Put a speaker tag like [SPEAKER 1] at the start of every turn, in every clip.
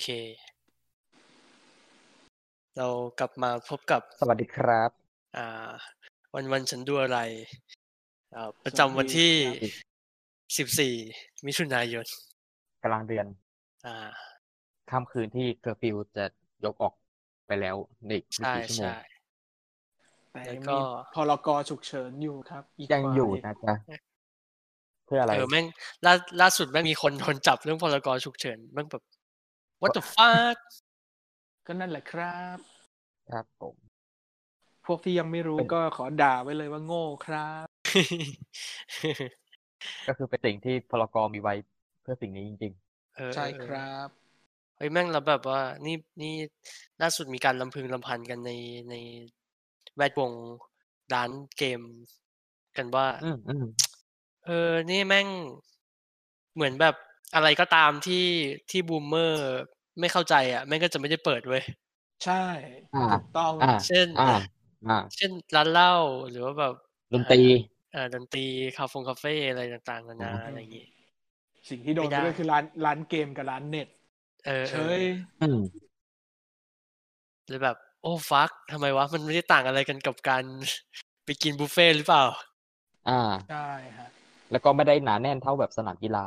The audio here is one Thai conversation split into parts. [SPEAKER 1] เค เรากลับมาพบกับ
[SPEAKER 2] สวัสดีครับ
[SPEAKER 1] อ่า วันวันฉันดูอะไรอ่าประจำวันที่สิบสี่มิถุนายน
[SPEAKER 2] กำลังเดือน
[SPEAKER 1] อ่า
[SPEAKER 2] ค่ำคืนที่เคอร์ฟิวจะยกออกไปแล้วในอีกไม่
[SPEAKER 1] ใช่
[SPEAKER 2] กี่ชั่วโม
[SPEAKER 1] ใช่
[SPEAKER 2] ง
[SPEAKER 3] แต่
[SPEAKER 1] แล้ว
[SPEAKER 3] ยัง
[SPEAKER 1] ก็
[SPEAKER 3] มีพรกฉุกเฉินอยู่ครับก
[SPEAKER 2] ยัง
[SPEAKER 3] ฝ่า
[SPEAKER 2] อยู่นะจ๊ะเพื่ออะไร
[SPEAKER 1] เออแม่งล่าล่าสุดแม่งมีคนโดนจับเรื่องพลกรฉุกเฉินแม่งแบบ what the fuck
[SPEAKER 3] ก็นั่นแหละครับ
[SPEAKER 2] ครับผม
[SPEAKER 3] พวกที่ยังไม่รู้
[SPEAKER 2] เป็น
[SPEAKER 3] ก็ขอด่าไว้เลยว่าโง่ครับ
[SPEAKER 2] ก็คือเป็นสิ่งที่พลกรมีไว้เพื่อสิ่งนี้จริง
[SPEAKER 1] เออ
[SPEAKER 3] ใช่
[SPEAKER 1] เออ
[SPEAKER 3] ครับ
[SPEAKER 1] เฮ้ยแม่งแล้วแบบว่า นี่นี่ล่าสุดมีการลำพึงลำพันกันในในแวดวงร้านเกมกันว่า
[SPEAKER 2] ๆ อืมอืม
[SPEAKER 1] เออ นี่แม่งเหมือนแบบอะไรก็ตามที่ที่บูมเมอร์ไม่เข้าใจอ่ะ แม่งก็จะไม่ได้เปิดเว้ย
[SPEAKER 3] ใช่
[SPEAKER 2] อ่า
[SPEAKER 3] ถูกต้อง
[SPEAKER 2] อ่า
[SPEAKER 1] เช่น
[SPEAKER 2] อ่า อ่า
[SPEAKER 1] เช่นร้านเหล้าหรือว่าแบบ
[SPEAKER 2] ดนตรี
[SPEAKER 1] เอ่อดนตรีคาเฟงคาเฟ่อะไรต่างๆนานาอะไรอย่างงี้
[SPEAKER 3] สิ่งที่โดน
[SPEAKER 1] ไม่ได้
[SPEAKER 3] ก็คือร้านร้านเกมกับร้านเน็ต
[SPEAKER 1] เออ
[SPEAKER 3] เฉ
[SPEAKER 1] เออย
[SPEAKER 2] อืม
[SPEAKER 1] หรือแบบ โอ้ฟักทำไมวะ มันไม่ได้ต่างอะไรกันกับการ ไปกินบุฟเฟ่ต์หรือเปล่า
[SPEAKER 2] อ่า
[SPEAKER 3] ใช่ฮะ
[SPEAKER 2] แล้วก็ไม่ได้หนาแน่นเท่าแบบสนามกีฬา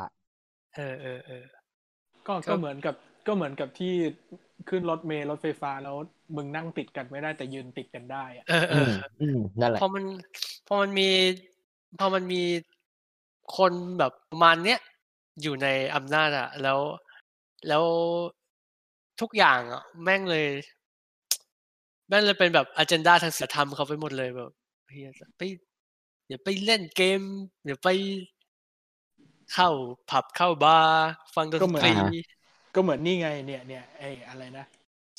[SPEAKER 1] เออเออเออ
[SPEAKER 3] ก็
[SPEAKER 1] ครับ
[SPEAKER 3] ก็เหมือนกับก็เหมือนกับที่ขึ้นรถเมล์รถไฟฟ้าแล้วมึงนั่งติดกันไม่ได้แต่ยืนติดกันได้อะ
[SPEAKER 1] เออเออ
[SPEAKER 2] อืมอืมนั่นแหละ
[SPEAKER 1] พอมันพอมันมีพอมันมีคนแบบประมาณเนี้ยอยู่ในอำนาจอะแล้วแล้วทุกอย่างอะแม่งเลย แม่งเลยเป็นแบบอ g e n d a ทางศีลธรรมเขาไปหมดเลยแบบเฮียไปอย่าไปเล่นเกมอย่าไปเข้าผับเข้าบาร์ฟังดนตรี
[SPEAKER 3] ก็เหมือนนี่ไงเนี่ยเนี่ยไอ้อะไรนะ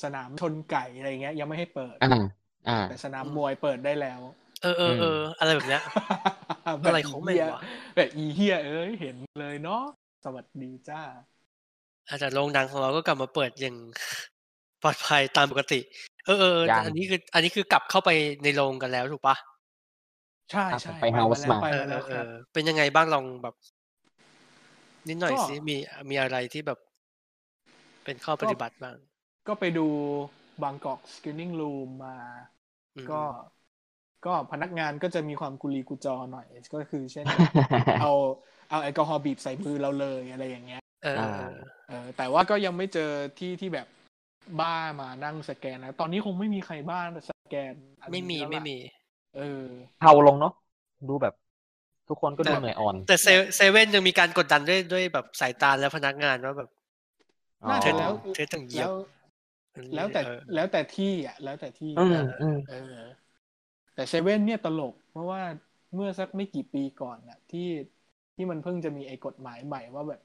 [SPEAKER 3] สนามชนไก่อะไรเงี้ย ยังไม่ให้เปิด
[SPEAKER 2] อ่า อ่า
[SPEAKER 3] แต่สนามมวยเปิดได้แล้ว
[SPEAKER 1] เออเออเอออะไรแบบเนี้ย อะไร ของแม่งวะ
[SPEAKER 3] แบบอีเฮียเอ้ยเห็นเลยเนาะสวัสดีจ้า
[SPEAKER 1] อาจจะโรงหนังของเราก็กลับมาเปิดอย่าง ปลอดภัยตามปกติ เออเออ
[SPEAKER 2] ยัง
[SPEAKER 1] อันนี้คือ อันนี้คือกลับเข้าไปในโรงกันแล้วถูกปะ
[SPEAKER 3] ใช่
[SPEAKER 2] อ่ะ
[SPEAKER 3] ใช่
[SPEAKER 2] ไป House
[SPEAKER 3] แล้ว
[SPEAKER 2] มา
[SPEAKER 3] ไป
[SPEAKER 1] เออเอ
[SPEAKER 3] แล้ว
[SPEAKER 1] อ
[SPEAKER 3] ค
[SPEAKER 1] เอ
[SPEAKER 3] รับ
[SPEAKER 1] อเป็นยังไงบ้างลองแบบ นิดหน่อย
[SPEAKER 3] ก็
[SPEAKER 1] สิมีมีอะไรที่แบบ เป็นข้อปฏิบัติบ้าง
[SPEAKER 3] ก็ไปดูบางกอกสกินนิ่งรูมมา
[SPEAKER 1] อืม
[SPEAKER 3] ก็ ก็พนักงานก็จะมีความกุลีกุจอหน่อย ก็คือเช่น เอาเอาแอลกอฮอล์บีบใส่มือเราเลยอะไรอย่างเงี้ย
[SPEAKER 1] เออเออเออ
[SPEAKER 3] เออแต่ว่าก็ยังไม่เจอที่ที่แบบบ้ามานั่งสแกนนะตอนนี้คงไม่มีใครบ้าสแกนอันนี้
[SPEAKER 1] ไม่มี
[SPEAKER 3] แล้วล่ะ
[SPEAKER 1] ไม่มี
[SPEAKER 3] เออ
[SPEAKER 2] เทาลงเนาะ ดูแบบ ทุกคนก็
[SPEAKER 1] แต่
[SPEAKER 2] ดูเหนื่อยอ่อน
[SPEAKER 1] แต่เซเซเว่นยังมีการกดดันด้วยด้วยแบบสายตาและพนักงานว่าแบบ
[SPEAKER 3] น่าจะแล้ว
[SPEAKER 1] เธอต้องเหยีย
[SPEAKER 3] แล้
[SPEAKER 1] บ
[SPEAKER 3] วแล้วแต่
[SPEAKER 1] เออ
[SPEAKER 3] แล้วแต่ที่อ่ะ แล้วแต่ที่
[SPEAKER 2] อืมอืม
[SPEAKER 3] เออแต่เซเว่นเนี่ยตลก เพราะว่าเมื่อสักไม่กี่ปีก่อนน่ะ ที่ที่มันเพิ่งจะมีไอ้กฎหมายใหม่ว่าแบบ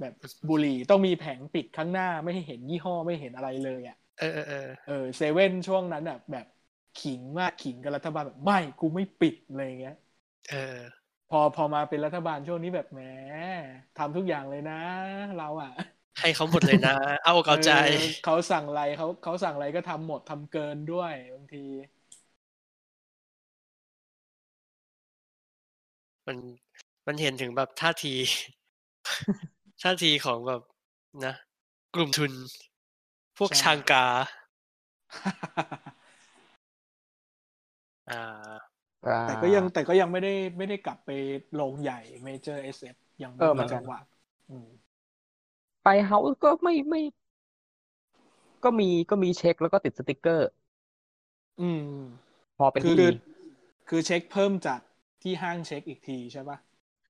[SPEAKER 3] แบบบุหรี่ต้องมีแผงปิดข้างหน้าไม่ให้เห็นยี่ห้อไม่เห็นอะไรเลยอ่ะ
[SPEAKER 1] เออเออเออ
[SPEAKER 3] เออเซเว่นช่วงนั้นอ่ะ แบบขิงมากขิงกับรัฐบาลแบบไม่กูไม่ปิดอะไรอย่างเงี้ย
[SPEAKER 1] เออ
[SPEAKER 3] พอพอมาเป็นรัฐบาลช่วงนี้แบบแหมทำทุกอย่างเลยนะ เราอ่ะ
[SPEAKER 1] ให้เขาหมดเลยนะ เอาอกเอาใจ
[SPEAKER 3] ออเขาสั่งอะไรเขาเขาสั่งอะไรก็ทำหมดทำเกินด้วยบางที
[SPEAKER 1] มันมันเห็นถึงแบบท่าที ท่าทีของแบบนะ กลุ่มทุน พวก
[SPEAKER 3] ใช่
[SPEAKER 1] ชางกา อ่า
[SPEAKER 3] แต่ก็ยังแต่ก็ยังไม่ได้ไม่ได้กลับไปโรงใหญ่เมเจอร์เอสเอฟยัง
[SPEAKER 2] เออเหมือ
[SPEAKER 3] ไม่
[SPEAKER 2] นกัน
[SPEAKER 3] จังหวะอืม
[SPEAKER 2] ไปเฮาส์ก็ไม่ไม่ ก็มีก็มีเช็คแล้วก็ติดสติกเกอร์
[SPEAKER 3] อืม
[SPEAKER 2] พอเป็น
[SPEAKER 3] คือ
[SPEAKER 2] ที่
[SPEAKER 3] คือ
[SPEAKER 2] ดี
[SPEAKER 3] คือเช็คเพิ่มจากที่ห้างเช็คอีกทีใช่ปะ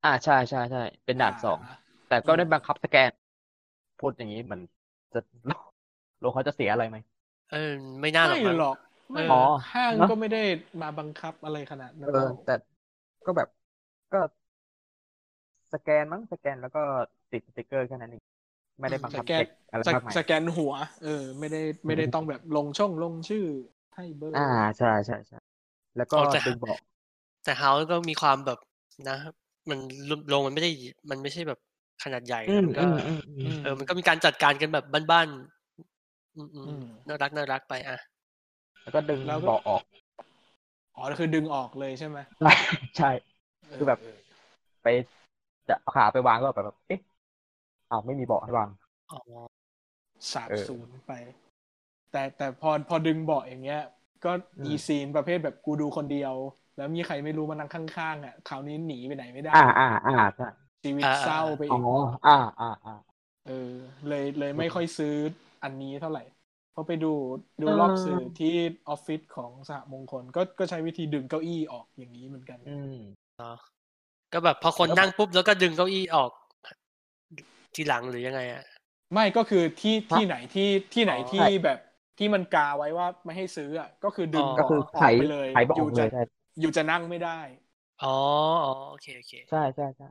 [SPEAKER 2] อ่าใช่ใช่ใช่เป็นด่านสอง
[SPEAKER 3] า
[SPEAKER 2] แต่ก็ได้
[SPEAKER 3] อืม
[SPEAKER 2] บังคับสแกน พูดอย่างนี้เหมือนจะ โลกเขาจะเสียอะไรไหม
[SPEAKER 1] เออ ไม่น่าหรอก
[SPEAKER 3] ไม่
[SPEAKER 1] มั้ง
[SPEAKER 3] หรอกไม่
[SPEAKER 1] อ๋อ
[SPEAKER 3] ห้าง
[SPEAKER 2] เนอะ
[SPEAKER 3] ก็ไม่ได้มาบังคับอะไรขนาดนั้น
[SPEAKER 2] เออ แต่ก็แบบก็สแกนมั้งสแกนแล้วก็ติดสติกเกอร์แค่นั้นเองไม่ได้บัง
[SPEAKER 3] ส
[SPEAKER 2] คับ
[SPEAKER 3] แกน
[SPEAKER 2] เช็คอะไร
[SPEAKER 3] สแก
[SPEAKER 2] มากมาย
[SPEAKER 3] สแกนหัว เออ ไม่ได้ไม่ได้ต้องแบบลงช่องลงชื่อให้เบอร์
[SPEAKER 2] อ่าใช่ใช่ใช่แล้วก็
[SPEAKER 1] ออกจาก
[SPEAKER 2] ดึงเบาะ
[SPEAKER 1] แต่เฮาส์ก็มีความแบบนะ มันลงมันไม่ได้ มันไม่ใช่แบบขนาดใหญ่
[SPEAKER 2] อืม
[SPEAKER 1] มันก็
[SPEAKER 2] อืมอืมอืม
[SPEAKER 1] เออ มันก็มีการจัดการกันแบบบ้านๆ อืมอืม
[SPEAKER 3] อืม
[SPEAKER 1] น่ารักน่ารักไปอ่ะ
[SPEAKER 2] แล้วก็ดึงเบาะออก
[SPEAKER 3] อ๋อคือดึงออกเลยใช่ไหม
[SPEAKER 2] ใช่ คือแบบ
[SPEAKER 3] เ
[SPEAKER 2] ไปจะเอาขาไปวางก็แบบ เอ๊ะอ้าวไม่มีเบาะให้วาง
[SPEAKER 1] อ๋อ
[SPEAKER 3] สาบศูนย์ไป แต่แต่พอพอดึงเบาะอย่างเงี้ย ก็มี
[SPEAKER 2] อืม
[SPEAKER 3] ซีนประเภทแบบกูดูคนเดียว แล้วมีใครไม่รู้มานั่งข้างๆอ่ะคราวนี้หนีไปไหนไม่ได้
[SPEAKER 2] อ่าอ่าอ่าใช่
[SPEAKER 3] ชีวิตเศร้าไป
[SPEAKER 2] อ๋
[SPEAKER 3] อี
[SPEAKER 2] อก อ่าอ่าอ่า
[SPEAKER 3] เออ เลยเลยไม่ค่อยซื้ออันนี้เท่าไหร่เพราะไปดูดูรอบ
[SPEAKER 2] เออ
[SPEAKER 3] สื่อที่ออฟฟิศของสหมงคล ก็ก็ใช้วิธีดึงเก้าอี้ออกอย่างนี้เหมือนกัน
[SPEAKER 2] อืม
[SPEAKER 1] ก็แบบพอคน
[SPEAKER 3] แล้ว
[SPEAKER 1] นั่งปุ๊บแล้วก็ดึงเก้าอี้ออก ทีหลังหรือยังไงอ่ะ
[SPEAKER 3] ไม่ก็คือที่
[SPEAKER 2] ฮะ
[SPEAKER 3] ที่ไหนที่ที่ไหน
[SPEAKER 1] อ๋อ
[SPEAKER 3] ที่แบบที่มันกาไว้ว่าไม่ให้ซื้ออ่ะก็คือดึง
[SPEAKER 1] อ๋อ
[SPEAKER 3] เบาะ
[SPEAKER 2] ก็คือ
[SPEAKER 3] อ
[SPEAKER 2] ไข
[SPEAKER 3] อกไปเลย
[SPEAKER 2] ไขเบาะ
[SPEAKER 3] อยู่
[SPEAKER 2] เล
[SPEAKER 3] จะ
[SPEAKER 2] ยใช่
[SPEAKER 3] อยู่จะนั่งไม่ได้
[SPEAKER 1] อ๋ออ๋อโอเคโอเค
[SPEAKER 2] ใช่ใช่ใช่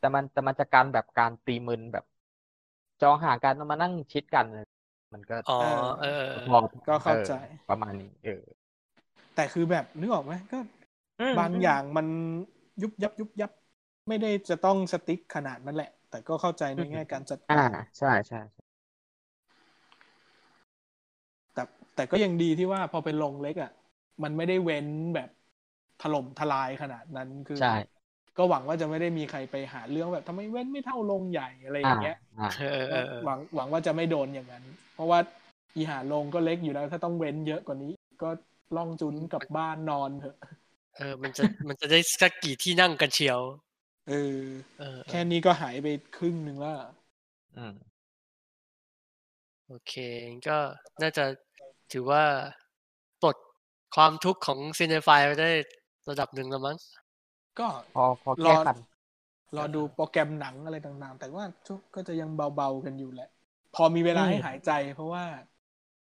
[SPEAKER 2] แต่มันแต่มันจะการแบบการตีมึนแบบ จองห่างกันแล้วมานั่งชิดกันเลยมันก็
[SPEAKER 1] อ๋อ
[SPEAKER 3] เอ
[SPEAKER 1] เอ
[SPEAKER 3] อ
[SPEAKER 1] อเออ
[SPEAKER 2] พอ
[SPEAKER 3] ก็เข้าใจ
[SPEAKER 2] ออประมาณนี้ เออ
[SPEAKER 3] แต่คือแบบนึกออกไหมก็บางอย่างมันยุบยับยุบยับ ไม่ได้จะต้องสติ๊กขนาดนั้นแหละ แต่ก็เข้าใจในแง่การจัด
[SPEAKER 2] อ่า
[SPEAKER 3] การ
[SPEAKER 2] ใช่ใช่ใช่
[SPEAKER 3] แต่แต่ก็ยังดีที่ว่าพอเป็นลงเล็กอ่ะมันไม่ได้เว้นแบบถล่มทลายขนาดนั้นคือ
[SPEAKER 2] ใช่
[SPEAKER 3] ก็หวังว่าจะไม่ได้มีใครไปหาเรื่องแบบทำไมเว้นไม่เท่าลงใหญ่อะไรอ
[SPEAKER 2] อ่า
[SPEAKER 3] ย่างเงี้ย
[SPEAKER 2] อ่า
[SPEAKER 1] เออเออเออ
[SPEAKER 3] หวังหวังว่าจะไม่โดนอย่างนั้น เพราะว่าอีหาลงก็เล็กอยู่แล้ว ถ้าต้องเว้นเยอะกว่านี้ ก็ล่องจุนกลับบ้านนอนเถอะ
[SPEAKER 1] เออ มันจะ มันจะได้สักกี่ที่นั่งกันเชียว
[SPEAKER 3] เออ
[SPEAKER 1] เออเอ
[SPEAKER 3] แค่
[SPEAKER 1] อ
[SPEAKER 3] นี้ก็หายไปครึ่งหนึ่งแล้วอะ
[SPEAKER 2] อืม
[SPEAKER 1] โอเค ก็น่าจะถือว่าปลดความทุกข์ของซีเนฟายไปได้ระดับหนึ่งแล้วมั้ง
[SPEAKER 3] ก็
[SPEAKER 2] พอพอ
[SPEAKER 3] ร
[SPEAKER 2] แก้
[SPEAKER 3] อ
[SPEAKER 2] ขัน
[SPEAKER 3] รอดูโปรแกรมหนังอะไรต่างๆ แต่ว่าช่วงก็จะยังเบาๆกันอยู่แหละ พอมีเวลา
[SPEAKER 2] อืม
[SPEAKER 3] ให้หายใจ เพราะว่า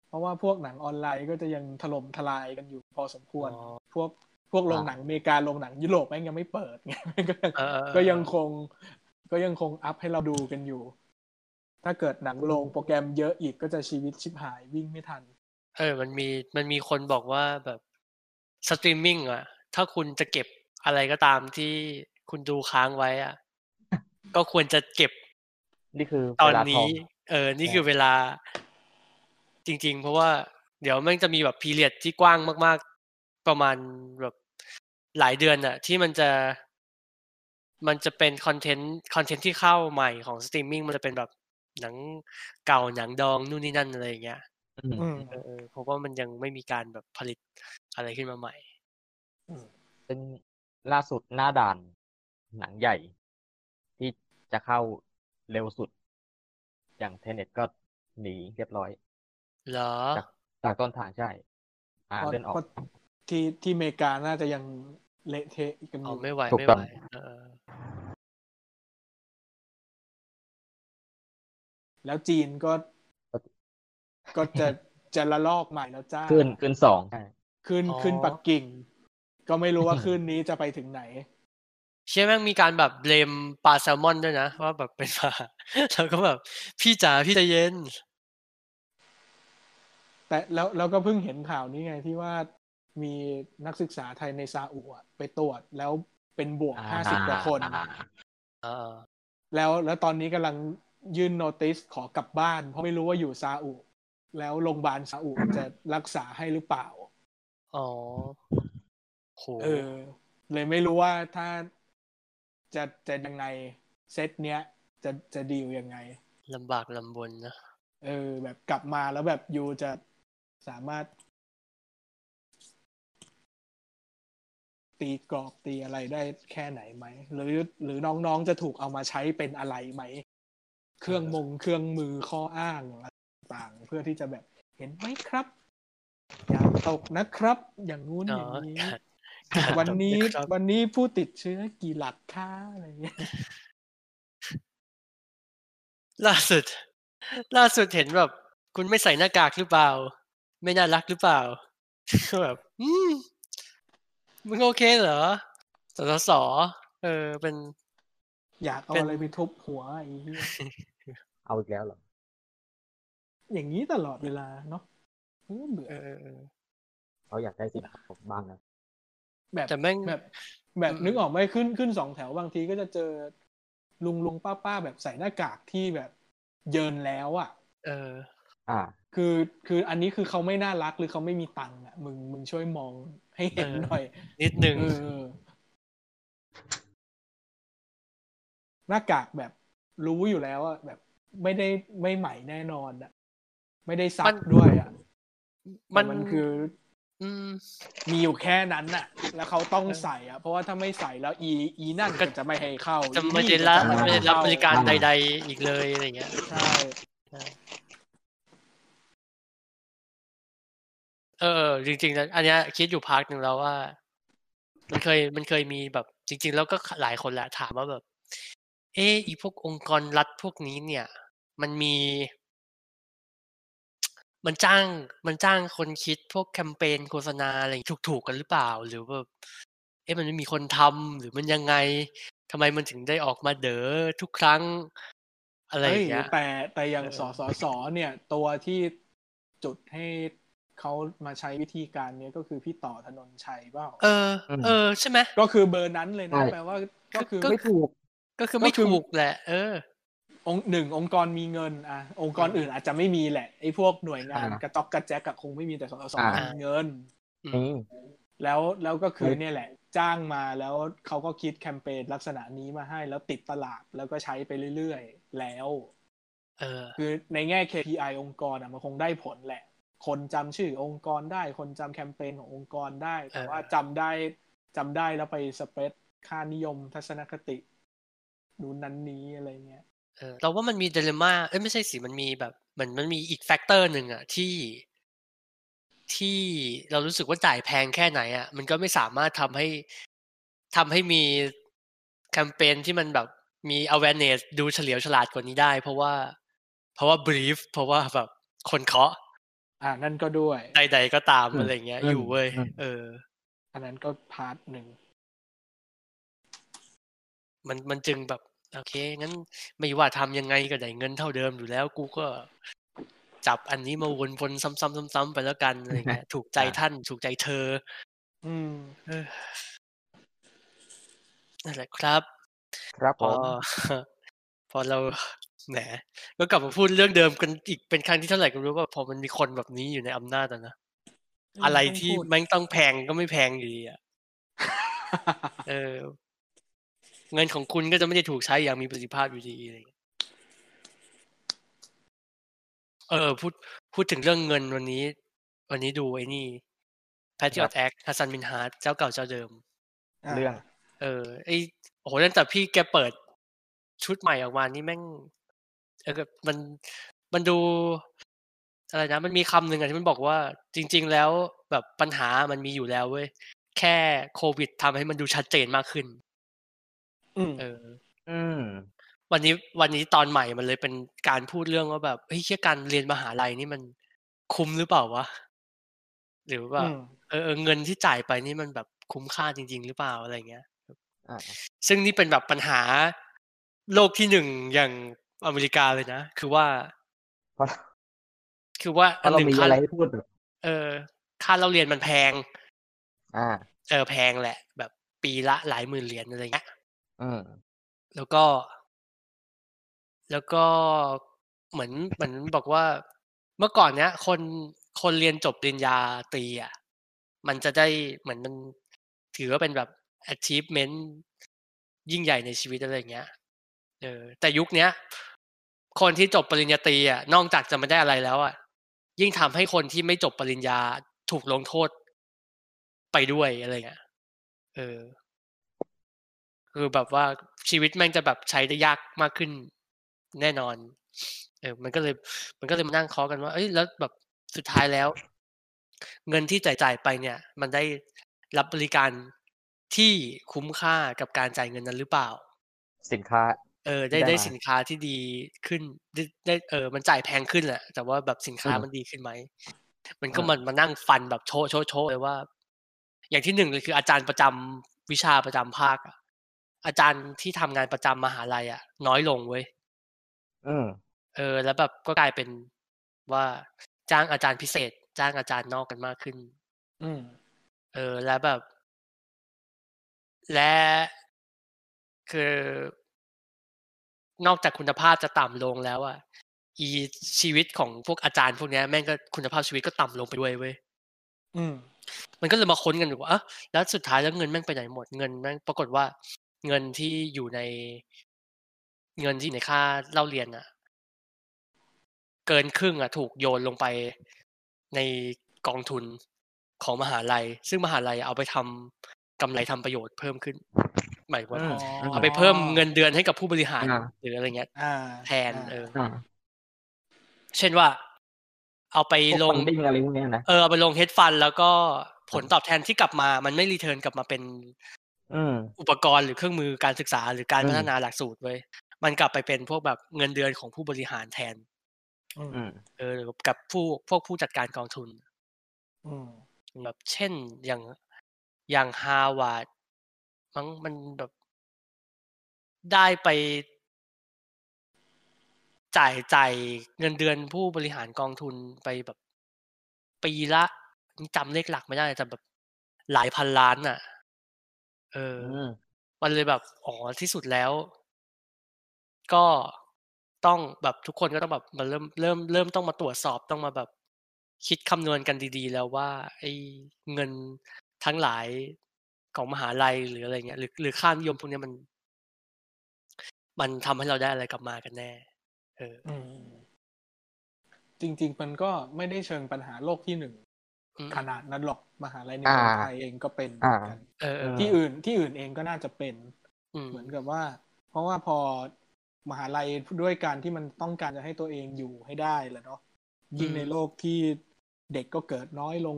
[SPEAKER 3] เพราะว่าพวกหนังออนไลน์ก็จะยังถล่มทลายกันอยู่ พอสมควร
[SPEAKER 1] อ๋อ
[SPEAKER 3] พวกพวกโรงหนังอเมริกาโรงหนังยุโรปแม่งยังไม่เปิด ไงก็ยัง
[SPEAKER 1] เออเออเออ
[SPEAKER 3] ก็ยังคงก็ยังคงอัพให้เราดูกันอยู่ ถ้าเกิดหนังลงโปรแกรมเยอะอีกก็จะชีวิตชิบหายวิ่งไม่ทัน
[SPEAKER 1] เออ มันมี มันมีคนบอกว่าแบบสตรีมมิ่งอ่ะ ถ้าคุณจะเก็บอะไรก็ตามที่คุณดูค้างไว้อ่ะ ก็ควรจะเก็บ
[SPEAKER 2] นี่คือ
[SPEAKER 1] ตอน
[SPEAKER 2] เวลาทอ
[SPEAKER 1] นี้
[SPEAKER 2] ง
[SPEAKER 1] เออ นี่
[SPEAKER 2] ใช่
[SPEAKER 1] คือเวลาจริง ๆ เพราะว่าเดี๋ยวมันจะมีแบบพีเรียดที่กว้างมาก ๆ ประมาณแบบหลายเดือนอะที่มันจะ มันจะเป็นคอนเทนต์คอนเทนต์ที่เข้าใหม่ของสตรีมมิ่งมันจะเป็นแบบหนังเก่าหนังดองนู่นนี่นั่นอะไรอย่างเงี้ย
[SPEAKER 2] อืม
[SPEAKER 3] อืม
[SPEAKER 1] เออเพราะว่ามันยังไม่มีการแบบผลิตอะไรขึ้นมาใหม่
[SPEAKER 2] เป็นล่าสุดหน้าด่าน หนังใหญ่ ที่จะเข้าเร็วสุด อย่างเทเน็ตก็หนีเรียบร้อย
[SPEAKER 1] เหรอ
[SPEAKER 2] จากจากต้นทางใช่ อ่า
[SPEAKER 3] เพราะ
[SPEAKER 2] เลื่อนออก
[SPEAKER 3] เพราะที่ที่อเมริกาน่าจะยังเละเทะกันอ
[SPEAKER 1] เอา
[SPEAKER 3] ยู่
[SPEAKER 1] ไม่ไหว
[SPEAKER 2] ถูก
[SPEAKER 1] ไม่
[SPEAKER 2] ต้
[SPEAKER 1] ไห
[SPEAKER 2] อ
[SPEAKER 1] ว
[SPEAKER 2] ง
[SPEAKER 1] เออ
[SPEAKER 3] แล้วจีนก็ ก็จะจะละลอกใหม่แล้วจ้า
[SPEAKER 2] ขึ้นขึ้นสองใช่
[SPEAKER 3] ขึ้นขึ้นปักกิ่ง ก็ไม่รู้ว่าขึ้นนี้จะไปถึงไหน
[SPEAKER 1] เชื่อแม่งมีการแบบเบลมปลาแซลมอนด้วยนะว่าแบบเป็นปลา แล้วก็แบบพี่จ๋าพี่ใจเย็น
[SPEAKER 3] แต่แล้วเราก็เพิ่งเห็นข่าวนี้ไงที่ว่ามีนักศึกษาไทยในซาอุอะไปตรวจแล้วเป็นบวก
[SPEAKER 2] อ่า
[SPEAKER 3] ห้าสิบกว่าคน
[SPEAKER 1] อ่า
[SPEAKER 3] แล้วแล้วตอนนี้กำลังยื่นโนติสขอกลับบ้าน เพราะไม่รู้ว่าอยู่ซาอุ แล้วโรงพยาบาลซาอุจะรักษาให้หรือเปล่า
[SPEAKER 1] อ๋อโห
[SPEAKER 3] เออ เลยไม่รู้ว่าถ้าจะจะยังไงเซตเนี้ย จะจะดีลยังไง
[SPEAKER 1] ลำบากลำบนนะ
[SPEAKER 3] เออ แบบกลับมาแล้วแบบยูจะสามารถ ตีกรอบตีอะไรได้แค่ไหนไหม หรือหรือน้องๆจะถูกเอามาใช้เป็นอะไรไหม เครื่องมงเครื่องมือข้ออ้างอะไรต่างๆเพื่อที่จะแบบเห็นไหมครับ อย่าตกนะครับ อย่างงู้น
[SPEAKER 1] อ๋
[SPEAKER 3] อ
[SPEAKER 1] อ
[SPEAKER 3] ย่างนี้ วันนี้
[SPEAKER 1] ครับ
[SPEAKER 3] วันนี้ผู้ติดเชื้อกี่หลักค่าอะไรเงี้ย
[SPEAKER 1] ล่าสุด ล่าสุดเห็นแบบ คุณไม่ใส่หน้ากากหรือเปล่า ไม่น่ารักหรือเปล่า แบบอืมมึงโอเคเหรอสสสเออ เป็น
[SPEAKER 3] อยากเอา
[SPEAKER 1] เป็น
[SPEAKER 3] อะไรไปทุบหัวไอ้เหี้ย
[SPEAKER 2] เอาอีกแล้วเหรอ
[SPEAKER 3] อย่างนี้ตลอดเวลาเนาะเออเบื่อ
[SPEAKER 1] เออเออเออ
[SPEAKER 2] เขาอยากได้สินของบ้างนะ
[SPEAKER 3] แบบ
[SPEAKER 1] แต่แม่ง
[SPEAKER 3] แบบแบบ
[SPEAKER 1] อืม
[SPEAKER 3] นึกออกไหมขึ้นขึ้นสองแถวบางทีก็จะเจอลุงลุงป้าป้าแบบใส่หน้ากากที่แบบเยินแล้วอ่ะ
[SPEAKER 1] เออ
[SPEAKER 2] อ่า
[SPEAKER 3] คือคืออันนี้คือเขาไม่น่ารักหรือเขาไม่มีตังค์อ่ะมึงมึงช่วยมองให้เห็น
[SPEAKER 1] เออ
[SPEAKER 3] หน่อย
[SPEAKER 1] นิดนึง
[SPEAKER 3] เออหน้ากากแบบรู้อยู่แล้วอ่ะแบบ ไม่ได้ไม่ใหม่แน่นอนอะไม่ได้ซั
[SPEAKER 1] มั
[SPEAKER 3] ก
[SPEAKER 1] น
[SPEAKER 3] ด้วยอะแต่
[SPEAKER 1] มัน
[SPEAKER 3] มันคือ
[SPEAKER 1] ม
[SPEAKER 3] มีอยู่แค่นั้นน่ะ แล้วเขาต้องใส่อะเพราะว่าถ้าไม่ใส่แล้วอีอีนั่น
[SPEAKER 1] ก็
[SPEAKER 3] ก็จะไม่ให้เข้า
[SPEAKER 1] จะ
[SPEAKER 3] อีนี่
[SPEAKER 1] ไม่ได้รับ
[SPEAKER 3] ก็จะ
[SPEAKER 1] ไม่
[SPEAKER 3] ให้
[SPEAKER 1] ได้รับ
[SPEAKER 3] เข้
[SPEAKER 1] บริการใด ๆ อีกเลยอะไรเงี้ย
[SPEAKER 3] ใช่
[SPEAKER 1] เออเออจริงๆนะอันเนี้ยคิดอยู่พักหนึ่งแล้วว่า มันเคยมันเคยมีแบบ จริง ๆ แล้วก็หลายคนแหละถามว่าแบบ เอออีพวกองค์กรรัฐพวกนี้เนี่ย มันมี มันจ้างมันจ้างคนคิดพวกแคมเปญโฆษณาอะไรอย่างงี้ถูกๆกันหรือเปล่า หรือแบบเอ๊ะมันไม่มีคนทำหรือมันยังไงทำไมมันถึงได้ออกมาเด๋อทุกครั้ง อะไรอ
[SPEAKER 3] เฮ้ย
[SPEAKER 1] ย่างเงี้ย
[SPEAKER 3] แต่แต่อย่าง
[SPEAKER 1] เออ
[SPEAKER 3] สสสเนี่ย ตัวที่จุดให้เขามาใช้วิธีการเนี้ยก็คือพี่ต่อถนนชัยเปล่า
[SPEAKER 1] เออ เออใช่ไหม
[SPEAKER 3] ก็คือเบอร์นั้นเลยนะ
[SPEAKER 2] ใช่
[SPEAKER 3] แปลว่าก็คือ
[SPEAKER 1] ก็
[SPEAKER 2] ไม่ถูก
[SPEAKER 1] ก็คือไม่
[SPEAKER 3] ก็คือ
[SPEAKER 1] ถูกแหละ เออ
[SPEAKER 3] องค์หนึ่งองค์กรมีเงินอ่ะองค์กรอื่นอาจจะไม่มีแหละไอ้พวกหน่วยงาน
[SPEAKER 2] อ่าก
[SPEAKER 3] ระจอกกระแจกอะคงไม่มีแต่สอสอ
[SPEAKER 2] อ่า
[SPEAKER 3] มีเงิน
[SPEAKER 2] นี่
[SPEAKER 3] แล้วแล้วก็คือ
[SPEAKER 2] เฮ้ย
[SPEAKER 3] เนี่ยแหละ จ้างมาแล้วเขาก็คิดแคมเปญลักษณะนี้มาให้แล้วติดตลาดแล้วก็ใช้ไปเรื่อยๆ แล้ว
[SPEAKER 1] เออ
[SPEAKER 3] คือในแง่ KPI องค์กรอ่ะมันคงได้ผลแหละ คนจำชื่อองค์กรได้ คนจำแคมเปญขององค์กรได้ แต่
[SPEAKER 1] เออ
[SPEAKER 3] ว่าจำได้จำได้แล้วไปสเปรดค่านิยมทัศนคตินู้นนั้นนี้อะไรเงี้ย
[SPEAKER 1] เออเราว่ามันมีเดลม่าเอ้ยไม่ใช่สิมันมีแบบเหมือนมันมีอีกแฟกเตอร์หนึ่งอะที่ ที่เรารู้สึกว่าจ่ายแพงแค่ไหนอะมันก็ไม่สามารถทำให้ทำให้มีแคมเปญที่มันแบบมี awareness ดูเฉลียวฉลาดกว่านี้ได้ เพราะว่า เพราะว่า brief เพราะว่าแบบคนเคาะ
[SPEAKER 3] อ่านั่นก็ด้วย
[SPEAKER 1] ใดๆก็ตาม
[SPEAKER 2] อืม
[SPEAKER 1] อะไรเงี้ย
[SPEAKER 2] อืม
[SPEAKER 1] อยู่เว้ย
[SPEAKER 2] อืม
[SPEAKER 1] เออ
[SPEAKER 3] อันนั้นก็พาร์ทหนึ่ง
[SPEAKER 1] มันมันจึงแบบ โอเค งั้นไม่ว่าทำยังไงก็ได้เงินเท่าเดิมอยู่แล้ว กูก็จับอันนี้มาวนๆซ้ำๆซ้ำๆไปแล้วกันอะไรเงี้ย ถูกใจท่านถูกใจเธอ
[SPEAKER 3] อืม
[SPEAKER 1] เออนั่นแหละครับ
[SPEAKER 2] ครับ
[SPEAKER 1] พ
[SPEAKER 2] ผ
[SPEAKER 1] อ
[SPEAKER 2] ม
[SPEAKER 1] พอเราแหมก็กลับมาพูดเรื่องเดิมกันอีกเป็นครั้งที่เท่าไหร่ก็ไม่รู้ว่าพอมันมีคนแบบนี้อยู่ในอำนาจอะนะอะไรที่แมันต้องแพงก็ไม่แพงอยู่ ดีอ่ะ เออ เงินของคุณก็จะไม่ได้ถูกใช้อย่างมีประสิทธิภาพอยู่ดีอะไรอย่างเงี้ยเออ พูดพูดถึงเรื่องเงินวันนี้ วันนี้ดูไอ้นี่ Patriot Act ฮัสซันมินฮาร์ดเจ้าเก่าเจ้าเดิม
[SPEAKER 2] เรื่อง
[SPEAKER 1] เออไอโอ้โหตั้งแต่พี่แกเปิดชุดใหม่ออกมานี่แม่งเออมันมันดูอะไรนะ มันมีคำหนึ่งอะที่มันบอกว่า จริง ๆ แล้วแบบปัญหามันมีอยู่แล้วเว้ยแค่โควิดทำให้มันดูชัดเจนมากขึ้น
[SPEAKER 3] อืม
[SPEAKER 1] เออ
[SPEAKER 2] อืม
[SPEAKER 1] วันนี้วันนี้ตอนใหม่มันเลยเป็นการพูดเรื่องว่าแบบเฮ้ยเชี่ยการเรียนมหาลัยนี่มันคุ้มหรือเปล่าวะหรือว่า
[SPEAKER 3] อืม
[SPEAKER 1] เออเออเงินที่จ่ายไปนี่มันแบบคุ้มค่าจริง ๆ หรือเปล่าอะไรเงี้ย
[SPEAKER 2] อ่า
[SPEAKER 1] ซึ่งนี่เป็นแบบปัญหาโลกที่หนึ่งอย่างอเมริกาเลยนะ คือว่า
[SPEAKER 2] เพราะ
[SPEAKER 1] คือว่า
[SPEAKER 2] เพราะ
[SPEAKER 1] ห
[SPEAKER 2] เรา
[SPEAKER 1] นึ่ง
[SPEAKER 2] มี
[SPEAKER 1] ค่า
[SPEAKER 2] อะไรให้พูดแบบ
[SPEAKER 1] เออ ค่าเราเรียนมันแพง
[SPEAKER 2] อ่า
[SPEAKER 1] เออแพงแหละ แบบปีละหลายหมื่นเหรียญอะไรเงี้ย
[SPEAKER 2] อืม
[SPEAKER 1] แล้วก็ แล้วก็เหมือนเหมือนบอกว่าเมื่อก่อนเนี้ย คนคนเรียนจบปริญญาตรีอ่ะมันจะได้เหมือนมันถือว่าเป็นแบบ achievement ยิ่งใหญ่ในชีวิตอะไรอย่างเงี้ยเออแต่ยุคเนี้ย คนที่จบปริญญาตรีอ่ะนอกจากจะไม่ได้อะไรแล้วอ่ะยิ่งทำให้คนที่ไม่จบปริญญาถูกลงโทษไปด้วยอะไรเงี้ยเออ คือแบบว่าชีวิตแม่งจะแบบใช้ได้ยากมากขึ้นแน่นอน เออ มันก็เลย มันก็เลยมานั่งเคอกันว่า เอ้ยแล้วแบบสุดท้ายแล้ว เงินที่จ่ายจ่ายไปเนี่ย มันได้รับบริการที่คุ้มค่ากับการจ่ายเงินนั้นหรือเปล่า
[SPEAKER 2] สินค้า
[SPEAKER 1] เออ ได้
[SPEAKER 2] ได้
[SPEAKER 1] ได้
[SPEAKER 2] มา
[SPEAKER 1] สินค้าที่ดีขึ้นได้ได้เออ มันจ่ายแพงขึ้นแหละ แต่ว่าแบบสินค้า
[SPEAKER 2] อืม
[SPEAKER 1] มันดีขึ้นไหม มันก็
[SPEAKER 2] อ่ามั
[SPEAKER 1] มันมานั่งฟันแบบโชะโชะโชะเลยว่า อย่างที่หนึ่งเลยคืออาจารย์ประจำวิชาประจำภาคอะอาจารย์ที่ทำงานประจำมหาลัยอะน้อยลงเว้ย
[SPEAKER 2] อืม
[SPEAKER 1] เออ แล้วแบบก็กลายเป็นว่าจ้างอาจารย์พิเศษ จ้างอาจารย์นอกกันมากขึ้น
[SPEAKER 3] อืม
[SPEAKER 1] เออและแบบ และคือ นอกจากคุณภาพจะต่ำลงแล้วอ่ะอีชีวิตของพวกอาจารย์พวกเนี้ยแม่งก็คุณภาพชีวิตก็ต่ำลงไปด้วยเว้ย
[SPEAKER 3] อืม
[SPEAKER 1] มันก็เลยมาค้นกันอยู่ว่าเอะแล้วสุดท้ายแล้วเงินแม่งไปไหนหมดเงินแม่งปรากฏว่า เงินที่อยู่ใน เงินที่อยู่ในค่าเล่าเรียนอ่ะ เกินครึ่งอ่ะ ถูกโยนลงไปในกองทุนของมหาลัย ซึ่งมหาลัยเอาไปทำกำไรทำประโยชน์เพิ่มขึ้น หมายความว่า
[SPEAKER 2] อืม
[SPEAKER 1] เอาไปเพิ่มเงินเดือนให้กับผู้บริหาร
[SPEAKER 4] อ่า
[SPEAKER 1] หรืออะไรเงี้ย
[SPEAKER 3] อ่า
[SPEAKER 1] แทน เออ
[SPEAKER 4] อ่า
[SPEAKER 1] เช่นว่า เอาไปลง
[SPEAKER 2] พวก funding อะไรพวกเนี้ยนะ
[SPEAKER 1] เออเอาไปลงเฮดฟัน แล้วก็ผลตอบแทนที่กลับมา มันไม่รีเทิร์นกลับมาเป็น
[SPEAKER 2] อืม
[SPEAKER 1] อุปกรณ์หรือเครื่องมือการศึกษาหรือการ
[SPEAKER 2] อืม
[SPEAKER 1] พัฒนาหลักสูตรเว้ยมันกลับไปเป็นพวกแบบเงินเดือนของผู้บริหารแทน
[SPEAKER 3] อืม
[SPEAKER 2] อืม
[SPEAKER 1] เออหรือกับผู้พวกผู้จัดการกองทุน
[SPEAKER 3] อืม
[SPEAKER 1] แบบเช่นอย่างอย่างฮาวาดมั้งมันแบบ ได้ไป จ่ายจ่ายเงินเดือนผู้บริหารกองทุนไปแบบ ปีละนี่จำเลขหลักไม่ได้แต่แบบหลายพันล้านอ่ะ เออ
[SPEAKER 2] อืม
[SPEAKER 1] มันเลยแบบ อ๋อ ที่สุดแล้ว ก็ต้องแบบทุกคนก็ต้องแบบมาเริ่มเริ่มเริ่มต้องมาตรวจสอบต้องมาแบบ คิดคำนวณกันดีๆ แล้วว่า ไอ้เงินทั้งหลายของมหาลัยหรืออะไรเงี้ย หรือหรือค่านิยมพวกเนี้ยมัน มันทำให้เราได้อะไรกลับมากันแน่ เออ
[SPEAKER 3] อืมจริง ๆ มันก็ไม่ได้เชิงปัญหาโลกที่หนึ่ง
[SPEAKER 1] อืม
[SPEAKER 3] ขนาดนั้นหรอกมหาลัยในเมืองไทยเองก็เป็นเหมือนกัน
[SPEAKER 1] เออเออ
[SPEAKER 3] ที่อื่นที่อื่นเองก็น่าจะเป็น
[SPEAKER 1] อืม
[SPEAKER 3] เหมือนกับว่า เพราะว่าพอมหาลัยด้วยการที่มันต้องการจะให้ตัวเองอยู่ให้ได้แหละเนาะยิ่งในโลกที่เด็กก็เกิดน้อยลง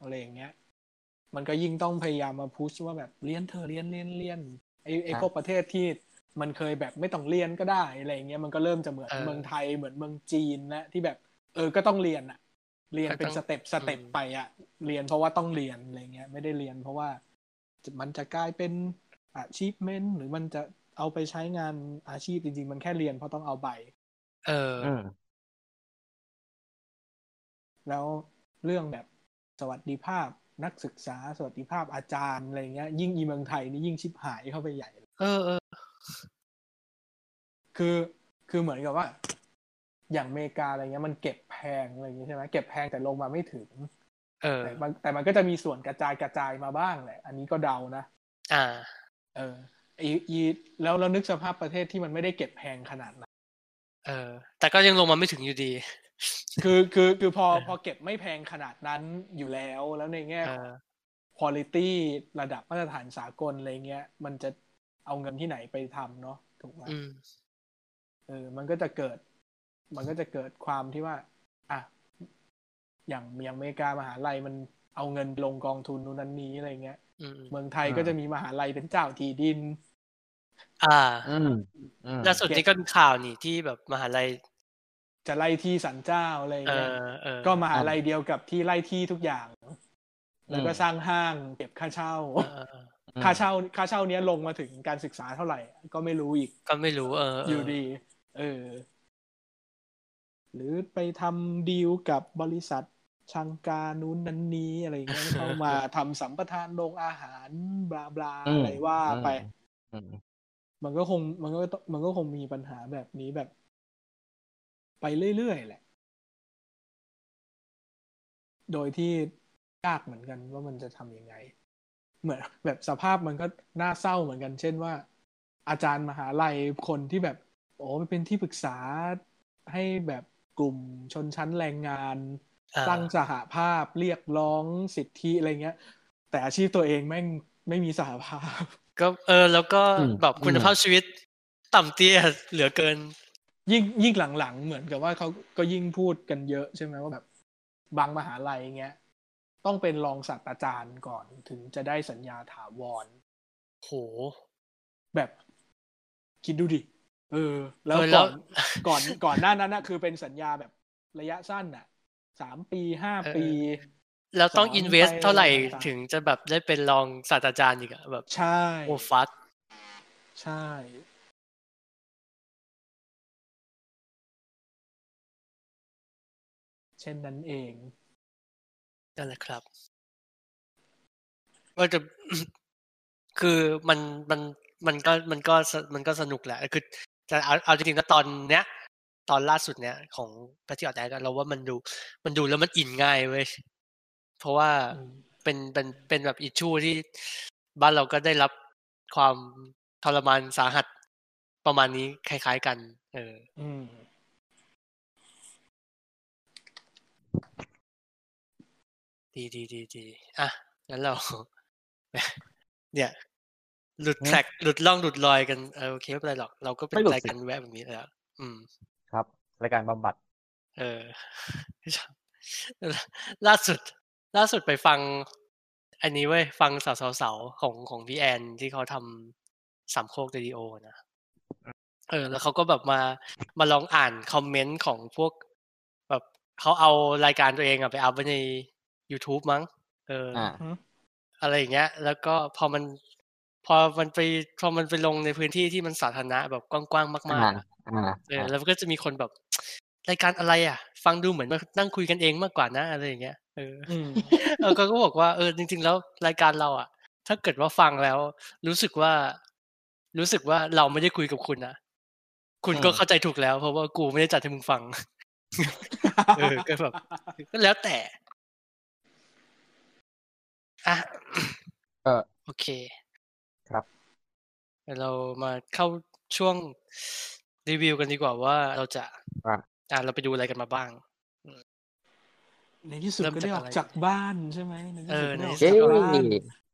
[SPEAKER 3] อะไรอย่างเงี้ย มันก็ยิ่งต้องพยายามมาพุชว่าแบบเรียนเธอะเรียนเรียนเรียนไอไอ
[SPEAKER 2] ครับ
[SPEAKER 3] พวกประเทศที่มันเคยแบบไม่ต้องเรียนก็ได้อะไรอย่างเงี้ยมันก็เริ่มจะเหมือนเมืองไทยเหมือนเมืองจีนนะที่แบบ เออก็ต้องเรียนอะเรียนเป็นสเต็ปสเต็ปไปอะเรียนเพราะว่าต้องเรียนอะไรเงี้ยไม่ได้เรียนเพราะว่า มันจะกลายเป็น achievement หรือมันจะเอาไปใช้งานอาชีพจริงๆ มันแค่เรียนเพราะต้องเอาใบ
[SPEAKER 1] เออ
[SPEAKER 2] อืม
[SPEAKER 3] แล้วเรื่องแบบสวัสดิภาพนักศึกษา สวัสดิภาพอาจารย์อะไรเงี้ย ยิ่งอีเมืองไทยนี่ยิ่งชิบหายเข้าไปใหญ่
[SPEAKER 1] เออเออ
[SPEAKER 3] คือคือเหมือนกับว่า อย่างอเมริกาอะไรเงี้ยมันเก็บแพงอะไรอย่างเงี้ยใช่ไหมเก็บแพงแต่ลงมาไม่ถึง
[SPEAKER 1] เออ
[SPEAKER 3] แต่มันแต่มันก็จะมีส่วนกระจายกระจายมาบ้างแหละ อันนี้ก็เดานะ
[SPEAKER 1] อ่า
[SPEAKER 3] เอออีอีแล้วเรานึกสภาพประเทศที่มันไม่ได้เก็บแพงขนาดนั้น
[SPEAKER 1] เออ แต่ก็ยังลงมาไม่ถึงอยู่ดี
[SPEAKER 3] คือคือคือพอ
[SPEAKER 1] เออ
[SPEAKER 3] พอเก็บไม่แพงขนาดนั้นอยู่แล้วแล้วในแง่
[SPEAKER 1] เอ
[SPEAKER 3] ของ
[SPEAKER 1] อ
[SPEAKER 3] คุณ i ระดับมาตรฐานสากลอะไรเงี้ย มันจะเอาเงินที่ไหนไปทำเนาะถูกไหม
[SPEAKER 1] อืม
[SPEAKER 3] เออมันก็จะเกิด มันก็จะเกิดความที่ว่าอ่ะอย่างอย่างอเมริกามหาลัยมันเอาเงินลงกองทุนนู้นนั้นนี้อะไรเงี้ย
[SPEAKER 1] อืมอืม
[SPEAKER 3] เมืองไทย
[SPEAKER 2] อ่า
[SPEAKER 3] ก็จะมีมหาลัยเป็นเจ้าที่ดิน
[SPEAKER 1] อ่า
[SPEAKER 2] อืมอืม
[SPEAKER 1] ล่าสุดนี้ก็มีข่าวนี่ที่แบบมหาลัย
[SPEAKER 3] จะไล่ที่สันเจ้าอะไร
[SPEAKER 1] เอ
[SPEAKER 3] เงี้ย
[SPEAKER 1] อเออ
[SPEAKER 3] ก็มหาลัยเดียวกับที่ไล่ที่ทุกอย่าง แล้วก็สร้างห้างเก็บค่าเช่า
[SPEAKER 1] เออเออเออ
[SPEAKER 2] อืม
[SPEAKER 3] ค่าเช่าค่าเช่าเนี้ยลงมาถึงการศึกษาเท่าไหร่ ก็ไม่รู้อีก
[SPEAKER 1] ก็ไม่รู้ เออเออ
[SPEAKER 3] อยู่ดี เออ หรือไปทำดีลกับบริษัทชังกานู้นนั้นนี้อะไรอย่างเงี้ย เข้ามาทำสัมปทานโรงอาหารบลาบลาอะไรว่าไป
[SPEAKER 2] อืม
[SPEAKER 3] มันก็คงมันก็ต้องมันก็คงมีปัญหาแบบนี้แบบ ไปเรื่อยๆแหละ โดยที่ยากเหมือนกันว่ามันจะทำยังไง เหมือนแบบสภาพมันก็น่าเศร้าเหมือนกัน เช่นว่า อาจารย์มหาลัยคนที่แบบ โอ้เป็นที่ปรึกษาให้แบบกลุ่มชนชั้นแรงงาน
[SPEAKER 1] อ่า
[SPEAKER 3] ตั้งสหภาพเรียกร้องสิทธิอะไรเงี้ย แต่อาชีพตัวเองแม่งไม่มีสหภาพ
[SPEAKER 1] ก็เออ แล้วก็
[SPEAKER 2] อืม
[SPEAKER 1] แบบคุณ
[SPEAKER 2] อืม
[SPEAKER 1] ภาพชีวิต ต่ำเตี้ยเหลือเกิน
[SPEAKER 3] ยิ่งยิ่งหลังๆ เหมือนกับว่าเขาก็ยิ่งพูดกันเยอะใช่ไหมว่าแบบบางมหาลัยเงี้ย ต้องเป็นรองศาสตราจารย์ก่อนถึงจะได้สัญญาถาวร
[SPEAKER 1] โห
[SPEAKER 3] แบบคิดดูดิ เออ แล้ว
[SPEAKER 1] เออแล้
[SPEAKER 3] ก่
[SPEAKER 1] ว
[SPEAKER 3] อนก่อนก่อนหน้านั้นนะคือเป็นสัญญาแบบระยะสั้นน่ะสามปีห้า
[SPEAKER 1] เออ
[SPEAKER 3] ปี
[SPEAKER 1] แล้วต้อง
[SPEAKER 3] สอน
[SPEAKER 1] อินเวส
[SPEAKER 3] ไป
[SPEAKER 1] เท่าไหร่
[SPEAKER 3] ต่างๆ
[SPEAKER 1] ถึงจะแบบได้เป็นรองศาสตราจารย์อีกอะแบบ
[SPEAKER 3] ใช่
[SPEAKER 1] โอ้ฟัด
[SPEAKER 3] ใช่เช่นนั้นเอง
[SPEAKER 1] นั่นแหละครับก็จะ คือมันมันมันก็มันก็สมันก็สนุกแหละคือแต่เอาเอาจริงๆนะตอนเนี้ย ตอนล่าสุดเนี้ยของพระที่ออดแอร์เราว่ามันดูมันดูแล้วมันอินง่ายเว้ยเพราะว่า เป็นเป็นเป็นแบบอิชชูที่บ้านเราก็ได้รับความทรมานสาหัสประมาณนี้คล้าย ๆ กัน เออ
[SPEAKER 3] อืม
[SPEAKER 1] ดีดีดีดีอ่ะงั้นเรา เนี่ย หลุดแท็กหลุดล่องหลุดลอยกันเออโอเคไม่เป็นไรหรอก เราก็เป็น
[SPEAKER 2] ไม่หลุดสิ
[SPEAKER 1] รายการแวะแบบนี้แล้ว อืม
[SPEAKER 2] ครับรายการบำบัด
[SPEAKER 1] เออ ล่าสุด ล่าสุดไปฟัง อันนี้เว้ยฟังสาวสาวๆของของพี่แอนที่เขาทำสามโคกเรดิโอนะเออ แล้วเขาก็แบบมามาลองอ่านคอมเมนต์ของพวก แบบเขาเอารายการตัวเองอะไปอัพไว้ใน YouTube มั้ง เอออ
[SPEAKER 2] อ่า
[SPEAKER 1] อะไรอย่างเงี้ย แล้วก็พอมัน พอมันไปพอมันไปลงในพื้นที่ที่มันสาธารณะแบบกว้างๆมากๆ
[SPEAKER 2] อ่า
[SPEAKER 1] อะ
[SPEAKER 2] อ่า
[SPEAKER 1] เออแล้วก็จะมีคนแบบ รายการอะไรอ่ะ ฟังดูเหมือนมานั่งคุยกันเองมากกว่านะอะไรอย่างเงี้ยเอ อ
[SPEAKER 3] อืม
[SPEAKER 1] เออก็ก็บอกว่าเออจริง ๆ แล้วรายการเราอ่ะ ถ้าเกิดว่าฟังแล้ว รู้สึกว่า รู้สึกว่าเราไม่ได้คุยกับคุณนะคุณก็เข้าใจถูกแล้ว เพราะว่ากูไม่ได้จัดให้มึงฟัง เออก็แบบ ก็แล้วแต่อ่ะ
[SPEAKER 2] เออ
[SPEAKER 1] โอเค
[SPEAKER 2] ครับ
[SPEAKER 1] เดี๋ยวเรามาเข้าช่วงรีวิวกันดีกว่าว่าเราจะ
[SPEAKER 2] อ่ะ
[SPEAKER 1] อ่าเราไปดูอะไรกันมาบ้าง
[SPEAKER 3] ในที่สุด
[SPEAKER 1] เริ่ม
[SPEAKER 3] ก็
[SPEAKER 1] จาก
[SPEAKER 3] ได้ออ
[SPEAKER 1] อะ
[SPEAKER 3] ก
[SPEAKER 1] ไร
[SPEAKER 3] จากบ้านใช่ไหมในที่
[SPEAKER 1] เออ
[SPEAKER 3] สุดได้ออก
[SPEAKER 1] ใน
[SPEAKER 2] เอ้
[SPEAKER 3] จาก
[SPEAKER 2] ย
[SPEAKER 3] บ้าน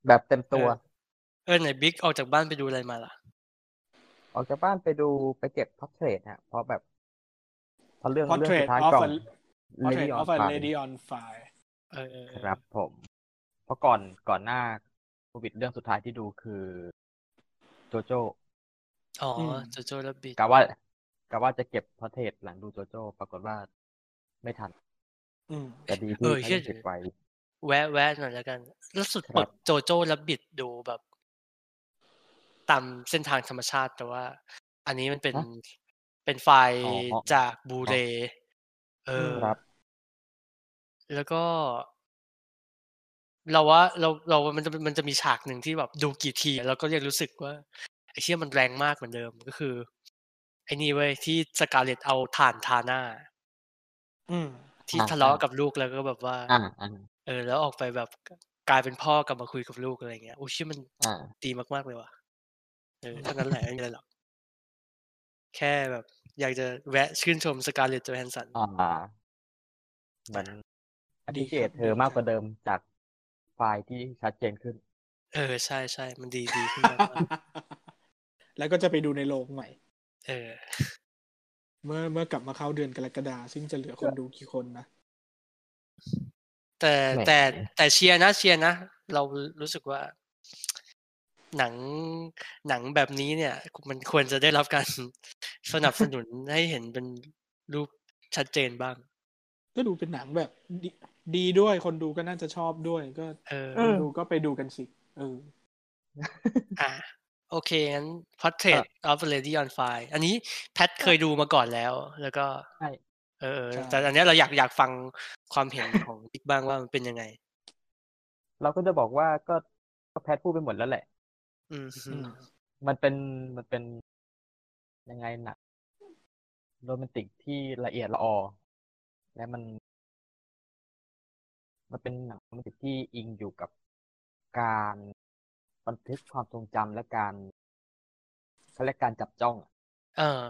[SPEAKER 2] แบบเต็มตัว
[SPEAKER 1] เออไหนบิ๊กออกจากบ้านไปดูอะไรมาล่ะ
[SPEAKER 2] ออกจากบ้านไปดูไปเก็บพับเทรดฮะเพราะแบบเพราะเรื่อง
[SPEAKER 3] พอร์
[SPEAKER 2] เรื่อ
[SPEAKER 3] เท
[SPEAKER 2] งสุด
[SPEAKER 3] รด
[SPEAKER 2] ท้าย
[SPEAKER 3] ออฟ
[SPEAKER 2] ก่อน
[SPEAKER 3] ออ
[SPEAKER 2] Lady
[SPEAKER 3] อ
[SPEAKER 2] on
[SPEAKER 3] อฟเล
[SPEAKER 2] Fire
[SPEAKER 3] ดี้ออนไฟ
[SPEAKER 1] เออเออเออ
[SPEAKER 2] ครับผม เพราะก่อนก่อนหน้าโควิดเรื่องสุดท้ายที่ดูคือโจโจ้
[SPEAKER 1] อ๋อโจโจ้และบิ๊ก
[SPEAKER 2] กะว่ากะว่าจะเก็บพอเทศหลังดูโจโจ้ปรากฏว่าไม่ทัน
[SPEAKER 3] อืม
[SPEAKER 2] แต่ดี
[SPEAKER 1] เออ
[SPEAKER 2] ที่ไม่
[SPEAKER 1] เชื่อ
[SPEAKER 2] ได้เก็บไว้
[SPEAKER 1] แวะแวะหน่อยแล้วกันล่าสุด
[SPEAKER 2] ครับ
[SPEAKER 1] เปิดโจโจ้และบิดดูแบบตามเส้นทางธรรมชาติแต่ว่า อันนี้มันเป็นเป็นไฟล์
[SPEAKER 2] อ๋อ
[SPEAKER 1] จากบลูเรย์เออ
[SPEAKER 2] ครับ
[SPEAKER 1] แล้วก็ เราว่าเราเรามันจะมันจะมีฉากหนึ่งที่แบบดูกี่ที แล้วก็ยังรู้สึกว่าไอ้เชี่ยมันแรงมากเหมือนเดิมก็คือ ไอ้นี่เว้ยที่สกาเลตเอาฐานทาหน้า
[SPEAKER 3] อืม
[SPEAKER 1] ที่
[SPEAKER 2] อ่า
[SPEAKER 1] ทะเลาะกับลูกแล้วก็แบบว่า
[SPEAKER 2] อ่าอ่า
[SPEAKER 1] เออ แล้วออกไปแบบกลายเป็นพ่อกลับมาคุยกับลูกอะไรเงี้ยโอ้เชี่ยมัน
[SPEAKER 2] อ่า
[SPEAKER 1] ดีมากๆเลยว่ะเออเท่านั้นแหละไม่มีอะไรหรอกแค่แบบ อยากจะแวะชื่นชมสกาเลตจอแฮนสัน
[SPEAKER 2] อ่าเหมือนอ
[SPEAKER 3] ดี
[SPEAKER 2] ธิ
[SPEAKER 3] ค
[SPEAKER 2] เก
[SPEAKER 3] รับ
[SPEAKER 2] ตเธอ
[SPEAKER 3] ดี
[SPEAKER 2] มาก
[SPEAKER 3] ครับ
[SPEAKER 2] กว่าเดิมจากไฟล์ที่ชัดเจนขึ้น
[SPEAKER 1] เออใช่ใช่มันดีดีขึ้นมาก
[SPEAKER 3] แล้วก็จะไปดูในโรงใหม่
[SPEAKER 1] ๆเออ
[SPEAKER 3] เมื่อเมื่อกลับมาเข้าเดือนกรกฎาซึ่งจะเหลือคนดูกี่คนนะ
[SPEAKER 1] แต่
[SPEAKER 2] แหม
[SPEAKER 1] แต่แต่เชียร์นะเชียร์นะ เรารู้สึกว่า หนังหนังแบบนี้เนี่ย มันควรจะได้รับการ สนับสนุน ให้เห็นเป็นรูปชัดเจนบ้าง
[SPEAKER 3] ก็ดูเป็นหนังแบบดีดีด้วยคนดูก็น่าจะชอบด้วยก็
[SPEAKER 1] เออ
[SPEAKER 3] คนดูก็ไปดูกันสิเออ
[SPEAKER 1] อ่ะโอเค งั้น Portrait of a Lady on Fire อันนี้แพทเคยดูมาก่อนแล้ว แล้วก็
[SPEAKER 2] ใช่
[SPEAKER 1] เออเออ
[SPEAKER 3] ใช่
[SPEAKER 1] แต่อันเนี้ยเราอยากอยากฟังความเห็น ของบิ๊กบ้างว่ามันเป็นยังไง
[SPEAKER 2] เราก็จะบอกว่าก็ก็แพทพูดไปหมดแล้วแหละ
[SPEAKER 1] อืม
[SPEAKER 3] อืม
[SPEAKER 2] มันเป็นมันเป็นยังไงหนักโรแมนติกที่ละเอียดละออ และมัน มันเป็นหนังโรแมนติกที่อิงอยู่กับการบันทึกความทรงจำและการเขาเรียกการจับจ้องอะ
[SPEAKER 1] เออ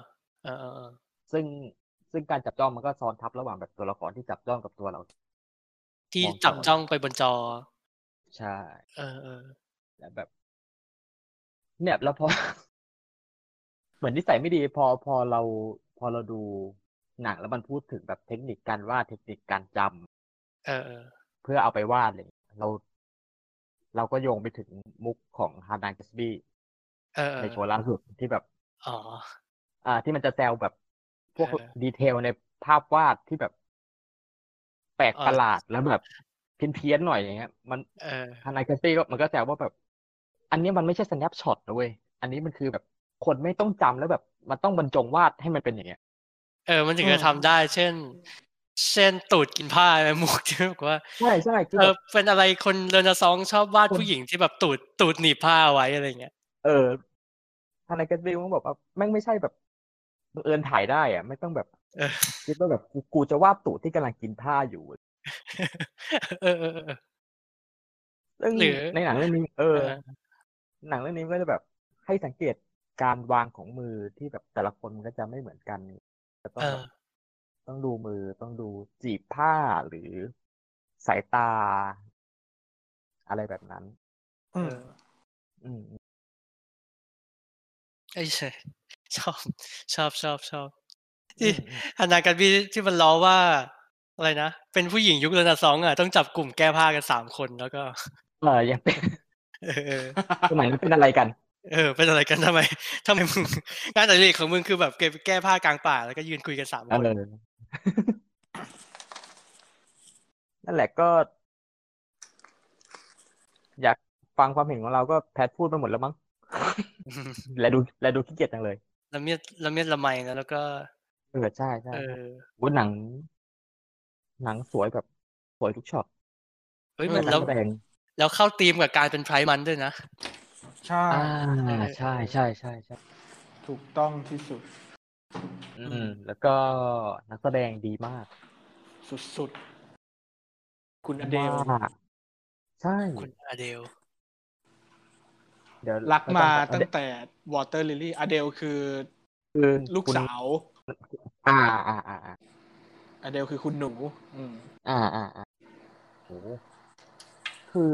[SPEAKER 1] เออเออเออ
[SPEAKER 2] ซึ่งซึ่งการจับจ้องมันก็ซ้อนทับระหว่างแบบตัวละครที่จับจ้องกับตัวเรา
[SPEAKER 1] ที่
[SPEAKER 2] มองจอ
[SPEAKER 1] จับจ้องไปบนจอ
[SPEAKER 2] ใช่
[SPEAKER 1] เออเออ
[SPEAKER 2] และแบบ เนี่ยแล้วพอ เหมือนนิสัยไม่ดีพอพอเราพอเราดูหนังแล้วมันพูดถึงแบบเทคนิคการวาดเทคนิคการจำ
[SPEAKER 1] เออเออ
[SPEAKER 2] เพื่อเอาไปวาดอะไรอย่างเงี้ยเรา เราก็โยงไปถึงมุกของฮาร์ดานกัสบี้
[SPEAKER 1] เออเออ
[SPEAKER 2] ในโชว์ล่าสุดที่แบบ
[SPEAKER 1] อ๋อ
[SPEAKER 2] อ่า ที่มันจะแซวแบบพวก
[SPEAKER 1] เออ
[SPEAKER 2] ดีเทลในภาพวาดที่แบบ แปลก
[SPEAKER 1] เออ
[SPEAKER 2] ประหลาดแล้วแบบเพี้ยนๆหน่อยอย่างเงี้ยมัน
[SPEAKER 1] เออ
[SPEAKER 2] ทนายกัสซี่ก็มันก็แซวว่าแบบ อันนี้มันไม่ใช่ snapshot นะเว้ย อันนี้มันคือแบบคนไม่ต้องจำแล้วแบบ มันต้องบรรจงวาดให้มันเป็นอย่างเงี้ย
[SPEAKER 1] เออ มันถึงจะ
[SPEAKER 3] อืม
[SPEAKER 1] ทำได้ เช่น เช่นตูดกินผ้า ไหมมุกที่บอกว่า
[SPEAKER 2] ใช่ใช่คือ
[SPEAKER 1] เอ
[SPEAKER 2] แบ
[SPEAKER 1] อ
[SPEAKER 2] บ
[SPEAKER 1] เป็นอะไรคนเรเนซองส์ชอบวาด
[SPEAKER 2] คน
[SPEAKER 1] ผู้หญิงที่แบบตูดตูดหนีบผ้าไว้อะไรเงี้ย
[SPEAKER 2] เออทนายกัสซี่มันบอกว่าแม่งไม่ใช่แบบบังเอิญถ่ายได้อะไม่ต้องแบบ
[SPEAKER 1] เออ
[SPEAKER 2] คิดว่าแบบกูกูจะวาดตูดที่กำลังกินผ้าอยู่
[SPEAKER 1] เออเออเออ
[SPEAKER 2] ซึ่ง
[SPEAKER 1] หรือ
[SPEAKER 2] ในหนังเรื่องนี้เอ
[SPEAKER 1] เอ
[SPEAKER 2] อ
[SPEAKER 1] อ
[SPEAKER 2] หนังเรื่องนี้มันก็จะแบบ ให้สังเกตการวางของมือที่แบบแต่ละคนมันก็จะไม่เหมือนกันจะต้องแบบ
[SPEAKER 1] เออ
[SPEAKER 2] ต้องดูมือต้องดูจีบผ้าหรือ สายตา อะไรแบบนั้น
[SPEAKER 3] อืม
[SPEAKER 2] อืม
[SPEAKER 1] ไอ้ย ชอบชอบชอบชอบ ที่ อนาการบีที่มันล้อว่า อะไรนะ เป็นผู้หญิงยุคเรนาซองส์อ่ะ ต้องจับกลุ่มแก้ผ้ากันสามคนแล้วก็
[SPEAKER 2] เออยังเป็น
[SPEAKER 1] เออเออ
[SPEAKER 2] สมัยนั้นเป็นอะไรกัน
[SPEAKER 1] เออเป็นอะไรกันทำไมทำไมมึง งานอดิเรกของมึงคือแบบเก็บแก้ผ้ากลางป่าแล้วก็ยืนคุยกันสาม
[SPEAKER 2] เอ
[SPEAKER 1] คน
[SPEAKER 2] อ นั่นแหละก็ อยากฟังความเห็นของเราก็แพทพูดไปหมดแล้ว มั้ง และดูและดูขี้เกียจจังเลย
[SPEAKER 1] ละเมียดละเมียดละไมนะแล้วก็
[SPEAKER 2] เออใช่ใช่
[SPEAKER 1] เออ
[SPEAKER 2] โอ้หนัง หนังสวยแบบ สวยทุกช็อต
[SPEAKER 1] เฮ้ยมัน
[SPEAKER 2] แล้
[SPEAKER 1] แล้ว
[SPEAKER 2] แสดง
[SPEAKER 1] แล้วเข้าธีมกับการเป็นไพร์มันด้วยนะ
[SPEAKER 3] ใช่
[SPEAKER 2] อ่าใช่ใช่ใช่ใช่
[SPEAKER 3] ถูกต้องที่สุด
[SPEAKER 2] อืม แล้วก็นักแสดงดีมาก
[SPEAKER 3] สุดๆ คุณอเดล
[SPEAKER 2] ว่าใช่
[SPEAKER 1] คุณอเดล
[SPEAKER 2] เดี๋ยว
[SPEAKER 3] รักมา
[SPEAKER 2] เรา
[SPEAKER 3] ตั้
[SPEAKER 2] จะ
[SPEAKER 3] งแต่วอเตอร์ลิลี่อเดลคือ
[SPEAKER 2] คือ
[SPEAKER 3] ลูก
[SPEAKER 2] คุณ
[SPEAKER 3] สาว
[SPEAKER 2] อ่าอ่าอ่าอ่า
[SPEAKER 3] อเดลคือคุณหนู อืม
[SPEAKER 2] อ่าอ่าอ่าโหคือ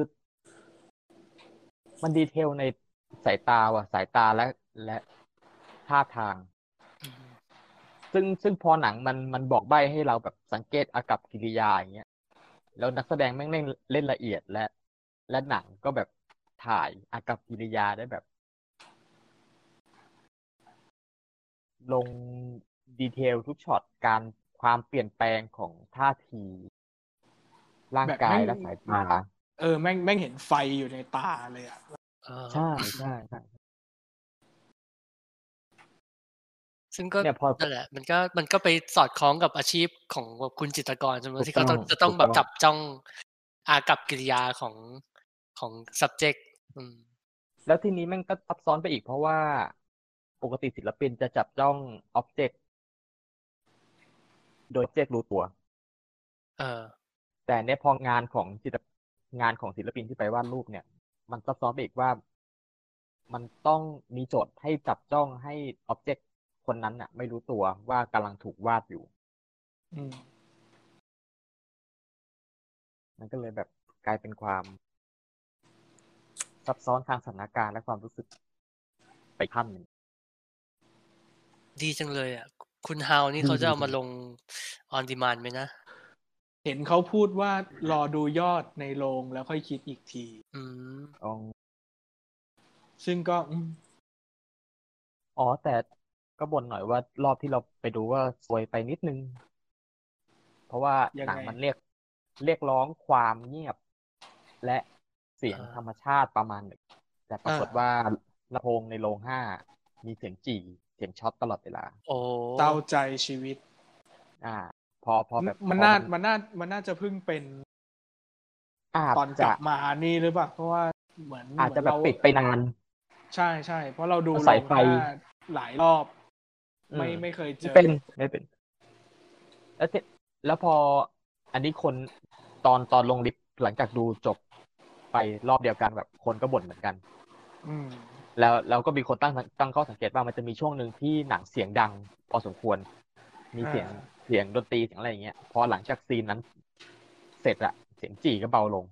[SPEAKER 2] มันดีเทลในสายตาว่ะ สายตาและและท่าทาง ซึ่งซึ่งพอหนังมันมันบอกใบ้ให้เราแบบสังเกตอากับกิริยาอย่างเงี้ยแล้วนักแสดงแม่งเล่นเล่นละเอียดและ และหนังก็แบบถ่ายอากับกิริยาได้แบบ ลงดีเทลทุกช็อตการความเปลี่ยนแปลงของท่าที ร่างกายและสายตา
[SPEAKER 3] เออแม่งแม่งเห็นไฟอยู่ในตาเลยอ่ะ
[SPEAKER 1] เออ
[SPEAKER 2] ใช่ใช่ใช่
[SPEAKER 1] ซึ่งก็
[SPEAKER 2] เนี่ยพอ
[SPEAKER 1] นั่นแหละ มันก็มันก็ไปสอดคล้องกับอาชีพของแบบคุณจิตรกรใช่ไหม
[SPEAKER 2] ถูก
[SPEAKER 1] ที่เขาต้อง
[SPEAKER 2] ต้อง
[SPEAKER 1] จะต้อง
[SPEAKER 2] ถูก
[SPEAKER 1] แบบ
[SPEAKER 2] ต้อง
[SPEAKER 1] จับจ้องอากับกิริยาของของ subject อืม
[SPEAKER 2] แล้วทีนี้แม่งก็ซับซ้อนไปอีกเพราะว่าปกติศิลปินจะจับจ้องอ็อบเจกต์โดยเจกรู้ตัว
[SPEAKER 1] เออ
[SPEAKER 2] แต่เนี่ยพองานของศิลปงานของศิลปินที่ไปวาดรูปเนี่ย มันซับซ้อนไปอีกว่า มันต้องมีโจทย์ให้จับจ้องให้อ็อบเจกต์คนนั้นน่ะ ไม่รู้ตัวว่ากำลังถูกวาดอยู่
[SPEAKER 3] อืม
[SPEAKER 2] มันก็เลยแบบกลายเป็นความ ซับซ้อนทางสถานการณ์และความรู้สึกไปขั้นหนึ่ง
[SPEAKER 1] ดีจังเลยอ่ะ คุณฮาวนี่เขาจะเอามาลง on demand ไหมนะ
[SPEAKER 3] เห็นเขาพูดว่ารอดูยอดในโรงแล้วค่อยคิดอีกที
[SPEAKER 1] อืม
[SPEAKER 3] ซึ่งก็อืม
[SPEAKER 2] อ๋อ แต่ก็บ่นหน่อยว่ารอบที่เราไปดูว่าซวยไปนิดนึง เพราะว่าหนังมันเรียกเรียกร้องความเงียบ และเสียง
[SPEAKER 1] อ่า
[SPEAKER 2] ธรรมชาติประมาณหนึ่งแต่ปรากฏว่าลำโพงในโรงห้ามีเสียงจี่ เสียงช็อตตลอดเวลา
[SPEAKER 1] โอ้
[SPEAKER 3] เศร้าใจชีวิต
[SPEAKER 2] อ่า พอพอแบบ
[SPEAKER 3] มัน
[SPEAKER 2] พอ
[SPEAKER 3] น่ามันน่ามันน่าจะเพิ่งเป็น
[SPEAKER 2] อาจ
[SPEAKER 3] ตอนก
[SPEAKER 2] จะ
[SPEAKER 3] ลับมานี่หรือเปล่าเพราะว่าเหมือน
[SPEAKER 2] อาจจะแบบ
[SPEAKER 3] เหมืนเร
[SPEAKER 2] ปิดไปนาน
[SPEAKER 3] ใช่ใช่เพราะเราดู
[SPEAKER 2] สายไฟ
[SPEAKER 3] โรงหน้หลายรอบ ไม่
[SPEAKER 2] อืม
[SPEAKER 3] ไม่เคยเจ
[SPEAKER 2] ไม่
[SPEAKER 3] อ
[SPEAKER 2] เป็นไม่เป็น แล้วเสร็จแล้วพออันนี้คนตอนตอนลงลิฟต์หลังจากดูจบไปรอบเดียวกันแบบคนก็บ่นเหมือนกัน
[SPEAKER 3] อืม
[SPEAKER 2] แล้วแล้วก็มีคนตั้งตั้งข้อสังเกตว่ามันจะมีช่วงหนึ่งที่หนังเสียงดัง พอสมควร มีเสียง
[SPEAKER 3] อ่า
[SPEAKER 2] เสียงดนตรีเสียงอะไรอย่างเงี้ยพอหลังจากซีนนั้น เสร็จอะเสียงจี่ก็เบาลง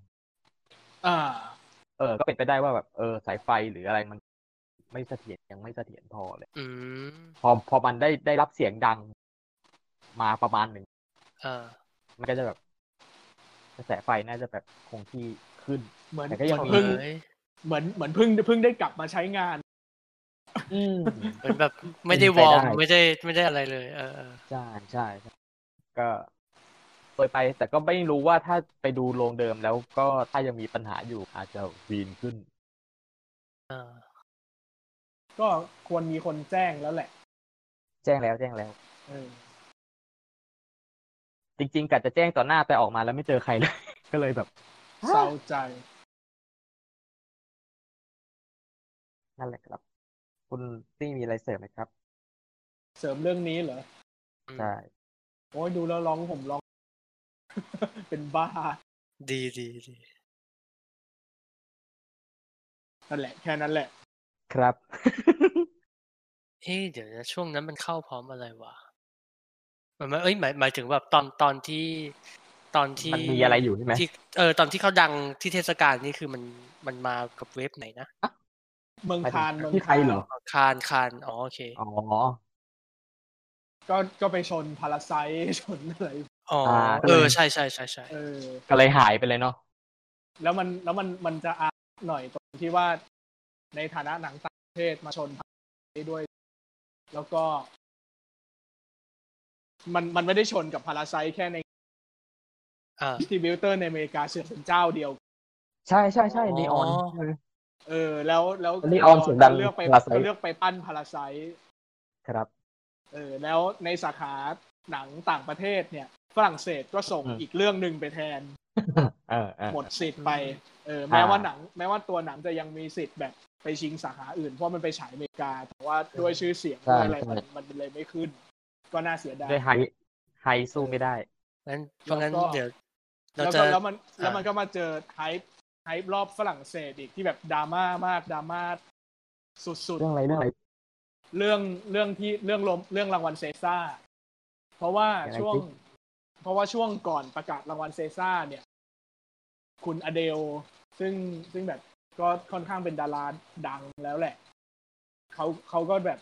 [SPEAKER 3] อ่า
[SPEAKER 2] เออ ก็เป็นไปได้ว่าแบบเออสายไฟหรืออะไรมัน ไม่เสถียรยังไม่เสถียรพอเลย
[SPEAKER 1] อืม
[SPEAKER 2] พอพอมันได้ได้รับเสียงดัง มาประมาณหนึ่ง
[SPEAKER 1] เออ
[SPEAKER 2] มันก็จะแบบกระแสไฟน่าจะแบบคงที่ขึ้น
[SPEAKER 3] เหมือน
[SPEAKER 2] แต่
[SPEAKER 3] เห
[SPEAKER 2] ก็ยัง
[SPEAKER 3] มือน
[SPEAKER 1] เฮ้
[SPEAKER 3] เพิ่ง
[SPEAKER 1] ย
[SPEAKER 3] เหมือนเหมือนเพิ่งเพิ่งได้กลับมาใช้งาน
[SPEAKER 2] อืม
[SPEAKER 1] เหมือนแบบไม่ได้
[SPEAKER 2] เป็น
[SPEAKER 1] วอ
[SPEAKER 2] ไป
[SPEAKER 1] ร์ม
[SPEAKER 2] ได้
[SPEAKER 1] ไม่ได้ไม่ได้อะไรเลย เออเออ
[SPEAKER 2] ใช่ใช่ใช่ก็โดยไป แต่ก็ไม่รู้ว่าถ้าไปดูโรงเดิมแล้วก็ถ้ายังมีปัญหาอยู่อาจจะวีนขึ้น
[SPEAKER 1] เออ
[SPEAKER 3] ก็ควรมีคนแจ้งแล้วแหละ
[SPEAKER 2] แจ้งแล้วแจ้งแล้ว
[SPEAKER 3] เออ
[SPEAKER 2] จริง ๆกะจะแจ้งต่อหน้าแต่ออกมาแล้วไม่เจอใครเลย ก็เลยแบบ
[SPEAKER 3] เศร้าใจ
[SPEAKER 2] นั่นแหละครับ คุณตี้มีอะไรเสริมไหมครับ
[SPEAKER 3] เสริมเรื่องนี้เหรอ
[SPEAKER 1] อืม
[SPEAKER 2] ใช่
[SPEAKER 3] โอ้ยดูแล้วร้องผมร้อง เป็นบ้า
[SPEAKER 1] ดีดีดี
[SPEAKER 3] นั่นแหละ แค่นั้นแหละ
[SPEAKER 2] ครับ
[SPEAKER 1] เอ๊ะเดี๋ยวนะช่วงนั้นมันเข้าพร้อมอะไรวะหมายหมายเอ้ยหมายหมายถึงแบบตอนตอนที่ ตอนที่
[SPEAKER 2] มันมีอะไรอยู่ใช่ไหม
[SPEAKER 1] ที่เออตอนที่เขาดังที่เทศกาลนี่คือมันมันมากับเว็บไหนนะ
[SPEAKER 3] เมืองคานเมือง
[SPEAKER 2] ที่ไทยเหรอ
[SPEAKER 1] คานคานอ๋อโอเค
[SPEAKER 2] อ๋อ
[SPEAKER 3] ก็ก็ไปชนพาราไซชนอะไร
[SPEAKER 1] อ๋อ
[SPEAKER 2] อ่าก็เลย
[SPEAKER 1] เออใช่ใช่ใช่ใช่
[SPEAKER 3] เออ
[SPEAKER 2] ก็เลยหายไปเลยเนาะ
[SPEAKER 3] แล้วมันแล้วมันมันจะอาร์ตหน่อยตรงที่ว่าในฐานะหนังต่างประเทศมาชนไปด้วย แล้วก็ มันมันไม่ได้ชนกับพาราไซแค่ใน
[SPEAKER 1] อ่า
[SPEAKER 3] ดิสติบิวเตอร์ในอเมริกาเสือกเป็นเจ้าเดียว
[SPEAKER 2] ใช่ใช่ใช่นีออน
[SPEAKER 1] อ๋อ
[SPEAKER 3] เออ แล้วแล้ว
[SPEAKER 2] อันนี้ออมเสียงดัง
[SPEAKER 3] เลือกไป
[SPEAKER 2] Parasite
[SPEAKER 3] เลือกไปปั้นพาราไซ
[SPEAKER 2] ครับ
[SPEAKER 3] เออ แล้วในสาขาหนังต่างประเทศเนี่ย ฝรั่งเศสก็ส่ง
[SPEAKER 2] อืม
[SPEAKER 3] อีกเรื่องหนึ่งไปแทน
[SPEAKER 2] เออเออ
[SPEAKER 3] หมดสิทธิ์ไป เออ แม้
[SPEAKER 2] อ่า
[SPEAKER 3] ว่าหนัง แม้ว่าตัวหนังจะยังมีสิทธิ์แบบไปชิงสาขาอื่น เพราะมันไปฉายอเมริกา แต่ว่าด้วยชื่อเสียงด้วยอะไรมันมันเลยไม่ขึ้น ก็น่าเสียดาย
[SPEAKER 2] ได้ไฮไฮสู้ไม่ได้
[SPEAKER 1] งั้นเพราะงั้น
[SPEAKER 3] แล้วก็
[SPEAKER 1] เดี๋ยวเรา
[SPEAKER 3] แล้ว
[SPEAKER 1] จะ
[SPEAKER 3] ก็แล้วมันแล้วมัน
[SPEAKER 1] อ่า
[SPEAKER 3] ก็มาเจอไฮป์ไฮป์รอบฝรั่งเศสอีกที่แบบดราม่ามากดราม่าสุด
[SPEAKER 2] เรื่องอะไรเรื่องอะไร
[SPEAKER 3] ๆ เรื่องเรื่องที่เรื่องลมเรื่องรางวัลเซซ่าร์เพราะว่า
[SPEAKER 2] ยังไง
[SPEAKER 3] ช่วง
[SPEAKER 2] สิ
[SPEAKER 3] เพราะว่าช่วงก่อนประกาศรางวัลเซซ่าร์เนี่ย คุณอเดล ซึ่งซึ่งแบบก็ค่อนข้างเป็นดาราดังแล้วแหละ เขาเขาก็แบบ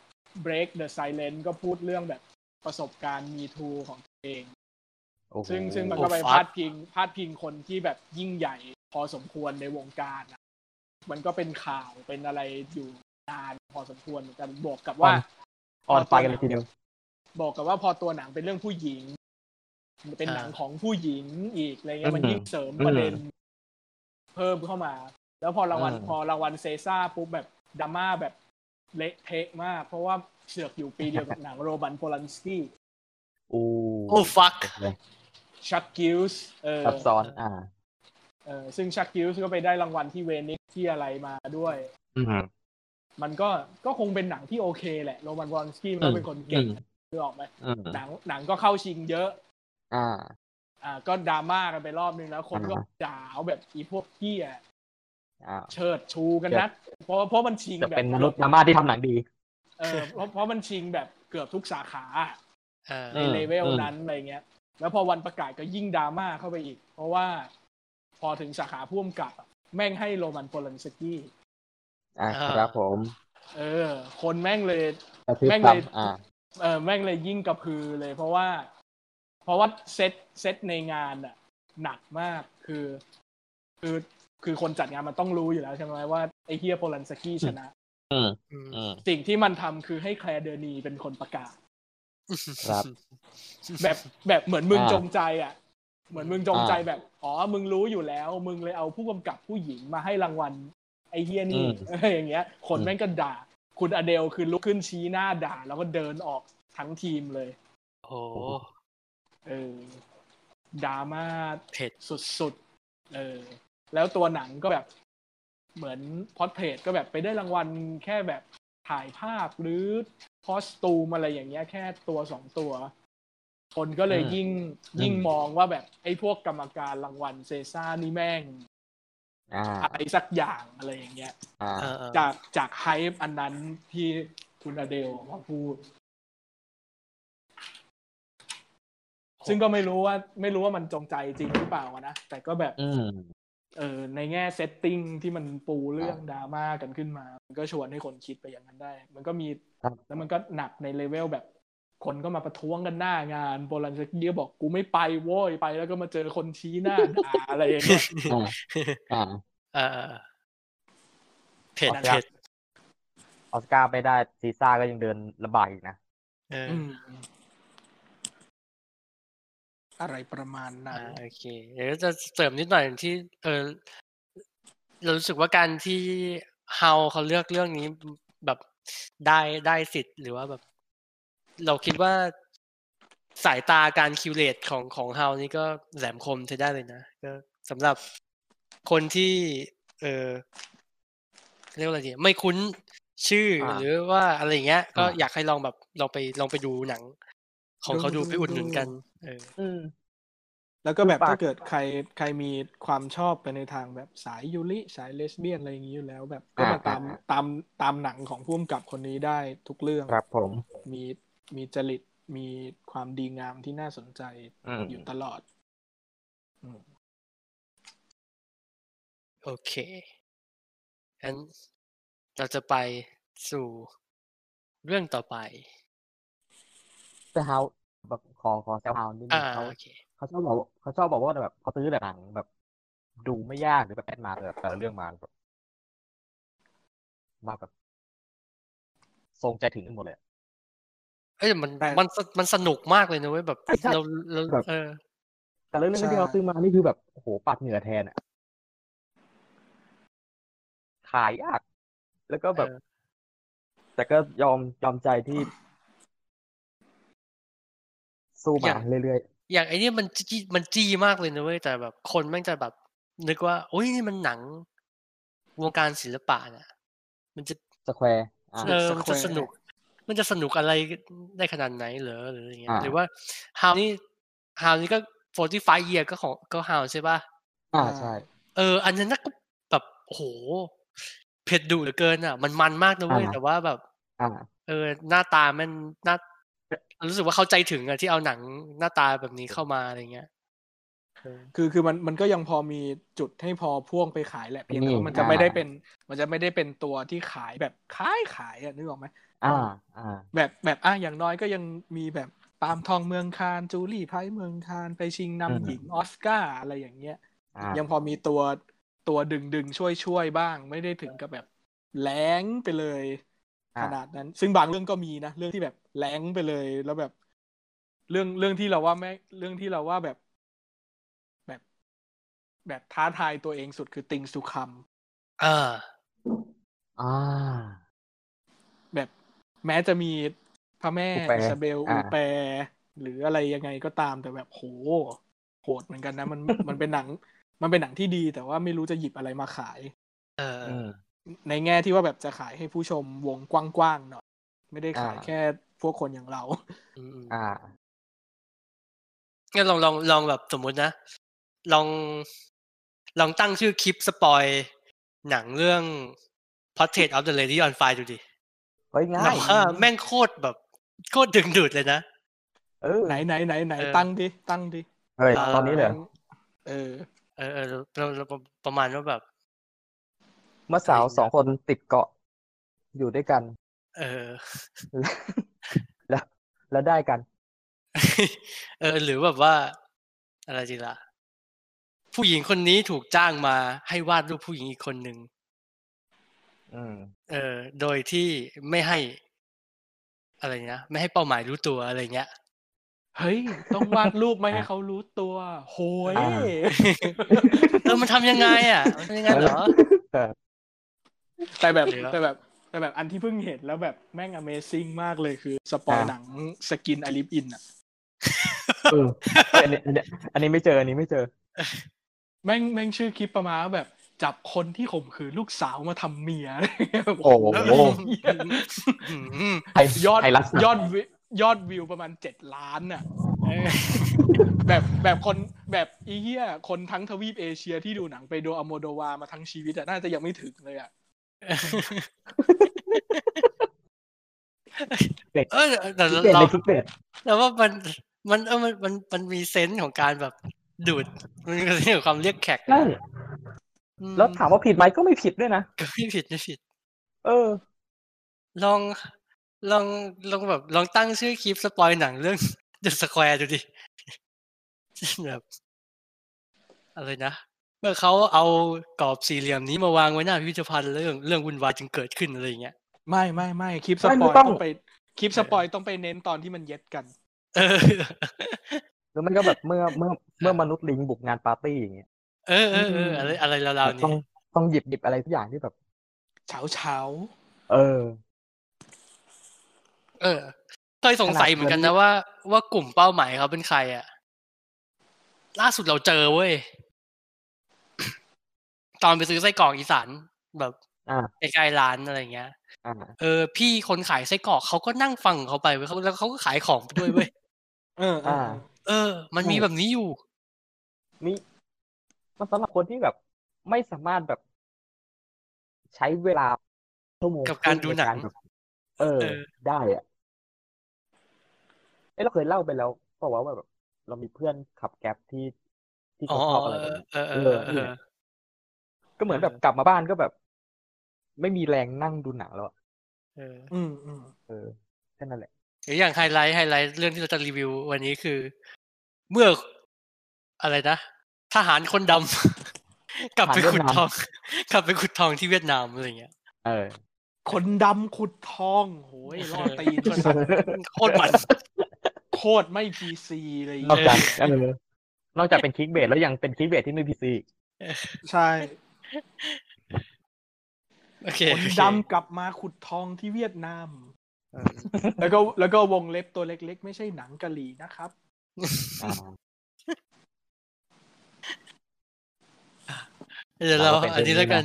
[SPEAKER 3] break the silence ก็พูดเรื่องแบบประสบการณ์มีทูของตัวเอง
[SPEAKER 2] โอ้โห
[SPEAKER 3] ซึ่งซึ่งมันก็ไปพาดพิงพาดพิงคนที่แบบยิ่งใหญ่พอสมควรในวงการอะมันก็เป็นข่าวเป็นอะไรอยู่นานพอสมควรเหมือนกันบวกกับว่า
[SPEAKER 2] ออนไฟกันเลยทีเดียว
[SPEAKER 3] บอกกับว่าพอตัวหนังเป็นเรื่องผู้หญิง เป็นหนังของผู้หญิงอีกอะไรเงี้ยมัน
[SPEAKER 2] อืม
[SPEAKER 3] ยิ่งเสริมประเด็น เพิ่มเข้ามา แล้วพอรางวัล
[SPEAKER 2] อืม
[SPEAKER 3] พอรางวัลเซซ่าร์ปุ๊บแบบดราม่าแบบเละเทะมาก เพราะว่าเสือกอยู่ปีเดียวกับหนังโรบันโพลันสกี้
[SPEAKER 2] โอ้
[SPEAKER 1] โอ้ฟัก
[SPEAKER 3] ชักกิลส์เออ
[SPEAKER 2] ซับซ้อน อ่า
[SPEAKER 3] เออซึ่งชักกิลส์ก็ไปได้รางวัลที่เวนิสที่อะไรมาด้วย
[SPEAKER 2] อืม
[SPEAKER 3] มันก็ก็คงเป็นหนังที่โอเคแหละโรมันวอลสกี้มันก็เป็นคนเก่งคือออกไหม
[SPEAKER 2] อืม
[SPEAKER 3] หนังหนังก็เข้าชิงเยอะ
[SPEAKER 2] อ่า
[SPEAKER 3] อ่า ก็ดราม่ากันไปรอบนึงแล้วคนก็
[SPEAKER 2] อ่า
[SPEAKER 3] ด่าเอาแบบอีพวกเที่ย
[SPEAKER 2] อ่า
[SPEAKER 3] เชิดชูกัน
[SPEAKER 2] เดี๋ยว
[SPEAKER 3] นักเพราะเพราะมันชิง
[SPEAKER 2] จะ
[SPEAKER 3] แบบ
[SPEAKER 2] เป็นมนุษย์ดราม่าที่ทำหนังดี
[SPEAKER 3] เออเพราะเพราะมันชิงแบบเกือบทุกสาขา
[SPEAKER 1] เออ
[SPEAKER 2] อื
[SPEAKER 3] ใน
[SPEAKER 2] ม
[SPEAKER 3] เลเวล
[SPEAKER 2] อืม
[SPEAKER 3] นั้นอะไรเงี้ย แล้วพอวันประกาศก็ยิ่งดราม่าเข้าไปอีก เพราะว่าพอถึงสาขาพ่วงกับอะแม่งให้โรมันโพลันสกี้
[SPEAKER 2] อ่าครับผม
[SPEAKER 3] เออ คนแม่งเลย
[SPEAKER 2] กระพริบ
[SPEAKER 3] แม่ง
[SPEAKER 2] ตา
[SPEAKER 3] เลย
[SPEAKER 2] อ่า
[SPEAKER 3] เออแม่งเลยยิ่งกระพือเลย เพราะว่า เพราะว่าเซตเซตในงานอะหนักมากคือ คือคือคนจัดงานมันต้องรู้อยู่แล้วใช่ไหมว่าไอ้เฮียโปลันสกี้ชนะ
[SPEAKER 2] อืม
[SPEAKER 1] อืม
[SPEAKER 2] อืม
[SPEAKER 3] สิ่งที่มันทำคือให้แคลเดอร์นีเป็นคนประกาศ
[SPEAKER 2] ครับ
[SPEAKER 3] แบบแบบเหมือนมึง
[SPEAKER 2] อ่า
[SPEAKER 3] จงใจอะเหมือนมึงจงใจ
[SPEAKER 2] อ่า
[SPEAKER 3] แบบ อ๋อ มึงรู้อยู่แล้ว มึงเลยเอาผู้กำกับผู้หญิงมาให้รางวัล ไอ้เฮียนี่
[SPEAKER 2] อืม
[SPEAKER 3] อะไรอย่างเงี้ย คน
[SPEAKER 2] อืม
[SPEAKER 3] แม่งก็ด่า คุณอเดลคือลุกขึ้นชี้หน้าด่า แล้วก็เดินออกทั้งทีมเลย
[SPEAKER 1] โอ้โห
[SPEAKER 3] เออดราม่า
[SPEAKER 1] เผ็ด
[SPEAKER 3] สุดๆ เออ แล้วตัวหนังก็แบบ เหมือนพอดเพจก็แบบไปได้รางวัลแค่แบบถ่ายภาพหรือคอสตูมอะไรอย่างเงี้ย แค่ตัวสองตัว คนก็เลย
[SPEAKER 2] อืม
[SPEAKER 3] ยิ่งยิ่ง
[SPEAKER 2] อืม
[SPEAKER 3] มองว่าแบบไอ้พวกกรรมการรางวัลเซซ่านี่แม่ง
[SPEAKER 2] อ่า
[SPEAKER 3] อะไรสักอย่างอะไรอย่างเงี้ย
[SPEAKER 2] อ่า
[SPEAKER 1] เออเออ
[SPEAKER 3] จากจากไฮป์อันนั้นที่คุณอเดลมาพูด ซึ่งก็ไม่รู้ว่า ไม่รู้ว่ามันจงใจจริงหรือเปล่าอะนะ แต่ก็แบบ
[SPEAKER 2] อืม
[SPEAKER 3] เออในแง่เซตติ้งที่มันปูเรื่องดราม่ากันขึ้นมา มันก็ชวนให้คนคิดไปอย่างนั้นได้ มันก็มี
[SPEAKER 2] ครับ
[SPEAKER 3] แล้วมันก็หนักในเลเวลแบบ คนก็มาประท้วงกันหน้างานโบราณสกี้ก็บอกกูไม่ไปโว้ยไปแล้วก็มาเจอคนชี้หน้าด่าอะไรอย่างเงี้ย
[SPEAKER 2] อ่า อ่า
[SPEAKER 1] เออเออเผ็ด
[SPEAKER 2] ขอบคุณครั
[SPEAKER 1] เผ็
[SPEAKER 2] บ
[SPEAKER 1] ด
[SPEAKER 2] ออสการ์ไม่ได้ซีซ่าก็ยังเดินลำบากอีกนะ
[SPEAKER 1] เอออ
[SPEAKER 3] อืมอะไรประมาณนั้
[SPEAKER 1] อ่าน โอเคเดี๋ยวจะเสริมนิดหน่อยที่ เออเรารู้สึกว่าการที่เฮาเขาเลือกเรื่องนี้แบบได้ได้สิทธิ์หรือว่าแบบ เราคิดว่าสายตาการคิวเลตของของเฮานี่ก็แหลมคมใช้ได้เลยนะก็สำหรับคนที่ เออเรียกว่าอะไรดีไม่คุ้นชื่ออา หรือว่าอะไรอย่างเงี้ย ก็
[SPEAKER 2] อ่า
[SPEAKER 1] อยากให้ลองแบบลองไปลองไปดูหนัง ของเขาดู
[SPEAKER 3] ดู
[SPEAKER 1] ไปอุดหนุน
[SPEAKER 3] ดู
[SPEAKER 1] กัน เออ
[SPEAKER 2] อืม
[SPEAKER 3] แล้วก็แบบ
[SPEAKER 2] ปาก
[SPEAKER 3] ถ้าเกิดใครใครมีความชอบไปในทางแบบสายยูริสายเลสเบี้ยนอะไรอย่างนี้อยู่แล้ว แบบก็มาตามตามตามหนังของผู้กำกับคนนี้ได้ทุกเรื่อง
[SPEAKER 2] ครับผม
[SPEAKER 3] มีมีจริตมีความดีงามที่น่าสนใจ
[SPEAKER 2] อืม
[SPEAKER 3] อยู่ตลอด
[SPEAKER 1] โอเคงั้นเราจะไปสู่เรื่องต่อไป
[SPEAKER 2] แต่ฮาวแบบขอขอแซวฮาวนิดนึ
[SPEAKER 1] อ่าง
[SPEAKER 2] เขา
[SPEAKER 1] โอเค
[SPEAKER 2] เขาชอบบอกว่าเขาชอบบอกว่าแบบเขาซื้อแต่หนังแบบ ดูไม่ยากหรือแบบแอดมาแต่แบบแต่ละเรื่องมาแบบมาแบบทรงใจถึงกันหมดเลยอะ
[SPEAKER 1] เอ้ยแต่มัน
[SPEAKER 3] แต่
[SPEAKER 1] มันสมันสนุกมากเลยนะเว้ย แบบ
[SPEAKER 2] ใช่ใช่
[SPEAKER 1] เราเรา
[SPEAKER 2] แบบ
[SPEAKER 1] เออ
[SPEAKER 2] แต่ละเรื่องที่เขาซื้อมานี่คือแบบโอ้โหปัดเหงื่อแทนอะขายยาก แล้วก็แบบ
[SPEAKER 1] เออ
[SPEAKER 2] แต่ก็ยอมยอมใจที่ สู้มาเรื่อย
[SPEAKER 1] อย่างไอ้เนี่ยมันจี้มันจี้มากเลยนะเว้ยแต่แบบคนแม่งจะแบบ นึกว่าโอ้ยนี่มันหนังวงการศิลปะน่ะ มันจะ
[SPEAKER 2] ๆสแควร์อ่า
[SPEAKER 1] เออ
[SPEAKER 3] ส
[SPEAKER 1] มัน
[SPEAKER 3] แคว
[SPEAKER 1] จะ
[SPEAKER 3] ร์
[SPEAKER 1] สนุก มันจะสนุกอะไรได้ขนาดไหนเหรอหรืออย่างเงี้ย
[SPEAKER 2] อ่า
[SPEAKER 1] หรือว่าฮาวนี่ฮาวนี่ก็โฟร์ตี้ไฟเยียก็ของก็ฮาวใช่ป่ะ
[SPEAKER 2] อ่าใช่
[SPEAKER 1] เออ อันนั้นน่ะก็แบบโอ้โหเผ็ดดุเหลือเกินอ่ะ มันมันมากนะเว้ย
[SPEAKER 2] อ่า
[SPEAKER 1] แต่ว่าแบบ
[SPEAKER 2] อ่า
[SPEAKER 1] เออหน้าตามันหน้ารู้สึกว่าเข้าใจถึงอะที่เอาหนังหน้าตาแบบนี้เข้ามาอะไรเงี้ยเออ
[SPEAKER 3] คือคือมันมันก็ยังพอมีจุดให้พอพ่วงไปขายแหละเพียงแต่ว่ามันจะ
[SPEAKER 2] อ่า
[SPEAKER 3] ไม่ได้เป็น มันจะไม่ได้เป็นตัวที่ขายแบบขายขายอะนึกออกไหม
[SPEAKER 2] อ่า อ่า
[SPEAKER 3] แบบแบบอ่ะอย่างน้อยก็ยังมีแบบปาล์มทองเมืองคานจูลี่ไพรเมืองคานไปชิงนำ
[SPEAKER 2] อืม
[SPEAKER 3] หญิงออสการ์อะไรอย่างเงี้ย
[SPEAKER 2] อ่า
[SPEAKER 3] ยังพอมีตัวตัวดึงดึงช่วยช่วยๆบ้าง ไม่ได้ถึงกับแบบแรงไปเลย ขนาดนั้น ซึ่งบางเรื่องก็มีนะ เรื่องที่แบบแรงไปเลย แล้วแบบ เรื่องเรื่องที่เราว่าแม่เรื่องที่เราว่าแบบ แบบ แบบท้าทายตัวเองสุดคือติงสุคัม
[SPEAKER 1] เออ
[SPEAKER 2] อ่า
[SPEAKER 3] แบบแม้จะมีพระแม่
[SPEAKER 2] อุแป
[SPEAKER 3] อิซาเบล
[SPEAKER 2] อ่า
[SPEAKER 3] อูแปรหรืออะไรยังไงก็ตามแต่แบบโหโหดเหมือนกันนะ มันมันเป็นหนัง มันเป็นหนังที่ดี แต่ว่าไม่รู้จะหยิบอะไรมาขาย
[SPEAKER 1] เออ
[SPEAKER 2] อืม
[SPEAKER 3] ในแง่ที่ว่าแบบจะขายให้ผู้ชมวงกว้างๆหน่อยไม่ได้ขาย
[SPEAKER 2] อ่า
[SPEAKER 3] แค่พวกคนอย่าง เรา
[SPEAKER 1] อืม
[SPEAKER 2] อ่า
[SPEAKER 1] งั้นลองลองลองแบบสมมุตินะ ลอง ลองตั้งชื่อคลิปสปอยหนังเรื่อง Portrait of the Lady on Fire ดูดิ
[SPEAKER 2] เฮ้ยง่า
[SPEAKER 1] เรา
[SPEAKER 2] ย
[SPEAKER 1] ว่าแม่งโคตรแบบ โคตรดึงดูดเลยนะ
[SPEAKER 2] เออ
[SPEAKER 3] ไหนไหนไหนไหน
[SPEAKER 1] เออ
[SPEAKER 3] ตั้งดิตั้งดิ
[SPEAKER 2] เฮ้ย
[SPEAKER 1] เอ่อ
[SPEAKER 2] ตอนนี้เลย
[SPEAKER 3] เออ
[SPEAKER 1] เออเออเราเราเราประมาณว่าแบบ
[SPEAKER 2] เมื่อสาวสองคนติดเกาะ อยู่ด้วยกัน
[SPEAKER 1] เออ
[SPEAKER 2] แล้วได้กัน
[SPEAKER 1] เออหรือแบบว่าอะไรจีละผู้หญิงคนนี้ถูกจ้างมาให้วาดรูปผู้หญิงอีกคนหนึ่ง
[SPEAKER 2] อืม
[SPEAKER 1] เออ โดยที่ไม่ให้ อะไรนะไม่ให้เป้าหมายรู้ตัวอะไรเงี้ย
[SPEAKER 3] เฮ้ย ต้องวาดรูปไม่ให้เขารู้ตัว โหย
[SPEAKER 2] อ่า
[SPEAKER 1] เออมันทำยังไง อ่ะ มันทำยังไงเหรอ
[SPEAKER 3] แต่แบบ
[SPEAKER 1] เดี๋ยว
[SPEAKER 3] แต่แบบแต่แบบอันที่เพิ่งเห็นแล้วแบบแม่ง Amazing มากเลยคือสปอย
[SPEAKER 2] อ่า
[SPEAKER 3] หนังสกินอลิฟอินอะ
[SPEAKER 2] เอออันนี้อันนี้อันนี้ไม่เจอ อันนี้ไม่เจอ
[SPEAKER 3] แม่งแม่งชื่อคลิปประมาณว่าแบบ จับคนที่ข่มขืนลูกสาวมาทำเมีย
[SPEAKER 2] โอ้โห
[SPEAKER 1] อืม
[SPEAKER 2] ไท
[SPEAKER 3] ยอด
[SPEAKER 2] ไทรัฐ
[SPEAKER 3] ยอดวิยอดวิวประมาณเจ็ดล้านน่ะเออ แบบแบบคนแบบอีเหี้ยคนทั้งทวีปเอเชียที่ดูหนังไปโดอโมโดวามาทั้งชีวิตอะน่าจะยังไม่ถึงเลยอะ
[SPEAKER 1] เออแต่
[SPEAKER 2] คิดเด่น
[SPEAKER 1] เรา
[SPEAKER 2] ในคิดเด่น
[SPEAKER 1] เราว่ามันมันเออมันมันมันมีเซนส์ของการแบบดูดมันมีเซนส์ของความเรียกแขก
[SPEAKER 2] ใช่
[SPEAKER 1] อืม
[SPEAKER 2] แล้วถามว่าผิดไหมก็ไม่ผิดด้วยนะ
[SPEAKER 1] ก็ไม่ผิดไม่ผิด
[SPEAKER 2] เออ
[SPEAKER 1] ลองลองลองแบบ ลองตั้งชื่อคลิปสปอยหนังเรื่อง The Square ดูดิ แบบอะไรนะ เมื่อเขาเอากรอบสี่เหลี่ยมนี้มาวางไว้หน้าพิพิธภัณฑ์เรื่องเรื่องวุ่นวายจึงเกิดขึ้นอะไรอย่างเงี้ย
[SPEAKER 3] ไม่ไม่ไม่คลิปส
[SPEAKER 2] ไม่
[SPEAKER 3] ป
[SPEAKER 2] ไม่
[SPEAKER 3] อย
[SPEAKER 2] ต้อง
[SPEAKER 3] ต้องไปคลิปสปอยต้องไปเน้นตอนที่มันเย็ดกัน
[SPEAKER 1] เออ
[SPEAKER 2] หรือไม่ก็แบบเมื่อเมื่อเมื่อมนุษย์ลิงบุกงานปาร์ตี้อย่างเงี้ย
[SPEAKER 1] เออเออเอออะไรอะไรราวๆ
[SPEAKER 2] ต้อ
[SPEAKER 1] นี้
[SPEAKER 2] งต้องหยิบหยิบอะไรทุกอย่างที่แบบ
[SPEAKER 3] เฉาเฉา
[SPEAKER 2] เออ
[SPEAKER 1] เออเคยสงสัยเหมือนกันนะว่า ว่ากลุ่มเป้าหมายเขาเป็นใครอะล่าสุดเราเจอเว้ย ตอนไปซื้อไส้กรอกอีสานแบบ
[SPEAKER 2] อ่า
[SPEAKER 1] ใกล้ๆร้านอะไรอย่างเงี้ย
[SPEAKER 2] อ่า
[SPEAKER 1] เออพี่คนขายไส้กรอกเขาก็นั่งฟังเขาไปเว้ยเขาแล้วเขาก็ขายของไปด้วยเว้ย
[SPEAKER 3] เออเออ
[SPEAKER 2] อ่า
[SPEAKER 1] เออ มันมี
[SPEAKER 2] ใช่
[SPEAKER 1] แบบนี้อยู่
[SPEAKER 2] นี่มันสำหรับคนที่แบบไม่สามารถแบบ ใช้เวลาชั่วโมง
[SPEAKER 1] กับการดูหนัง
[SPEAKER 2] ใารแบบเออ
[SPEAKER 1] เออ
[SPEAKER 2] ได้อะเอ้ยเราเคยเล่าไปแล้วบอกว่าวว่าแบบ เรามีเพื่อนขับแก๊ปที่ ที่
[SPEAKER 1] อ๋อ
[SPEAKER 2] เขาชอบอะไร
[SPEAKER 1] เออ
[SPEAKER 2] แบบนี้
[SPEAKER 1] เออเออเออ
[SPEAKER 2] ก็เหมือน
[SPEAKER 1] เออ
[SPEAKER 2] แบบกลับมาบ้านก็แบบ ไม่มีแรงนั่งดูหนังแล้วอะ
[SPEAKER 1] เออ
[SPEAKER 3] อืมอืม
[SPEAKER 2] เออแค่นั้นแหละ
[SPEAKER 1] หรืออย่างไฮไลท์ไฮไลท์เรื่องที่เราจะรีวิววันนี้คือ เมื่ออะไรนะทหารคนดำ กลับไป
[SPEAKER 2] ทหารเวี
[SPEAKER 1] ขุ
[SPEAKER 2] ย
[SPEAKER 1] ด
[SPEAKER 2] ดนาม
[SPEAKER 1] ทอง กลับไปขุดทองที่เวียดนามอะไรเงี้ย
[SPEAKER 2] เออ
[SPEAKER 3] คนดำขุดทองโหยล่อตีน
[SPEAKER 1] คนมันโคตรมัน
[SPEAKER 3] โคตรไม่พีซีเลย
[SPEAKER 2] นอกจากเออนอกจากเป็นคลิกเบสแล้วยังเป็นคลิกเบสที่ไม่พีซี
[SPEAKER 3] ใช่
[SPEAKER 1] โอเค
[SPEAKER 3] คนดำกลับมาขุดทองที่เวียดนาม แล้วก็แล้วก็วงเล็บตัวเล็กๆ ไม่ใช่หนังกะหรี่นะครับ
[SPEAKER 1] เดี๋ยวเรา อันนี้แล้วกัน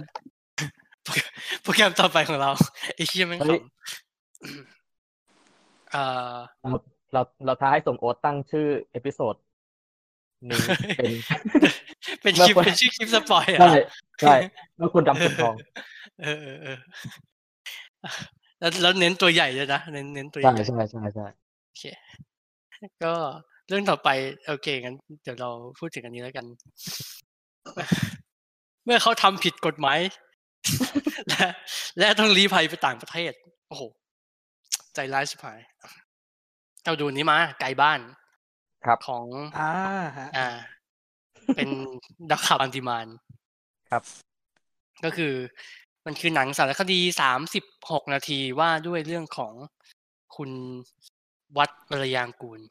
[SPEAKER 1] โปรแกรมต่อไปของเราไอ้เชี่ยแม่งขำอ่า
[SPEAKER 2] เราเราท้าให้ส่งโอ๊ตตั้งชื่อเอพิโซดนี้เป็น
[SPEAKER 1] เป็นคลิปเป็นชื่อคลิปสปอยเหร
[SPEAKER 2] ใช่
[SPEAKER 1] อ่ะ
[SPEAKER 2] ใช่แล้วคนดำคนทอง
[SPEAKER 1] เออเออเออ แล้วแล้วเน้นตัวใหญ่เลยนะเน้นเน้นตัวให
[SPEAKER 2] ใช่
[SPEAKER 1] ญ่
[SPEAKER 2] ใช่ใช่ใช่
[SPEAKER 1] ก็เรื่องต่อไป โอเคงั้นเดี๋ยวเราพูดถึงอันนี้แล้วกัน เมื่อเขาทำผิดกฎหมาย และและต้องรีภัยไปต่างประเทศ โอ้โห ใจร้ายชิบหายเราดูอันนี้มาไกลบ้าน
[SPEAKER 2] ครับ
[SPEAKER 1] ของ
[SPEAKER 3] อ่าฮะ
[SPEAKER 1] อ่า เป็นดักข่าวอันติมาน
[SPEAKER 2] ครับ
[SPEAKER 1] ก็คือ มันคือหนังสารคดีสามสิบหกนาทีว่าด้วยเรื่องของคุณวัดมารยางกูล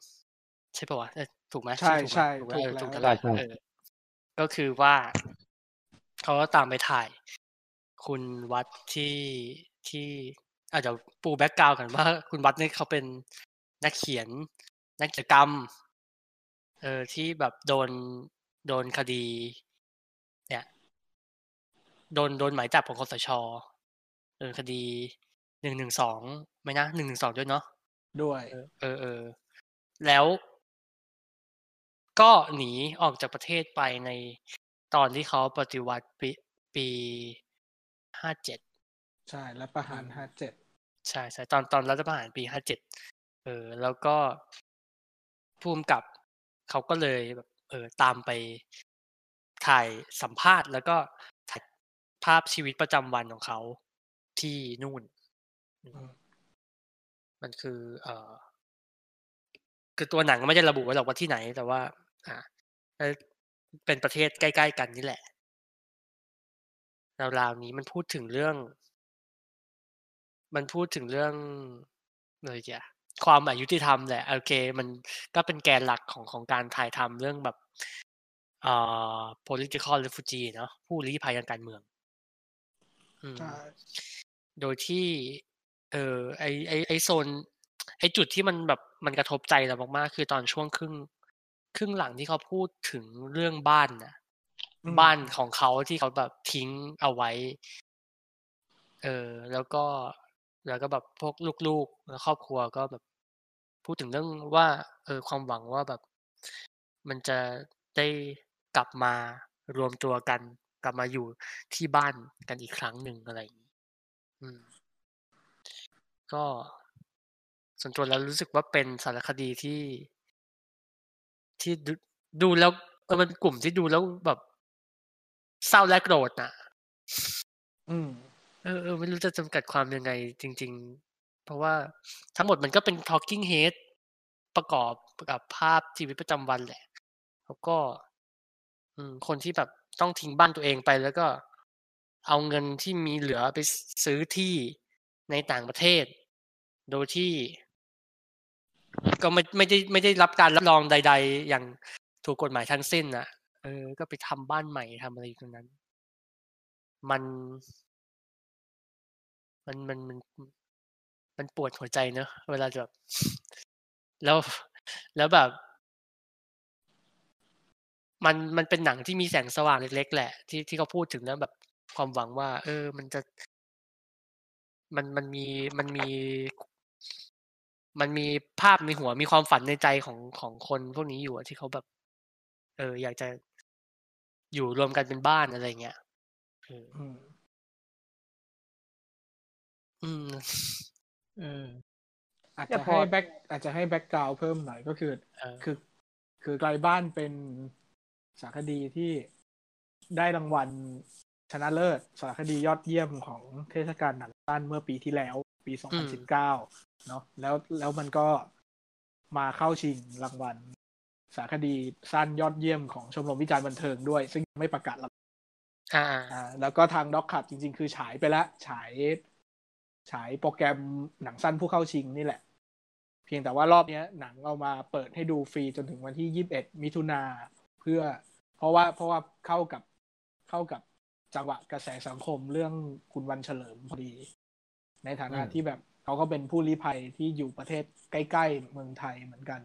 [SPEAKER 1] ใช่ปะวะเอ้ยถูกไหม
[SPEAKER 3] ใช่
[SPEAKER 1] ถูกไหม
[SPEAKER 3] ใช่
[SPEAKER 1] เออถู
[SPEAKER 3] ถู
[SPEAKER 1] ก
[SPEAKER 3] ก
[SPEAKER 1] แล้ว
[SPEAKER 3] แล้ว
[SPEAKER 1] แหละเออก็คือว่า เขาก็ตามไปถ่าย คุณวัดที่ที่อาจจะเดี๋ยวปูแบ็กกราวกันว่า คุณวัดเนี่ยเขาเป็นนักเขียน นักกิจกรรม เออที่แบบโดนโดนคดี เนี่ย โดนโดนหมายจับของคสชเออคดีหนึ่งหนึ่งสองไหมนะหนึ่งหนึ่งสองด้วยเนาะ
[SPEAKER 3] ด้วย
[SPEAKER 1] เออเออ แล้วก็หนีออกจากประเทศไปในตอนที่เขาปฏิวัติปีปีห้าเจ็ด
[SPEAKER 3] ใช่และประหารห้าเจ็ด
[SPEAKER 1] ใช่ใช่ตอนตอนรัฐประหารปีห้าเจ็ดเออ แล้วก็ภูมิกับเขาก็เลยแบบเออตามไปถ่ายสัมภาษณ์ แล้วก็ถ่ายภาพชีวิตประจำวันของเขาที่นู่น มันคือ เอ่อ คือตัวหนังไม่ได้ระบุไว้หรอกว่าที่ไหน แต่ว่า อ่าเอ่อเป็นประเทศใกล้ ๆ กันนี่แหละราวๆนี้มันพูดถึงเรื่อง มันพูดถึงเรื่องเลยจ้ะความอายุติธรรมแหละโอเค มันก็เป็นแกนหลักของของการถ่ายทำเรื่องแบบเอ่อ political refugee เนาะผู้ลี้ภัยทางการเมือง อืม
[SPEAKER 3] ใช่
[SPEAKER 1] โดยที่ เออไอไอไอโซน ไอจุดที่มันแบบมันกระทบใจเรามากๆ คือตอนช่วงครึ่ง ครึ่งหลังที่เขาพูดถึงเรื่องบ้านนะ
[SPEAKER 3] อืม
[SPEAKER 1] บ้านของเขาที่เขาแบบทิ้งเอาไว้ เออ แล้วก็แล้วก็แบบพวกลูกๆ และครอบครัวก็แบบพูดถึงเรื่องว่า เออ ความหวังว่าแบบ มันจะได้กลับมารวมตัวกัน กลับมาอยู่ที่บ้านกันอีกครั้งหนึ่งอะไรอย่างนี้อืม ก็ส่วนตัวแล้วรู้สึกว่าเป็นสารคดีที่ ที่ดูดูแล้วเออมันเป็นกลุ่มที่ดูแล้วแบบเศร้าและโกรธน่ะ
[SPEAKER 3] อืม
[SPEAKER 1] เออเออไม่รู้จะจำกัดความยังไงจริง ๆ เพราะว่าทั้งหมดมันก็เป็น talking head ประกอบกับภาพชีวิตประจำวันแหละ แล้วก็ อืม คนที่แบบต้องทิ้งบ้านตัวเองไป แล้วก็เอาเงินที่มีเหลือไปซื้อที่ในต่างประเทศ โดยที่ ก็ไม่ไม่ได้ไม่ได้รับการรับรองใด ๆ อย่างถูกกฎหมายทั้งสิ้นนะเออ ก็ไปทำบ้านใหม่ทำอะไรอยู่ตรงนั้น มัน มันมันมันมันปวดหัวใจเนอะเวลาแบบ แล้ว แล้วแบบ มันมันเป็นหนังที่มีแสงสว่างเล็กๆแหละ ที่ที่เขาพูดถึงเรื่องแบบความหวังว่า เออ มันจะ มันมันมีมันมี มันมีภาพในหัวมีความฝันในใจของของคนพวกนี้อยู่อะที่เขาแบบ เออ อยากจะอยู่รวมกันเป็นบ้านอะไรอย่างเงี้ยเออ
[SPEAKER 3] อืม
[SPEAKER 1] อืม เอ อ
[SPEAKER 3] อาจ
[SPEAKER 2] เนี่
[SPEAKER 3] จะ
[SPEAKER 2] ยพอ
[SPEAKER 3] ให้แบ็กอาจจะให้แบ็กกราวเพิ่มหน่อยก็คือ
[SPEAKER 1] เออ
[SPEAKER 3] คือ คือไกลบ้านเป็น สารคดีที่ได้รางวัลชนะเลิศสารคดียอดเยี่ยมของเทศกาลหนังสั้นเมื่อปีที่แล้ว ปี 2019 เนาะแล้วแล้วมันก็มาเข้าชิงรางวัล สารคดีสั้นยอดเยี่ยมของชมรมวิจารณ์บันเทิงด้วย ซึ่งยังไม่ประกาศรางวัล
[SPEAKER 1] อ่า
[SPEAKER 3] อ่าแล้วก็ทางด็อกขับจริง ๆ คือฉายไปแล้วฉายฉายโปรแกรมหนังสั้นผู้เข้าชิงนี่แหละ เพียงแต่ว่ารอบเนี้ยหนังเอามาเปิดให้ดูฟรีจนถึงวันที่ยี่สิบเอ็ดมิถุนาเพื่อ เพราะว่าเพราะว่าเข้ากับเข้ากับจังหวะกระแสสังคมเรื่องคุณวันเฉลิมพอดี ในฐานะ
[SPEAKER 2] อืม
[SPEAKER 3] ที่แบบเขาก็เป็นผู้ลี้ภัยที่อยู่ประเทศใกล้ๆเมืองไทยเหมือนกัน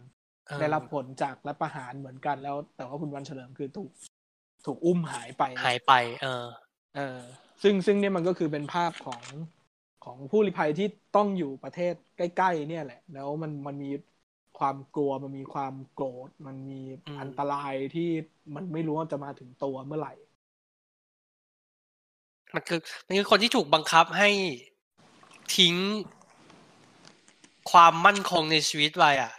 [SPEAKER 3] ได้รับผลจากรัฐประหารเหมือนกันแล้ว แต่ว่าคุณวันเฉลิมคือถูกถูกอุ้มหายไป
[SPEAKER 1] หายไป เออ
[SPEAKER 3] เออซึ่งซึ่งเนี่ยมันก็คือเป็นภาพของของผู้ลี้ภัยที่ต้องอยู่ประเทศใกล้ๆเนี่ยแหละ แล้วมันมันมีความกลัวมันมีความโกรธ มันมี
[SPEAKER 1] อืม
[SPEAKER 3] อันตรายที่มันไม่รู้ว่าจะมาถึงตัวเมื่อไหร่
[SPEAKER 1] มันคือมันคือคนที่ถูกบังคับให้ทิ้งความมั่นคงในชีวิตไปอ่ะ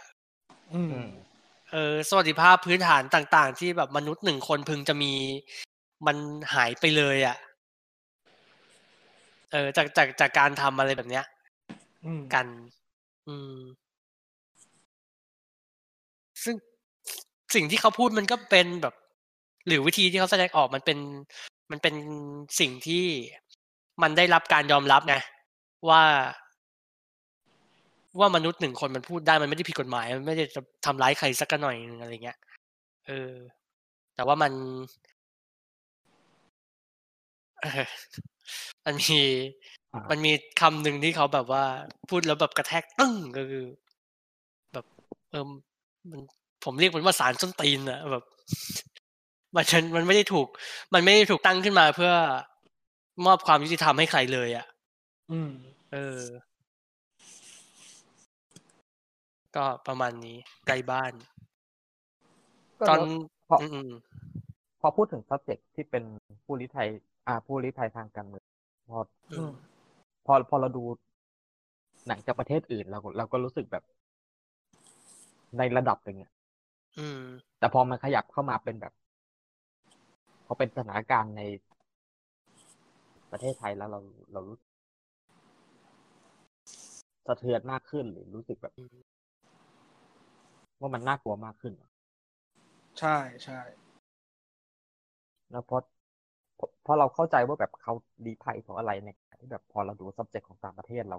[SPEAKER 3] อืม
[SPEAKER 2] อืม
[SPEAKER 1] เออสวัสดิภาพพื้นฐานต่าง ๆ ที่แบบมนุษย์หนึ่งคนพึงจะมี มันหายไปเลยอ่ะ เออจากจากจากการทำอะไรแบบเนี้ย
[SPEAKER 3] อืม
[SPEAKER 1] กัน อืม ซึ่งสิ่งที่เขาพูดมันก็เป็นแบบ หรือวิธีที่เขาแสดงออกมันเป็น มันเป็นสิ่งที่มันได้รับการยอมรับนะว่า ว่ามนุษย์หนึ่งคนมันพูดได้มันไม่ได้ผิดกฎหมาย มันไม่ได้จะทำร้ายใครสักหน่อยหนึงอะไรเงี้ยเออ แต่ว่ามัน เออมันมี
[SPEAKER 2] อ่ามั
[SPEAKER 1] มันมีคำหนึ่งที่เขาแบบว่า พูดแล้วแบบกระแทกตึ้งก็คือ แบบ เออมันผมเรียกมันว่าสารส้นตีนอะแบบ มันมันไม่ได้ถูก มันไม่ได้ถูกตั้งขึ้นมาเพื่อมอบความยุติธรรมให้ใครเลยอะ
[SPEAKER 3] อืม
[SPEAKER 1] เออ ก็ประมาณนี้ใกล้บ้าน
[SPEAKER 2] ก็
[SPEAKER 1] ตอน
[SPEAKER 2] แล้ว พออื
[SPEAKER 1] ม
[SPEAKER 2] พอพูดถึง subject ที่เป็นผู้ลี้ภัยอ่า ผู้ลี้ภัยทางการเมืองพอ
[SPEAKER 1] ๆอืม
[SPEAKER 2] พอพอเราดูหนังจากประเทศอื่นเราก็เราก็รู้สึกแบบ ในระดับหนึ่งอะ
[SPEAKER 1] อืม
[SPEAKER 2] แต่พอมันขยับเข้ามาเป็นแบบ พอเป็นสถานการณ์ในประเทศไทยแล้วเราเรารู้สึกสะเทือนมากขึ้นหรือรู้สึกแบบ
[SPEAKER 1] อืม
[SPEAKER 2] ว่ามันน่ากลัวมากขึ้น
[SPEAKER 3] ใช่ใช่
[SPEAKER 2] แล้วเพราะเพราะเพราะเราเข้าใจว่าแบบเขาดีภัยของอะไรเนี่ยที่แบบพอเราดู subject ของต่างประเทศเรา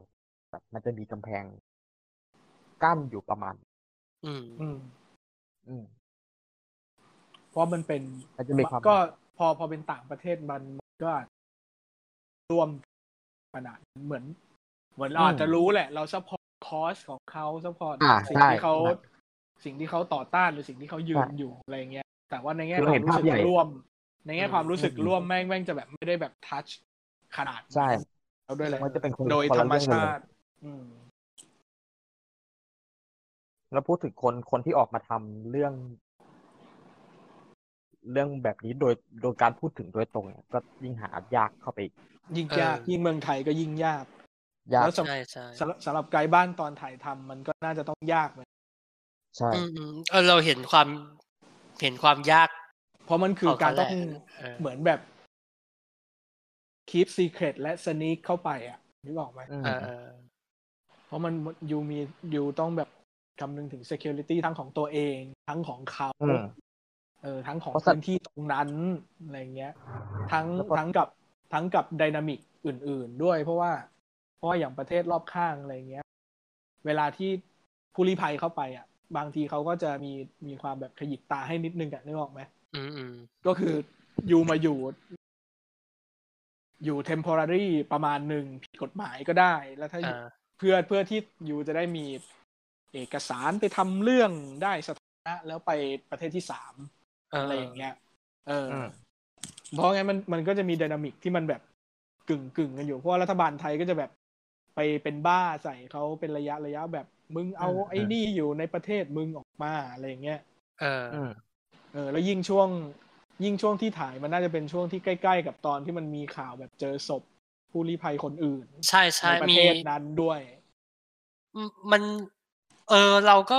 [SPEAKER 2] แบบมันจะมีกำแพงกั้นอยู่ประมาณ
[SPEAKER 1] อืม
[SPEAKER 3] อืม
[SPEAKER 2] อืม
[SPEAKER 3] เพราะมันเป็น
[SPEAKER 2] มันจะมีความ
[SPEAKER 3] ก็พอพอเป็นต่างประเทศมันมันก็อาจร่วมขนาดนั้นเหมือน เหมือนเราอาจจะรู้แหละ เราซัพพอร์ตคอสของเขาซัพพอร์ต
[SPEAKER 2] อ่า
[SPEAKER 3] สิ่ง
[SPEAKER 2] ใช่
[SPEAKER 3] ที่เขา
[SPEAKER 2] ใช่
[SPEAKER 3] สิ่งที่เขาต่อต้านหรือสิ่งที่เขายืน
[SPEAKER 2] ใช่
[SPEAKER 3] อยู่อะไรเงี้ย แต่ว่าในแง่
[SPEAKER 2] เรา
[SPEAKER 3] ควา
[SPEAKER 2] เห็
[SPEAKER 3] ม
[SPEAKER 2] น
[SPEAKER 3] รู้
[SPEAKER 2] ภา
[SPEAKER 3] สึก
[SPEAKER 2] พใหญ่
[SPEAKER 3] ร่วม ในแง่
[SPEAKER 1] อืม
[SPEAKER 3] ความรู้สึก
[SPEAKER 2] อืม
[SPEAKER 3] ร่วมแม่งแม่งจะแบบไม่ได้แบบทัชขนาดนั้น
[SPEAKER 2] ใช่
[SPEAKER 3] แล้วด้วยแหละ
[SPEAKER 2] มันจะเป็นคน
[SPEAKER 3] โดย
[SPEAKER 2] คน
[SPEAKER 3] ธร
[SPEAKER 2] ละ
[SPEAKER 3] รม
[SPEAKER 2] เองกันเล
[SPEAKER 3] ชา
[SPEAKER 2] ย
[SPEAKER 3] ติ อืม
[SPEAKER 2] แล้วพูดถึงคนคนที่ออกมาทำเรื่อง เรื่องแบบนี้โดยโดยการพูดถึงโดยตรงเนี่ยก็ยิ่งหายากเข้าไปอีก
[SPEAKER 3] ยิ่ง
[SPEAKER 1] เออ
[SPEAKER 3] ยากยิ่งเมืองไทยก็ยิ่งยาก
[SPEAKER 2] ยาก
[SPEAKER 3] แล้วสำ
[SPEAKER 1] ใช่ใช่
[SPEAKER 3] สำหรับสำหรับไกด์บ้านตอนถ่ายทำมันก็น่าจะต้องยากเหมือน
[SPEAKER 2] ใช่
[SPEAKER 1] อืมอืมเออเราเห็นความเห็นความยาก
[SPEAKER 3] เพราะมันคือ
[SPEAKER 1] ของ
[SPEAKER 3] การ
[SPEAKER 1] เขาแห
[SPEAKER 3] ต้อ
[SPEAKER 1] ละ
[SPEAKER 3] ง
[SPEAKER 1] เออ
[SPEAKER 3] เหมือนแบบ keep secret และ sneak เข้าไปอ่ะนึกออกไหม
[SPEAKER 2] อืม
[SPEAKER 1] เออเออ
[SPEAKER 3] เพราะมันยูมียูต้องแบบคำนึงถึง security ทั้งของตัวเอง ทั้งของเขา
[SPEAKER 2] อืม
[SPEAKER 3] เออทั้งของ
[SPEAKER 2] เพราะสัต
[SPEAKER 3] พื้
[SPEAKER 2] ว์
[SPEAKER 3] นที่ตรงนั้นอะไรเงี้ย ทั้ง
[SPEAKER 2] แล้วก็
[SPEAKER 3] ทั้งกับทั้งกับดินามิกอื่น ๆ ด้วย เพราะว่า เพราะว่าอย่างประเทศรอบข้างอะไรเงี้ย เวลาที่ผู้ลี้ภัยเข้าไปอ่ะ บางทีเขาก็จะมีมีความแบบขยิบตาให้นิดนึงอ่ะนึกออกไหม
[SPEAKER 1] อืมอืม
[SPEAKER 3] ก็คืออยู่มาอยู่ อยู่ temporary ประมาณหนึ่งผิดกฎหมายก็ได้ แล้วถ้าอยู่
[SPEAKER 1] อ่า
[SPEAKER 3] เพื่อเพื่อที่อยู่จะได้มีเอกสารไปทำเรื่องได้สถานะ แล้วไปประเทศที่สาม
[SPEAKER 1] เออ
[SPEAKER 3] อะไร
[SPEAKER 1] อ
[SPEAKER 3] อย่างเงี้ย เอออ
[SPEAKER 2] ม
[SPEAKER 3] เพราะงั้นมันมันก็จะมีดินามิกที่มันแบบกึ่งกึ่งกันอยู่เพราะว่ารัฐบาลไทยก็จะแบบไปเป็นบ้าใส่เขาเป็นระยะระยะแบบมึงเอา
[SPEAKER 2] อืม
[SPEAKER 3] ไอ้นี่อยู่ในประเทศมึงออกมาอะไรอย่างเงี้ย
[SPEAKER 1] เออ
[SPEAKER 2] อืม
[SPEAKER 3] เออแล้วยิ่งช่วงยิ่งช่วงที่ถ่ายมันน่าจะเป็นช่วงที่ใกล้ๆ กับตอนที่มันมีข่าวแบบเจอศพผู้ลี้ภัยคนอื่น
[SPEAKER 1] ใช่ใช่
[SPEAKER 3] ในประ
[SPEAKER 1] มี
[SPEAKER 3] เทศนั้นด้วย
[SPEAKER 1] อืมมัน เออ เราก็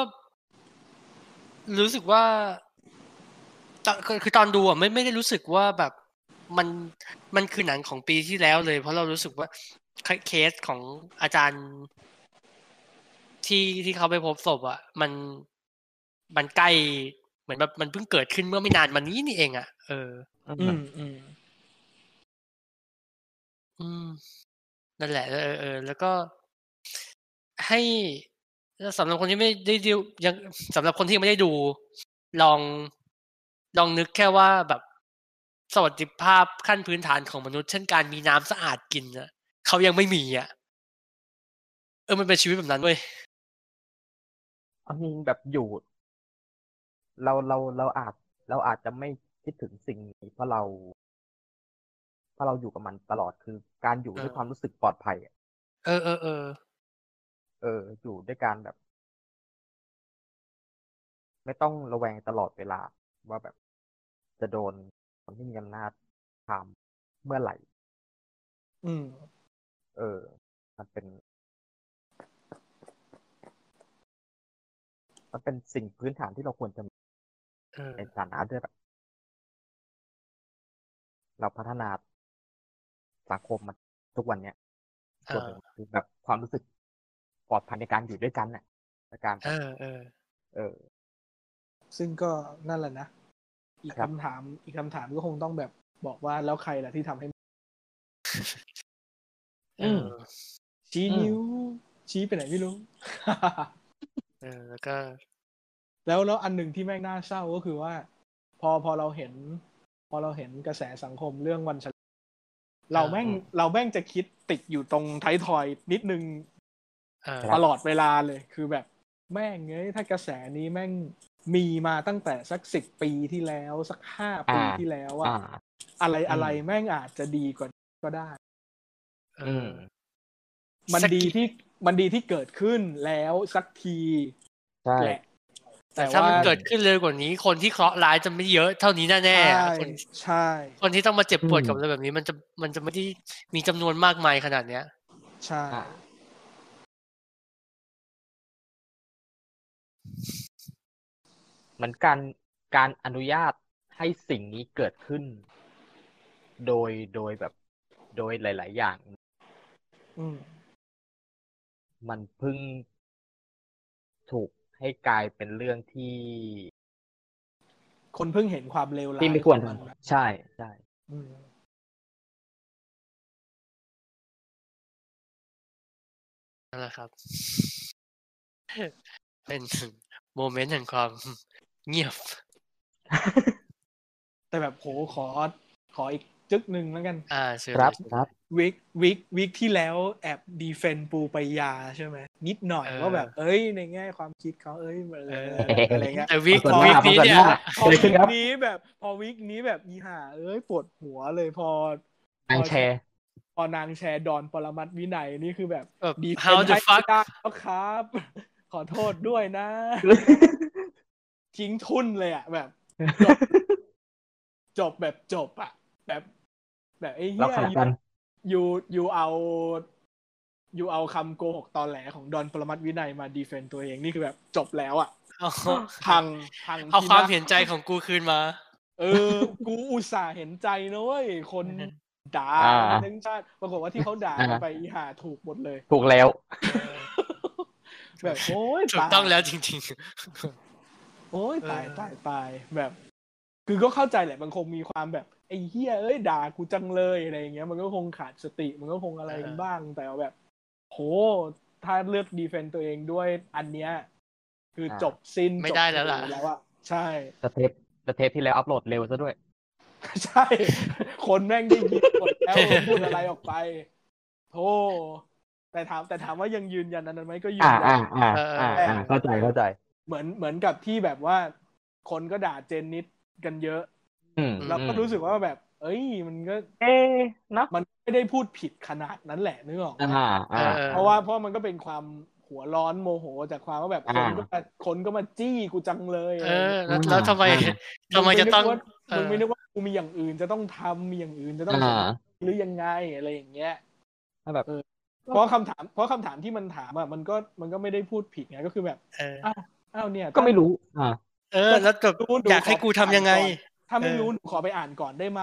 [SPEAKER 1] รู้สึกว่า ตอนคือคือตอนดูอ่ะไม่ไม่ได้รู้สึกว่าแบบมันมันคือหนังของปีที่แล้วเลย เพราะเรารู้สึกว่าเคเคสของอาจารย์ที่ที่เขาไปพบศพอ่ะ มันมันใกล้เหมือนแบบมันเพิ่งเกิดขึ้นเมื่อไม่นานมานี้นี่เองอ่ะเออ
[SPEAKER 3] อืมอืม
[SPEAKER 1] อืมนั่นแหละเออเออแล้วก็ให้แล้วสำหรับคนที่ไม่ได้ดูยังสำหรับคนที่ยังไม่ได้ดู ลองลองนึกแค่ว่าแบบสวัสดิภาพขั้นพื้นฐานของมนุษย์ เช่นการมีน้ำสะอาดกินอะเขายังไม่มีอะเออมันเป็นชีวิตแบบนั้นเว้ย
[SPEAKER 2] เอาจริงแบบอยู่ เราเราเราอาจ เราอาจจะไม่คิดถึงสิ่งนี้เพราะเราเพราะเราอยู่กับมันตลอดคือ การอยู่ด้วยความรู้สึกปลอดภัยอะ
[SPEAKER 1] เออเออเออ
[SPEAKER 2] เออ อยู่ด้วยการแบบ ไม่ต้องระแวงตลอดเวลา ว่าแบบ จะโดนคนที่มีอำนาจทำเมื่อไหร่
[SPEAKER 3] อืม
[SPEAKER 2] เออ มันเป็น มันเป็นสิ่งพื้นฐานที่เราควรจะมี
[SPEAKER 1] เออ
[SPEAKER 2] ในฐานะด้วยแบบ เราพัฒนาสังคมมาทุกวันเนี้ย
[SPEAKER 1] เอ
[SPEAKER 2] ส่วนห
[SPEAKER 1] อ
[SPEAKER 2] นึ่งคือแบบความรู้สึกปลอดภัยในการอยู่ด้วยกันน่ะในการ
[SPEAKER 1] เออเออ
[SPEAKER 2] เออ
[SPEAKER 3] ซึ่งก็นั่นแหละนะ อีก
[SPEAKER 2] ครับ
[SPEAKER 3] คำถาม อีกคำถามก็คงต้องแบบบอกว่าแล้วใครล่ะที่ทำให้
[SPEAKER 1] เอออ
[SPEAKER 3] ชี้
[SPEAKER 2] อืม
[SPEAKER 3] นิ้ว ชี้ไปไหนไม่รู้
[SPEAKER 1] เออ แล้วก็
[SPEAKER 3] แล้วแล้วอันหนึ่งที่แม่งน่าเศร้าก็คือว่า พอพอเราเห็น พอเราเห็นกระแสสังคมเรื่องวันเฉลิมเราแม่งเราแม่งจะคิดติดอยู่ตรงไทายทอยนิดนึง
[SPEAKER 1] เออ
[SPEAKER 2] ครั
[SPEAKER 3] ต
[SPEAKER 2] บ
[SPEAKER 3] ลอดเวลาเลยคือแบบแม่งเอ้ยถ้ากระแสนี้แม่งมีมาตั้งแต่สักสิบปีที่แล้วสักห้าปี
[SPEAKER 2] อ่า
[SPEAKER 3] ที่แล้ว
[SPEAKER 2] อ่า
[SPEAKER 3] อะอะไร
[SPEAKER 2] อืม
[SPEAKER 3] อะไรแม่งอาจจะดีกว่านี้ก็ได้
[SPEAKER 1] เอ
[SPEAKER 2] อื
[SPEAKER 1] อ
[SPEAKER 2] ม
[SPEAKER 3] มัน
[SPEAKER 1] สัก
[SPEAKER 3] ดี
[SPEAKER 1] กี่
[SPEAKER 3] ที่มันดีที่เกิดขึ้นแล้วสักที
[SPEAKER 2] ใช่
[SPEAKER 3] แหละ
[SPEAKER 1] แต่ถ้ามัน
[SPEAKER 3] ว่
[SPEAKER 1] เกิดขึ้นเร็วกว่านี้ คนที่เคราะห์ร้ายจะไม่เยอะเท่านี้แน่ๆ
[SPEAKER 3] ใช่
[SPEAKER 1] อะคน
[SPEAKER 3] ใช่
[SPEAKER 1] คนที่ต้องมาเจ็บปวด
[SPEAKER 2] อืม
[SPEAKER 1] กับอะไรแบบนี้ มันจะมันจะไม่ได้มีจำนวนมากมายขนาดเนี้ย
[SPEAKER 3] ใช่
[SPEAKER 2] อ่าเหมือนการการอนุญาตให้สิ่งนี้เกิดขึ้น โดยโดยแบบโดยหลาย ๆ อย่าง
[SPEAKER 3] อืม
[SPEAKER 2] มันเพิ่งถูกให้กลายเป็นเรื่องที่
[SPEAKER 3] คนเพิ่งเห็นความเลวร้าย
[SPEAKER 2] ที่ไม่ควร
[SPEAKER 3] ข
[SPEAKER 2] ท
[SPEAKER 3] องน
[SPEAKER 2] ำใช่ใช่
[SPEAKER 3] อืม
[SPEAKER 1] นั่นแหละครับ เป็นโมเมนต์แห่งความ เงียบ
[SPEAKER 3] แต่แบบโหขอขออีกจึกหนึ่งแล้วกัน
[SPEAKER 1] อ่าเชิญ
[SPEAKER 2] ครับครับ
[SPEAKER 3] วิกวิกวิกที่แล้วแอบดีเฟนปูปายาใช่ไหมนิดหน่อยว่าแบบ เอ้ยในแง่ความคิดเขาเอ้ยอะไรอะไรเงี้ย
[SPEAKER 1] แต่วิก
[SPEAKER 2] ขอบคุ
[SPEAKER 1] วิ
[SPEAKER 2] ณ
[SPEAKER 1] ก
[SPEAKER 2] มาก
[SPEAKER 1] นี้เนี่ย
[SPEAKER 2] ขอบคุณมาก
[SPEAKER 3] พอวิกนี้แบบ พอวิกนี้แบบอีห่าเอ้ยปวดหัวเลยพอ
[SPEAKER 2] นางแชร์
[SPEAKER 3] พอนางแชร์ดอนปรมัตถ์วินัยนี่คือแบบ
[SPEAKER 1] แบบ
[SPEAKER 3] ดีเฟน
[SPEAKER 1] how
[SPEAKER 3] ไม่
[SPEAKER 1] the
[SPEAKER 3] ได้
[SPEAKER 1] fuck
[SPEAKER 3] แล้วครับ ขอโทษด้วยนะทิ้งทุนเลยอ่ะ แบบจบจบแบบจบอ่ะ แบบ แบบไอ้
[SPEAKER 2] เรา
[SPEAKER 3] เหี้
[SPEAKER 2] ขนาด
[SPEAKER 3] ย
[SPEAKER 2] นั้น
[SPEAKER 3] ยูยูเอายูเอาคำโกหกตอนแหลของดอนปรมัตถ์วินัยมาดีเฟนต์ตัวเองนี่คือแบบจบแล้วอะ
[SPEAKER 1] เอา
[SPEAKER 3] พังพัง
[SPEAKER 1] เอา
[SPEAKER 3] พิ
[SPEAKER 1] ความ
[SPEAKER 3] นศ
[SPEAKER 1] เห็นใจของกูคืนมา
[SPEAKER 3] เออ กูอุตส่าห์เห็นใจนะเว้ย คนด่า
[SPEAKER 2] อ่า
[SPEAKER 3] ทั้งชาติปรากฏว่าที่เขาด่า
[SPEAKER 2] อ่า
[SPEAKER 3] ไปอีห่าถูกหมดเลย
[SPEAKER 2] ถูกแล้ว
[SPEAKER 3] แบบโอ้ย
[SPEAKER 1] ถูก
[SPEAKER 3] ตาย
[SPEAKER 1] ต้องแล้วจริง
[SPEAKER 3] โอ้ย
[SPEAKER 1] เออ
[SPEAKER 3] ตายตายตายแบบ คือก็เข้าใจแหละมันคงมีความแบบไอ้เฮียเอ้ยด่ากูจังเลยอะไรอย่างเงี้ย มันก็คงขาดสติมันก็คงอะไรกันบ้างแต่ว่าแบบ โหถ้าเลือกดีเฟนต์ตัวเองด้วยอันเนี้ย คืออา จบสิ้น
[SPEAKER 1] ไม่
[SPEAKER 3] จบ
[SPEAKER 1] ได้แล้วล่ะ
[SPEAKER 3] แล้วอะใช่
[SPEAKER 2] สเทปสเทปที่แล้วอัพโหลดเร็วซะด้วย
[SPEAKER 3] ใช่ คนแม่งได้ยินกดแล้วพูดอะไรออกไปโธ่แต่ถามแต่ถามว่ายังยืนยันอันนั้นไหมก็ยืน
[SPEAKER 2] อ่า
[SPEAKER 3] ยั
[SPEAKER 2] อ่าน อ่า
[SPEAKER 1] เออเอ
[SPEAKER 2] อ่า
[SPEAKER 1] อ
[SPEAKER 2] อ่าเข้าใจเข้าใจ
[SPEAKER 3] เหมือนเหมือนกับที่แบบว่า คนก็ด่าเจนนิดกันเยอะ
[SPEAKER 2] อืม
[SPEAKER 3] เราก็รู้สึกว่าแบบ เอ้ย มันก็
[SPEAKER 2] เอ๊ะเนอะ
[SPEAKER 3] มันไม่ได้พูดผิดขนาดนั้นแหละนึกออกไหม
[SPEAKER 2] อ่าอ่า
[SPEAKER 1] เออ
[SPEAKER 3] เพราะว่าเพราะมันก็เป็นความหัวร้อนโมโหจากความว่าแบบ
[SPEAKER 2] อ่า
[SPEAKER 3] คนก็มาคนก็มาจี้กูจังเลย
[SPEAKER 1] ๆ เออ แล้วแล้วทำไม
[SPEAKER 2] อ่า
[SPEAKER 1] ทำไมจะต้อง
[SPEAKER 3] ง
[SPEAKER 1] เอ
[SPEAKER 3] มึ
[SPEAKER 1] อง
[SPEAKER 3] ไม่นึกว่ากูมีอย่างอื่นจะต้องทำมีอย่างอื่นจะต้อง
[SPEAKER 2] อ่า
[SPEAKER 3] หรือยังไงอะไรอย่างเงี้ย
[SPEAKER 2] ถ้าแบบ
[SPEAKER 3] เพราะคำถาม เพราะคำถามที่มันถามอ่ะมันก็มันก็ไม่ได้พูดผิดไงก็คือแบบ
[SPEAKER 1] เออ
[SPEAKER 3] อ้าวเนี่ย
[SPEAKER 2] ก็ไม่รู้ อ่า
[SPEAKER 1] เออ แล้วแบบ
[SPEAKER 3] ดูดู
[SPEAKER 1] อยากให้กูทำยังไง
[SPEAKER 3] ถ้าไม่
[SPEAKER 1] เออ
[SPEAKER 3] รู้หนูขอไปอ่านก่อนได้ไหม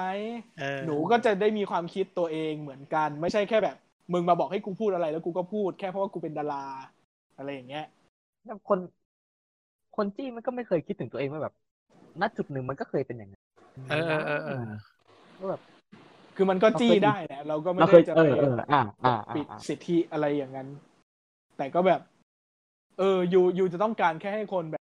[SPEAKER 1] เออ
[SPEAKER 3] หนูก็จะได้มีความคิดตัวเองเหมือนกัน ไม่ใช่แค่แบบ มึงมาบอกให้กูพูดอะไรแล้วกูก็พูด แค่เพราะว่ากูเป็นดาราอะไรอย่างเงี้ย
[SPEAKER 2] แล้วคน คนจี้มันก็ไม่เคยคิดถึงตัวเองว่าแบบณจุดหนึ่งมันก็เคยเป็นอย่างนั้น
[SPEAKER 1] เออเออเออ
[SPEAKER 2] ก็แบบ
[SPEAKER 3] คือมันก็จี้
[SPEAKER 2] เราเคย
[SPEAKER 3] ได้แหละเราก็ไม่
[SPEAKER 2] เราเค
[SPEAKER 3] ได้
[SPEAKER 2] ย
[SPEAKER 3] จะ
[SPEAKER 2] เอ
[SPEAKER 3] ไป
[SPEAKER 2] อเอออ่าอ่า
[SPEAKER 3] ปิด
[SPEAKER 2] อ่า
[SPEAKER 3] สิทธิอะไรอย่างนั้น แต่ก็แบบ เออยูยูจะต้องการแค่ให้คนแบบ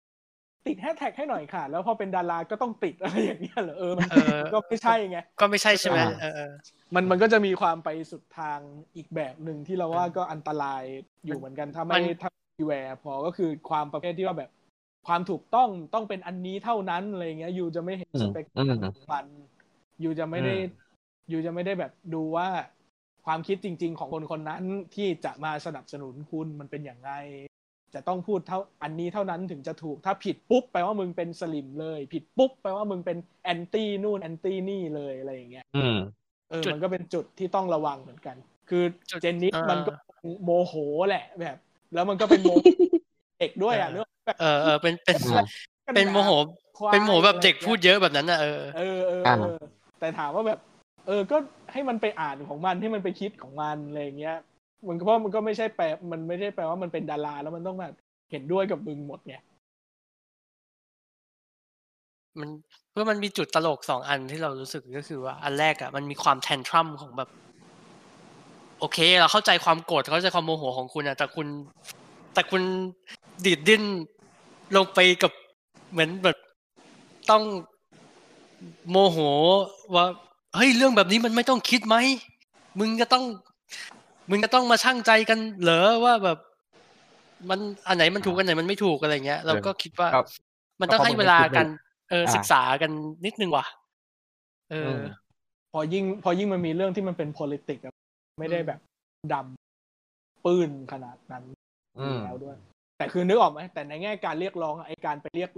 [SPEAKER 3] ติดแฮชแท็กให้หน่อยค่ะ แล้วพอเป็นดาราก็ต้องติดอะไรอย่างเงี้ยเหรอเออมัน
[SPEAKER 1] เออ
[SPEAKER 3] ก็ไม่ใช่ไง
[SPEAKER 1] ก็ไม่ใช่ใช่ไหมเออเออ
[SPEAKER 3] มันมันก็จะมีความไปสุดทางอีกแบบหนึ่งที่เราว่าก็อันตรายอยู่เหมือนกันถ้าไม่
[SPEAKER 1] มัน
[SPEAKER 3] ถ้าไม่แวร์พอก็คือความประเภทที่ว่าแบบ ความถูกต้องต้องเป็นอันนี้เท่านั้นอะไรเงี้ยยูจะไม่เห็น
[SPEAKER 2] อื
[SPEAKER 3] ส
[SPEAKER 2] ม
[SPEAKER 3] เปค
[SPEAKER 2] อืม
[SPEAKER 3] มันยูจะไม่ได้
[SPEAKER 2] อืม
[SPEAKER 3] ยูจะไม่ได้แบบดูว่าความคิดจริง ๆ ของคนคนนั้นที่จะมาสนับสนุนคุณมันเป็นอย่างไรจะต้องพูดเท่าอันนี้เท่านั้นถึงจะถูกถ้าผิดปุ๊บแปลว่ามึงเป็นสลิมเลย ผิดปุ๊บแปลว่ามึงเป็นแอนตี้นู่นแอนตี้นี่เลยอะไรอย่างเงี้ย
[SPEAKER 2] อืม
[SPEAKER 3] เออ
[SPEAKER 1] จุด
[SPEAKER 3] มันก็เป็นจุดที่ต้องระวังเหมือนกัน คือ
[SPEAKER 1] จุด
[SPEAKER 3] เจนนี่
[SPEAKER 1] อ่ามั
[SPEAKER 3] มันก็โมโหแหละแบบ แล้วมันก็เป็นโมโห เด็กด้วยอ่ะ
[SPEAKER 1] เออ
[SPEAKER 3] เนอะแบบ
[SPEAKER 1] เออเออเป็นเป็น
[SPEAKER 2] อ่า
[SPEAKER 1] เป็นโมโห
[SPEAKER 3] ควาย
[SPEAKER 1] เป็นโมโหแบบเด็กพูดเยอะแบบนั้นอ่ะเออ
[SPEAKER 3] เออเออเออ แต่ถามว่าแบบ เออ ก็ให้มันไปอ่านของมันให้มันไปคิดของมันอะไรอย่างเงี้ย มันก็เพราะมันก็ไม่ใช่แปลมันไม่ใช่แปลว่ามันเป็นดาราแล้วมันต้องแบบเห็นด้วยกับมึงหมดไง
[SPEAKER 1] มันเพื่อมันมีจุดตลกสองอันที่เรารู้สึกก็คือว่าอันแรกอ่ะมันมีความแทนทรัมของแบบ โอเค เราเข้าใจความโกรธเข้าใจความโมโหของคุณอ่ะแต่คุณ แต่คุณดีดดิ้นลงไปกับเหมือนแบบต้องโมโหว่าเฮ้ยเรื่องแบบนี้มันไม่ต้องคิดไหมมึงจะต้อง มึงจะต้องมาชั่งใจกันเหรอว่าแบบ มันอันไหนมันถูกอันไหนมันไม่ถูกอะไรเงี้ย เราก็คิดว่า
[SPEAKER 2] ครับ
[SPEAKER 1] มันต้องให้เวลากัน เออ
[SPEAKER 2] อ่า
[SPEAKER 1] ศึกษากันนิดนึงว่ะ เออ
[SPEAKER 2] ม
[SPEAKER 3] พอยิ่ง พอยิ่งมันมีเรื่องที่มันเป็น politics อะไม่ได้แบบดำปื้นขนาดนั้น
[SPEAKER 2] อืม
[SPEAKER 3] แล้วด้วยแต่คือนึกออกไหมแต่ในแง่การเรียกร้องอะไอการไปเรียก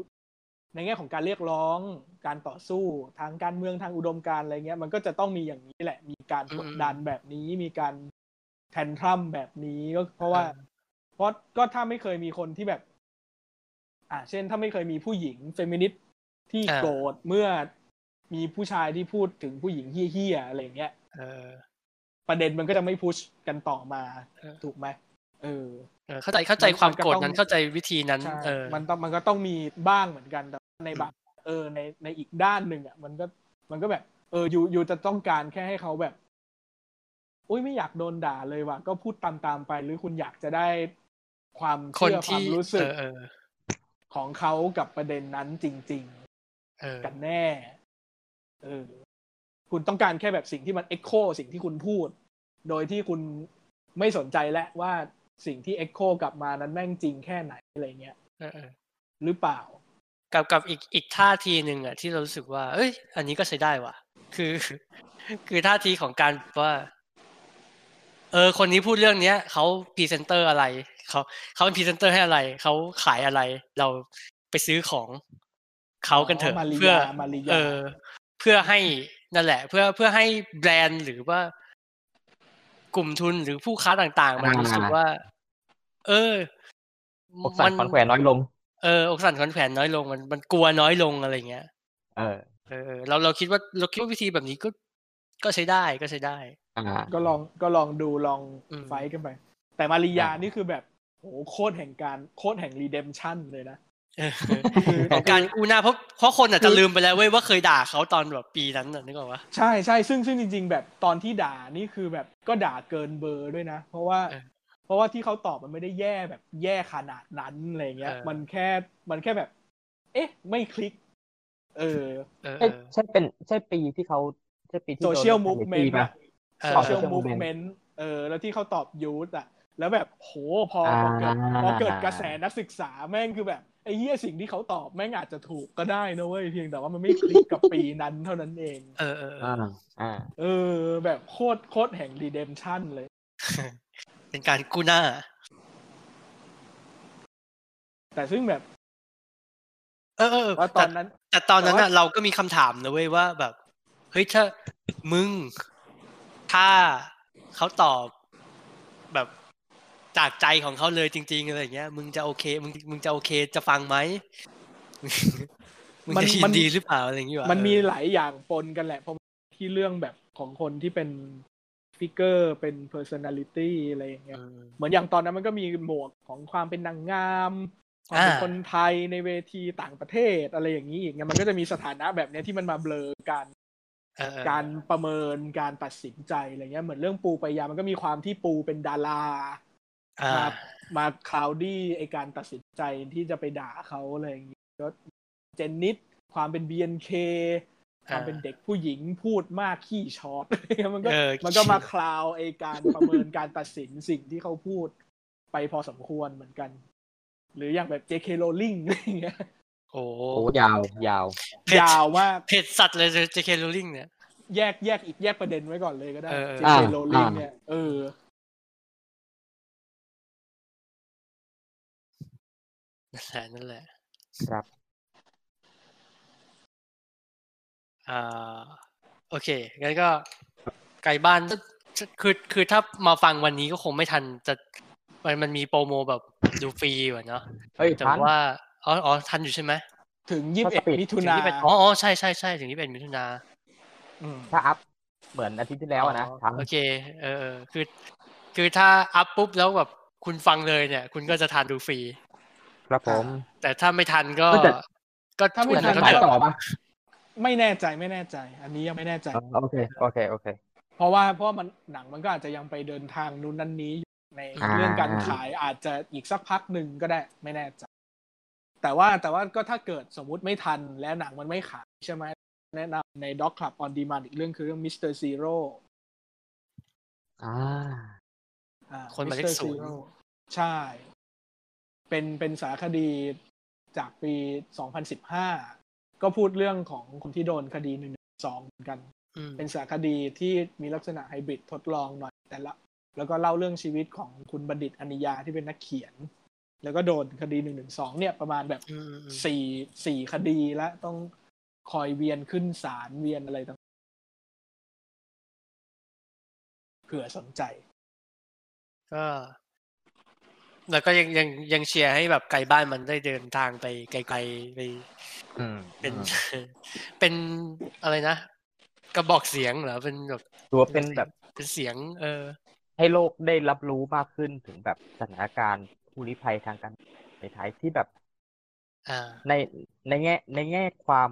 [SPEAKER 3] ในแง่ของการเรียกร้อง การต่อสู้ทางการเมืองทางอุดมการณ์อะไรเงี้ย มันก็จะต้องมีอย่างนี้แหละ มีการกดดันแบบนี้ มีการแทนทรัมแบบนี้ก็เพราะว่า
[SPEAKER 1] เออ
[SPEAKER 3] เพราะก็ถ้าไม่เคยมีคนที่แบบ อ่าเช่น ถ้าไม่เคยมีผู้หญิงเฟมินิสต์ที่
[SPEAKER 1] อ่า
[SPEAKER 3] โกรธเมื่อมีผู้ชายที่พูดถึงผู้หญิงเฮี้ยๆอะไรเงี้ย
[SPEAKER 1] เออ
[SPEAKER 3] ประเด็นมันก็จะไม่พุชกันต่อมา
[SPEAKER 1] เออ
[SPEAKER 3] ถูกไหมเออ
[SPEAKER 1] เออเข้าใจเข้าใจ
[SPEAKER 3] มัน
[SPEAKER 1] ความ
[SPEAKER 3] มันก็
[SPEAKER 1] โกรธ
[SPEAKER 3] ต้อง
[SPEAKER 1] นั้นเข้าใจวิธีนั้น
[SPEAKER 3] ใช่
[SPEAKER 1] เออ
[SPEAKER 3] มันต้องมันก็ต้องมีบ้างเหมือนกันแต่ในบางเออในในอีกด้านหนึ่งอ่ะ มันก็มันก็แบบ เอออยู่อยู่จะต้องการแค่ให้เขาแบบ อุ้ยไม่อยากโดนด่าเลยว่ะก็พูดตามตามๆไป หรือคุณอยากจะได้ความ
[SPEAKER 1] คน
[SPEAKER 3] เชื่
[SPEAKER 1] ที่
[SPEAKER 3] อความรู้
[SPEAKER 1] เอ
[SPEAKER 3] สึก
[SPEAKER 1] อเออ
[SPEAKER 3] ของเขากับประเด็นนั้นจริง
[SPEAKER 1] เออ
[SPEAKER 3] ๆ กันแน่ เออ คุณต้องการแค่แบบสิ่งที่มันเอ็กโคสิ่งที่คุณพูด โดยที่คุณไม่สนใจและว่าสิ่งที่เอ็กโคกลับมานั้นแม่งจริงแค่ไหนอะไรเงี้ย
[SPEAKER 1] เออเออ
[SPEAKER 3] หรือเปล่า
[SPEAKER 1] กับกับอีกอีกท่าทีหนึ่งอ่ะที่เรารู้สึกว่า เอ้ย อันนี้ก็ใช้ได้ว่ะ คือ คือท่าทีของการว่า เออ คนนี้พูดเรื่องเนี้ยเขาพรีเซนเตอร์อะไรเขาเขาเป็นพรีเซนเตอร์ให้อะไรเขาขายอะไร เราไปซื้อของเขากันเถอะ
[SPEAKER 3] มาริยา
[SPEAKER 1] เพื่อ
[SPEAKER 3] มาริยา
[SPEAKER 1] เออ เพื่อให้นั่นแหละ เพื่อเพื่อให้แบรนด์หรือว่ากลุ่มทุนหรือผู้ค้าต่างๆ มัน
[SPEAKER 2] อ่า
[SPEAKER 1] รู้สึกว่า เออ
[SPEAKER 2] อกสั่นฟันแขวนน้อยลง
[SPEAKER 1] เอออกสั่นขวัญแขวนน้อยลงมันมันกลัวน้อยลงอะไรเงี้ย
[SPEAKER 2] เออ
[SPEAKER 1] เออเออเราเราคิดว่าเราคิดว่าวิธีแบบนี้ก็ก็ใช้ได้ก็ใช้ได้
[SPEAKER 2] อ่า
[SPEAKER 3] ก็ลองก็ลองดูลอง
[SPEAKER 1] อืม
[SPEAKER 3] ไฟท์กันไป แต่มาริยา
[SPEAKER 2] อ่านี่
[SPEAKER 3] นี่คือแบบโหโคตรแห่งการโคตรแห่งรีเดมชั่นเลย นะ
[SPEAKER 1] เออ
[SPEAKER 3] คือ
[SPEAKER 1] ของการกูหน้าเพราะเพราะคนอาจจะลืมไปแล้วเว้ยว่าเคยด่าเขาตอนแบบปีนั้นน่ะนึกออกปะ
[SPEAKER 3] ใช่ใช่ซึ่งซึ่งจริง ๆ แบบตอนที่ด่านี่คือแบบก็ด่าเกินเบอร์ด้วยนะ เพราะว่า
[SPEAKER 1] เออ
[SPEAKER 3] เพราะว่าที่เขาตอบมันไม่ได้แย่แบบแย่ขนาดนั้นอะไรเงี้ย
[SPEAKER 1] เออ
[SPEAKER 3] มันแค่มันแค่แบบ เอ๊ะ ไม่คลิก เออ
[SPEAKER 1] เออเอ
[SPEAKER 2] ใช่
[SPEAKER 1] อ
[SPEAKER 2] ใช่เป็นใช่ปีที่เขาใช่ปีที่
[SPEAKER 3] โซ
[SPEAKER 2] โดน
[SPEAKER 3] เชียลมูฟ
[SPEAKER 2] แบ
[SPEAKER 3] เม
[SPEAKER 2] ตี
[SPEAKER 3] นต์
[SPEAKER 2] ปะ
[SPEAKER 1] เอ
[SPEAKER 3] โซ
[SPEAKER 1] อ
[SPEAKER 3] เชียล
[SPEAKER 2] social
[SPEAKER 3] มูฟ
[SPEAKER 2] movement
[SPEAKER 3] เมนต์เออ แล้วที่เขาตอบยูทอ่ะ แล้วแบบโหพอ
[SPEAKER 2] อ่า
[SPEAKER 3] พอเกิดพอเกิดกระแสนักศึกษาแม่งคือแบบไอ้เหี้ยสิ่งที่เขาตอบแม่งอาจจะถูกก็ได้นะเว้ยเพียงแต่ว่ามันไม่คลิกกับปีนั้นเท่านั้นเอง
[SPEAKER 1] เออเออเอ
[SPEAKER 2] อ่า
[SPEAKER 1] อ
[SPEAKER 2] อ่า
[SPEAKER 3] เออ แบบโคตรโคตรแห่งรีเดมชั่นเลย
[SPEAKER 1] เป็นการกูหน้า
[SPEAKER 3] แต่ซึ่งแบบ
[SPEAKER 1] เออเออเออ
[SPEAKER 3] ว่าต
[SPEAKER 1] แต่
[SPEAKER 3] อนนั้น
[SPEAKER 1] แต่ตอนนั้น
[SPEAKER 3] แต่
[SPEAKER 1] น่ะ
[SPEAKER 3] ว่า
[SPEAKER 1] เราก็มีคำถามนะเว้ยว่าแบบเฮ้ยถ้ามึง ถ้าเขาตอบแบบจากใจของ เขาเลยจริง ๆอะไรเงี้ย มึงจะโอเค มึงมึงจะโอเคจะฟังไหม มึง
[SPEAKER 3] มัน
[SPEAKER 1] จะยิ
[SPEAKER 3] มัน น
[SPEAKER 1] ดีหรือเปล่าอะไรอย่างนี้วะ
[SPEAKER 3] มันมี
[SPEAKER 1] เออ
[SPEAKER 3] หลายอย่างปนกันแหละเพราะที่เรื่องแบบของคนที่เป็นฟิกเกอร์เป็น personality อะไรอย่างเงี้ย
[SPEAKER 1] เออ
[SPEAKER 3] เหมือนอย่างตอนนั้นมันก็มีหมวกของความเป็นนางงามความเป็น
[SPEAKER 1] อ่า
[SPEAKER 3] คนไทยในเวทีต่างประเทศอะไรอย่างนี้อีกไงมันก็จะมีสถานะแบบเนี้ยที่มันมาเบลอการ
[SPEAKER 1] เออเออ
[SPEAKER 3] การประเมินการตัดสินใจอะไรเงี้ยเหมือนเรื่องปูปายามันก็มีความที่ปูเป็นดารา
[SPEAKER 1] อ่า
[SPEAKER 3] มามาคลาวดี้ไอการตัดสินใจที่จะไปด่าเขาอะไรอย่างนี้ก็เจนนิดความเป็น BNK ความเป็นเด็กผู้หญิงพูดมากขี้ช็อต มันก็
[SPEAKER 1] เออ
[SPEAKER 3] มันก็มาคลาวไอการประเมินการตัดสินสิ่งที่เขาพูดไปพอสมควรเหมือนกัน หรืออย่างแบบ JK Rowling อะไรอย่า งเงี้ย
[SPEAKER 1] โอ้โห
[SPEAKER 2] โอ้ยาวยาว
[SPEAKER 1] เผ็ด
[SPEAKER 3] ยาวมาก
[SPEAKER 1] เผ็ดสัตว์เลยเจเคโรลิงเนี่ย
[SPEAKER 3] แยกแยกอีกแยกประเด็นไว้ก่อนเลยก็ได้
[SPEAKER 1] เออ
[SPEAKER 3] JK
[SPEAKER 2] อ่า
[SPEAKER 3] Rowling เนี่ยเออ
[SPEAKER 1] นั่นแหละนั่นแหละ
[SPEAKER 2] ครับ
[SPEAKER 1] อ่าโอเคงั้นก็ไก่บ้านคือคือถ้ามาฟังวันนี้ก็คงไม่ทันจะมันมันมีโปรโมแบบดูฟรีอยู่อะเนาะ
[SPEAKER 2] เอ้ย
[SPEAKER 1] แต่
[SPEAKER 2] ทัน
[SPEAKER 1] ว่าอ๋ออ๋อทันอยู่ใช่ไหม
[SPEAKER 3] ถึง
[SPEAKER 2] ถ้าปิด
[SPEAKER 3] 21 มิถุ
[SPEAKER 1] ถึง
[SPEAKER 3] นา
[SPEAKER 1] ที่เป็นอ๋ออ๋อใช่ใช่ใช่ถึงที่เป็นมิถุนา
[SPEAKER 3] อืม
[SPEAKER 2] ถ้าอัพ เหมือนอาทิตย์ที่แล้วอะนะทัน
[SPEAKER 1] โอเค เออเออคือ คือถ้าอัพปุ๊บแล้วแบบคุณฟังเลยเนี่ย คุณก็จะทานดูฟรี
[SPEAKER 2] ครับผม
[SPEAKER 1] แต่ถ้าไม่ทันก็
[SPEAKER 2] ก็จะ
[SPEAKER 1] ก็
[SPEAKER 3] ถ้าไม่
[SPEAKER 1] คุณ
[SPEAKER 2] แต่
[SPEAKER 3] ทัน
[SPEAKER 1] ก็
[SPEAKER 2] ขาย
[SPEAKER 1] จะ
[SPEAKER 2] ต่อปะ
[SPEAKER 3] ไม่แน่ใจไม่แน่ใจ อันนี้ยังไม่แน่ใจ
[SPEAKER 2] อ๋อโอเค โอเค โอเค
[SPEAKER 3] เพราะว่าเพราะว่ามันหนังมันก็อาจจะยังไปเดินทางนู้นนั่นนี้อยู่ใน
[SPEAKER 2] อ่า
[SPEAKER 3] เรื่องการขายอาจจะอีกสักพักหนึ่งก็ได้ไม่แน่ใจ แต่ว่าแต่ว่าก็ถ้าเกิดสมมุติไม่ทันและหนังมันไม่ขายใช่ไหมแนะนำใน Dog Club on Demand อีกเรื่องคือเรื่อง Mr. Zero
[SPEAKER 2] อ่า
[SPEAKER 3] อ่า
[SPEAKER 1] คนหมายเล
[SPEAKER 3] Mr.
[SPEAKER 1] ขศูนย์
[SPEAKER 3] Zero ใช่ เป็นเป็นสารคดีจากปี 2015 ก็พูดเรื่องของคนที่โดนคดีหนึ่งสองเหมือนกัน
[SPEAKER 1] อืม
[SPEAKER 3] เป็นสารคดีที่มีลักษณะไฮบริดทดลองหน่อยแต่ละ แล้วก็เล่าเรื่องชีวิตของคุณบัณฑิตอนิยาที่เป็นนักเขียน แล้วก็โดนคดีหนึ่งหนึ่งสองเนี่ยประมาณแบบ
[SPEAKER 1] อืมอืมอืม
[SPEAKER 3] สี่สี่คดีแล้วต้องคอยเวียนขึ้นศาลเวียนอะไรต่างเผื่อสนใจ
[SPEAKER 1] ก็ แล้วก็ยังยังยังเชียร์ให้แบบไกลบ้านมันได้เดินทางไปไกลๆไป
[SPEAKER 2] อืม
[SPEAKER 1] เป็น
[SPEAKER 2] อืม
[SPEAKER 1] เป็นอะไรนะกระบอกเสียงเหรอเป็นแบบ
[SPEAKER 2] ตัวาเป็นแบบ
[SPEAKER 1] เป็นเสียง เออ
[SPEAKER 2] ให้โลกได้รับรู้มากขึ้นถึงแบบสถานการณ์ผู้ลี้ภัยทางการในไทยที่แบบ
[SPEAKER 1] อ่า
[SPEAKER 2] ในในแง่ในแง่ความ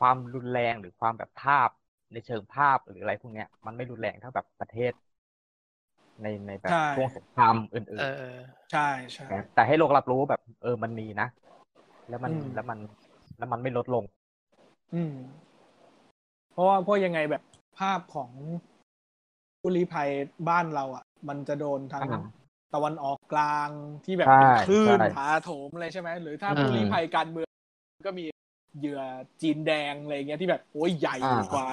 [SPEAKER 2] ความรุนแรงหรือความแบบภาพในเชิงภาพหรืออะไรพวกเนี้ย มันไม่รุนแรงเท่าแบบประเทศ ในในแบบ
[SPEAKER 3] ใช่
[SPEAKER 2] ช่วงสงครามอื่
[SPEAKER 1] เอน อเออ
[SPEAKER 3] ใช่ใช่
[SPEAKER 2] ๆนะแต่ให้โลกรับรู้ว่าแบบ เออมันมีนะ แล้วมัน
[SPEAKER 3] อืม
[SPEAKER 2] แล้วมันแล้วมันไม่ลดลง
[SPEAKER 3] อืม เพราะว่าเพราะยังไงแบบภาพของผู้ลี้ภัยบ้านเราอะ่ะ มันจะโดนทาง
[SPEAKER 2] อ่า
[SPEAKER 3] ตะวันออกกลางที่แบบ
[SPEAKER 2] ใช่
[SPEAKER 3] เป็นคลื่น
[SPEAKER 2] ใช่
[SPEAKER 3] ผาโถมอะไรใช่ไหมหรือถ้า
[SPEAKER 2] อืม
[SPEAKER 3] ผู้ลี้ภัยการเมืองก็มีเหยื่อจีนแดงอะไรเงี้ยที่แบบโอ้ยใหญ่
[SPEAKER 2] อ่า
[SPEAKER 3] กว่า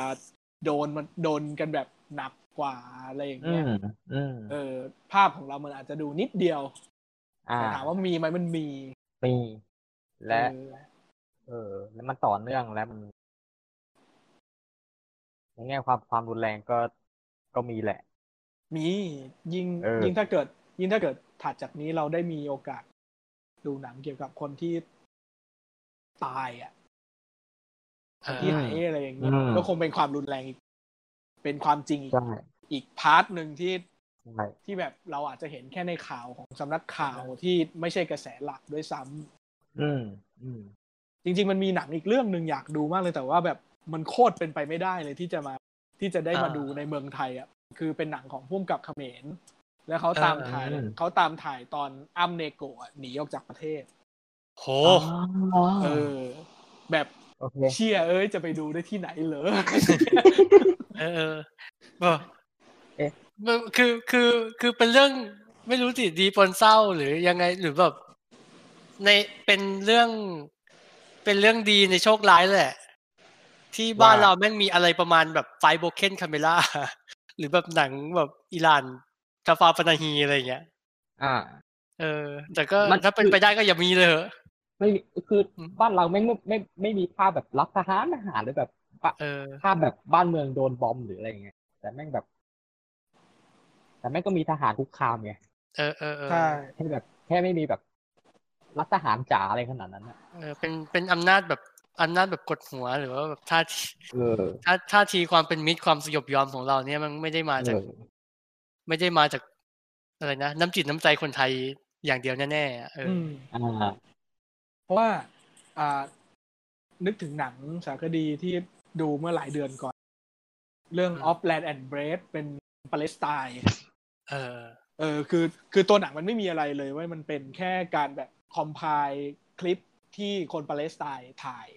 [SPEAKER 3] โดนมันโดนกันแบบหนักกว่าอะไรอย่าง
[SPEAKER 2] อื
[SPEAKER 3] เงี้ย
[SPEAKER 2] ม อืม
[SPEAKER 3] เออ ภาพของเรามันอาจจะดูนิดเดียว
[SPEAKER 2] อ่า
[SPEAKER 3] แต่ถามว่ามีไหมมันมี
[SPEAKER 2] มีและ
[SPEAKER 3] เออ
[SPEAKER 2] เออ แล้วมันต่อเนื่องแล้วมันในแง่ความความรุนแรงก็ก็มีแหละ
[SPEAKER 3] มียิ่ง
[SPEAKER 2] เออ
[SPEAKER 3] ยิ่งถ้าเกิด ยิ่งถ้าเกิดถัดจากนี้เราได้มีโอกาส ดูหนังเกี่ยวกับคนที่ตายอ่ะ
[SPEAKER 1] เออ
[SPEAKER 3] ที่ไหนอะไรอย่างเงี้ย
[SPEAKER 2] อืม
[SPEAKER 3] ก็คงเป็นความรุนแรงอีก เป็นความจริงอีก
[SPEAKER 2] ใช่
[SPEAKER 3] อีกพาร์ทหนึ่งที่
[SPEAKER 2] ใช่
[SPEAKER 3] ที่แบบเราอาจจะเห็นแค่ในข่าวของสำนักข่าวที่ไม่ใช่กระแสหลักด้วยซ้ำ
[SPEAKER 2] อืม อืม
[SPEAKER 3] จริง ๆ มันมีหนังอีกเรื่องหนึ่งอยากดูมากเลยแต่ว่าแบบมันโคตรเป็นไปไม่ได้เลยที่จะมาที่จะได้มา
[SPEAKER 1] อ่า
[SPEAKER 3] ดูในเมืองไทยอ่ะคือเป็นหนังของพุ่มกับเขมร แล้วเขา
[SPEAKER 1] เออ
[SPEAKER 3] ตามถ่าย
[SPEAKER 2] อืม
[SPEAKER 3] เขาตามถ่ายตอนอ้ำเนโกะอะหนีออกจากประเทศ
[SPEAKER 1] โห
[SPEAKER 3] เออ แบบ
[SPEAKER 2] โอเค
[SPEAKER 3] เชี่ยเอ้ยจะไปดูได้ที่ไหนเหรอ
[SPEAKER 1] เออเออบอก
[SPEAKER 2] เอ๊ะ
[SPEAKER 1] มันคือคือคือเป็นเรื่องไม่รู้สิดีปนเศร้าหรือยังไงหรือแบบในเป็นเรื่อง เป็นเรื่องดีในโชคร้ายแหละ ที่บ้าน
[SPEAKER 2] ว่า
[SPEAKER 1] เราแม่งมีอะไรประมาณแบบไฟโบเคนคาเมล่า หรือแบบหนังแบบอิหร่านทาฟาปานาฮีอะไรเงี้ย
[SPEAKER 2] อ่า
[SPEAKER 1] เออ แต่ก็
[SPEAKER 2] มัน
[SPEAKER 1] ถ้าเป็น
[SPEAKER 2] คือ
[SPEAKER 1] ไปได้ก็อย่ามีเลยเหอะ
[SPEAKER 2] ไม่มีคืออ
[SPEAKER 1] ม
[SPEAKER 2] บ้านเราไม่ไม่ไม่ไม่มีภาพแบบรักทหารทหารหรือแบบปะ
[SPEAKER 1] เออ
[SPEAKER 2] ภาพแบบบ้านเมืองโดนบอมหรืออะไรอย่างเงี้ยแต่แม่งแบบ แต่แม่งก็มีทหารคุกคามไง
[SPEAKER 1] เออเออเออ
[SPEAKER 3] ใช่
[SPEAKER 2] แค่แบบ แค่ไม่มีแบบ รัฐทหารจ๋าอะไรขนาดนั้นน่ะ
[SPEAKER 1] เออเป็นเป็นอำนาจแบบอำนาจแบบกดหัวหรือว่าแบบท่าที
[SPEAKER 2] เออ
[SPEAKER 1] ท่าท่าทีความเป็นมิตรความสยบยอมของเราเนี่ยมันไม่ได้มาจาก
[SPEAKER 2] เออ
[SPEAKER 1] ไม่ได้มาจากอะไรนะน้ำจิตน้ำใจคนไทยอย่างเดียวแน่ๆอะเอออ
[SPEAKER 3] ม
[SPEAKER 2] อ่า
[SPEAKER 3] เพราะว่าอ่า นึกถึงหนังสารคดีที่ดูเมื่อหลายเดือนก่อน เรื่อง Off Land and Bread เป็นปาเลสไตน์
[SPEAKER 1] เออ
[SPEAKER 3] เออคือคือตัวหนังมันไม่มีอะไรเลยเว่ามันเป็นแค่การแบบคอมไพล์คลิปที่คนปาเลสไตน์ถ่าย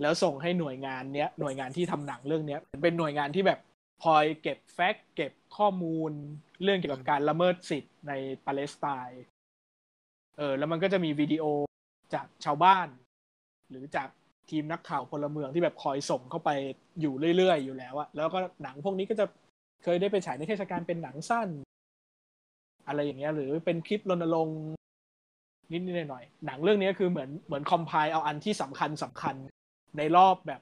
[SPEAKER 3] แล้วส่งให้หน่วยงานเนี้ยหน่วยงานที่ทำหนังเรื่องเนี้ย เป็นหน่วยงานที่แบบคอยเก็บแฟกต์เก็บข้อมูล เรื่องเกี่ยวกับการละเมิดสิทธิ์ในปาเลสไตน์เออแล้วมันก็จะมีวิดีโอ จากชาวบ้าน หรือจากทีมนักข่าวพลเมืองที่แบบคอยส่งเข้าไปอยู่เรื่อยๆอยู่แล้วอะแล้วก็หนังพวกนี้ก็จะเคยได้ไปฉายในเทศกาลเป็นหนังสั้น อะไรอย่างเงี้ย หรือเป็นคลิปรณรงค์นิดๆหน่อยๆหนังเรื่องนี้คือเหมือนเหมือนคอมไพล์เอาอันที่สำคัญสำคัญในรอบแบบ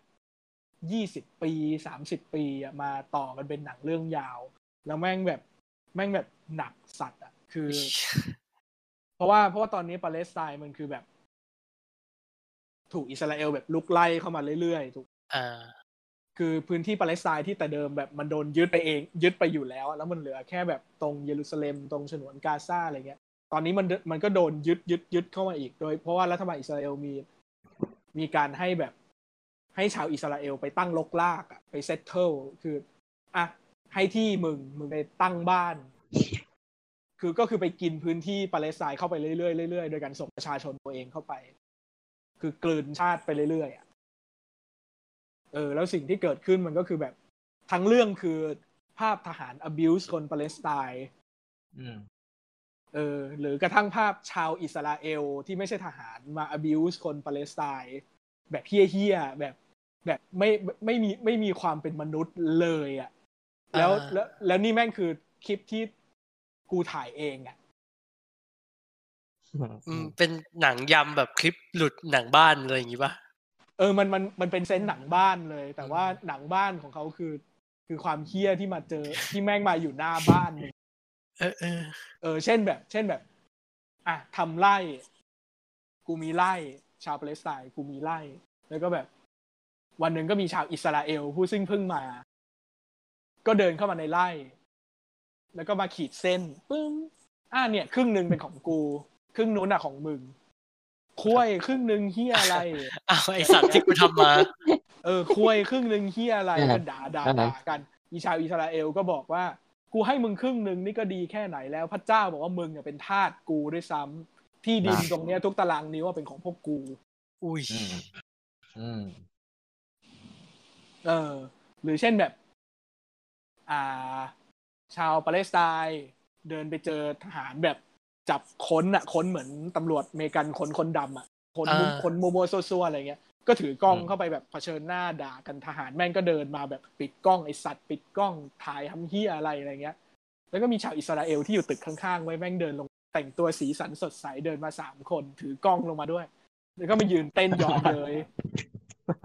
[SPEAKER 3] ยี่สิบปีสามสิบปีอะมาต่อกันเป็นหนังเรื่องยาว แล้วแม่งแบบแม่งแบบหนักสัตว์อะคือ เพราะว่าเพราะว่าตอนนี้ปาเลสไตน์มันคือแบบ ถูกอิสราเอลแบบลุกไล่เข้ามาเรื่อยๆถูก
[SPEAKER 1] อ่า
[SPEAKER 3] คือพื้นที่ปาเลสไตน์ที่แต่เดิมแบบมันโดนยึดไปเอง ยึดไปอยู่แล้ว แล้วมันเหลือแค่แบบตรงเยรูซาเล็มตรงฉนวนกาซาอะไรเงี้ย ตอนนี้มันมันก็โดนยึดยึดยึดเข้ามาอีกโดย เพราะว่ารัฐบาลอิสราเอลมีมีการให้แบบให้ชาวอิสราเอลไปตั้งลกลากอะไปเซตเทิลคืออ่ะให้ที่มึงมึงไปตั้งบ้าน คือก็คือไปกินพื้นที่ปาเลสไตน์เข้าไปเรื่อยๆเรื่อยๆโดยการส่งประชาชนตัวเองเข้าไป คือกลืนชาติไปเรื่อยๆอะเออ แล้วสิ่งที่เกิดขึ้นมันก็คือแบบทั้งเรื่องคือภาพทหาร abuse คนปาเลสไตน์
[SPEAKER 2] อืม
[SPEAKER 3] เออ หรือกระทั่งภาพชาวอิสราเอลที่ไม่ใช่ทหารมา abuse คนปาเลสไตน์แบบเฮี้ยๆแบบแบบไม่ไม่มีไม่มีความเป็นมนุษย์เลยอะ่ะ แล้ว
[SPEAKER 1] อ่า
[SPEAKER 3] แล้วแล้วนี่แม่งคือคลิปที่กูถ่ายเองอ่ะ
[SPEAKER 1] อืมเป็นหนังยำแบบคลิปหลุดหนังบ้านอะไรอย่างงี้ป่ะ
[SPEAKER 3] เออ มัน มัน มันเป็นเซนส์หนังบ้านเลย แต่ว่าหนังบ้านของเขาคือ คือความเคี้ยที่มาเจอ ที่แม่งมาอยู่หน้าบ้านมึง
[SPEAKER 1] เออเออ
[SPEAKER 3] เออ เช่นแบบ เช่นแบบ อ่ะทำไร่ กูมีไร่ ชาวปาเลสไตน์กูมีไร่ แล้วก็แบบ วันหนึ่งก็มีชาวอิสราเอลผู้ซึ่งเพิ่งมา ก็เดินเข้ามาในไร่ แล้วก็มาขีดเส้นปึ้งอ่ะเนี่ย ครึ่งหนึ่งเป็นของกู ครึ่งนู้นอ่ะของมึงคุ้ยครึ่งหนึ่งเฮียอะไร
[SPEAKER 1] อ้าวไอสัตว์ที่กู ทำมา
[SPEAKER 3] เออคุยครึ่งหนึ่งเฮียอะไร
[SPEAKER 2] นั่นแหละ
[SPEAKER 3] กันด่าด่า
[SPEAKER 2] นั่นแหละ
[SPEAKER 3] ด่ากัน อีชาวอิสราเอลก็บอกว่า กูให้มึงครึ่งหนึ่งนี่ก็ดีแค่ไหนแล้ว พระเจ้าบอกว่ามึงเนี่ยเป็นทาสกูด้วยซ้ำที่ดินตรงเนี้ยทุกตารางนิ้วอะเป็นของพวกกู
[SPEAKER 1] อุ้ย
[SPEAKER 2] อืมอืม
[SPEAKER 3] เออ หรือเช่นแบบ อ่า ชาวปาเลสไตน์เดินไปเจอทหารแบบจับค้นอะค้นเหมือนตำรวจอเมริกันคนคนดำอะคนมุม
[SPEAKER 1] อ่า
[SPEAKER 3] คนโมโมโซซัวๆอะไรเงี้ย ก็ถือกล้อง
[SPEAKER 2] อืม
[SPEAKER 3] เข้าไปแบบเผชิญหน้าด่ากันทหารแม่งก็เดินมาแบบปิดกล้องไอสัตว์ ปิดกล้องถ่ายทำเฮียอะไรอะไรเงี้ย แล้วก็มีชาวอิสราเอลที่อยู่ตึกข้างๆไว้แม่งเดินลง แต่งตัวสีสันสดใสเดินมาสามคน ถือกล้องลงมาด้วย แล้วก็มายืนเต้นเยาะเย้ย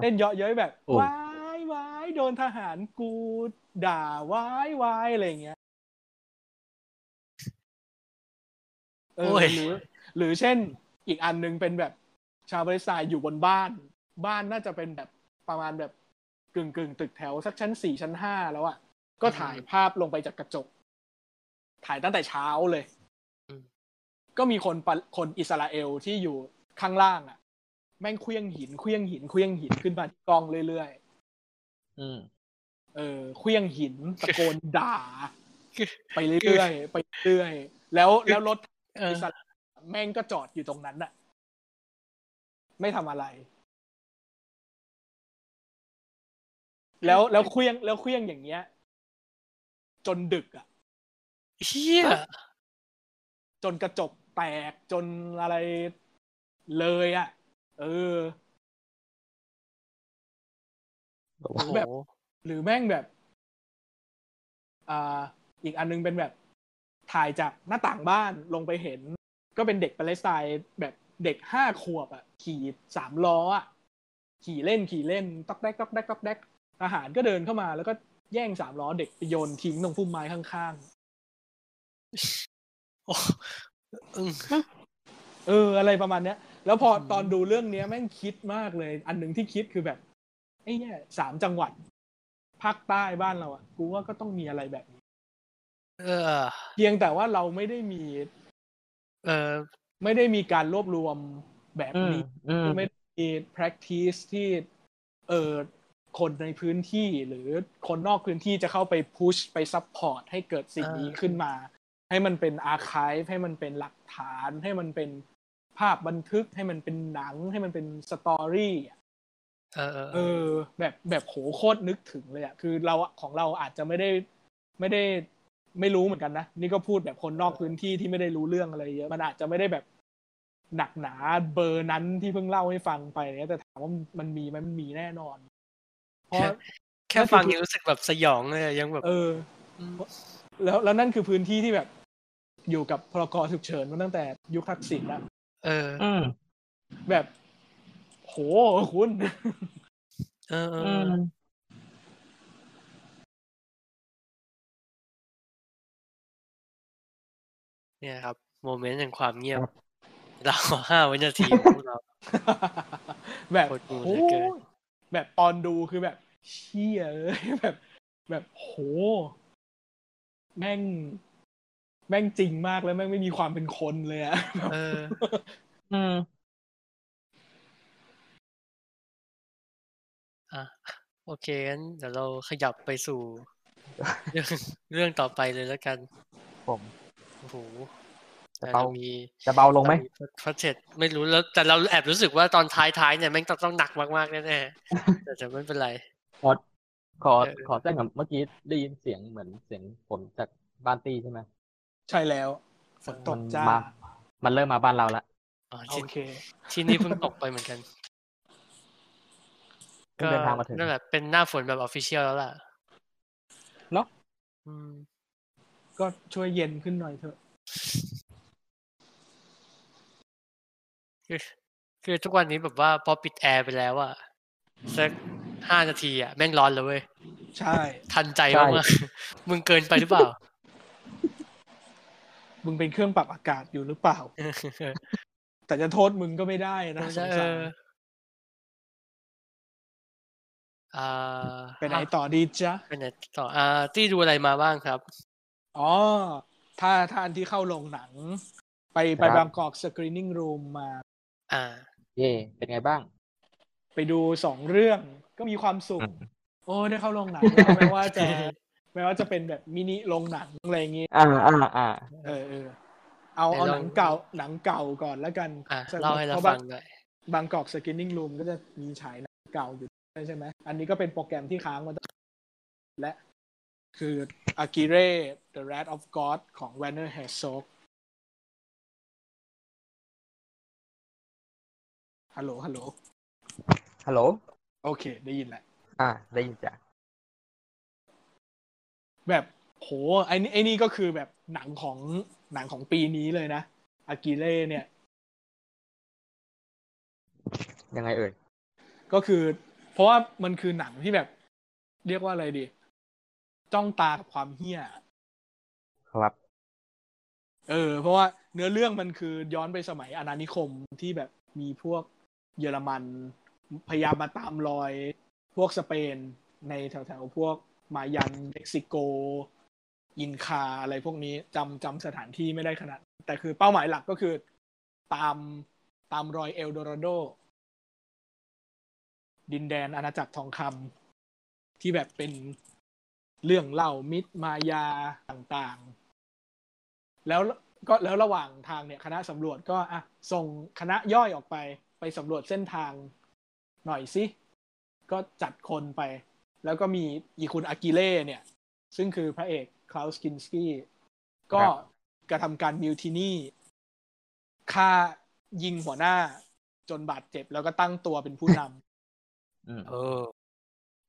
[SPEAKER 3] เต้นเยาะเย้ยแบบ
[SPEAKER 2] โอ้
[SPEAKER 3] วายวายโดนทหารกูด่าวายวายอะไรอย่างเงี้ยเอ
[SPEAKER 1] โอ้
[SPEAKER 3] อย หรือหรือเช่นอีกอันหนึงเป็นแบบชาวปาเลสไตน์อยู่บนบ้าน บ้านน่าจะเป็นแบบประมาณแบบกึ่งกึ่งๆตึกแถวสักชั้นสี่ชั้นห้าแล้วอะ่ะ ก็ถ่ายภาพลงไปจากกระจก ถ่ายตั้งแต่เช้าเลย
[SPEAKER 1] อืม
[SPEAKER 3] ก็มีคนปะคนอิสราเอลที่อยู่ข้างล่างอ่ะ แม่งเคลี้ยงหินเคลี้ยงหินเคลี้ยงหินขึ้นมาที่กล้องเรื่อย
[SPEAKER 2] อืม
[SPEAKER 3] ๆ เออเคลี้ยงหินตะโกน ด่า ไปเรื่อยๆไปเรื่อยๆแล้วแล้วรถ
[SPEAKER 1] เออ
[SPEAKER 3] อิสราเอลแม่งก็จอดอยู่ตรงนั้นน่ะ ไม่ทำอะไร แล้วแล้วเคลี้ยงแล้วเคลี้ยงอย่างเงี้ย จนดึกอ่ะ
[SPEAKER 1] เฮีย
[SPEAKER 3] จนกระจกแตกจนอะไรเลยอ่ะ เออ
[SPEAKER 1] โอ้โห
[SPEAKER 3] แบบ หรือแม่งแบบ อ่า อีกอันนึงเป็นแบบถ่ายจากหน้าต่างบ้านลงไปเห็น ก็เป็นเด็กปาเลสไตน์แบบเด็กห้าขวบอ่ะ ขี่สามล้ออ่ะ ขี่เล่นขี่เล่นต๊อกแดกต๊อกแดกต๊อกแดกอาหารก็เดินเข้ามา แล้วก็แย่งสามล้อเด็กไปโยนทิ้งตรงพุ่มไม้ข้าง
[SPEAKER 1] โอ้อืม
[SPEAKER 3] ๆ เออ อะไรประมาณเนี้ย แล้วพอตอนดูเรื่องเนี้ยแม่งคิดมากเลย อันหนึ่งที่คิดคือแบบไอ้เนี่ยสามจังหวัดภาคใต้บ้านเราอ่ะกูว่าก็ต้องมีอะไรแบบนี้
[SPEAKER 1] เออ
[SPEAKER 3] เพียงแต่ว่าเราไม่ได้มี
[SPEAKER 1] เออ
[SPEAKER 3] ไม่ได้มีการรวบรวมแบบ
[SPEAKER 2] อืม
[SPEAKER 3] นี้
[SPEAKER 2] อืม
[SPEAKER 3] ไม่ได้มี practice ที่เออคนในพื้นที่หรือคนนอกพื้นที่จะเข้าไป push ไป support ให้เกิดสิ่ง
[SPEAKER 1] เออ
[SPEAKER 3] นี้ขึ้นมา ให้มันเป็น archive ให้มันเป็นหลักฐาน ให้มันเป็นภาพบันทึก ให้มันเป็นหนัง ให้มันเป็นสตอรี่อะ
[SPEAKER 1] เออเออ
[SPEAKER 3] เออแบบแบบโหโคตรนึกถึงเลยอะคือเราอะของเราอาจจะไม่ได้ไม่ได้ไม่รู้เหมือนกันนะ นี่ก็พูดแบบคนนอกพื้นที่ที่ไม่ได้รู้เรื่องอะไรเยอะ มันอาจจะไม่ได้แบบหนักหนาเบอร์นั้นที่เพิ่งเล่าให้ฟังไปเนี่ยแต่ถามว่ามันมีไหมมันมีแน่นอน เพราะ
[SPEAKER 1] แค่แค่
[SPEAKER 3] นั่นคือ
[SPEAKER 1] ฟังยังรู้สึกแบบสยองเลยอะยังแบบ
[SPEAKER 3] เออ
[SPEAKER 1] ม
[SPEAKER 3] แล้วแล้วนั่นคือพื้นที่ที่แบบอยู่กับพรกฉุกเฉินมาตั้งแต่ยุคทักษิณนะ
[SPEAKER 1] เออ
[SPEAKER 2] อืม
[SPEAKER 3] แบบโหคุณ
[SPEAKER 1] เออเออ
[SPEAKER 2] อืม
[SPEAKER 1] เนี่ยครับ โมเมนต์แห่งความเงียบเราห้าวินาทีของพวกเรา
[SPEAKER 3] แบบ
[SPEAKER 1] โคตรดูเห
[SPEAKER 3] โอ้
[SPEAKER 1] ลือเกิน
[SPEAKER 3] ยแบบตอนดูคือแบบเชี่ยเอ้ย แบบแบบโห แม่ง แม่งจริงมากแล้วแม่งไม่มีความเป็นคนเลยอะ แบบ
[SPEAKER 1] เออ
[SPEAKER 2] อืม
[SPEAKER 1] อ่ะโอเคงั้นเดี๋ยวเราขยับไป สู่ เรื่องเรื่องต่อไปเลยแล้วกัน
[SPEAKER 2] ผม
[SPEAKER 1] โอ้โห
[SPEAKER 2] จะ
[SPEAKER 1] แต่
[SPEAKER 2] เบา
[SPEAKER 1] เรามี
[SPEAKER 2] จะเบาลงไหม
[SPEAKER 1] พระเจ็ดไม่รู้แล้ว แต่เราแอบรู้สึกว่าตอนท้ายๆเนี่ยแม่งต้องต้องหนักมากๆแน่ ๆแต่จะไม่เป็นไร
[SPEAKER 2] ขอขอ
[SPEAKER 1] เออ
[SPEAKER 2] ขอแจ้งกับเมื่อกี้ได้ยินเสียงเหมือนเสียงฝนจากบ้านตี้ใช่ไหม
[SPEAKER 3] ใช่แล้วฝนตกจ้า
[SPEAKER 2] มันมันเริ่มมาบ้านเราละ
[SPEAKER 1] อ๋อ
[SPEAKER 3] โอ
[SPEAKER 1] ที่
[SPEAKER 3] เค
[SPEAKER 1] ที่นี่เพิ่งตกไปเหมือนกัน
[SPEAKER 2] เพิ่งเดินทางมาถึง
[SPEAKER 1] นั่นแหละเป็นหน้าฝนแบบออฟฟิเชียลแล้วล่ะ
[SPEAKER 3] เหรอ
[SPEAKER 1] อืม
[SPEAKER 3] ก็ช่วยเย็นขึ้นหน่อยเถอะ
[SPEAKER 1] คือคือทุกวันนี้แบบว่าพอปิดแอร์ไปแล้วอะสักห้านาทีอะแม่งร้อนเลยเว้ย
[SPEAKER 3] ใช่
[SPEAKER 1] ทันใจ
[SPEAKER 2] ใช่
[SPEAKER 1] มากๆ มึงเกินไปหรือเปล่า
[SPEAKER 3] มึงเป็นเครื่องปรับอากาศอยู่หรือเปล่า แต่จะโทษมึงก็ไม่ได้นะสง
[SPEAKER 1] เอ
[SPEAKER 3] สาร
[SPEAKER 1] ออ่า
[SPEAKER 3] ไปไหนต่อดีจ๊ะ
[SPEAKER 1] ไปไหนต่อ อ่า ที่ดูอะไรมาบ้างครับ
[SPEAKER 3] อ๋อ ถ้าถ้าอันที่เข้าโรงหนัง ไปไป
[SPEAKER 2] ครับ
[SPEAKER 3] บางกอกสกรีนิ่งรูมมา
[SPEAKER 1] อ่า
[SPEAKER 2] เย่เป็นไงบ้าง
[SPEAKER 3] ไปดูสองเรื่องก็มีความสุข
[SPEAKER 2] อืม
[SPEAKER 3] โอ้ได้เข้าโรงหนังแล้วแม้ว่าจะแม้ว่าจะเป็นแบบมินิโรงหนังอะไรอย่างงี้
[SPEAKER 2] อ่าอ่าอ่า
[SPEAKER 3] เออเออเอา
[SPEAKER 1] ไหนลอง
[SPEAKER 3] เอาหนังเก่าหนังเก่าก่อนแล้วกัน
[SPEAKER 1] อ่า
[SPEAKER 3] สำบ
[SPEAKER 1] เล่าให้เรา
[SPEAKER 3] พะ
[SPEAKER 1] ฟังหน่อย
[SPEAKER 3] บางกอกสกินนิ่งรูมก็จะมีฉายหนังเก่าอยู่ด้วยใช่ไหมอันนี้ก็เป็นโปรแกรมที่ค้างมาตั้งและคืออากิเร่ The Wrath of God ของ Werner Herzog ฮัลโหลฮัลโหล
[SPEAKER 2] ฮัลโหล
[SPEAKER 3] โอเค ได้ยินแล้ว
[SPEAKER 2] อ่าได้ยินจ้ะ
[SPEAKER 3] แบบโหไอ้นี่ไอ้นี่ก็คือแบบหนังของหนังของปีนี้เลยนะอากิเล่เนี่ย
[SPEAKER 2] ยังไงเอ่ย
[SPEAKER 3] ก็คือ เพราะว่ามันคือหนังที่แบบ เรียกว่าอะไรดี จ้องตากับความเฮี้ย
[SPEAKER 2] ครับ
[SPEAKER 3] เออ เพราะว่าเนื้อเรื่องมันคือย้อนไปสมัยอาณานิคมที่แบบมีพวกเยอรมัน พยายามมาตามรอย พวกสเปนในแถวๆพวกมายันเม็กซิโก อินคาอะไรพวกนี้จำจำสถานที่ไม่ได้ขนาด แต่คือเป้าหมายหลักก็คือตามตามรอยเอลโดโรโด ดินแดนอาณาจักรทองคำที่แบบเป็นเรื่องเล่ามิตรมายาต่างๆ แล้วก็แล้วระหว่างทางเนี่ยคณะสำรวจก็อ่ะส่งคณะย่อยออกไป ไปสำรวจเส้นทางหน่อยสิ ก็จัดคนไป แล้วก็มีอีคุณอากิเล่เนี่ย ซึ่งคือพระเอกคลาสกินสกี้ก็
[SPEAKER 2] ครับ
[SPEAKER 3] กระทำการมิวทินี่ฆ่ายิงหัวหน้าจนบาดเจ็บ แล้วก็ตั้งตัวเป็นผู้นำ
[SPEAKER 2] อืม
[SPEAKER 1] เออ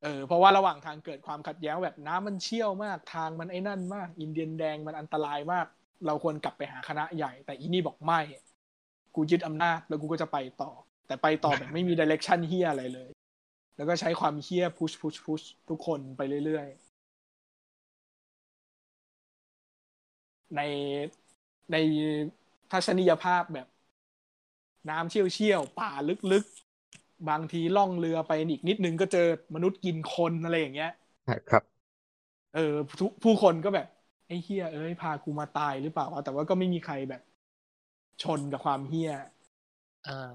[SPEAKER 3] เออเพราะว่าระหว่างทางเกิดความขัดแย้งแบบน้ำมันเชี่ยวมากทางมันไอ้นั่นมาก อินเดียนแดงมันอันตรายมาก เราควรกลับไปหาคณะใหญ่ แต่อีนี่บอกไม่ กูยึดอำนาจแล้วกูก็จะไปต่อ แต่ไปต่อแบบไม่มีดิเรกชันเฮียอะไรเลย แล้วก็ใช้ความเฮียพุชพุชพุชทุกคนไปเรื่อยๆ ในในทัศนียภาพแบบ น้ำเชี่ยวเชี่ยวๆป่าลึกๆ บางทีล่องเรือไปอีกนิดนึงก็เจอมนุษย์กินคนอะไรอย่างเงี้ย
[SPEAKER 2] ครับ
[SPEAKER 3] เออทุกผู้คนก็แบบไอ้เฮียเอ้ยพากูมาตายหรือเปล่าวะแต่ว่าก็ไม่มีใครแบบ ชนกับความเฮีย
[SPEAKER 1] อ่า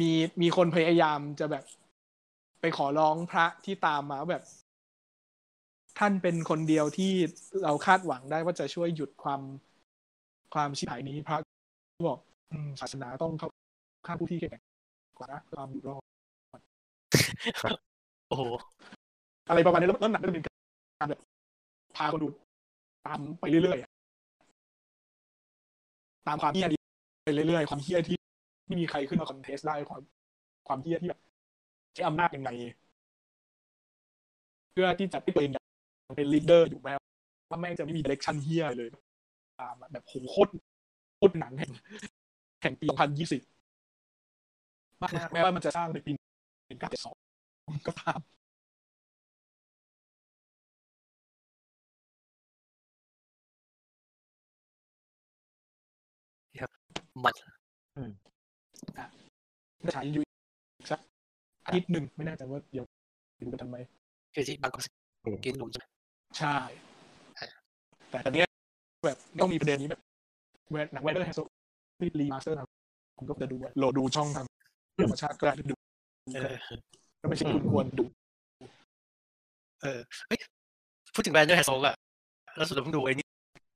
[SPEAKER 3] มีมีคนพยายามจะแบบ ไปขอร้องพระที่ตามมาว่าแบบ ท่านเป็นคนเดียวที่เราคาดหวังได้ว่าจะช่วยหยุดความความชิบหายนี้พระก็บอก อืมศาสนาต้องเข้าข้างผู้ที่แข็งแกร่งกว่านะความอยู่รอด
[SPEAKER 1] โอ้โห
[SPEAKER 3] อะไรประมาณนี้แล้วแล้วหนังก็เป็นการแบบพาคนดูตามไปเรื่อยๆอะตามความเฮี้ยนี้ไปเรื่อยๆ ความเฮี้ยที่ไม่มีใครขึ้นมาคอนเทสได้ความ ความเฮี้ยที่แบบใช้อำนาจยังไง เพื่อที่จะให้ตัวเองเป็นลีดเดอร์อยู่แม้ว่าแม่งจะไม่มีเ e c คชั่นเฮี้ยอะไรเลยตามอะแบบโหโคตรโคตรหนังแห่งแห่งปี 2020 มากๆแม้ว่ามันจะสร้างในปี 1972 ก็ตาม
[SPEAKER 1] มัน
[SPEAKER 3] จะฉายอยู่อีกสักอาทิตย์หนึ่งไม่แน่ใจว่าเดี๋ยวดูกันทำไม
[SPEAKER 1] คือที่บางกอกกินหลุมใช่ไหม
[SPEAKER 3] ใช่
[SPEAKER 1] ใช่
[SPEAKER 3] แต่ตอนเนี้ยแบบต้องมีประเด็นนี้แบบเวหนังเวเดอร์แฮสโซที่รีมาสเตอร์ทำผมก็จะดูว่าโหลดดูช่องทางธรรมชาติก็ได้ดู
[SPEAKER 1] เออ
[SPEAKER 3] ก็ไม่ใช่คุณควรดู
[SPEAKER 1] เออเฮ้ยพูดถึงแบรนด์ด้วยแฮโซกอะล่าสุดเราเพิ่งดูไอ้นี่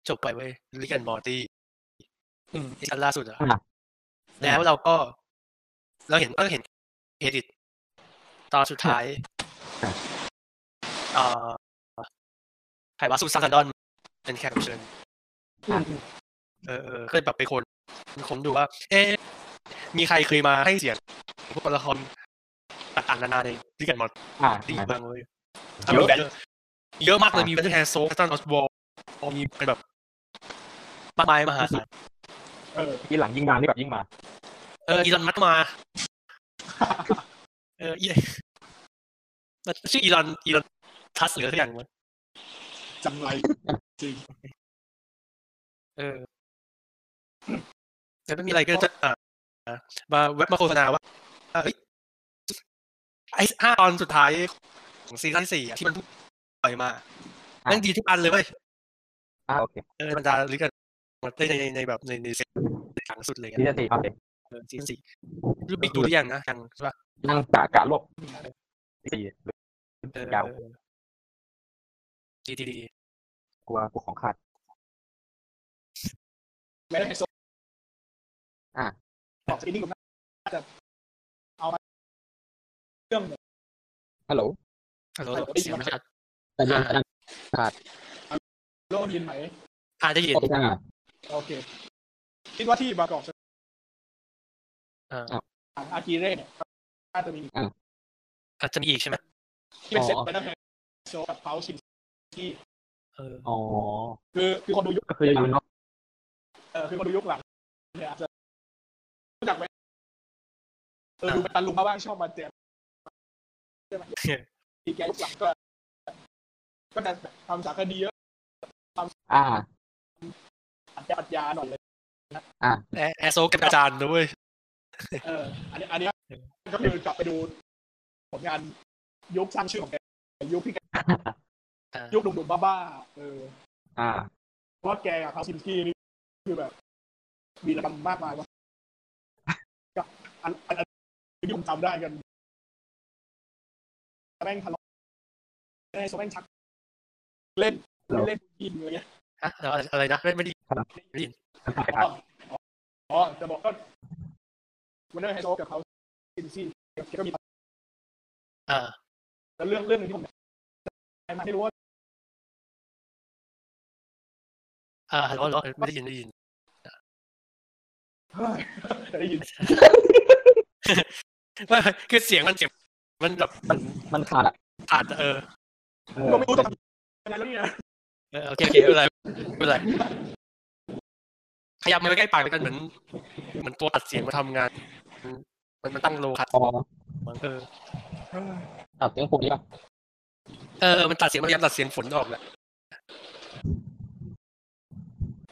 [SPEAKER 1] จบไปเว้ยลิกันมอร์ตี้
[SPEAKER 3] อืม
[SPEAKER 1] อีสันล่าสุดอะ
[SPEAKER 2] อ่ะ
[SPEAKER 1] แล้วเราก็ เราเห็นเราเห็นเอดิตตอนสุดท้ายเอ่อใครว่าซูซานซันดอนเป็นแขกรับเชิญ เออเออเคยแบบไปคนคนดูว่า เอ๊ะมีใครเคยมาให้เสียงพวกตัวละครต่างๆนานาในดิกันมอร์
[SPEAKER 2] อ่า
[SPEAKER 1] ดีมากเลย
[SPEAKER 2] เยอะ
[SPEAKER 1] มีแบนเยอะมากเลยมีแบนด์แฮนโซตันออสบอลมีเป็นแบบมากมายมหาศาล
[SPEAKER 3] เออ
[SPEAKER 2] ที่หลังยิ่งมานี่แบบยิ่งมา
[SPEAKER 1] เอออีลอนมัสก์มา เอออีมันชื่ออีลอนอีลอนทัสหรือสักอย่างมั้ง
[SPEAKER 3] จำไรจริง
[SPEAKER 1] เออแล้วไม่มีอะไรก็จะอ่ามาเว็บมาโฆษณาว่าเอ้ยไอ้ห้าตอนสุดท้ายของซีซั่นสี่อะที่มันเพิ่งปล่อยมา
[SPEAKER 2] อ่ะ
[SPEAKER 1] นั่งดีทุกอันเลยเว้ย
[SPEAKER 2] อ่าโอเค
[SPEAKER 1] เออบรรดาลิกันมาได้ในในในแบบในในเซตถังสุดเลยอะ
[SPEAKER 2] ที่จะสี่ครับ
[SPEAKER 1] เออซีซั่นสี่รูปบิ๊กดูหรือยังนะยังใช่ปะ
[SPEAKER 2] นั่งกะกะโลกสี่
[SPEAKER 1] เออย
[SPEAKER 2] าว
[SPEAKER 1] เออดีดีดี
[SPEAKER 2] กลัวพวกของขาด
[SPEAKER 3] แม้แต่โซ
[SPEAKER 2] อ่ะ
[SPEAKER 3] บอกซีรีส์ก็น่าจะเอามาเรื่องแบบ
[SPEAKER 2] ฮัลโหล
[SPEAKER 1] ฮัลโหลเสียงไม่ชัด
[SPEAKER 2] แต่ยังแต่ยัง
[SPEAKER 3] โลกยินไหม
[SPEAKER 1] อ่าได้ยิน
[SPEAKER 2] โอเคอ่า
[SPEAKER 3] โอเค คิดว่าที่บางกอกจะ
[SPEAKER 1] อ่า
[SPEAKER 3] หนังอากิเร่เนี่ยน่าจะมี
[SPEAKER 1] อาจจะมีอีกใช่ไหม
[SPEAKER 3] ที่เป็นเซ็ต
[SPEAKER 2] อ๋อ
[SPEAKER 3] ไปนั่งโชว์กับเขาชิมที่
[SPEAKER 1] เออ
[SPEAKER 2] อ๋อ
[SPEAKER 3] คือคือคนดูยุค
[SPEAKER 2] ก็คืออยู่นอก
[SPEAKER 3] เออคือคนดูยุคหลังเนี่ยอาจจะรู้จักไหมเออดูเป็นตาลุงมาบ้างชอบมาเจอใช่ไหมอีแกยุคหลังก็ ก็จะแบบทำสารคดีเยอะ
[SPEAKER 2] อ่า
[SPEAKER 3] อัดยาอัดยาหน่อยเลย
[SPEAKER 1] แอร์แอร์โซกเป็นอาจารย์ด้วย
[SPEAKER 3] เออ อันนี้อันนี้ก็คือกลับไปดู ผลงานยุคสร้างชื่อของแกยุคที่แก
[SPEAKER 1] อ่า
[SPEAKER 3] ยุคหนุ่มๆบ้าๆเออ
[SPEAKER 2] อ่า
[SPEAKER 3] เพราะว่าแกกับคาซินสกี้นี่คือแบบมีระดับมากมายว่ากับอันอันอันที่ผมจำได้กันแม่งทะเลาะแม่งแม่งชัก เล่น
[SPEAKER 2] เหรอ
[SPEAKER 3] เล่นยินอะไรเงี้ย
[SPEAKER 1] ฮะแล้วอะไรอะไรนะไม่ไม่ได้ยิน
[SPEAKER 3] อ๋ออ๋อจะบอกก็วันนั้นไฮโซกับเขาซินซี่แกก็มี
[SPEAKER 1] อ่า
[SPEAKER 3] แล้วเรื่องเรื่องหนึงที่ผม จำไม่รู้ว่า
[SPEAKER 1] อ่าฮัลโหลฮัลโหลไม่ได้ยินไม่ได้ยิน
[SPEAKER 3] เฮ้ยแต่ได้ยิน
[SPEAKER 1] ไม่ไม่คือเสียงมันเจ็บมันแบบ
[SPEAKER 2] มันมันขาดอ่ะ
[SPEAKER 1] อาจจะเออ
[SPEAKER 2] เออ
[SPEAKER 3] ก็ไม่รู้ต้องทำยังไงแล้วเนี่ย
[SPEAKER 1] เออโอเคโอเคไม่เป็นไรไม่เป็นไรขยับมาใกล้ๆปากแล้วกันเหมือนเหมือนตัวตัดเสียงมาทำงานมันมันตั้งโลคัส
[SPEAKER 2] อ๋อ
[SPEAKER 1] เออ
[SPEAKER 3] เออ
[SPEAKER 2] ตัดเสียงผมดีป่ะ
[SPEAKER 1] เออ มันตัดเสียงมันพยายามตัดเสียงฝนออกแหละ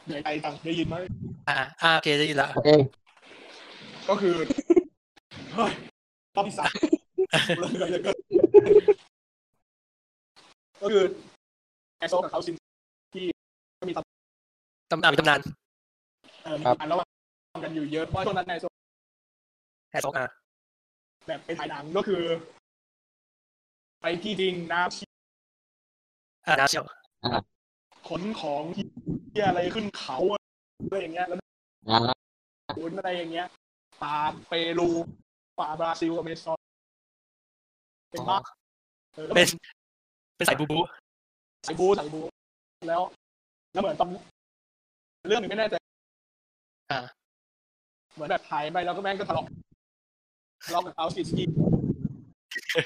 [SPEAKER 3] เหนื่อยใจจังได้ยินไหม
[SPEAKER 1] อ่าอ่าโอเคได้ยินละ
[SPEAKER 2] โอเค
[SPEAKER 3] ก็คือเฮ้ยรอบที่สามเลยเลยก็คือแอสโซกับเขาซินที่ก็มีตำ
[SPEAKER 1] ตำนานมีตำนาน
[SPEAKER 3] เอ่อมี
[SPEAKER 2] ครับ
[SPEAKER 3] อันระหว่างกันอยู่เยอะเพราะช่วงนั้นแอสโซ
[SPEAKER 1] แอสโซกอ่ะ
[SPEAKER 3] แบบไปถ่ายหนังก็คือ ไปที่จริงน้ำ
[SPEAKER 1] อ่ะนะเชียว
[SPEAKER 3] ขนของที่อะไรขึ้นเขาอะไรอย่างเงี้ยแล้ว
[SPEAKER 2] อ่า
[SPEAKER 3] ขนอะไรอย่างเงี้ยป่าเปรูป่าบราซิลอเมซอนเป็นบ้าเออแล้ว
[SPEAKER 1] เป็
[SPEAKER 3] เป็น น
[SPEAKER 1] เป็นสายบูบู
[SPEAKER 3] สายบูสายบูแล้ว แล้วเหมือนตอนเรื่องหนึงไม่แน่ใจ
[SPEAKER 1] อ่า
[SPEAKER 3] เหมือนแบบถ่ายไปแล้วก็แม่งก็ทะเลาะทะเลาะกับเอาซิสกี้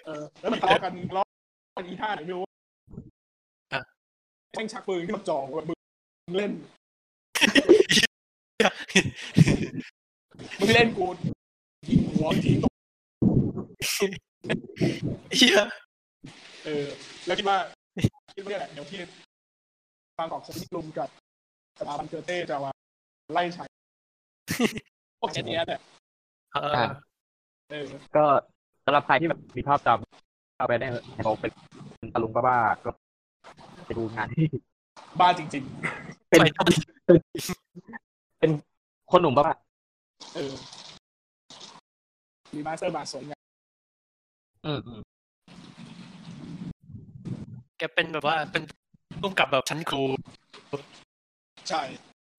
[SPEAKER 3] เออ แล้วมันทะเลาะกันทะเลาะกันอีท่าไหนไม่รู้แม่งชักปืนขึ้นมาจ่อแบบมึงเล่น มึงเล่นกูทิ้งหัวทิ้งต
[SPEAKER 1] เฮีย
[SPEAKER 3] เออแล้วคิดว่า คิดว่าเนี่ยแหละเดี๋ยวที่บางกอกสมิธลุมกับสถาบันเกอเต้จะมาไล่ใช้ พวกเจเนียสเนี่ย
[SPEAKER 1] เอออ่ะ
[SPEAKER 3] เออ
[SPEAKER 2] ก็สำหรับใครที่แบบมีภาพจำเอาไปได้เราเป็นตะลุงบ้าๆก็ไปดูงานที่
[SPEAKER 3] บ้าจริง
[SPEAKER 2] เป็น
[SPEAKER 1] ไปทำ
[SPEAKER 2] เป็นคนหนุ่มบ้า
[SPEAKER 3] ๆ เออมีมาสเตอร์บาสสวยงาม
[SPEAKER 2] ๆอืมอืม
[SPEAKER 1] แกเป็นแบบว่าเป็นร่วมกับแบบชั้นครู
[SPEAKER 3] ใช่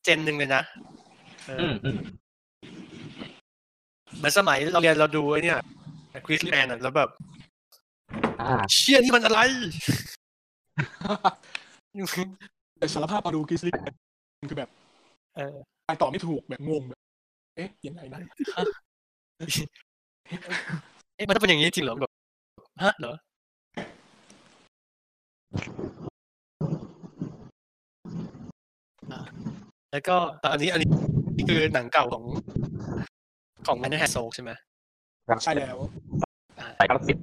[SPEAKER 1] เจนหนึ่งเลยนะเออ
[SPEAKER 2] อืมอืม
[SPEAKER 1] เหมือนสมัยเราเรียนเราดูไอ้เนี่ยคริสแมนอ่ะแล้วแบบ
[SPEAKER 2] อ่า
[SPEAKER 1] เชี่ยนี่มันอะไร
[SPEAKER 3] แต่สารภาพพอดูกิสลิมันคือแบบ
[SPEAKER 1] เออ
[SPEAKER 3] ไปต่อไม่ถูกแบบงงแบบเอ๊ะยังไงนะ
[SPEAKER 1] เอ๊ะมันต้องเป็นอย่างนี้จริงเหรอแบบฮะเหรออ่ะแล้วก็อันนี้อันนี้นี่คือหนังเก่าของของแมนแฮสโซใช่ไหม
[SPEAKER 3] ใช่แล้ว
[SPEAKER 2] ใส่กระสิบ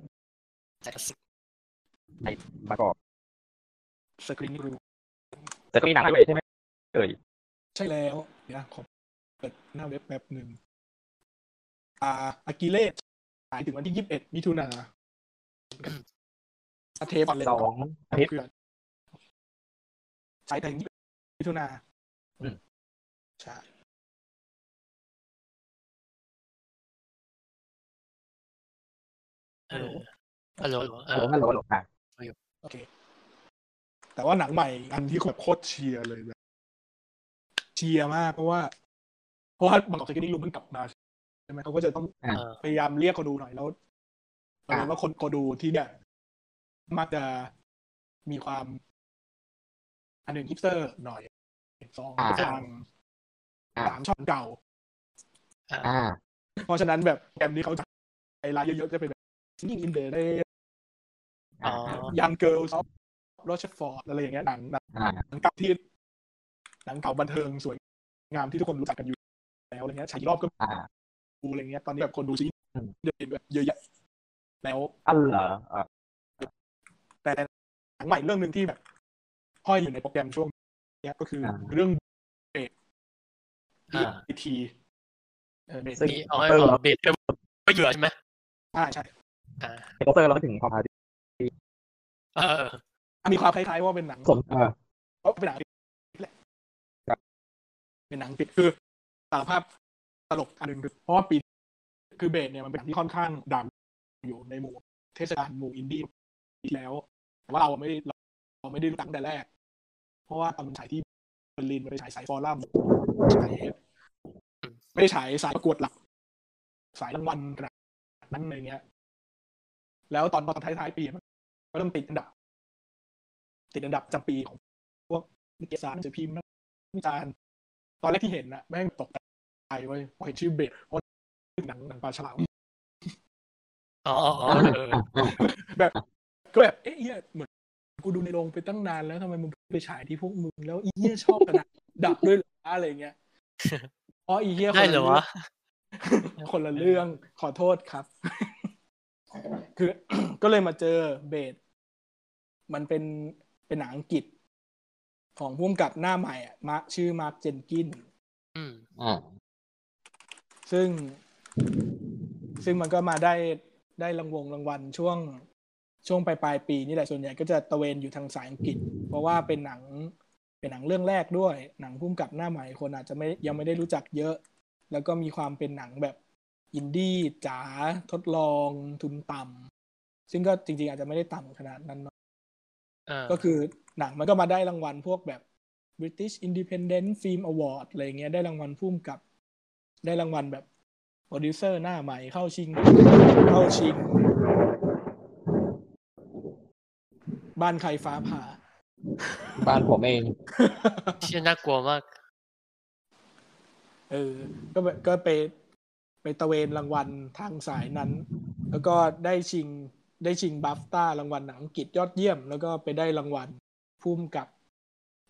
[SPEAKER 1] ใช่ครับ
[SPEAKER 2] มาก่อน
[SPEAKER 3] สกรีนรู
[SPEAKER 2] แต่ก็มีหนังด้วยใช่ไหมเอ่ย
[SPEAKER 3] ใช่แล้วเนี่ยวนะขอเปิดหน้าเว็บแป๊บหนึ่งอ่าอากิเล่ขายถึงวันที่ยี่สิบเอ็ดมิถุนาอาเทปอนเลย
[SPEAKER 2] สองอาทิตย์
[SPEAKER 3] เพื่อนใช้ถึงมิถุนา
[SPEAKER 2] อืม
[SPEAKER 3] ใช่
[SPEAKER 1] เออฮัลโหลเอ
[SPEAKER 2] โอ้
[SPEAKER 1] อ
[SPEAKER 2] โหฮัลโหลฮัลโหลอ่ะ
[SPEAKER 3] โอเค แต่ว่าหนังใหม่อันที่แบบโคตรเชียร์เลยแบบเชียร์มากเพราะว่า เพราะว่าบางกอกสกินี่ลุมเพิ่งกลับมาใช่ไหมเขาก็จะต้อง
[SPEAKER 1] เออ
[SPEAKER 3] พยายามเรียกคนดูหน่อยแล้วประเด็นว่าคนคนดูที่เนี่ย มักจะมีความ อันหนึ่งฮิปสเตอร์หน่อยสองทางสามช่องเก่า
[SPEAKER 2] อ่า
[SPEAKER 3] เพราะฉะนั้นแบบแกมนี้เขาจะไฮไลท์เยอะๆจะเป็นแบบซิงอินเดเลย
[SPEAKER 1] อ๋อ
[SPEAKER 3] ยังเกิลซอฟโรชฟอร์ดอะไรอย่างเงี้ยหนังหนัง
[SPEAKER 2] อ่า
[SPEAKER 3] หนังเก่าที่หนังเก่าบันเทิงสวยงามที่ทุกคนรู้จักกันอยู่แล้วอะไรเงี้ยฉายรอบก็
[SPEAKER 2] อ่า
[SPEAKER 3] ดูอะไรเงี้ยตอนนี้แบบคนดูซี
[SPEAKER 2] อืม
[SPEAKER 3] เดือนแบบเยอะแยะแล้ว
[SPEAKER 2] อันเหรออ่ะ
[SPEAKER 3] แต่หนังใหม่เรื่องหนึ่งที่แบบห้อยอยู่ในโปรแกรมช่วงเนี้ยก็คืออา เรื่อง
[SPEAKER 1] อ่า
[SPEAKER 3] บีทีเออ BAT
[SPEAKER 2] ซึ่ง
[SPEAKER 1] มีเอาให้เอาเบรดไปเหยื่อใช่ไหม
[SPEAKER 3] อ่าใช่
[SPEAKER 1] อ่า
[SPEAKER 2] โปสเตอร์เราก็ถึงความพาดิ
[SPEAKER 1] เออเออ
[SPEAKER 3] อ่ะมีความคล้ายๆว่าเป็นหนัง
[SPEAKER 2] สมเออ
[SPEAKER 3] เพราะเป็นหนังแหละ
[SPEAKER 2] ครับ
[SPEAKER 3] เป็นหนังปิดคือสารภาพตลกอันหนึ่งคือเพราะว่าปีคือเบสเนี่ยมันเป็นหนังที่ค่อนข้างดังอยู่ในหมู่ เทศกาลหมู่อินดี้ที่แล้วแต่ว่าเราไม่ได้เราเราไม่ได้รู้ตั้งแต่แรก เพราะว่าตอนมันฉายที่เบอร์ลินมันไปฉายสายฟอรัมฉายไม่ได้ฉายสายประกวดหลัก สายรางวัลขนาดนั้นอะไรเงี้ย แล้วตอนตอนท้ายๆปีมันก็เริ่มติดอันดับ ติดอันดับประจำปีของ พวกนิตยสารหนังสือพิมพ์นิจารณ์ตอนแรกที่เห็นนะแม่งตกใจเว้ยพอเห็นชื่อเบสโอ้ยหนังหนังปลาฉลาม
[SPEAKER 1] อ๋ออ๋ออ๋อเอ อ
[SPEAKER 3] ก็แบบเอ๊ะเหี้ยเหมือนกูดูในโรงไปตั้งนานแล้วทำไมมึงไปฉายที่พวกมึงแล้วอีเหี้ยชอบขนาด ดับด้วยเหรออะไรเงี้ยอ๋ออีเหี้ยคน
[SPEAKER 1] ได้
[SPEAKER 3] ละ
[SPEAKER 1] เหรอ
[SPEAKER 3] เรื่
[SPEAKER 1] วะ
[SPEAKER 3] องคนละเรื่องขอโทษครับ คือ ก็เลยมาเจอเบสมันเป็นเป็นหนังอังกฤษ ของพุ่มกับหน้าใหม่อะมาร์คชื่อมาร์คเจนกิน
[SPEAKER 1] อืม
[SPEAKER 2] อ่า
[SPEAKER 3] ซึ่ง ซึ่งมันก็มาได้ได้รางวงรางวัลช่วงช่วงปลายปลายๆปีนี่แหละส่วนใหญ่ก็จะตะเวนอยู่ทางสายอังกฤษ เพราะว่าเป็นหนังเป็นหนังเรื่องแรกด้วย หนังพุ่มกับหน้าใหม่คนอาจจะไม่ยังไม่ได้รู้จักเยอะ แล้วก็มีความเป็นหนังแบบอินดี้จ๋าทดลองทุนต่ำซึ่งก็จริงๆ อาจจะไม่ได้ต่ำขนาดนั้นเนอะ
[SPEAKER 1] เออ
[SPEAKER 3] ก็คือหนังมันก็มาได้รางวัลพวกแบบ British Independent Film Award อะไรเงี้ยได้รางวัลพุ่มกับ ได้รางวัลแบบโปรดิวเซอร์หน้าใหม่เข้าชิง เข้าชิง บ้านใครฟ้าผ่า
[SPEAKER 2] บ้านผมเอง
[SPEAKER 1] เชี่ยน่ากลัวมาก
[SPEAKER 3] เออ ก็แบบก็ไปไปตะเวนรางวัลทางสายนั้น แล้วก็ได้ชิงได้ชิงบัฟต้ารางวัลหนังอังกฤษยอดเยี่ยม แล้วก็ไปได้รางวัลพุ่มกับ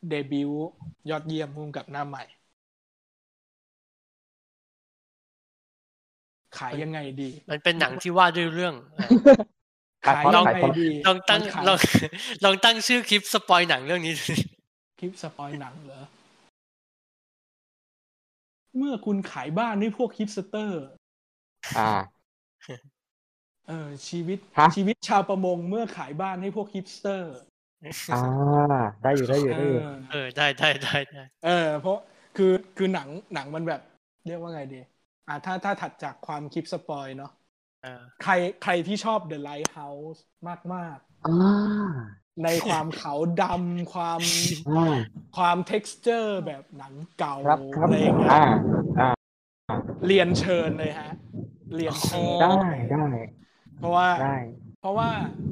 [SPEAKER 3] เดบิวต์ยอดเยี่ยมพุ่มกับหน้าใหม่ ขายยังไงดี
[SPEAKER 1] มันเป็นหนังที่ว่าด้วยเรื่อง อ่ะ
[SPEAKER 2] ขาย
[SPEAKER 3] ขาย
[SPEAKER 2] เพราะ
[SPEAKER 3] ยัง
[SPEAKER 2] ขาย
[SPEAKER 3] ไง
[SPEAKER 2] เพราะ
[SPEAKER 3] ดี
[SPEAKER 1] ลองตั้ง
[SPEAKER 3] มันขาย
[SPEAKER 1] ลอง ลองตั้งชื่อคลิปสปอยหนังเรื่องนี้ดู
[SPEAKER 3] คลิปสปอยหนังเหรอ เมื่อคุณขายบ้านให้พวกฮิปสเตอร์
[SPEAKER 2] อ่า
[SPEAKER 3] เออชีวิต
[SPEAKER 2] ฮะ
[SPEAKER 3] ชีวิตชาวประมงเมื่อขายบ้านให้พวกฮิปสเตอร์
[SPEAKER 2] อ่า ได้อยู่ได้อยู่
[SPEAKER 3] เอ
[SPEAKER 2] ได้อยู่
[SPEAKER 3] อ
[SPEAKER 1] เออได้ได้ได้ได้
[SPEAKER 3] เออ เพราะคือคือหนังหนังมันแบบ เรียกว่าไงดีอ่ะถ้าถ้าถัดจากความคลิปสปอยเนาะ
[SPEAKER 1] เออ
[SPEAKER 3] ใครใครที่ชอบ The Lighthouse มาก
[SPEAKER 2] อ่า
[SPEAKER 3] ๆ ในความขาวด ำความ
[SPEAKER 2] อ่า
[SPEAKER 3] ความ texture แบบหนังเก่า
[SPEAKER 2] ครับครับ
[SPEAKER 3] อะไรอย่างเงี้ย
[SPEAKER 2] อ่าอ่า
[SPEAKER 3] เรียนเชิญเลยฮะ เรียนเชิญ
[SPEAKER 2] ได้ได้
[SPEAKER 3] เพราะว่า
[SPEAKER 2] ได้
[SPEAKER 3] เพราะว่า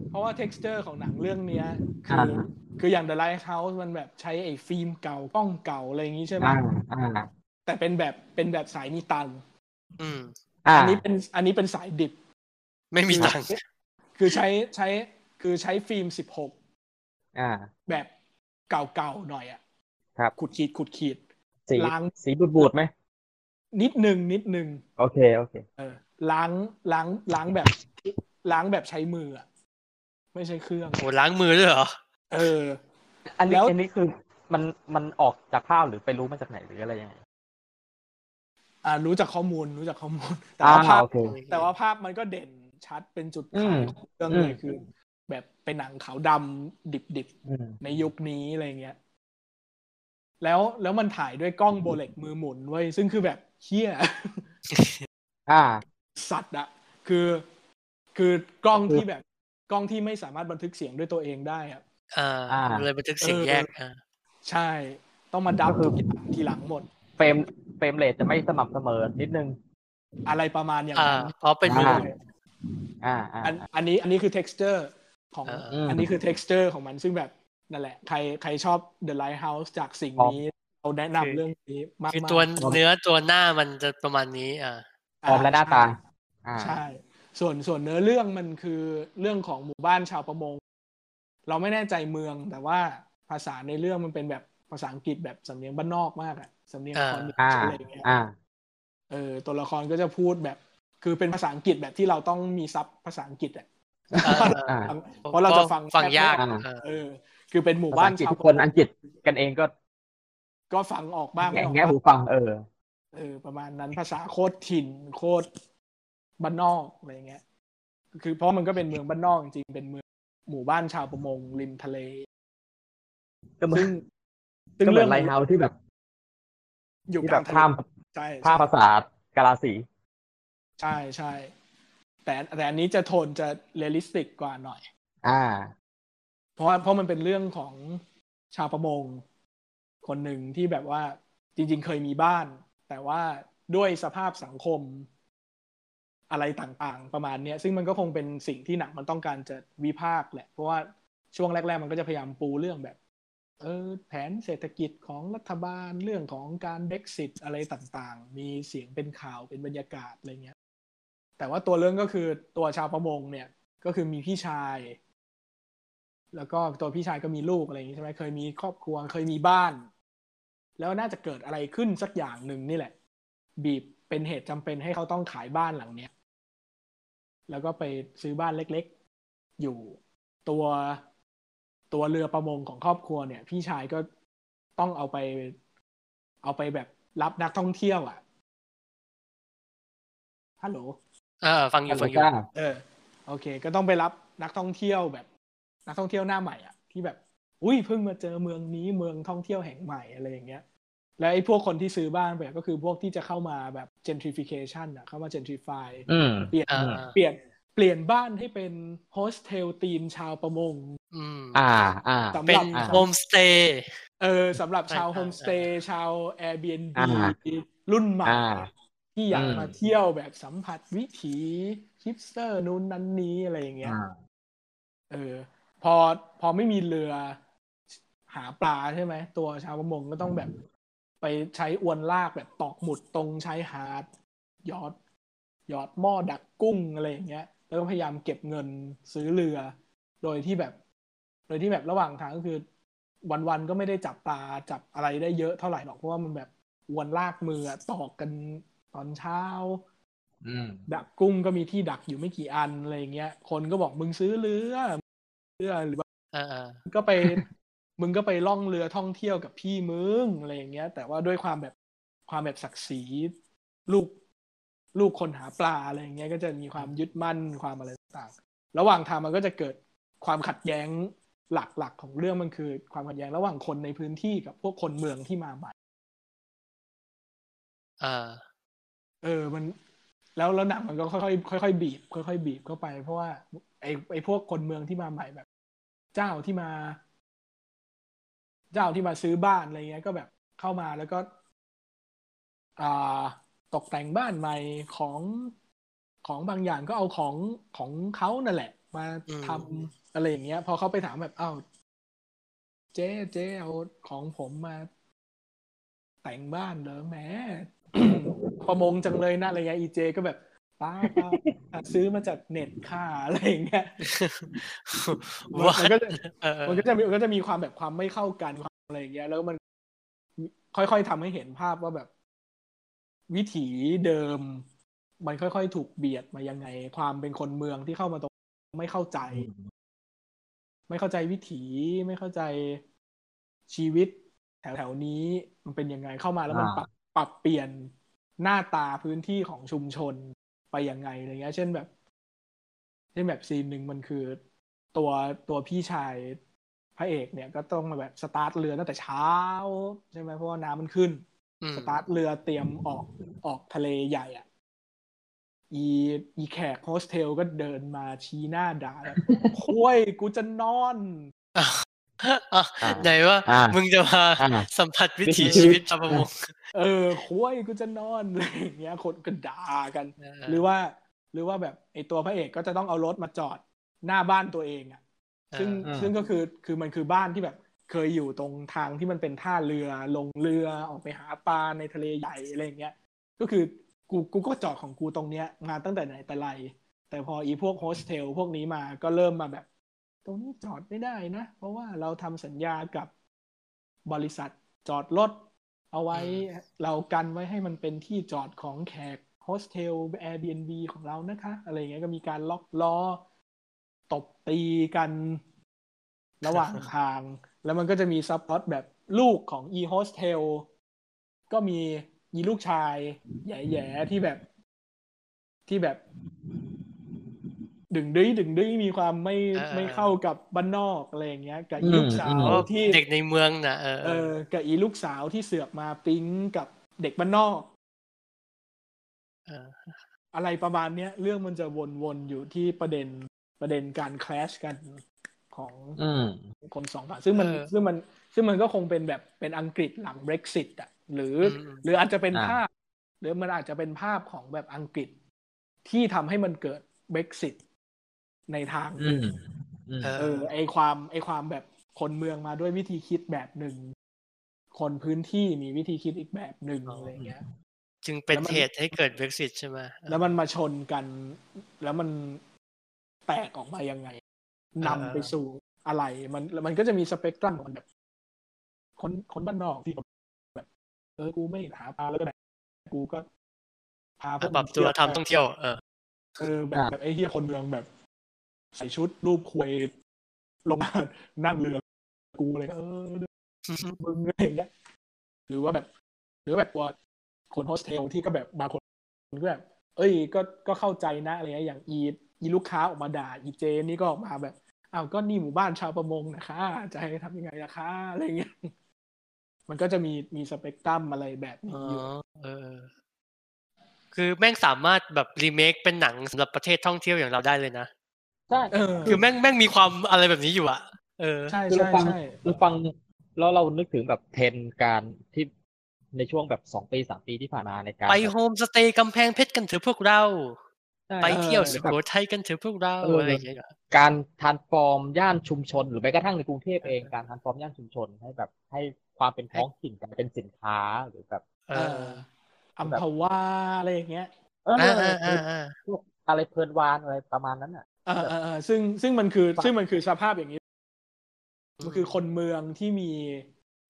[SPEAKER 3] เพราะว่า texture ของหนังเรื่องเนี้ย คืออ
[SPEAKER 2] ม
[SPEAKER 3] คืออย่าง The Lighthouse มันแบบใช้ไอ้ฟิล์มเก่ากล้องเก่าอะไรอย่างงี้ใช่ไหม
[SPEAKER 2] อ่าอ่า
[SPEAKER 3] แต่เป็นแบบเป็นแบบสายมีตังค์
[SPEAKER 1] อืม
[SPEAKER 2] อ่า
[SPEAKER 3] อันนี้เป็นอันนี้เป็นสายดิบ
[SPEAKER 1] ไม่มีตังค์
[SPEAKER 3] คือใช้ใช้คือใช้ฟิล์ม 16
[SPEAKER 2] อ่า
[SPEAKER 3] แบบเก่าๆหน่อยอะ
[SPEAKER 2] ครับ
[SPEAKER 3] ขุดขีดขุดขีด
[SPEAKER 2] สี
[SPEAKER 3] ล้าง
[SPEAKER 2] สีบูดบูดๆไหม
[SPEAKER 3] นิดหนึ่งนิดหนึ่ง
[SPEAKER 2] โอเคโอเค
[SPEAKER 3] เออล้างล้างล้างแบบล้างแบบใช้มืออะไม่ใช่เครื่อง
[SPEAKER 1] โหล้างมือด้วยเหรอ
[SPEAKER 3] เออ
[SPEAKER 2] อัน
[SPEAKER 3] แล้
[SPEAKER 2] นี้
[SPEAKER 3] ว
[SPEAKER 2] อันนี้คือมันมันออกจากภาพหรือไปรู้มาจากไหนหรืออะไรยังไง
[SPEAKER 3] อ่ารู้จากข้อมูลรู้จากข้อมูล แต่
[SPEAKER 2] อ่า
[SPEAKER 3] ว่าภาพ
[SPEAKER 2] โอเค
[SPEAKER 3] แต่ว่าภาพมันก็เด่นชัดเป็นจุด
[SPEAKER 2] อื
[SPEAKER 3] ขาย
[SPEAKER 2] ม
[SPEAKER 3] ของเรื่อง
[SPEAKER 2] อืม
[SPEAKER 3] เลยคือ แบบเป็นหนังขาวดำดิบ
[SPEAKER 2] อืม
[SPEAKER 3] ๆ ในยุคนี้อะไรเงี้ย แล้วแล้วมันถ่ายด้วยกล้องโบเล็กมือหมุนไว้ยซึ่งคือแบบเฮี้ย
[SPEAKER 2] อ่า
[SPEAKER 3] สัตว์อะคือคือกล้องที่แบบกล้องที่ไม่สามารถบันทึกเสียงด้วยตัวเองได้อะ
[SPEAKER 1] อ่า
[SPEAKER 2] อ่า
[SPEAKER 1] เลยบันทึกเสียง
[SPEAKER 3] เออ
[SPEAKER 1] แยกอ่า
[SPEAKER 3] ใช่ ต้องมาดับทุกอย่างทีหลังหมด
[SPEAKER 2] เฟรมเฟรมเรทจะไม่สม่ำเสมอนิดนึง
[SPEAKER 3] อะไรประมาณอย่าง
[SPEAKER 1] อ่า
[SPEAKER 3] นั้น
[SPEAKER 1] เพราะเป็นมือ
[SPEAKER 2] อ่า อ่าอ่า
[SPEAKER 3] อันอันนี้อันนี้คือ texture ของ
[SPEAKER 1] เออ
[SPEAKER 2] ม
[SPEAKER 3] อันนี้คือ texture ของมันซึ่งแบบนั่นแหละ ใครใครชอบ The Lighthouse จากสิ่งนี้ เราแนะนำเรื่องนี้มาก
[SPEAKER 1] คือ
[SPEAKER 3] ๆ
[SPEAKER 1] ตัวเนื้อตัวหน้ามันจะประมาณนี้ อ่า
[SPEAKER 2] ฟอร์มและหน้าตา อ่า
[SPEAKER 3] ใช่ ส่วนส่วนเนื้อเรื่องมันคือเรื่องของหมู่บ้านชาวประมง เราไม่แน่ใจเมือง แต่ว่าภาษาในเรื่องมันเป็นแบบภาษาอังกฤษแบบสำเนียงบ้านนอกมากอะสำเนียง
[SPEAKER 1] อ่า
[SPEAKER 3] คอนเน
[SPEAKER 2] อ่า
[SPEAKER 3] อะไรอย่างเงี้ย
[SPEAKER 2] อ่า
[SPEAKER 3] เออตัวละครก็จะพูดแบบ คือเป็นภาษาอังกฤษแบบที่เราต้องมีซับภาษาอังกฤษอะ
[SPEAKER 1] อ่า
[SPEAKER 2] อ่า
[SPEAKER 3] เพราะเราจะฟัง
[SPEAKER 1] ฟัง
[SPEAKER 3] แทบไม่
[SPEAKER 1] ยาก
[SPEAKER 3] ออก
[SPEAKER 1] เออ
[SPEAKER 3] เออ คือเป็นหมู่
[SPEAKER 2] ภา
[SPEAKER 3] บ้า
[SPEAKER 2] ษาน อังกฤษ
[SPEAKER 3] ชาว
[SPEAKER 2] ทุก
[SPEAKER 3] ป
[SPEAKER 2] ค
[SPEAKER 3] ระ
[SPEAKER 2] น
[SPEAKER 3] มง
[SPEAKER 2] อังกฤษกันเองก็
[SPEAKER 3] ก็ฟังออกบ้างไม่
[SPEAKER 2] แง่
[SPEAKER 3] ออก
[SPEAKER 2] แง่
[SPEAKER 3] บ้าง
[SPEAKER 2] หูฟังเออ
[SPEAKER 3] เออประมาณนั้นภาษาโคตรถิ่นโคตรบ้านนอกอะไรเงี้ย คือเพราะมันก็เป็นเมืองบ้านนอกจริงๆเป็นเมืองหมู่บ้านชาวประมงริมทะเล
[SPEAKER 2] ก็เหมือน
[SPEAKER 3] ซึ่ง
[SPEAKER 2] ก็เหมือน
[SPEAKER 3] ง
[SPEAKER 2] ไลท์เฮาส์ที่แบบ
[SPEAKER 3] อยู่
[SPEAKER 2] ที่
[SPEAKER 3] ก
[SPEAKER 2] แบ
[SPEAKER 3] ลาง
[SPEAKER 2] บ
[SPEAKER 3] ทะเล
[SPEAKER 2] ข้าม
[SPEAKER 3] ใช่
[SPEAKER 2] ข้ามภาษากาลาสี
[SPEAKER 3] ใช่ใช่แต่แต่อันนี้จะโทนจะเรียลลิสติกกว่าหน่อย
[SPEAKER 2] อ่า
[SPEAKER 3] เพราะว่าเพราะมันเป็นเรื่องของชาวประมง คนหนึ่งที่แบบว่าจริง ๆ เคยมีบ้าน แต่ว่าด้วยสภาพสังคม อะไรต่างๆ ประมาณเนี้ยซึ่งมันก็คงเป็นสิ่งที่หนังมันต้องการจะวิพากษ์แหละ เพราะว่าช่วงแรก ๆ มันก็จะพยายามปูเรื่องแบบ เออ แผนเศรษฐกิจของรัฐบาลเรื่องของการเบ x ซิตอะไรต่างๆ มีเสียงเป็นข่าวเป็นบรรยากาศอะไรเงี้ย แต่ว่าตัวเรื่องก็คือตัวชาวประมงเนี่ย ก็คือมีพี่ชาย แล้วก็ตัวพี่ชายก็มีลูกอะไรอย่างนี้ใช่ไหมเคยมีครอบครัวเคยมีบ้าน แล้วน่าจะเกิดอะไรขึ้นสักอย่างหนึ่งนี่แหละ บีบเป็นเหตุจำเป็นให้เขาต้องขายบ้านหลังเนี้ย แล้วก็ไปซื้อบ้านเล็กๆ อยู่ตัวตัวเรือประมงของครอบครัวเนี่ย พี่ชายก็ต้องเอาไป เอาไปแบบรับนักท่องเที่ยวอะ่ะ ฮัลโหล
[SPEAKER 1] เออฟังอยู่ฟังอยู่
[SPEAKER 2] จ้า
[SPEAKER 3] เออโอเค ก็ต้องไปรับนักท่องเที่ยวแบบ นักท่องเที่ยวหน้าใหม่อ่ะที่แบบ อุ้ยเพิ่งมาเจอเมืองนี้เมืองท่องเที่ยวแห่งใหม่อะไรอย่างเงี้ย แล้วไอ้พวกคนที่ซื้อบ้านไปก็คือพวกที่จะเข้ามาแบบ gentrification อ่ะเข้ามา gentrify
[SPEAKER 2] อืม
[SPEAKER 3] เปลี่ยน
[SPEAKER 1] อ่า
[SPEAKER 3] เปลี่ยนเปลี่ยนบ้านให้เป็นโฮสเทลทีมชาวประมง
[SPEAKER 1] อืม
[SPEAKER 2] อ่า อ่า
[SPEAKER 3] สำ
[SPEAKER 1] เป็น
[SPEAKER 3] หรับ
[SPEAKER 2] อ่า
[SPEAKER 1] โฮมสเตย์
[SPEAKER 3] เออสำหรับชาว
[SPEAKER 1] อ่า
[SPEAKER 3] โฮมสเตย์ชาว Airbnb
[SPEAKER 2] อ่า
[SPEAKER 3] รุ่นใหม่
[SPEAKER 2] อ่า
[SPEAKER 3] ที่อยาก
[SPEAKER 2] อืม
[SPEAKER 3] มาเที่ยวแบบสัมผัสวิถีฮิปสเตอร์นู้นนั้นนี้อะไรอย่างเงี้ย
[SPEAKER 2] อ่า
[SPEAKER 3] เออพอพอไม่มีเรือหาปลาใช่ไหม ตัวชาวประมงก็ต้องแบบ ไปใช้อวนลากแบบตอกหมุดตรงชายหาดหยอดหยอดหม้อดักกุ้งอะไรอย่างเงี้ย แล้วก็พยายามเก็บเงินซื้อเรือ โดยที่แบบ โดยที่แบบระหว่างทางก็คือวันๆก็ไม่ได้จับปลาจับอะไรได้เยอะเท่าไหร่หรอกเพราะว่ามันแบบอวนลากมืออะตอกกันตอนเช้า
[SPEAKER 2] อืม
[SPEAKER 3] ดักกุ้งก็มีที่ดักอยู่ไม่กี่อันอะไรอย่างเงี้ย คนก็บอกมึงซื้อเรือเรือหรือว่า
[SPEAKER 1] เออเออ
[SPEAKER 3] มึงก็ไป มึงก็ไปล่องเรือท่องเที่ยวกับพี่มึงอะไรอย่างเงี้ย แต่ว่าด้วยความแบบความแบบศักดิ์ศรีลูกลูกคนหาปลาอะไรอย่างเงี้ย ก็จะมีความยึดมั่นความอะไรต่างๆระหว่างทางมันก็จะเกิดความขัดแย้งหลักๆของเรื่องมันคือ ความขัดแย้งระหว่างคนในพื้นที่กับพวกคนเมืองที่มาใหม่
[SPEAKER 1] เออ
[SPEAKER 3] เออ มัน แล้ว แล้วหนังมันก็ค่อยๆ ค่อยๆ บีบ ค่อยๆ บีบเข้าไป เพราะว่า ไอ้ ไอ้พวกคนเมืองที่มาใหม่แบบ เจ้าที่มา เจ้าที่มาซื้อบ้านอะไรเงี้ย ก็แบบเข้ามาแล้วก็ อ่า ตกแต่งบ้านใหม่ของ ของบางอย่างก็เอาของของเขานั่นแหละ มาทำอะไรอย่างเงี้ย พอเขาไปถามแบบ อ้าว เจ๊เจ๊เอาของผมมา แต่ งบ้านเหรอแหม ประมงจังเลยนะอะไรเงี้ยอีเจก็แบบป้าป้าป้าซื้อมาจากเน็ตค่ะอะไรอย่างเงี้ย
[SPEAKER 1] ว่า
[SPEAKER 3] มันก็จะ
[SPEAKER 1] เออเออ
[SPEAKER 3] มันก็จะมีมันก็จะมีความแบบความไม่เข้ากันความอะไรอย่างเงี้ย แล้วมันค่อยๆทำให้เห็นภาพว่าแบบ วิถีเดิม มันค่อยๆ ถูกเบียดมายังไง ความเป็นคนเมืองที่เข้ามาตรงไม่เข้าใจ ไม่เข้าใจวิถีไม่เข้าใจชีวิต แถวแถวๆนี้มันเป็นยังไงเข้ามาแล้วมัน
[SPEAKER 2] อ่า
[SPEAKER 3] ปรับปรับเปลี่ยนหน้าตาพื้นที่ของชุมชนไปยังไงอะไรเงี้ย เช่นแบบเช่นแบบซีนหนึ่งมันคือตัวตัวพี่ชายพระเอกเนี่ยก็ต้องมาแบบสตาร์ทเรือตั้งแต่เช้าใช่ไหมเพราะว่าน้ำมันขึ้น
[SPEAKER 1] อืม
[SPEAKER 3] สตาร์ทเรือเตรียมออกออกทะเลใหญ่อ่ะ อีอีแขกโฮสเทลก็เดินมาชี้หน้าด่า แบบ คุยกูจะนอน
[SPEAKER 1] อ่ะไหนว่า
[SPEAKER 2] อ่ามึ
[SPEAKER 1] มึงจะมา
[SPEAKER 2] อ่า
[SPEAKER 1] สัมผัสวิถี
[SPEAKER 2] วิถีชี
[SPEAKER 1] ชี
[SPEAKER 2] วิ
[SPEAKER 1] วิต
[SPEAKER 2] ต
[SPEAKER 1] ชาวประมง
[SPEAKER 3] เออคุยกูจะนอน อะไรอย่างเงี้ย คนก็ด่ากัน
[SPEAKER 1] เห
[SPEAKER 3] รือว่า หรือว่าแบบไอตัวพระเอกก็จะต้องเอารถมาจอดหน้าบ้านตัวเองอ่ะ ซึ่ง
[SPEAKER 2] อ่า
[SPEAKER 3] ซึ่งก็คือคือมันคือบ้านที่แบบ เคยอยู่ตรงทางที่มันเป็นท่าเรือลงเรือออกไปหาปลาในทะเลใหญ่อะไรอย่างเงี้ย ก็คือกูกูก็จอดของกูตรงเนี้ยมาตั้งแต่ไหนแต่ไร แต่พออีพวกโฮสเทลพวกนี้มาก็เริ่มมาแบบ ตรงนี้จอดไม่ได้นะ เพราะว่าเราทำสัญญากับบริษัทจอดรถเอาไว้เรากันไว้ให้มันเป็นที่จอดของแขกโฮสเทล Airbnb ของเรานะคะ อะไรอย่างเงี้ยก็มีการล็อกล้อ ตบตีกันระหว่างทาง แล้วมันก็จะมีซับพล็อตแบบลูกของอีโฮสเทลก็มีอีลูกชายแย่ๆที่แบบที่แบบ ดึงดื้อดึงดื้อมีความไม่
[SPEAKER 1] เออ
[SPEAKER 3] ไม่เข้ากับบ้านนอกอะไรอย่างเงี้ย กับอีลูกสา
[SPEAKER 2] อืม
[SPEAKER 1] พ
[SPEAKER 3] ว
[SPEAKER 1] ราะว่า
[SPEAKER 3] ที่
[SPEAKER 1] เด็กในเมืองนะเออ
[SPEAKER 3] เอ
[SPEAKER 1] เออ
[SPEAKER 3] อกับอีลูกสาวที่เสือกมาปิ๊งกับเด็กบ้านนอก
[SPEAKER 1] เออ
[SPEAKER 3] อะไรประมาณเนี้ย เรื่องมันจะวนๆอยู่ที่ประเด็นประเด็นการแคลชกันของ
[SPEAKER 2] อืม
[SPEAKER 3] คนสองฝั่งซึ่งมัน
[SPEAKER 1] เออ
[SPEAKER 3] ซึ่งมันซึ่งมันก็คงเป็นแบบเป็นอังกฤษหลัง Brexit อ่ะ หรืออ
[SPEAKER 1] ม
[SPEAKER 3] หรืออาจจะเป็น
[SPEAKER 2] อ่า
[SPEAKER 3] ภาพ หรือมันอาจจะเป็นภาพของแบบอังกฤษที่ทำให้มันเกิด Brexit ในทาง
[SPEAKER 2] อืมอืม
[SPEAKER 1] เออ
[SPEAKER 3] เออไอความไอความแบบคนเมืองมาด้วยวิธีคิดแบบหนึ่ง คนพื้นที่มีวิธีคิดอีกแบบหนึ่ง
[SPEAKER 1] อ๋ออ
[SPEAKER 3] อะไรอย่างเงี้ย
[SPEAKER 1] จึงเป็น
[SPEAKER 3] แล้วมัน
[SPEAKER 1] เหตุให้เกิดเบรกซิตใช่ไหมเออ
[SPEAKER 3] แล้วมันมาชนกัน แล้วมันแตกออกมายังไงนำ
[SPEAKER 1] เออ
[SPEAKER 3] ไปสู่อะไร มันแล้วมันก็จะมีสเปกตรัมของมันแบบ คนคนบ้านนอกที่แบบแบบเออกูไม่หาปลาแล้วก็ไหนกูก็พาพวก
[SPEAKER 1] ป
[SPEAKER 3] มั
[SPEAKER 1] รับ
[SPEAKER 3] น
[SPEAKER 1] ตั
[SPEAKER 3] เที่
[SPEAKER 1] วย ทำท่องเที่ยวเออ
[SPEAKER 3] เออแบบแบบไอ้เหี้ยคนเมืองแบบ ใส่ชุดรูปควยลงมา นั่งเรือกูเลยเออ มึงอะไรอย่างเงี้ยหรือว่าแบบ หรือแบบว่าคนโฮสเทลที่ก็แบบบางคนก็แบบ เอ้ยก็ก็เข้าใจนะอะไรเงี้ยอย่างอีอีลูกค้าออกมาด่าอีเจนี่ก็ออกมาแบบอ้าวก็นี่หมู่บ้านชาวประมงนะคะ จะให้ทำยังไงล่ะคะอะไรเงี้ย มันก็จะมีมีสเปกตรัมอะไรแบบ
[SPEAKER 1] อ๋อ
[SPEAKER 3] นี้อยู่
[SPEAKER 1] เออ คือแม่งสามารถแบบรีเมคเป็นหนังสำหรับประเทศท่องเที่ยวอย่างเราได้เลยนะ
[SPEAKER 2] ใช่
[SPEAKER 3] เออ
[SPEAKER 1] คือแม่งแม่งมีความอะไรแบบนี้อยู่อะเออ
[SPEAKER 3] ใช่
[SPEAKER 2] คือเรา
[SPEAKER 3] ใช่
[SPEAKER 2] ฟัง
[SPEAKER 3] ใช่
[SPEAKER 2] เราฟังแล้วเรานึกถึงแบบเทรนด์การที่ในช่วงแบบสองปีสามปีที่ผ่านมาในการ
[SPEAKER 1] ไป
[SPEAKER 2] แบบ
[SPEAKER 1] โฮมสเตย์กำแพงเพชรกันเถอะพวกเรา
[SPEAKER 2] ใช่
[SPEAKER 1] ไปเที่ยวสุ
[SPEAKER 2] แบบ
[SPEAKER 1] โขทัยกันเถอะพวกเรา
[SPEAKER 2] เอออ
[SPEAKER 1] อะไรอย่างเงี้ยเหรอ
[SPEAKER 2] การทานฟอร์มย่านชุมชน หรือแม้กระทั่งในกรุงเทพเองการทานฟอร์มย่านชุมชน ให้แบบให้ความเป็นท้องถิ่นกลายเป็นสินค้าหรือแบบ
[SPEAKER 1] เอ
[SPEAKER 3] เอ
[SPEAKER 1] อ
[SPEAKER 3] ออัมพวาอะไรอย่างเงี้ย
[SPEAKER 2] เออ
[SPEAKER 1] อ่าอ่าอ่าอ่า
[SPEAKER 2] พวกอะไรเพลินวานอะไรประมาณนั้นอ่ะ
[SPEAKER 3] เออเออเออซึ่งซึ่งมันคือ
[SPEAKER 2] ปะ
[SPEAKER 3] ซึ่งมันคือสภาพอย่างนี้ มันคือคนเมืองที่มี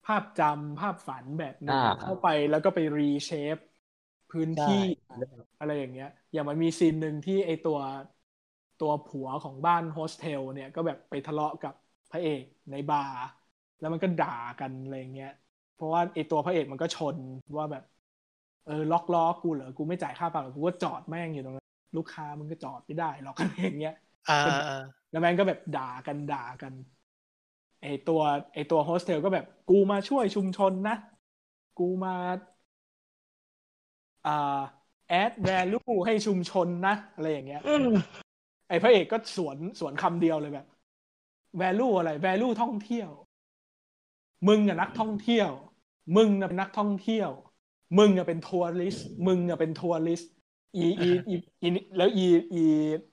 [SPEAKER 3] ภาพจำภาพฝันแบบหนึง
[SPEAKER 2] อ่า
[SPEAKER 3] เข้าไปแล้วก็ไปรีเชฟพื้นที่
[SPEAKER 2] ใช่
[SPEAKER 3] อะไรอย่างเงี้ย อย่างมันมีซีนหนึ่งที่ไอตัวตัวผัวของบ้านโฮสเทลเนี่ยก็แบบไปทะเลาะกับพระเอกในบาร์แล้วมันก็ด่ากันอะไรอย่างเงี้ย เพราะว่าไอตัวพระเอกมันก็ชนว่าแบบ เออล็อกล้อกูเหรอกูไม่จ่ายค่าปรับหรอกกูก็จอดแม่งอยู่ตรงนั้นลูกค้ามึงก็จอดไม่ได้หรอกอะไรอย่างเงี้ย
[SPEAKER 1] อ่าอ่า
[SPEAKER 3] แล้วแม่งก็แบบด่ากันด่ากัน ไอตัว ไอตัวโฮสเทลก็แบบ กูมาช่วยชุมชนนะ กูมาอ่า add value ให้ชุมชนนะ อะไรอย่างเงี้ย ไอพระเอกก็สวนสวนคำเดียวเลยแบบ value อะไร value ท่องเที่ยว มึงอะนักท่องเที่ยว มึงอะเป็นนักท่องเที่ยว มึงอะเป็นทัวริสต์มึงอะเป็นทัวริสต์อีอีอีอีแล้วอีอี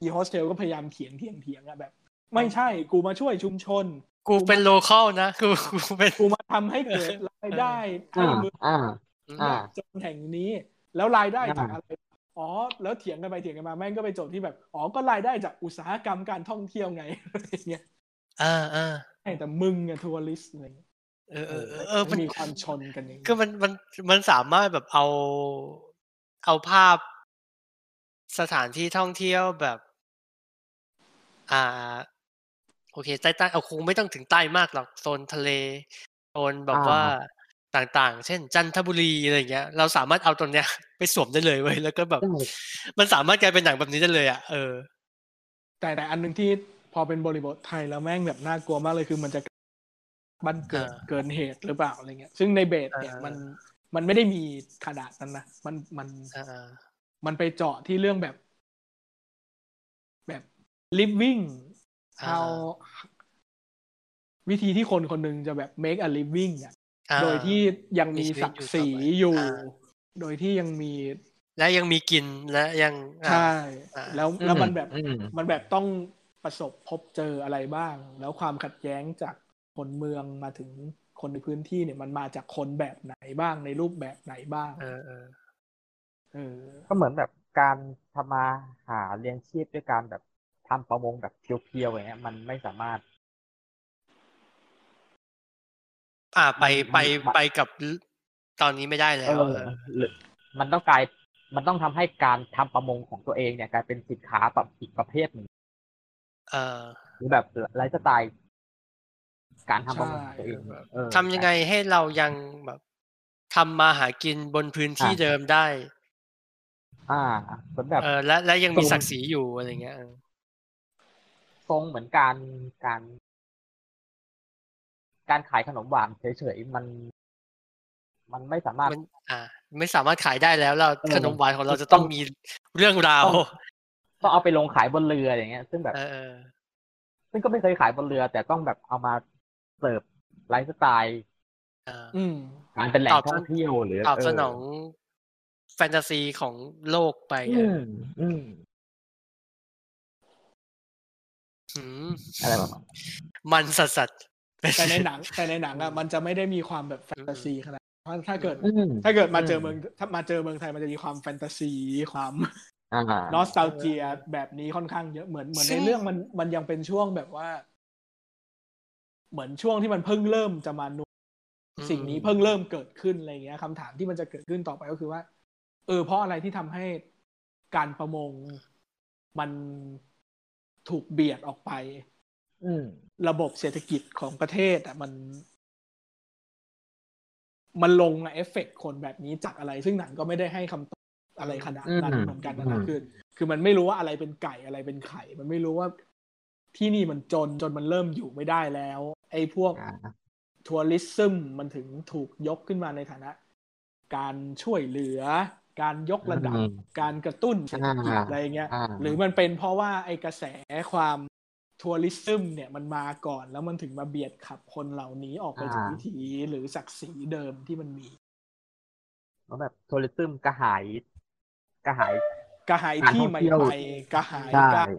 [SPEAKER 3] อีโฮสเทลก็พยายามเถียงเถียงเถียงอะแบบ ไม่ใช่กูมาช่วยชุมชน
[SPEAKER 1] กูเป็นโลคอลนะกูกูเป็น
[SPEAKER 3] กูมาทำให้เกิดรายได้ให้
[SPEAKER 2] อ่า
[SPEAKER 3] เมือง
[SPEAKER 2] อ่า อ่า
[SPEAKER 3] จนแห่งนี้ แล้วรายได้จาก
[SPEAKER 2] อ่า
[SPEAKER 3] อะไรอ๋อ แล้วเถียงกันไปเถียงกันมาแม่งก็ไปจบที่แบบอ๋อก็รายได้จากอุตสาหกรรมการท่องเที่ยวไงอะไรอย่างเงี้ย
[SPEAKER 1] อ่าอ่า
[SPEAKER 3] ไอ้แต่มึงอะทัวริสต์อะไรอย่างเงี้ย
[SPEAKER 1] เออเออเออเออมัน
[SPEAKER 3] มีความชนกันอย่างเงี้ย
[SPEAKER 1] ก็มันมันมันสามารถแบบเอาเอาภาพสถานที่ท่องเที่ยวแบบ อ่า โอเคใต้ใต้เอาคงไม่ต้องถึงใต้มากหรอกโซนทะเลโซนแบบ
[SPEAKER 2] อ่า
[SPEAKER 1] ว่าต่างๆ เช่น จันทบุรีอะไรอย่างเงี้ย เราสามารถเอาตรงเนี้ย ไปสวมได้เลยเว้ยแล้วก็แบบ
[SPEAKER 2] ใช่
[SPEAKER 1] มันสามารถกลายเป็นหนังแบบนี้ได้เลยอ่ะเออ
[SPEAKER 3] แต่แต่อันหนึ่งที่พอเป็นบริบทไทยแล้วแม่งแบบน่ากลัวมากเลยคือมันจะบันเกิด
[SPEAKER 1] อ่า
[SPEAKER 3] เกินเหตุหรือเปล่าอะไรเงี้ย ซึ่งในเบสเนี่ย
[SPEAKER 1] อ่ามั
[SPEAKER 3] มันมันไม่ได้มีขนาดนั้นนะมันมัน
[SPEAKER 1] อ่าอ่า
[SPEAKER 3] มันไปเจาะที่เรื่องแบบ แบบ living
[SPEAKER 1] อ่า
[SPEAKER 3] how วิธีที่คนคนหนึ่งจะแบบ make a living อ่ะ
[SPEAKER 1] อ่า
[SPEAKER 3] โดยที่ยังมีศักดิ์ศรีอยู่
[SPEAKER 1] อ่า
[SPEAKER 3] โดยที่ยังมี
[SPEAKER 1] และยังมีกินและยังอ่า
[SPEAKER 3] ใช่
[SPEAKER 1] อ่า
[SPEAKER 3] แล้วแล้วมันแบบ
[SPEAKER 2] อืม
[SPEAKER 3] มันแบบต้องประสบพบเจออะไรบ้าง แล้วความขัดแย้งจากคนเมืองมาถึงคนในพื้นที่เนี่ยมันมาจากคนแบบไหนบ้างในรูปแบบไหนบ้าง
[SPEAKER 1] เออเออ
[SPEAKER 3] เออ
[SPEAKER 2] ก็เหมือนแบบการทำมาหาเลี้ยงชีพด้วยการแบบทำประมงแบบเพียวๆอย่างเงี้ยมันไม่สามารถ
[SPEAKER 1] อ่าไปไป
[SPEAKER 2] มัน
[SPEAKER 1] ไปกับตอนนี้ไม่ได้แล้ว เออ
[SPEAKER 2] หรือมันต้องกลายมันต้องทำให้การทำประมงของตัวเองเนี่ยกลายเป็นสินค้าแบบอีกประเภทหนึ่ง
[SPEAKER 1] เออ
[SPEAKER 2] หรือแบบไลฟ์สไตล์การทำประมงของตัวเองเออ
[SPEAKER 1] ทำยังไงให้เรายังแบบทำมาหากินบนพื้นที่เดิมได้
[SPEAKER 2] อ่าเหมือนแบบ
[SPEAKER 1] เออและและยังมี
[SPEAKER 2] ตรง
[SPEAKER 1] ศักดิ์ศรีอยู่อะไรเงี้ยเออ
[SPEAKER 2] ทรงเหมือนการการ การขายขนมหวานเฉยๆมัน มันไม่สามารถ
[SPEAKER 1] มัน อ่า ไม่สามารถขายได้แล้วเรา
[SPEAKER 2] เออ
[SPEAKER 1] ขนมหวานของเราจะต้อง
[SPEAKER 2] ต้อง
[SPEAKER 1] มีเรื่องราว
[SPEAKER 2] ต้องเอาไปลงขายบนเรืออย่างเงี้ย ซึ่งแบบ
[SPEAKER 1] เออเออ
[SPEAKER 2] ซึ่งก็ไม่เคยขายบนเรือ แต่ต้องแบบเอามาเสิร์ฟไลฟ์สไตล์
[SPEAKER 1] เออ
[SPEAKER 3] อืม
[SPEAKER 2] การเป็นแหล่
[SPEAKER 1] ต
[SPEAKER 2] ง
[SPEAKER 1] อบสน
[SPEAKER 2] ท่องเที่ยวหรือ
[SPEAKER 1] ตอบสนอง
[SPEAKER 2] เ
[SPEAKER 1] แฟนตาซีของโลกไป
[SPEAKER 2] อ
[SPEAKER 1] เอ
[SPEAKER 2] อื
[SPEAKER 1] อ
[SPEAKER 2] มอืม
[SPEAKER 1] หืม
[SPEAKER 2] อะไรประมาณนั้น
[SPEAKER 1] มันสัสสัสๆ
[SPEAKER 3] แต่ในหนัง แต่ในหนังอะมันจะไม่ได้มีความแบบแฟนตาซีขนาดนั้นเพราะถ้าเกิด
[SPEAKER 2] อืม
[SPEAKER 3] ถ้าเกิดมาเจอเมืองถ้ามาเจอเมืองไทยมันจะมีความแฟนตาซีความ
[SPEAKER 2] อ่าน
[SPEAKER 3] อสตาเจียแบบนี้ค่อนข้างเยอะเหมือนเหมือน
[SPEAKER 1] ซึ่
[SPEAKER 3] ใน
[SPEAKER 1] ง
[SPEAKER 3] เรื่องมันมันยังเป็นช่วงแบบว่า เหมือนช่วงที่มันเพิ่งเริ่มจะมาหนุนสิ่งนี้เพิ่งเริ่มเกิดขึ้นอะไรอย่างเงี้ยคำถามที่มันจะเกิดขึ้นต่อไปก็คือว่า เออเพราะอะไรที่ทำให้การประมงมันถูกเบียดออกไป
[SPEAKER 2] อืม
[SPEAKER 3] ระบบเศรษฐกิจของประเทศอ่ะมัน มันลงเอฟเฟกคนแบบนี้จากอะไร ซึ่งหนังก็ไม่ได้ให้คำตอบ อะไรขนาด
[SPEAKER 2] อืม
[SPEAKER 3] นั้นเหมือนกันนะนะ
[SPEAKER 2] อืม
[SPEAKER 3] คือ คือมันไม่รู้ว่าอะไรเป็นไก่อะไรเป็นไข่ มันไม่รู้ว่าที่นี่มันจนจนมันเริ่มอยู่ไม่ได้แล้ว ไอ้พวก
[SPEAKER 2] อ่า
[SPEAKER 3] ทัวริซึมมันถึงถูกยกขึ้นมาในฐานะ การช่วยเหลือ การยกระดับ
[SPEAKER 2] อืม
[SPEAKER 3] การกระตุ้นเศรษฐกิจ
[SPEAKER 2] อ่า
[SPEAKER 3] อะไรเงี้ย
[SPEAKER 2] อ่า
[SPEAKER 3] หรือมันเป็นเพราะว่าไอกระแสความทัวริซึมเนี่ยมันมาก่อนแล้วมันถึงมาเบียดขับคนเหล่านี้ออกไปจากวิถีหรือศักดิ์ศรีเดิมที่มันมี
[SPEAKER 2] แล้วแบบทัวริซึมกระหายกระหาย
[SPEAKER 3] กระหายที่ให
[SPEAKER 2] การท่องเที่ยว
[SPEAKER 3] ม่ๆกระหาย
[SPEAKER 2] ใช่
[SPEAKER 3] การ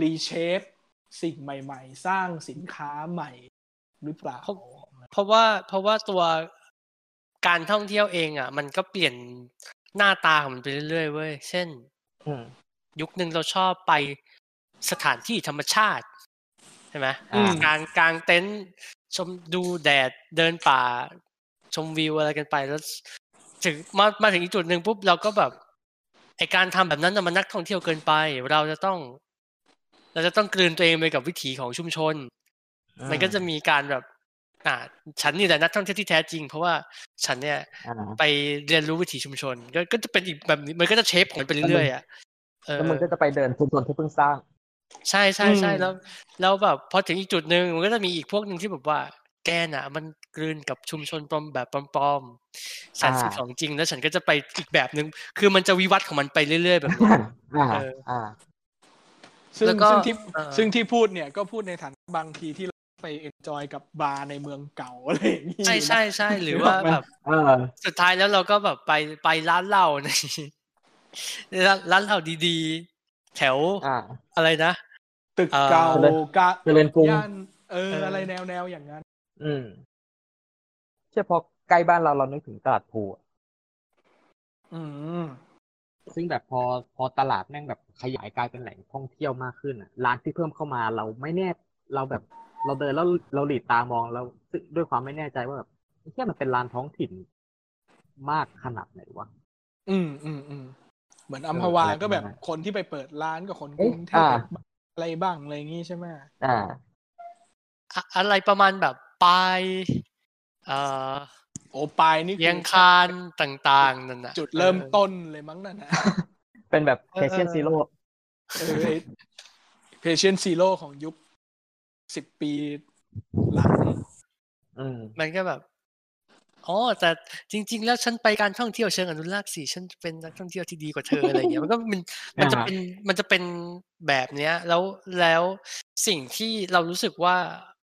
[SPEAKER 3] รีเชฟสิ่งใหม่ ๆ สร้างสินค้าใหม่หรือเปล่า
[SPEAKER 1] เพราะเพราะว่าเพราะว่าตัวการท่องเที่ยวเองอ่ะ มันก็เปลี่ยนหน้าตาของมันไปเรื่อยๆเว้ยเช่น
[SPEAKER 3] อืม
[SPEAKER 1] ยุคหนึ่งเราชอบไปสถานที่ธรรมชาติใช่ไหม
[SPEAKER 2] อ่า
[SPEAKER 1] การกางเต็นท์ชมดูแดดเดินป่า ชมวิวอะไรกันไปแล้ว ถึงมามาถึงอีกจุดหนึ่งปุ๊บเราก็แบบไอการทำแบบนั้นน่ะมันนักท่องเที่ยวเกินไป เราจะต้อง เราจะต้องกลืนตัวเองไปกับวิถีของชุมชน มันก็จะมีการแบบ อ่า ฉันนี่แหละนักท่องเที่ยวที่แท้จริง เพราะว่าฉันเนี่ย
[SPEAKER 2] อ่า
[SPEAKER 1] ไปเรียนรู้วิถีชุมชน ก็ก็จะเป็นอีกแบบนี้มันก็จะเชฟของมันไปเรื่อยๆอ่ะเออ
[SPEAKER 2] แล้วมันก็จะไปเดินชุมชนที่เพิ่งสร้าง
[SPEAKER 1] ใช่ใช่ใช่
[SPEAKER 3] อืม
[SPEAKER 1] แล้วแล้วแบบพอถึงอีกจุดหนึ่งมันก็จะมีอีกพวกหนึ่งที่แบบว่า แกน่ะ มันกลืนกับชุมชนปลอมแบบปลอมๆฉัน
[SPEAKER 2] อ่า
[SPEAKER 1] สิของจริงแล้วฉันก็จะไปอีกแบบหนึ่งคือมันจะวิวัฒน์ของมันไปเรื่อยๆ แบบเนี้ย
[SPEAKER 2] อ่า
[SPEAKER 1] เออ
[SPEAKER 2] อ่า
[SPEAKER 3] ซึ่ง
[SPEAKER 1] แล้วก็
[SPEAKER 3] ซึ่งที่
[SPEAKER 1] เอ่อ
[SPEAKER 3] ซึ่งที่พูดเนี่ยก็พูดในฐานะบางทีที่เราไปเอนจอยกับบาร์ในเมืองเก่าอะไรอย่างนี้
[SPEAKER 1] ใช่ใช่ใช่หรือ
[SPEAKER 3] นึก
[SPEAKER 1] ว่า
[SPEAKER 3] ออกไหม
[SPEAKER 1] แบบ
[SPEAKER 2] เออ
[SPEAKER 1] สุดท้ายแล้วเราก็แบบไปไปร้านเหล้าใน ร้านร้านเหล้าดีๆ แถว
[SPEAKER 2] อ่า
[SPEAKER 1] อะไรนะ
[SPEAKER 3] ตึกเก่า
[SPEAKER 2] เออ
[SPEAKER 3] กะ
[SPEAKER 2] เจริญกรุง
[SPEAKER 3] ย่านเออ
[SPEAKER 1] เอออ
[SPEAKER 3] อะไรแนวแนวอย่างนั้น
[SPEAKER 2] อืมเชื่อพอใกล้บ้านเราเรานึกถึงตลาดพลูอะ
[SPEAKER 3] อืม
[SPEAKER 2] ซึ่งแบบพอพอตลาดแม่งแบบขยายกลายเป็นแหล่งท่องเที่ยวมากขึ้นอ่ะ ร้านที่เพิ่มเข้ามาเราไม่แน่ เราแบบ เราเดินแล้วเราหลีดตามองแล้วซึ่งด้วยความไม่แน่ใจว่าแบบเชื่อมันเป็นร้านท้องถิ่นมากขนาดไหนวะ
[SPEAKER 3] อืมอืมอืมเหมือนอัมพ
[SPEAKER 2] เอ
[SPEAKER 3] วา
[SPEAKER 2] ออะไร
[SPEAKER 3] ก็แบบ
[SPEAKER 2] ประมาณนั้น
[SPEAKER 3] คนที่ไปเปิดร้านกับคนก
[SPEAKER 2] เอ๊ะ
[SPEAKER 3] รุงเทพ
[SPEAKER 2] อ่า
[SPEAKER 3] อะไรบ้างอะไรอย่างนี้ใช่ไหม
[SPEAKER 2] อ่า
[SPEAKER 1] อะอะไรประมาณแบบปลายเอ่อ
[SPEAKER 3] โอปายนี่คื
[SPEAKER 1] เยียงคานต่างๆนั่นน่ะ
[SPEAKER 3] จุดเริ่ม
[SPEAKER 1] ออ
[SPEAKER 3] ต้นเลยมั้งนั่นนะ
[SPEAKER 2] เป็นแบบ
[SPEAKER 1] เอ
[SPEAKER 2] แค
[SPEAKER 1] อ
[SPEAKER 2] ชเชียน
[SPEAKER 1] เออ
[SPEAKER 2] ซีโร่
[SPEAKER 3] เพเชนซีโร่ของยุคสิบปีหลัง
[SPEAKER 2] อืม
[SPEAKER 1] มันก็แบบ อ๋อ แต่จริง ๆ แล้วฉันไปการท่องเที่ยวเชิงอนุรักษ์สิ ฉันเป็นนักท่องเที่ยวที่ดีกว่าเธออะไรอย่างเงี้ย มันก็มันมันจะ
[SPEAKER 2] อ่า
[SPEAKER 1] เป็นมันจะเป็นแบบเนี้ย แล้วแล้วสิ่งที่เรารู้สึกว่า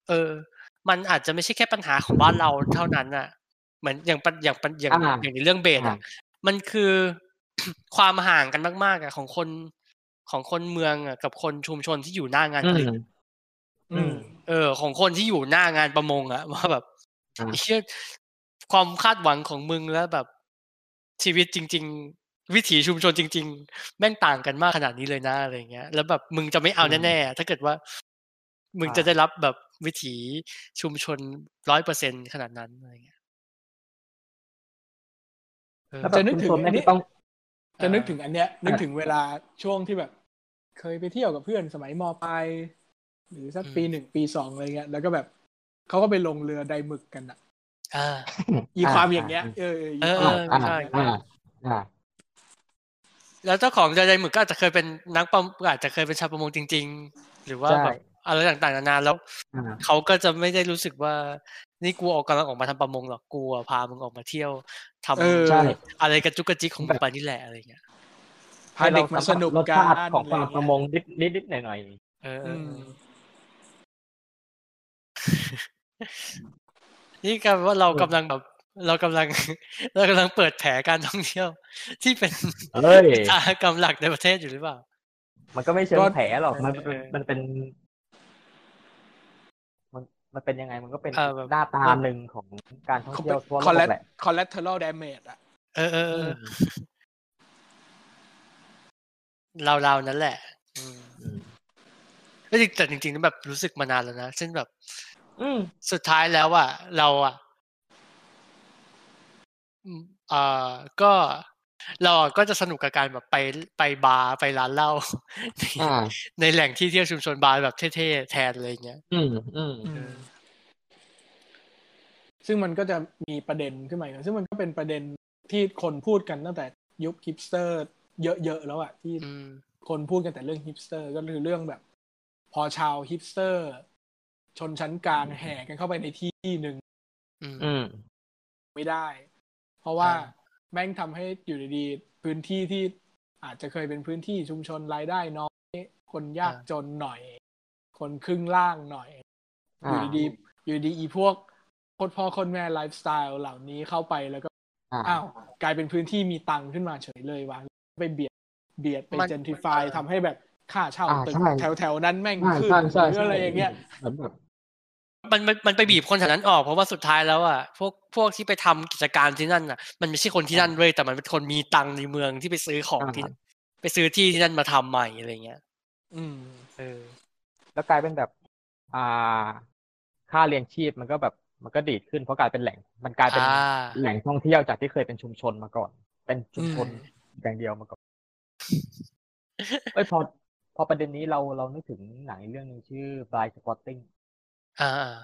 [SPEAKER 1] เออ มันอาจจะไม่ใช่แค่ปัญหาของบ้านเราเท่านั้นน่ะ เหมือนอย่างปัญอย่างปัญอย่าง
[SPEAKER 2] อ่า
[SPEAKER 1] อย่างในเรื่องเบส
[SPEAKER 2] อ่า
[SPEAKER 1] อ่ะ มันคือ ความห่างกันมากๆอ่ะของคนของคนเมืองอ่ะกับคนชุมชนที่อยู่หน้างาน
[SPEAKER 2] อื
[SPEAKER 1] ผม ลิต
[SPEAKER 3] อืม
[SPEAKER 1] เออของคนที่อยู่หน้างานประมงอะ ว่าแบบ
[SPEAKER 2] อ่า
[SPEAKER 1] ไอ้เชื่อความคาดหวังของมึงแล้วแบบชีวิตจริง ๆ วิถีชุมชนจริง ๆ แม่งต่างกันมากขนาดนี้เลยนะอะไรเงี้ย แล้วแบบมึงจะไม่เอาแน่ๆถ้าเกิดว่า มึงจะได้รับแบบวิถีชุมชนร้อยเปอร์เซ็นขนาดนั้นอะไรเงี้ยเออ
[SPEAKER 2] แล้วแบบ
[SPEAKER 3] จะนึกถึง
[SPEAKER 2] ชุมช
[SPEAKER 3] อันนี้
[SPEAKER 2] แม่ต้อง
[SPEAKER 3] จะนึกถึงอันเนี้ยนึก
[SPEAKER 2] อ่า
[SPEAKER 3] ถึงเวลาช่วงที่แบบ เคยไปเที่ยวกับเพื่อนสมัยมปลายหรือสัก
[SPEAKER 1] อืม
[SPEAKER 3] ปีหนึ่งปีสองอะไรเงี้ยแล้วก็แบบเขาก็ไปลงเรือไดหมึกกันอ่ะ
[SPEAKER 1] อ่า
[SPEAKER 3] อีความอย่างเงี้ยเอออีค
[SPEAKER 1] เอ
[SPEAKER 3] วาม
[SPEAKER 1] อ
[SPEAKER 3] อย่าง
[SPEAKER 1] ใช่
[SPEAKER 3] เงี้ย
[SPEAKER 2] อ่าอ่า
[SPEAKER 1] แล้วเจ้าของเรือใดหมึกก็อาจจะเคยเป็นนักประมงอาจจะเคยเป็นชาวประมงจริง ๆ หรือว่า
[SPEAKER 2] ใช่
[SPEAKER 1] แบบอะไรต่างๆนานาแล้ว
[SPEAKER 2] อ่า
[SPEAKER 1] เขาก็จะไม่ได้รู้สึกว่า นี่กูออกกำลังออกมาทำประมงหรอกกูอะพามึงออกมาเที่ยวทำ
[SPEAKER 3] เออ
[SPEAKER 2] ใช่
[SPEAKER 1] อะไรกระจุกกระจิกของมึงไปนี่แหละอะไรเงี้ย
[SPEAKER 3] พาเด็กมาสนุก
[SPEAKER 2] รส
[SPEAKER 3] กั
[SPEAKER 2] ชาติ
[SPEAKER 3] น
[SPEAKER 2] ของปลา
[SPEAKER 3] ะ
[SPEAKER 2] ประ
[SPEAKER 3] ไร
[SPEAKER 2] ม
[SPEAKER 3] เงี้ย
[SPEAKER 2] งนิดนิดนิดหน่อยหน่อย
[SPEAKER 1] เออเอ
[SPEAKER 3] อื
[SPEAKER 1] อ
[SPEAKER 3] ม
[SPEAKER 1] เออนี่กลายเป็นว่าเรากำลังแบบเรากำลัง เรากำลังเปิดแผลการท่องเที่ยว ที่เป็น
[SPEAKER 2] เอ้ย
[SPEAKER 1] อุตสาหกรรมหลักในประเทศอยู่หรือเปล่า
[SPEAKER 2] มันก็ไม่เชิง
[SPEAKER 3] ก็
[SPEAKER 2] แผลหรอก มัน
[SPEAKER 1] เออ
[SPEAKER 2] มันเป็น มันมันเป็นยังไง มันก็เป็น
[SPEAKER 1] เออแบบ
[SPEAKER 2] หน้าตาหนึ่งของการท่องเที่ยวทั่วโล
[SPEAKER 3] คอลเล
[SPEAKER 2] กแหละ
[SPEAKER 3] คอลเล t e r a l damage อ่ะ
[SPEAKER 1] เออเออเออ
[SPEAKER 2] ม
[SPEAKER 1] เราเราๆนั้นแหละ อืม
[SPEAKER 2] อืม
[SPEAKER 1] แต่จริงแต่จริงๆแบบรู้สึกมานานแล้วนะเช่นแบบ
[SPEAKER 2] อืม
[SPEAKER 1] สุดท้ายแล้วอ่ะเราอ่ะอืมเอ่อก็เราอะก็จะสนุกกับการแบบไปไปบาร์ไปร้านเหล้า ใน
[SPEAKER 2] อ่า
[SPEAKER 1] ในแหล่งที่เที่ยวชุมชนบาร์แบบเท่ๆแทนอะไรอย่างเงี้ย
[SPEAKER 2] อืม อืม
[SPEAKER 3] อืม ซึ่งมันก็จะมีประเด็นขึ้นมาอีกซึ่งมันก็เป็นประเด็นที่คนพูดกันตั้งแต่ ยุคฮิปสเตอร์ เยอะๆแล้วอะที่
[SPEAKER 1] อืม
[SPEAKER 3] คนพูดกันแต่เรื่องฮิปสเตอร์ก็คือเรื่องแบบ พอชาวฮิปสเตอร์ ชนชั้นกลางแห่กันเข้าไปในที่หนึ่ง
[SPEAKER 1] อืม
[SPEAKER 2] อืม
[SPEAKER 3] ไม่ได้ เพราะว่า
[SPEAKER 1] ใช่
[SPEAKER 3] แม่งทำให้อยู่ดีๆพื้นที่ที่อาจจะเคยเป็นพื้นที่ชุมชนรายได้น้อย คนยากจนหน่อย คนครึ่งล่างหน่อย อ
[SPEAKER 2] อ่า
[SPEAKER 3] ยู่ดีๆอยู่ดีๆอีพวกโคนพ่อโคนแม่ไลฟ์สไตล์เหล่านี้เข้าไปแล้วก็
[SPEAKER 2] อ่า
[SPEAKER 3] อ้าวกลายเป็นพื้นที่มีตังค์ขึ้นมาเฉยเลยว่ะไปเบียดเบียดไป
[SPEAKER 1] มัน
[SPEAKER 3] เจนทิฟายทำให้แบบค่าเช่า
[SPEAKER 2] อ่า
[SPEAKER 3] ตึก
[SPEAKER 2] ใช่
[SPEAKER 3] แถวแถวๆนั้นแม่ง
[SPEAKER 2] ใช่
[SPEAKER 3] ขึ้น
[SPEAKER 2] ใช่ใช่
[SPEAKER 3] หรืออะไรอย่างเงี้ย
[SPEAKER 2] เหมือนแบบ
[SPEAKER 1] มันมันมันไปบีบคนแถวนั้นออกเพราะว่าสุดท้ายแล้วอ่ะพวกพวกที่ไปทำกิจการที่นั่นอ่ะ มันไม่ใช่คนที่นั่นเลยแต่มันเป็นคนมีตังค์ในเมืองที่ไปซื้อของที่ไปซื้อที่ที่นั่นมาทำใหม่อะไรเงี้ย
[SPEAKER 3] อืม
[SPEAKER 1] เออ
[SPEAKER 2] แล้วกลายเป็นแบบ อ่า ค่าเลี้ยงชีพมันก็แบบ มันก็ดีดขึ้นเพราะกลายเป็นแหล่ง มันกลายเป็น
[SPEAKER 1] อ่า
[SPEAKER 2] แหล่งท่องเที่ยวจากที่เคยเป็นชุมชนมาก่อน เป็นชุมชน
[SPEAKER 3] อืม
[SPEAKER 2] อย่างเดียวมาก่อนเอ้ยพอ พอประเด็นนี้เราเรานึกถึงหนังอีกเรื่องหนึ่งชื่อ Blind Spotting
[SPEAKER 1] อ่า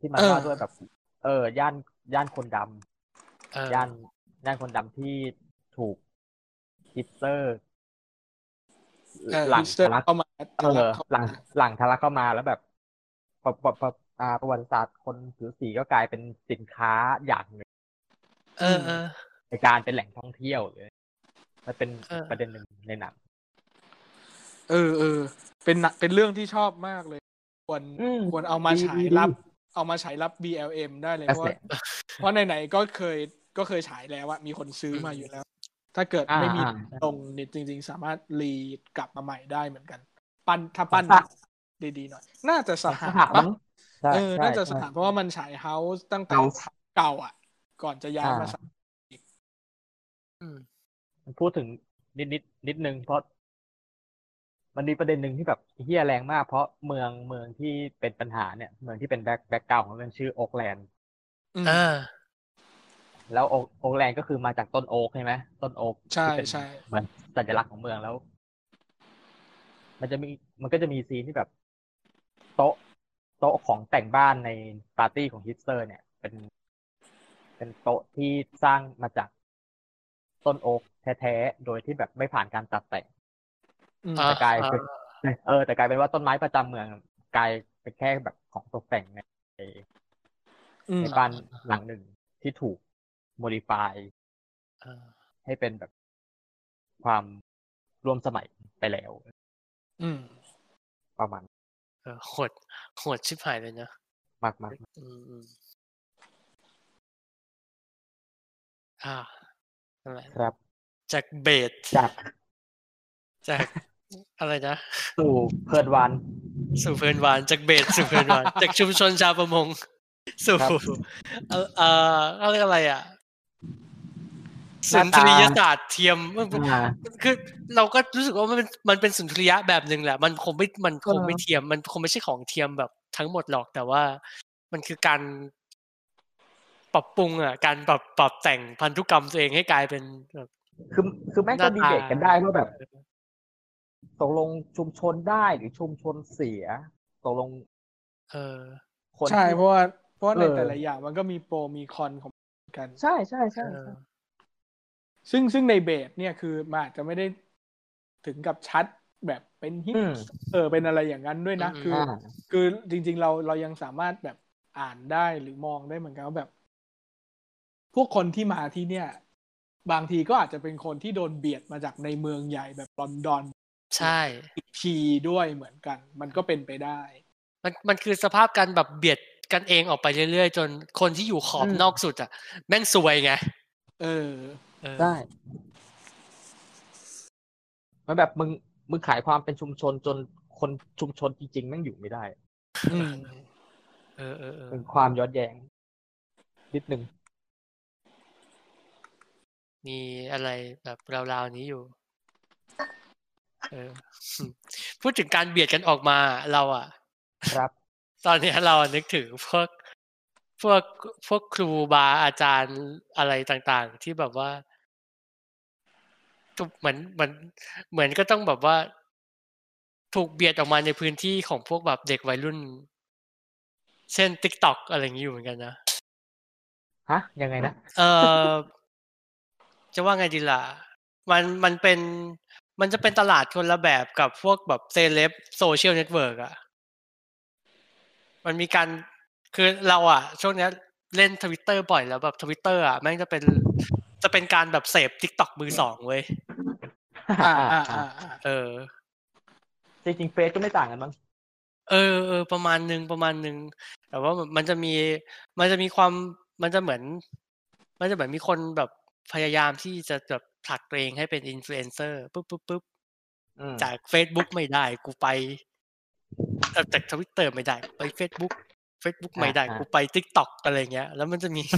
[SPEAKER 2] ที่มัน
[SPEAKER 3] เออ
[SPEAKER 2] ว่าด้วยแบบ เออย่านย่านคนดำ
[SPEAKER 1] เออย่
[SPEAKER 2] านย่านคนดำที่ถูกฮิตเตอร์
[SPEAKER 3] เออ
[SPEAKER 2] หลัง
[SPEAKER 3] ฮิปสเตอร์
[SPEAKER 2] ทะลัก
[SPEAKER 3] เข้ามา
[SPEAKER 2] เออหลังหลังทะลักเข้ามาแล้วแบบประประประอ่าประวัติศาสตร์คนผิวสีก็กลายเป็นสินค้าอย่างหนึ่ง
[SPEAKER 1] เออเออ
[SPEAKER 2] ในการเป็นแหล่งท่องเที่ยวเลยมันเป็น
[SPEAKER 1] เออ
[SPEAKER 2] ประเด็นหนึ่งในหนัง
[SPEAKER 3] เออเออเป็นหนักเป็นเรื่องที่ชอบมากเลยควร ควรเอามาฉายรับ เอามาฉายรับ BLM ได้เลย
[SPEAKER 2] กระ
[SPEAKER 3] เพ
[SPEAKER 2] แส
[SPEAKER 3] ราะว่าเพราะไหนๆก็เคยก็เคยฉายแล้วอะมีคนซื้อมาอยู่แล้ว ถ้าเกิด
[SPEAKER 2] อ่า
[SPEAKER 3] ไม่มี
[SPEAKER 2] อ่าใช่
[SPEAKER 3] ตรงเนี่ยจริง ๆ สามารถรีกลับมาใหม่ได้เหมือนกัน ปั้นถ้าปั้นดีๆหน่อย น่าจะสห
[SPEAKER 2] สห
[SPEAKER 3] ปะ
[SPEAKER 2] มั้งใช่
[SPEAKER 3] เออ
[SPEAKER 2] ใช่
[SPEAKER 3] น่าจะสห
[SPEAKER 2] ใช่
[SPEAKER 3] เพราะว่ามันฉายเฮาส์ตั้งแต่
[SPEAKER 2] เก่า
[SPEAKER 3] เก่าอะก่อนจะย้ายมา
[SPEAKER 2] อ่า
[SPEAKER 3] สห
[SPEAKER 1] อืม
[SPEAKER 2] พูดถึงนิดนิดนิดนึงเพราะ มันมีประเด็นหนึ่งที่แบบเฮี้ยแรงมาก เพราะเมืองเมืองที่เป็นปัญหาเนี่ย เมืองที่เป็นแบ็คแบ็คกราวของเรื่องชื่อโอกแลนด์
[SPEAKER 3] อืม
[SPEAKER 1] อ่า
[SPEAKER 2] แล้วโอโอกแลนด์ก็คือมาจากต้นโอ๊กใช่ไหมต้นโอ๊ก
[SPEAKER 3] ใช่
[SPEAKER 2] ที่เป็น
[SPEAKER 3] ใช่
[SPEAKER 2] เหมือนสัญลักษณ์ของเมืองแล้ว มันจะมีมันก็จะมีซีนที่แบบ โต๊ะ โต๊ะของแต่งบ้านในปาร์ตี้ของฮิปสเตอร์ เนี่ย เป็น เป็นโต๊ะที่สร้างมาจากต้นโอ๊กแท้ๆโดยที่แบบไม่ผ่านการตัดแต่ง
[SPEAKER 3] อืม
[SPEAKER 1] อ่า
[SPEAKER 2] แต่กลายเป็นเออ แต่กลายเป็นว่าต้นไม้ประจำเมืองกลายเป็นแค่แบบของตกแต่งใน
[SPEAKER 3] อืม
[SPEAKER 2] ในบ้านหลังหนึ่งที่ถูกโมดิฟาย
[SPEAKER 1] อ่า
[SPEAKER 2] ให้เป็นแบบความร่วมสมัยไปแล้ว
[SPEAKER 3] อืม
[SPEAKER 2] ประมาณ
[SPEAKER 1] เออโหดโหดชิบหายเลยนะ
[SPEAKER 2] มากมาก
[SPEAKER 1] อืมอืมอ่านั่นแหละ
[SPEAKER 2] ๆครับ
[SPEAKER 1] จากเบส
[SPEAKER 2] จาก
[SPEAKER 1] จากอะไรนะ
[SPEAKER 2] สู่เพิร์ดวัน
[SPEAKER 1] สู่เพลินวานจากเบสสู่เพลินวาน จากชุมชนชาวประมง สู่
[SPEAKER 2] ครับ
[SPEAKER 1] เอ่อเอ่อเขาเรียกอะไรอ่ะ
[SPEAKER 2] ห
[SPEAKER 1] สุ
[SPEAKER 2] น้าน
[SPEAKER 1] ท
[SPEAKER 2] ตา
[SPEAKER 1] รียศาสตร์เทียมเออ
[SPEAKER 2] อ่า
[SPEAKER 1] คือเราก็รู้สึกว่ามันเป็นมันเป็นสุนทรียะแบบหนึ่งแหละ มันคงไม่มันคง
[SPEAKER 2] เออ
[SPEAKER 1] ไม่เทียม มันคงไม่ใช่ของเทียมแบบทั้งหมดหรอกแต่ว่ามันคือการปรับปรุงอ่ะ การปรับปรับแต่งพันธุกรรมตัวเองให้กลายเป็นแบบ
[SPEAKER 2] คือคือแม่งก็ดีเบตกันได้ว่าแบบตกลงชุมชนได้หรือชุมชนเสียตกลง
[SPEAKER 1] เออ
[SPEAKER 2] คน
[SPEAKER 3] ใช่
[SPEAKER 2] ที่
[SPEAKER 3] เพราะว่าเพราะว่าใน
[SPEAKER 2] เออ
[SPEAKER 3] แต่ละอย่างมันก็มีโปรมีคอนของมันกัน
[SPEAKER 2] ใช่ใช่
[SPEAKER 1] เอ
[SPEAKER 2] ใช่
[SPEAKER 1] อ
[SPEAKER 2] ใช่
[SPEAKER 3] ซึ่งซึ่งในเบสเนี่ยคือมันอาจจะไม่ได้ถึงกับชัดแบบเป็นฮิต
[SPEAKER 2] อืม
[SPEAKER 3] เออเป็นอะไรอย่างนั้นด้วยนะ
[SPEAKER 1] อืม
[SPEAKER 3] คือ
[SPEAKER 2] อ่า
[SPEAKER 3] คือจริง ๆ เราเรายังสามารถแบบอ่านได้หรือมองได้เหมือนกันว่าแบบ พวกคนที่มาที่เนี่ย บางทีก็อาจจะเป็นคนที่โดนเบียดมาจากในเมืองใหญ่แบบลอนดอน
[SPEAKER 1] ใช่
[SPEAKER 3] พีด้วยเหมือนกัน มันก็เป็นไปได้
[SPEAKER 1] มันมันคือสภาพการแบบเบียดกันเองออกไปเรื่อยๆ จนคนที่อยู่ขอบ
[SPEAKER 2] อืม
[SPEAKER 1] นอกสุดอ่ะ แม่งซวยไง
[SPEAKER 3] เออ
[SPEAKER 1] เออ
[SPEAKER 2] ได้มันแบบมึงมึงขายความเป็นชุมชนจนคนชุมชนจริงๆแม่งอยู่ไม่ได้
[SPEAKER 3] อืม
[SPEAKER 1] เออเออเออ
[SPEAKER 2] เป็นความย้อนแย้งนิดหนึ่ง
[SPEAKER 1] มีอะไรแบบราวๆนี้อยู่ เอ อ พูดถึงการเบียดกันออกมาเราอ่ะ
[SPEAKER 2] ครับ
[SPEAKER 1] ตอนเนี้ยเรานึกถึงพวกพวกพวกครูบาอาจารย์อะไรต่างๆ ที่แบบว่าถูกเหมือนเหมือนเหมือนก็ต้องแบบว่า ถูกเบียดออกมาในพื้นที่ของพวกแบบเด็กวัยรุ่น เช่นติ๊กต็อกอะไรอย่างนี้อยู่เหมือนกันนะ
[SPEAKER 2] ฮะ ยังไงนะ
[SPEAKER 1] เออ จะว่าไงดีล่ะ มันมันเป็นมันจะเป็นตลาดคนละแบบกับพวกแบบเซเลบโซเชียลเน็ตเวิร์กอะมันมีการคือเราอะช่วงเนี้ยเล่นทวิตเตอร์บ่อยแล้วแบบทวิตเตอร์อะแม่งจะเป็นจะเป็นการแบบเสพทิกตอกมือสองเว้ย
[SPEAKER 3] อ่าอ่าอ่าอ่า
[SPEAKER 1] เออ
[SPEAKER 2] จริงๆเฟซก็ไม่ต่างกันมั้ง
[SPEAKER 1] เออเออประมาณหนึ่งประมาณหนึ่งแต่ว่ามันมันจะมี มันจะมีความมันจะเหมือน มันจะเหมือนมีคนแบบพยายามที่จะแบบผลักตัวเองให้เป็นอินฟลูเอนเซอร์ปุ๊บปุ๊บปุ๊บ
[SPEAKER 2] อืม
[SPEAKER 1] จาก Facebook ไม่ได้กูไปเอ่อจากทวิตเตอร์ไม่ได้ ไป Facebook Facebook ไม่ได้กูไป t ิ k t o k อะไรเงี้ย แล้วมันจะมี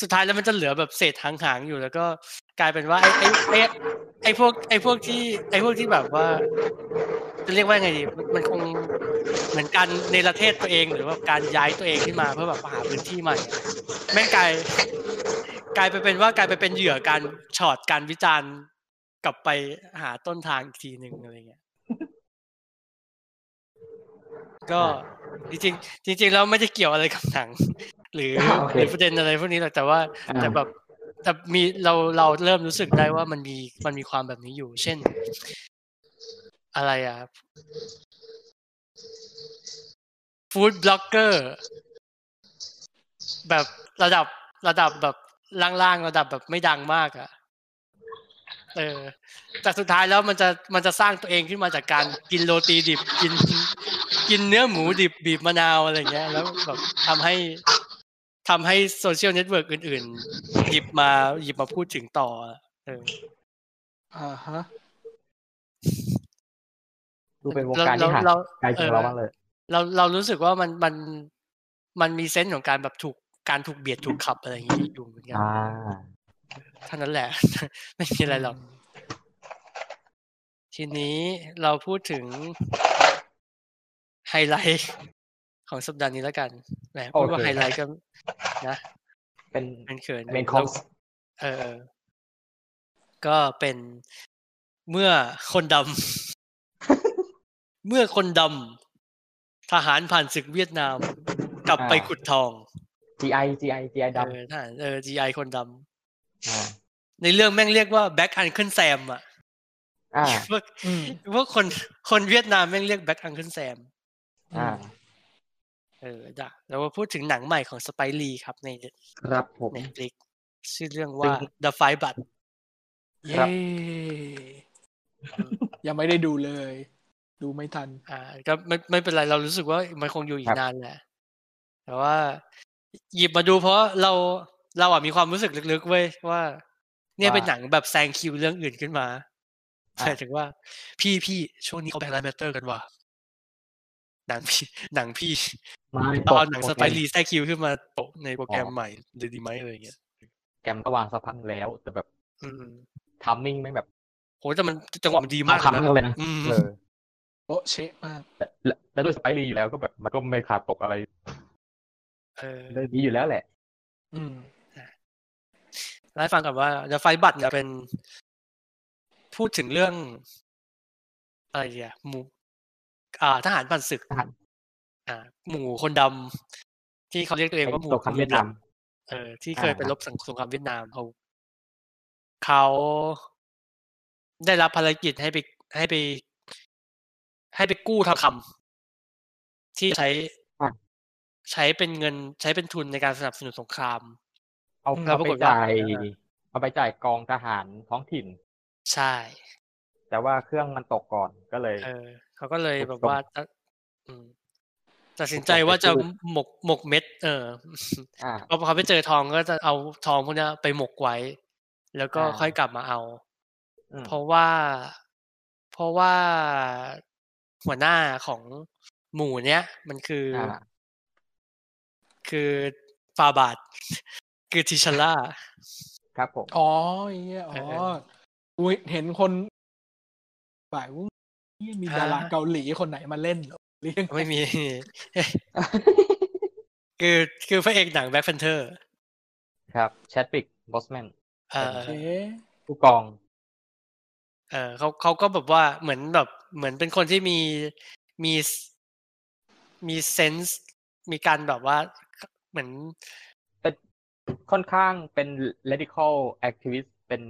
[SPEAKER 1] สุดท้ายแล้วมันจะเหลือแบบเศษหางๆอยู่แล้วก็กลายเป็นว่าไอ้ไอ้ไอ้ไอ้พวกไอ้พวกที่ ไอ้พวกที่แบบว่า จะเรียกว่าไงดีมันมันคงเหมือนการในประเทศตัวเองหรือว่าการย้ายตัวเองขึ้นมาเพื่อแบบหาพื้นที่ใหม่อะแม่งกลายกลายไปเป็นว่ากลายไปเป็นเหยื่อการช็อตการวิจารณ์กลับไปหาต้นทางอีกทีหนึ่งอะไรเงี้ย ก็จริงๆจริงๆแล้วไม่ได้เกี่ยวอะไรกับหนัง หรือ
[SPEAKER 5] โอเค
[SPEAKER 1] หรือประเด็นอะไรพวกนี้หรอกแต่ว่า
[SPEAKER 5] อ่า
[SPEAKER 1] แต่แบบแต่มีเราเราเริ่มรู้สึกได้ว่ามันมีมันมีความแบบนี้อยู่ เช่น อะไรอ่ะฟู้ดบล็อกเกอร์ แบบระดับระดับแบบล่างๆ ระดับแบบไม่ดังมากอ่ะ เออ แต่สุดท้ายแล้วมันจะมันจะสร้างตัวเองขึ้นมาจากการกินโรตีดิบกิน กินเนื้อหมูดิบบีบมะนาวอะไรเงี้ย แล้วแบบทำให้ทำให้โซเชียลเน็ตเวิร์กอื่นๆ หยิบมาหยิบมาพูดถึงต่ออะเออ
[SPEAKER 3] อ่าฮะ
[SPEAKER 2] ดูเป็นวงการที่ห่างไกลจากเราบ้างเลย
[SPEAKER 1] เราเรารู้สึกว่ามันมันมันมีเซนส์ของการแบบถูกการถูกเบียดถูกขับอะไรอย่างนี้อยู่เหมือนกัน
[SPEAKER 2] อ่า
[SPEAKER 1] เท่านั้นแหละ ไม่มีอะไรหรอก ทีนี้เราพูดถึงไฮไลท์ของสัปดาห์นี้แล้วกันแหมพูดว่า
[SPEAKER 2] โอเค
[SPEAKER 1] ไฮไลท์ก็นะ
[SPEAKER 2] เป็น
[SPEAKER 1] มันเขิน
[SPEAKER 2] main course
[SPEAKER 1] เออเออ ก็เป็นเมื่อคนดำ เมื่อคนดำทหารผ่านศึกเวียดนาม กลับไป
[SPEAKER 2] อ่า
[SPEAKER 1] ขุดทอง
[SPEAKER 2] GI GI GI ด
[SPEAKER 1] เออทหารเออ GI คนดำ ในเรื่องแม่งเรียกว่าแบ็กอันเคิลแซมอ่ะ
[SPEAKER 2] ำอ่า
[SPEAKER 1] พวกพวกคนคนเวียดนามแม่งเรียกแบ็กอันเคิลแซม
[SPEAKER 2] อ่า
[SPEAKER 1] เออจ้ะแล้วมาพูดถึงหนังใหม่ของสไปรีครับใน
[SPEAKER 2] ครับผม
[SPEAKER 1] เน็ตฟลิกชื่อเรื่องว่า
[SPEAKER 2] ซึ่ง
[SPEAKER 1] The Five Blood
[SPEAKER 3] เย
[SPEAKER 2] ครับ
[SPEAKER 3] ยังไม่ได้ดูเลย ดูไม่ทัน
[SPEAKER 1] อ่าก็ไม่ไม่เป็นไรเรารู้สึกว่ามันคงอยู่อี
[SPEAKER 2] ครั
[SPEAKER 1] ก
[SPEAKER 2] บ
[SPEAKER 1] นานแหละ แต่ว่า หยิบมาดูเพราะเราเราอ่ะมีความรู้สึกลึกๆเว้ยว่า เนี่ยเป็นหนังแบบแซงคิวเรื่องอื่นขึ้นมาหมายถึงว่า พี่พี่ช่วงนี้เขาแบงค์ไลน์แมตเตอร์กันว่ะหนังพี่หนังพี่
[SPEAKER 2] มา
[SPEAKER 1] ตอนหนังสไปรีแซงคิวขึ้นมาโปะในโปรแกรมใหม่เลยดีไหมอะไรอย่างเงี้ย
[SPEAKER 2] แกรมก็วางสักพักแล้ว แต่แบบ
[SPEAKER 1] อืม
[SPEAKER 2] ทัมมิ่งไม่งแบบ
[SPEAKER 1] โหแต่มันจังหวะมันดีมาก
[SPEAKER 2] คับ
[SPEAKER 1] นะ
[SPEAKER 2] เลยนะ
[SPEAKER 1] อืม
[SPEAKER 2] เออ
[SPEAKER 3] โป๊ะเชะมาก
[SPEAKER 2] แต่แล้วแล้วด้วยสไปรีอยู่แล้วก็แบบมันก็ไม่ขาดตกอะไร
[SPEAKER 1] เออ
[SPEAKER 2] เรื่องนี้อยู่แล้วแหละ
[SPEAKER 3] อืม
[SPEAKER 1] เล่าให้ฟังก่อนว่า The Fight But เนี่ยเป็นพูดถึงเรื่อง อะไรดีอะหมู่อ่า ทหารผ่านศึก
[SPEAKER 2] ทหาร
[SPEAKER 1] อ่า หมู่คนดำที่เขาเรียกตัวเองว่าหมู่
[SPEAKER 2] ตกคำเวียดนาม
[SPEAKER 1] เออที่เคย
[SPEAKER 2] อ่า
[SPEAKER 1] ไปรบสงครามเวียดนามเขาเขาได้รับภารกิจให้ไปให้ไป ให้ไปกู้ทองคำที่ใช้
[SPEAKER 2] อ่ะ
[SPEAKER 1] ใช้เป็นเงินใช้เป็นทุนในการสนับสนุนสงคราม
[SPEAKER 2] เอา
[SPEAKER 1] อืม
[SPEAKER 2] เอา
[SPEAKER 1] ปรา
[SPEAKER 2] ไป
[SPEAKER 1] กฏว่า
[SPEAKER 2] จ่ายเอาไปจ่ายกองทหารท้องถิ่น
[SPEAKER 1] ใช่
[SPEAKER 2] แต่ว่าเครื่องมันตกก่อนก็เลย
[SPEAKER 1] เออเขาก็เลย
[SPEAKER 2] ถูก
[SPEAKER 1] แบบ
[SPEAKER 2] ต้อง
[SPEAKER 1] ว่าตัดอืมตัดสิน
[SPEAKER 2] ถูก
[SPEAKER 1] ใจ
[SPEAKER 2] ต้อง
[SPEAKER 1] ว่าจะ
[SPEAKER 2] ไปกู้
[SPEAKER 1] หมกหมกเม็ด เออ
[SPEAKER 2] อ่า
[SPEAKER 1] พอเขาไปเจอทองก็จะเอาทองพวกเนี้ยไปหมกไว้ แล้วก็
[SPEAKER 2] อ่า
[SPEAKER 1] ค่อยกลับมาเอา
[SPEAKER 2] อืม
[SPEAKER 1] เพราะว่า เพราะว่าหัวหน้าของหมู่เนี้ย มันคืออ
[SPEAKER 2] อ่า
[SPEAKER 1] คือฟาบาด คือทิชล่า
[SPEAKER 2] ครับ ผม
[SPEAKER 3] อ๋อไอ้เหี้ยอ๋อ
[SPEAKER 1] เออ
[SPEAKER 3] กูเห็นคนบ่ายว่าเหี้ยมี
[SPEAKER 1] ฮะ
[SPEAKER 3] ดาราเกาหลีคนไหนมาเล่นเหรอเรื่อง
[SPEAKER 1] ไม่มี คือคือพระเอกหนังแบ็คแพนเทอร์
[SPEAKER 2] ครับแชดปิกบอสแมน
[SPEAKER 1] อ่า
[SPEAKER 3] เอ๊ะ
[SPEAKER 2] ผู้กอง
[SPEAKER 1] เออเขาเขาก็แบบว่าเหมือนแบบเหมือนเป็นคนที่มีมีมีเซนส์มีการแบบว่าเหมือน
[SPEAKER 2] เป็นค่อนข้างเป็น radical activist ไป เป็น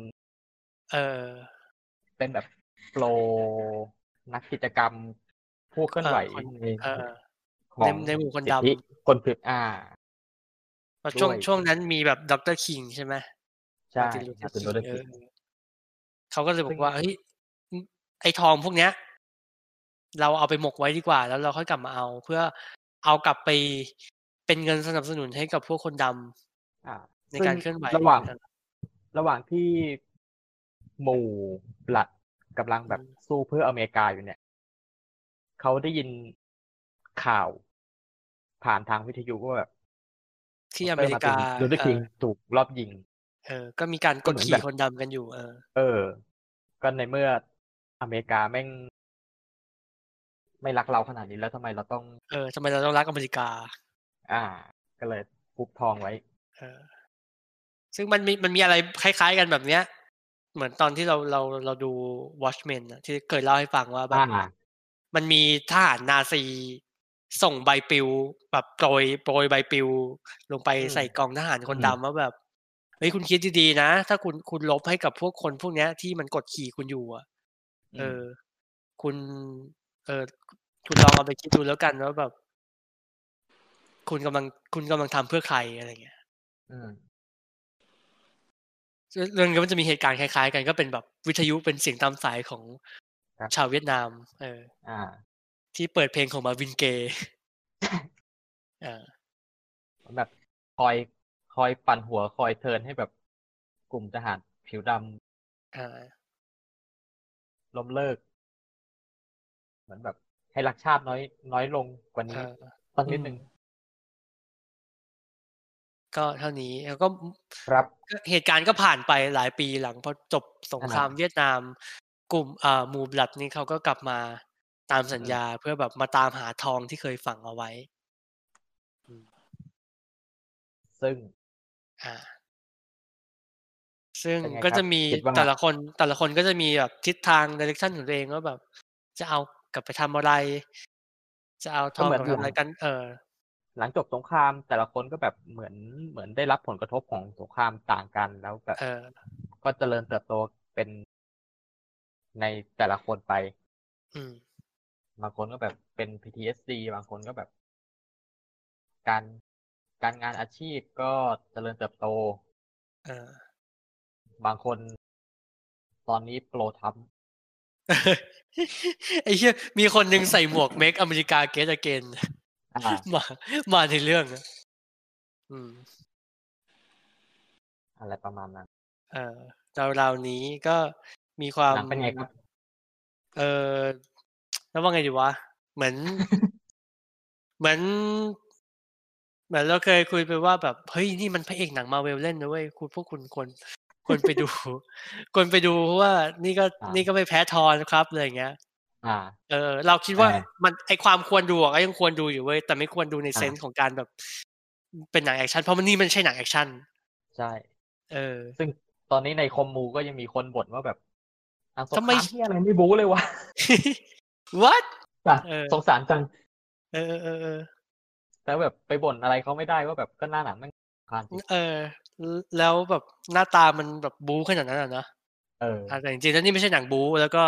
[SPEAKER 1] เออ
[SPEAKER 2] เป็นแบบโปรนักกิจกรรมผู้เคลื่อนไหว
[SPEAKER 1] เออคนเออ
[SPEAKER 2] ในขอ
[SPEAKER 1] ใน
[SPEAKER 2] ง
[SPEAKER 1] ในหมู่คน
[SPEAKER 2] สิท
[SPEAKER 1] ด
[SPEAKER 2] ธิคนผิดอ่า
[SPEAKER 1] ำแล้วช่วง
[SPEAKER 2] ด้วย
[SPEAKER 1] ช่วงนั้นมีแบบด็อกเตอร์คิงใช่ไหม
[SPEAKER 2] ใช่
[SPEAKER 1] มาร์ตินลู
[SPEAKER 2] มา
[SPEAKER 1] เธ
[SPEAKER 2] ร์ตินลู
[SPEAKER 1] อ
[SPEAKER 2] เธ
[SPEAKER 1] ร์
[SPEAKER 2] อร์
[SPEAKER 1] คิ
[SPEAKER 2] คิ
[SPEAKER 1] ง
[SPEAKER 2] ง
[SPEAKER 1] เออเขาก็เลยบ
[SPEAKER 2] ซึ่
[SPEAKER 1] อก
[SPEAKER 2] ง
[SPEAKER 1] ว่าเฮ้ยไอ้ทองพวกเนี้ย เราเอาไปหมกไว้ดีกว่า แล้วเราค่อยกลับมาเอา เพื่อเอากลับไปเป็นเงินสนับสนุนให้กับพวกคนดำ
[SPEAKER 2] อ่า
[SPEAKER 1] ในการเคลื่อนไหว
[SPEAKER 2] ซึ่งระหว่าง ระหว่างที่หมู่หลัดกำลังแบบสู้เพื่ออเมริกาอยู่เนี่ย เขาได้ยินข่าวผ่านทางวิทยุว่าแบบ
[SPEAKER 1] ที่อเมริกา
[SPEAKER 2] ลูเธอร์คิง
[SPEAKER 1] เออ
[SPEAKER 2] ถูกรอบยิง
[SPEAKER 1] เออ ก็มีการกด
[SPEAKER 2] ก็เหมือน
[SPEAKER 1] ขี่
[SPEAKER 2] แบบ
[SPEAKER 1] คนดำกันอยู่ เออ
[SPEAKER 2] เออ ก็ในเมื่ออเมริกาแม่ง ไม่รักเราขนาดนี้แล้วทำไมเราต้อง
[SPEAKER 1] เออทำไมเราต้องรักอเมริกา
[SPEAKER 2] อ่า ก็เลยกุบทองไว้
[SPEAKER 1] เออ ซึ่งมันมีมันมีอะไรคล้าย ๆ กันแบบเนี้ย เหมือนตอนที่เราเราเราดู Watchmen อะที่เคยเล่าให้ฟังว่าแบบ
[SPEAKER 2] อ่า
[SPEAKER 1] มันมีทหารนาซีส่งใบปลิว แบบโปรยโปรยใบปลิว ลงไป
[SPEAKER 2] อืม
[SPEAKER 1] ใส่กองทหารคน
[SPEAKER 2] อืม
[SPEAKER 1] ดำว่าแบบเฮ้ยคุณคิดดีๆนะ ถ้าคุณคุณลบให้กับพวกคนพวกเนี้ยที่มันกดขี่คุณอยู่อะเออ คุณ เออคุณลองเอาไปคิดดูแล้วกันว่าแบบ คุณกำลังคุณกำลังทำเพื่อใครอะไรเงี้ย
[SPEAKER 2] อืม
[SPEAKER 1] เรื่องนี้มันจะมีเหตุการณ์คล้ายๆ กันก็เป็นแบบวิทยุเป็นเสียงตามสายของ
[SPEAKER 2] ครับ
[SPEAKER 1] ชาวเวียดนาม เออ
[SPEAKER 2] อ่า
[SPEAKER 1] ที่เปิดเพลงของมาวินเกย์ เออ
[SPEAKER 2] แบบคอยคอยปั่นหัวคอยเทิร์นให้แบบกลุ่มทหารผิวด
[SPEAKER 1] อ่า
[SPEAKER 2] ำล้มเลิก เหมือนแบบ ให้รักชาติน้อย น้อยลงกว่า
[SPEAKER 1] เอ
[SPEAKER 2] นี้
[SPEAKER 1] อ
[SPEAKER 2] สักนิดหนึ่ง
[SPEAKER 1] ก็เท่านี้แล้วก็
[SPEAKER 2] ครับ
[SPEAKER 1] ก็เหตุการณ์ก็ผ่านไปหลายปีหลังพอจบสงครามเวียดนาม กลุ่มอ่าหมู่บลัดนี่เขาก็กลับมาตามสัญญาเพื่อแบบมาตามหาทองที่เคยฝังเอาไว้
[SPEAKER 2] ซึ่ง
[SPEAKER 1] อ่า ซึ่ง
[SPEAKER 2] เป็นไง
[SPEAKER 1] ก็
[SPEAKER 2] ครับ
[SPEAKER 1] จะมี
[SPEAKER 2] คิดว่า
[SPEAKER 1] แต่ละคน แต่ละคนก็จะมีแบบทิศทางดิเรกชันของตัวเองว่าแบบ จะเอากลับไปทำอะไร จะเอาทองกลับไปทำอะไรกัน เออ
[SPEAKER 2] หลังจบสงครามแต่ละคนก็แบบเหมือนเหมือนได้รับผลกระทบของสงครามต่างกันแล้วแบบ
[SPEAKER 1] เออ
[SPEAKER 2] ก็เจริญเติบโตเป็นในแต่ละคนไป
[SPEAKER 1] อืม
[SPEAKER 2] บางคนก็แบบเป็น PTSD บางคนก็แบบ การการงานอาชีพก็เจริญเติบโต
[SPEAKER 1] เออ
[SPEAKER 2] บางคนตอนนี้โปรท
[SPEAKER 1] ไอ้เหี้ยมีคนหนึ่งใส่หมวกเมคอเมริกาเกตอเกน
[SPEAKER 2] ำอ่า
[SPEAKER 1] มา มาในเรื่องอะอืม
[SPEAKER 2] อะไรประมาณนั้น
[SPEAKER 1] เออราวๆนี้ก็มีความ
[SPEAKER 2] หนังเป็นไงครับ
[SPEAKER 1] เออแล้วว่าไงดีวะ เหมือน เหมือน เหมือนเราเคยคุยไปว่าแบบเฮ้ยนี่มันพระเอกหนังมาเวลเล่นนะเว้ยคุณพวกคุณควรควรไปดู ควรไปดูเพราะว่านี่ก็
[SPEAKER 2] อ่านี่
[SPEAKER 1] นี่ก็ไม่แพ้ทอนครับอะไรอย่างเงี้ย
[SPEAKER 2] อ่า
[SPEAKER 1] เออ เราคิดว่า
[SPEAKER 2] อ่า
[SPEAKER 1] มันไอความควรดูอะก็ยังควรดูอยู่เว้ยแต่ไม่ควรดูใน
[SPEAKER 2] อ่า
[SPEAKER 1] เซนส์ของการแบบเป็นหนังแอคชั่นเพราะมันนี่มันไม่ใช่หนังแอคชั่น
[SPEAKER 2] ใช่
[SPEAKER 1] เออ
[SPEAKER 2] ซึ่งตอนนี้ในคอมมูก็ยังมีคนบ่นว่าแบบหนังสงค
[SPEAKER 1] ทำไม
[SPEAKER 2] รามที่อะไรไม่บู๊เลยวะ
[SPEAKER 1] what
[SPEAKER 2] จ้ะ
[SPEAKER 1] เออ
[SPEAKER 2] สงสารจัง
[SPEAKER 1] เออเออเออ
[SPEAKER 2] แต่แบบไปบ่นอะไรเขาไม่ได้ว่าแบบก็หน้าหนังแมันผ่านจริง
[SPEAKER 1] เออแล้วแบบหน้าตามันแบบบู๊ขนาดนั้นอ่ะนะ
[SPEAKER 2] เออ
[SPEAKER 1] อ่ะแต่จริงๆแล้วนี่ไม่ใช่หนังบู๊แล้วก็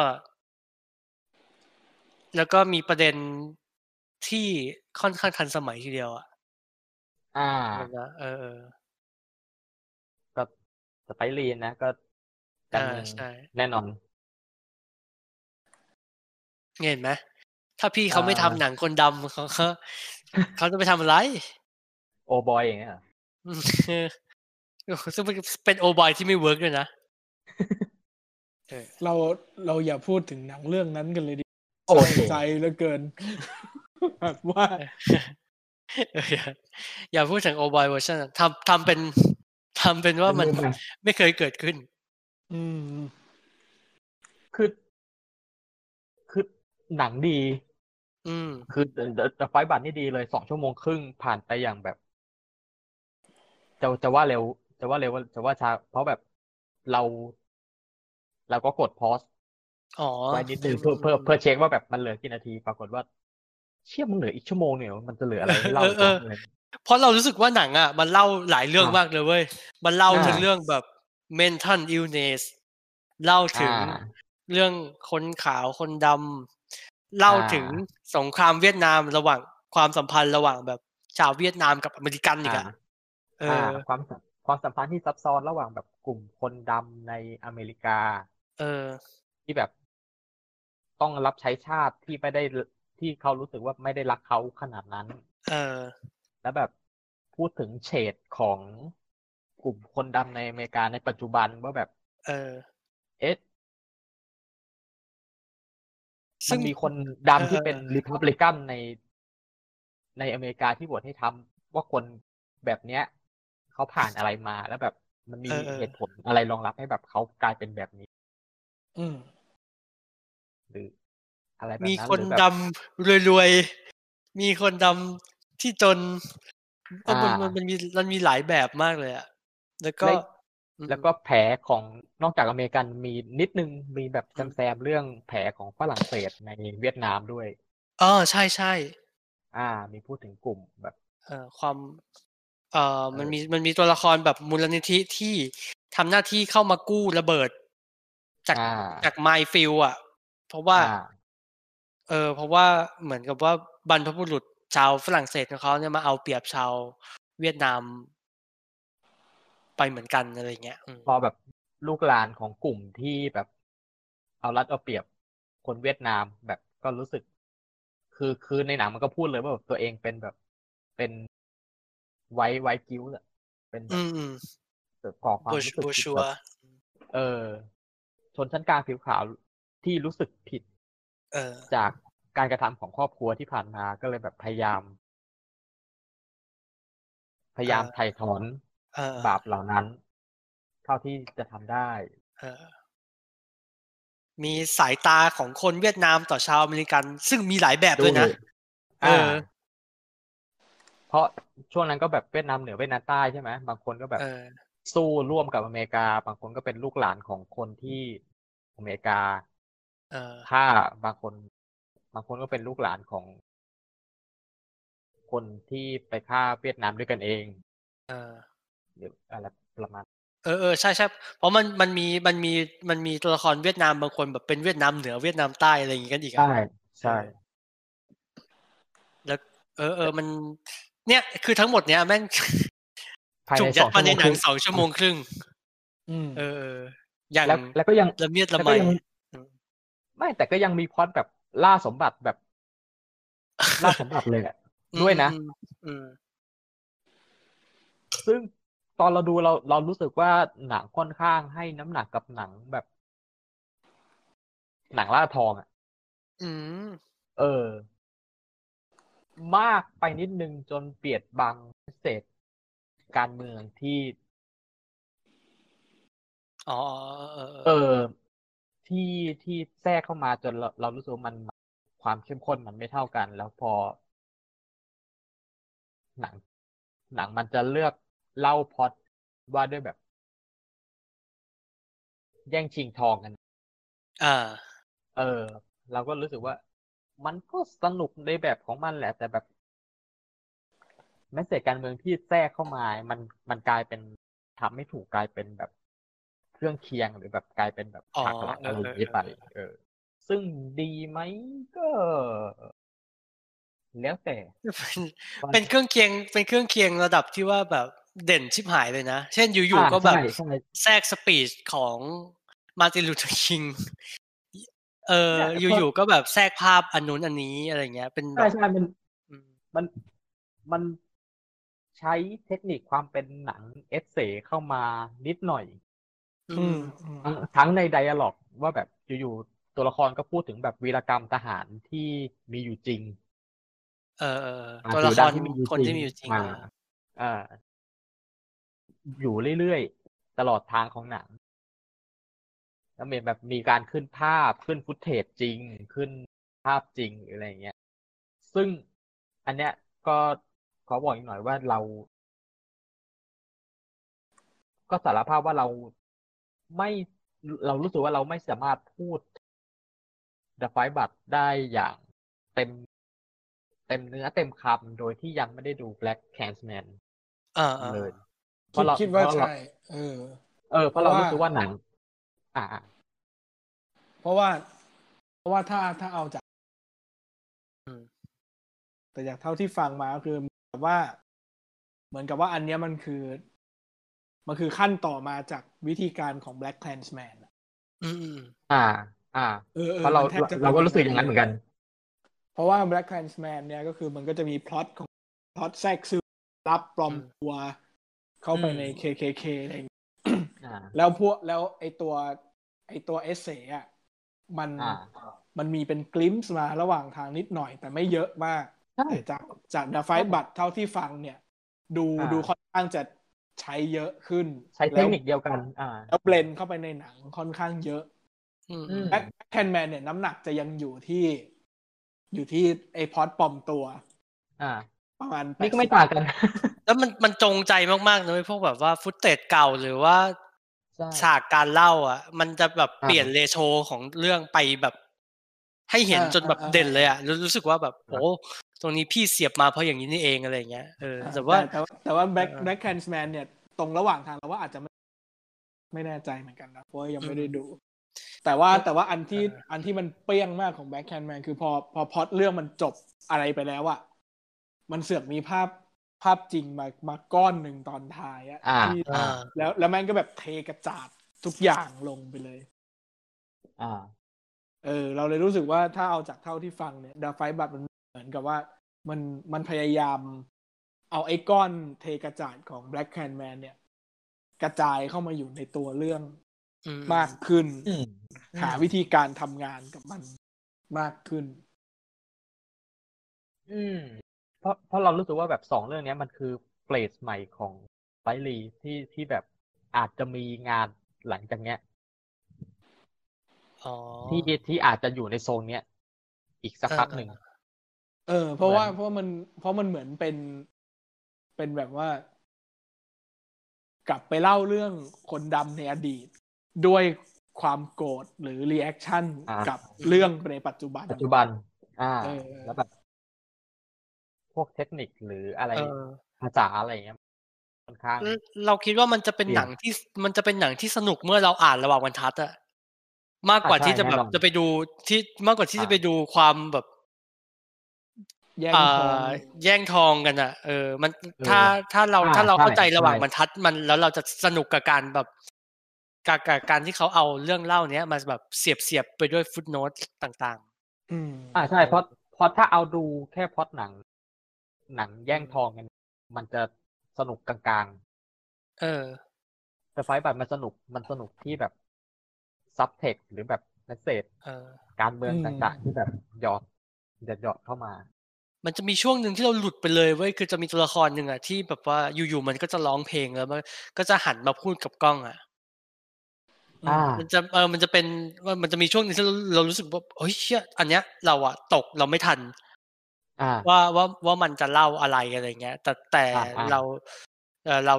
[SPEAKER 1] แล้วก็มีประเด็นที่ค่อนข้างทันสมัยทีเดียวอ่ะ
[SPEAKER 2] อ่า
[SPEAKER 1] มันนะเออเออ
[SPEAKER 2] ก็สไปรีนนะ ก็การ
[SPEAKER 1] อ่า
[SPEAKER 2] เมือง
[SPEAKER 1] ใช่
[SPEAKER 2] แน่นอน
[SPEAKER 1] เห็นไหมถ้าพี่เขาไม่ทำ
[SPEAKER 2] อ่า
[SPEAKER 1] หนังคนดำเขา เขาเขาจะไปทำอะไร
[SPEAKER 2] โอบอยอย่างเงี้ยเหรอ
[SPEAKER 1] อืม ซึ่งมันเป็นโอบอยที่ไม่เวิร์กเลยนะ
[SPEAKER 3] เราเราอย่าพูดถึงหนังเรื่องนั้นกันเลยดี
[SPEAKER 2] โอ้
[SPEAKER 3] เศร้า
[SPEAKER 2] โห
[SPEAKER 3] ใจเหลือเกิน แบบว่า
[SPEAKER 1] เอออย่าอย่าพูดถึงโอบอยเวอร์ชันอะทำทำเป็น ทำเป็นว่ามันไม่เคยเกิดขึ้น
[SPEAKER 3] อืม
[SPEAKER 2] คือ คือหนังดี
[SPEAKER 1] อืม
[SPEAKER 2] คือแต่ไฟบัตนี่ดีเลยสองชั่วโมงครึ่งผ่านไปอย่างแบบ จะจะว่าเร็ว จะว่าเร็วจะว่าช้าเพราะแบบเรา เราก็กดพอส
[SPEAKER 1] อ๋อ
[SPEAKER 2] ไว้นิดนึงเพื่อเพื่อเพื่อเช็คว่าแบบมันเหลือกี่นาที ปรากฏว่า เชี่ยมันเหลืออีกชั่วโมงเนี่ยมันจะเหลืออะไรให้เล่าอีกวะอะไร
[SPEAKER 1] เพราะเรารู้สึกว่าหนังอ่ะ มันเล่าหลายเรื่อง
[SPEAKER 2] อ่ะ
[SPEAKER 1] มากเลยเว้ย มันเล่า
[SPEAKER 2] อ่า
[SPEAKER 1] ทั้งเรื่องแบบ mental illness เล่าถึง
[SPEAKER 2] อ่า
[SPEAKER 1] เรื่องคนขาวคนดำเล่าถึงสงครามเวียดนามระหว่างความสัมพันธ์ระหว่างแบบชาวเวียดนามกับอเมริกันอีกอะ
[SPEAKER 2] อ่า
[SPEAKER 1] เอ
[SPEAKER 2] อ่า
[SPEAKER 1] อ
[SPEAKER 2] ความสัมความสัมพันธ์ที่ซับซ้อนระหว่างแบบกลุ่มคนดำในอเมริกา
[SPEAKER 1] เออ
[SPEAKER 2] ที่แบบ ต้องรับใช้ชาติที่ไม่ได้ที่เขารู้สึกว่าไม่ได้รักเขาขนาดนั้น
[SPEAKER 1] เออ
[SPEAKER 2] แล้วแบบพูดถึงเฉดของกลุ่มคนดำในอเมริกาในปัจจุบันว่าแบบ
[SPEAKER 1] เออ
[SPEAKER 2] เอ๊ะ
[SPEAKER 1] ซึ่
[SPEAKER 2] มัน
[SPEAKER 1] ง
[SPEAKER 2] มีคนดำที่
[SPEAKER 1] เออ
[SPEAKER 2] เป็นริพับลิกันใน ในอเมริกาที่โหวตให้ทรัมป์ว่าคนแบบเนี้ยเขาผ่านอะไรมาแล้วแบบมันมี
[SPEAKER 1] เออเออ
[SPEAKER 2] เหตุผลอะไรรองรับให้แบบเขากลายเป็นแบบนี้
[SPEAKER 3] อืม
[SPEAKER 2] หรืออะไรแบบ
[SPEAKER 1] มี
[SPEAKER 2] นั้น
[SPEAKER 1] คน
[SPEAKER 2] หรือแบบ
[SPEAKER 1] ดำรวยๆ มีคนดำที่จนเออมันมันมันมีมันมีหลายแบบมากเลยอะแล้วก็
[SPEAKER 2] และ
[SPEAKER 1] อืม
[SPEAKER 2] แล้วก็แผลของนอกจากอเมริกันมีนิดนึงมีแบบแซมๆเรื่องแผลของฝรั่งเศสในเวียดนามด้วย
[SPEAKER 1] อ๋อใช่ใช่
[SPEAKER 2] อ่า มีพูดถึงกลุ่มแบบ
[SPEAKER 1] เออความ เอ่อมัน
[SPEAKER 2] เออ
[SPEAKER 1] มีมันมีตัวละครแบบมูลนิธิที่ทำหน้าที่เข้ามากู้ระเบิด จาก
[SPEAKER 2] อ่า
[SPEAKER 1] จากไมฟิลอะเพราะว่า
[SPEAKER 2] อ่า
[SPEAKER 1] เออเพราะว่าเหมือนกับว่าบรรพบุรุษชาวฝรั่งเศสของเขาเนี่ยมาเอาเปรียบชาวเวียดนาม ไปเหมือนกันอะไรอย่างเงี้ยอืม
[SPEAKER 2] พอแบบลูกหลานของกลุ่มที่แบบเอารัดเอาเปรียบคนเวียดนามแบบก็รู้สึก คือคือในหนังมันก็พูดเลยว่าแบบตัวเองเป็นแบบเป็นไว้ไว้กิ้วอะเป็นแบ
[SPEAKER 1] อื
[SPEAKER 2] บ
[SPEAKER 1] มอืม
[SPEAKER 2] ก่อความ
[SPEAKER 1] บัว
[SPEAKER 2] รู้สึกผิด
[SPEAKER 1] ชัว
[SPEAKER 2] แบบ เออ ชนชั้นกลางผิวขาวที่รู้สึกผิด
[SPEAKER 1] เออ
[SPEAKER 2] จากการกระทำของครอบครัวที่ผ่านมาก็เลยแบบพยายาม พยายาม
[SPEAKER 1] เออ
[SPEAKER 2] ไถ่ถอน
[SPEAKER 1] เออบ
[SPEAKER 2] าปเหล่านั้น เท่าที่จะทำได้
[SPEAKER 1] เออ มีสายตาของคนเวียดนามต่อชาวอเมริกัน ซึ่งมีหลายแบบด้วยนะ เอ
[SPEAKER 2] อ่า
[SPEAKER 1] อ
[SPEAKER 2] เพราะช่วงนั้นก็แบบเวียดนามเหนือเวียดนามใต้ใช่ไหมบางคนก็แบบ
[SPEAKER 1] เออ
[SPEAKER 2] สู้ร่วมกับอเมริกา บางคนก็เป็นลูกหลานของคนที่อเมริกา
[SPEAKER 1] เออ
[SPEAKER 2] ฆ่าบางคน บางคนก็เป็นลูกหลานของ คนที่ไปฆ่าเวียดนามด้วยกันเอง
[SPEAKER 1] เออ
[SPEAKER 2] หรืออะไรประมาณ
[SPEAKER 1] เออเออใช่ใช่เพราะมันมันมีมันมีมันมีตัวละครเวียดนามบางคนแบบเป็นเวียดนามเหนือเวียดนามใต้อะไรอย่างงี้กันอีกอะ
[SPEAKER 2] ใช่ใช่
[SPEAKER 1] แล้วเออเออมัน เนี่ย คือทั้งหมดเนี่ยแม่ง
[SPEAKER 2] ภาย
[SPEAKER 1] จุก
[SPEAKER 2] ใน
[SPEAKER 1] ยัด
[SPEAKER 2] สอง
[SPEAKER 1] มา
[SPEAKER 2] ชั่ว
[SPEAKER 1] ใน
[SPEAKER 2] โม
[SPEAKER 1] ห
[SPEAKER 2] ง
[SPEAKER 1] นั
[SPEAKER 2] ครึ่
[SPEAKER 1] ง
[SPEAKER 2] ง
[SPEAKER 1] สองชั่วโมงครึ่ง
[SPEAKER 3] อืม
[SPEAKER 1] เออเออ อย่าง
[SPEAKER 2] แล้วแล้วก็ยัง
[SPEAKER 1] ละเมียดละ
[SPEAKER 2] แล้ว
[SPEAKER 1] ไม
[SPEAKER 2] ก็ยัง ไม่แต่ก็ยังมีพล็อตแบบล่าสมบัติ แบบล่าสมบัติเลยแหละ ด้วยนะ
[SPEAKER 1] อืมอืม
[SPEAKER 2] ซึ่งตอนเราดูเราเรารู้สึกว่าหนังค่อนข้างให้น้ำหนักกับหนังแบบ หนังล่าทองอ่ะ
[SPEAKER 1] อืม
[SPEAKER 2] เออ มากไปนิดนึงจนเปียดบังพิเศษการเมืองที่
[SPEAKER 1] อ๋อเออเออ
[SPEAKER 2] เออ ที่ที่แทรกเข้ามาจนเราเรารู้สึกว่ามันความเข้มข้นมันไม่เท่ากัน แล้วพอ หนัง หนังมันจะเลือกเล่าพล็อตว่าด้วยแบบ แย่งชิงทองกัน
[SPEAKER 1] อ่า
[SPEAKER 2] เออ เราก็รู้สึกว่า มันก็สนุกในแบบของมันแหละ แต่แบบแม้แต่การเมืองที่แทรกเข้ามา มันมันกลายเป็นทำไม่ถูกกลายเป็นแบบเครื่องเคียงหรือแบบกลายเป็นแบบ
[SPEAKER 1] อ๋อ
[SPEAKER 2] ฉากหลัง
[SPEAKER 1] เออ
[SPEAKER 2] อะไร
[SPEAKER 1] อ
[SPEAKER 2] อย่างนี้
[SPEAKER 1] เออ
[SPEAKER 2] ไปเออ ซึ่งดีไหมก็ แล้วแต่
[SPEAKER 1] เป็นเป็นเครื่องเคียง เป็นเครื่องเคียงระดับที่ว่าแบบเด่นชิบหายเลยนะ เช่นอยู่ๆก็แบบ
[SPEAKER 2] ใช่ใช่
[SPEAKER 1] แทรกสปีชของมาร์ตินลูเทอร์คิง เออ อยู่ๆก็แบบแทรกภาพอันนู้นอันนี้อะไรเงี้ย เป็นแบ
[SPEAKER 2] ใช่
[SPEAKER 1] บ
[SPEAKER 2] ใช่มัน
[SPEAKER 1] อืม
[SPEAKER 2] มันมันใช้เทคนิคความเป็นหนังเอสเซเข้ามานิดหน่อย
[SPEAKER 1] อื
[SPEAKER 3] อื
[SPEAKER 1] ม
[SPEAKER 3] มอืม
[SPEAKER 2] ทั้งทั้งในไดอะล็อกว่าแบบอยู่ๆตัวละครก็พูดถึงแบบวีรกรรมทหารที่มีอยู่จริง
[SPEAKER 1] เออเออ
[SPEAKER 2] อ่า
[SPEAKER 1] ตัวละ
[SPEAKER 2] ผิ
[SPEAKER 1] ค
[SPEAKER 2] ด
[SPEAKER 1] รคนที่มีอยู่จริง
[SPEAKER 2] อ่าอ่า อยู่เรื่อยๆ ตลอดทางของหนัง แล้วมีแบบมีการขึ้นภาพขึ้นฟุตเทจจริง ขึ้นภาพจริงหรืออะไรอย่างเงี้ย ซึ่งอันเนี้ยก็ขอบอกอีกหน่อยว่าเรา ก็สารภาพว่าเราไม่เรารู้สึกว่าเราไม่สามารถพูด The Five บัตได้อย่างเต็ม เต็มเนื้อเต็มคำโดยที่ยังไม่ได้ดู Black Clansman
[SPEAKER 1] อ่าอ่า
[SPEAKER 2] เลย
[SPEAKER 3] คิดคิดว่าใช่เออ
[SPEAKER 2] เออเพราะเรารู้สึกว่าหนัง อ่า
[SPEAKER 3] เพราะว่า เพราะว่าถ้าถ้าเอาจาก
[SPEAKER 1] อืม
[SPEAKER 3] แต่จากเท่าที่ฟังมาก็คือเหมือนกับว่า เหมือนกับว่าอันเนี้ยมันคือ มันคือขั้นต่อมาจากวิธีการของ Black Clansman อะ
[SPEAKER 1] อืมอืม
[SPEAKER 2] อ่า อ่า
[SPEAKER 3] เออออ
[SPEAKER 2] เพราะเรา
[SPEAKER 3] มันแทบจะ
[SPEAKER 2] เราก็รู้สึกอย่างนั้นเหมือนกัน
[SPEAKER 3] เพราะว่า Black Clansman เนี่ยก็คือมันก็จะมีพล็อตของพล็อตแทรกซึมรับปลอมตัวเข้าไปใน KKK อะไรอย่างเงี้ย
[SPEAKER 2] อ่า
[SPEAKER 3] แล้วพวกแล้วไอตัว ไอตัวเอเซอ่ะมัน
[SPEAKER 2] อ่า
[SPEAKER 3] มันมีเป็นกลิมส์มาระหว่างทางนิดหน่อย แต่ไม่เยอะมาก
[SPEAKER 2] ใช่
[SPEAKER 3] แต่จากจากดาไฟบัตเท่าที่ฟังเนี่ย ดู
[SPEAKER 2] อ่า
[SPEAKER 3] ดูค่อนข้างจะใช้เยอะขึ้น
[SPEAKER 2] ใช้เทคนิค
[SPEAKER 3] แล้ว
[SPEAKER 2] เดียวกัน อ่า
[SPEAKER 3] แล้วเบลนด์เข้าไปในหนังค่อนข้างเยอะ
[SPEAKER 1] อืม
[SPEAKER 2] อืม
[SPEAKER 3] แบ็คแคนแมนเนี่ยน้ำหนักจะยังอยู่ที่ อยู่ที่ไอพอดปลอมตัว
[SPEAKER 2] อ่า
[SPEAKER 3] ประมาณ
[SPEAKER 2] นี่ก็ไม่ต่างกัน
[SPEAKER 1] แล้วมันมันจงใจมากๆนะเว้ยพวกแบบว่าฟุตเตจเก่าหรือว่า
[SPEAKER 2] ใช่
[SPEAKER 1] ฉากการเล่า อ่ะ มันจะแบบ
[SPEAKER 2] อ่า
[SPEAKER 1] เปลี่ยนเรโชของเรื่องไปแบบ ให้เห็นจนแบบเด่นเลยอ่ะรู้รู้สึกว่าแบบโอ้ตรงนี้พี่เสียบมาเพราะอย่างนี้นี่เองอะไรอย่างเงี้ยเออแต่ว่า
[SPEAKER 3] แต่ว่าแต่ว่าแบ็ค
[SPEAKER 1] เออ
[SPEAKER 3] แบ็คแคนแมนเนี่ย ตรงระหว่างทางเราว่าอาจจะไม่ไม่แน่ใจเหมือนกันนะเพราะว่ายังไม่ได้ดู แต่ว่าแต่ว่าอันที่อันที่มันเปรี้ยงมากของแบ็คแคนแมนคือพอพอพล็อดเรื่องมันจบอะไรไปแล้วอะมันเสือกมีภาพภาพจริงมามาก้อนหนึ่งตอนท้ายอะ
[SPEAKER 2] อ่า
[SPEAKER 3] ที่
[SPEAKER 1] อ่า
[SPEAKER 3] แล้วแล้วแม่งก็แบบเทกระจาดทุกอย่างลงไปเลย
[SPEAKER 2] อ่า
[SPEAKER 3] เออเราเลยรู้สึกว่าถ้าเอาจากเท่าที่ฟังเนี่ยดาไฟบัตมันเหมือนกับว่า มันมันพยายาม เอาไอ้ก้อนเทกระจาดของ Black Can Man เนี่ย กระจายเข้ามาอยู่ในตัวเรื่อง
[SPEAKER 1] อืม
[SPEAKER 3] มากขึ้น
[SPEAKER 2] อืม
[SPEAKER 3] หาวิธีการทำงานกับมันมากขึ้น
[SPEAKER 2] อืม เพราะเพราะเรารู้สึกว่าแบบสองเรื่องเนี้ยมันคือเฟสใหม่ของไบรท์ลีที่ที่แบบอาจจะมีงานหลังจากเนี้ย
[SPEAKER 1] อ๋อ
[SPEAKER 2] ที่ที่อาจจะอยู่ในโซนเนี้ยอีกสักพักหนึ่ง
[SPEAKER 3] เออ เพราะว่า
[SPEAKER 2] เหมือน
[SPEAKER 3] เพราะมันเพราะมันเหมือนเป็นเป็นแบบว่า กลับไปเล่าเรื่องคนดำในอดีต ด้วยความโกรธหรือรีแอคชั่น
[SPEAKER 2] อ่ากั
[SPEAKER 3] กับเรื่องในปัจจุบัน
[SPEAKER 2] ปัจจุบัน อ่า
[SPEAKER 3] เออ
[SPEAKER 2] แล้วแบบ พวกเทคนิคหรืออะไร
[SPEAKER 1] เออ
[SPEAKER 2] ภาษาอะไรเงี้ยค่อนข้าง
[SPEAKER 1] เราคิดว่ามันจะเป็น
[SPEAKER 2] เปลี่ยน
[SPEAKER 1] หนังที่มันจะเป็นหนังที่สนุกเมื่อเราอ่านระหว่างบรรทัดอะมากกว่า
[SPEAKER 2] อ่าใช่
[SPEAKER 1] ที่จะแบบ
[SPEAKER 2] แน่นอน
[SPEAKER 1] จะไปดูที่มากกว่าที่
[SPEAKER 2] อ่า
[SPEAKER 1] จะไปดูความแบบ
[SPEAKER 3] แย่ง
[SPEAKER 1] อ่
[SPEAKER 3] ทอง
[SPEAKER 1] าแย่งทองกันอะเออ มันถ้าถ้าเรา
[SPEAKER 2] อ่า
[SPEAKER 1] ถ้าเรา
[SPEAKER 2] ใช่
[SPEAKER 1] เข้าใจ
[SPEAKER 2] ใช่
[SPEAKER 1] ระหว่างบรรทัดมันแล้วเราจะสนุกกับการแบบกับกับการที่เขาเอาเรื่องเล่าเนี้ยมาแบบเสียบเสียบไปด้วยฟุตโนตต่าง
[SPEAKER 3] อืม
[SPEAKER 2] อ่าใช่เพราะเพราะถ้าเอาดูแค่พล็อดหนัง หนังแย่งทองกัน มันจะสนุกกลาง
[SPEAKER 1] ๆ เออ
[SPEAKER 2] ๆแต่ไฟบัตมันสนุกมันสนุกที่แบบซับเทคหรือแบบเมสเซจ
[SPEAKER 1] เออ
[SPEAKER 2] การเมืองต่างๆที่แบบหยอดหยอดหยอดเข้ามา
[SPEAKER 1] มันจะมีช่วงหนึ่งที่เราหลุดไปเลยเว้ยคือจะมีตัวละครหนึ่งอะที่แบบว่าอยู่ๆมันก็จะร้องเพลงแล้วมันก็จะหันมาพูดกับกล้องอะ
[SPEAKER 2] อ่า
[SPEAKER 1] มันจะเออมันจะเป็นว่ามันจะมีช่วงหนึงที่เราเรารู้สึกว่าเฮ้ยเชี่ยอันเนี้ย เราอะตกเราไม่ทัน
[SPEAKER 2] อ่า
[SPEAKER 1] ว่าว่าว่ามันจะเล่าอะไรอะไรเงี้ย แต่แต่
[SPEAKER 2] อ่าอ่า
[SPEAKER 1] เราเออเรา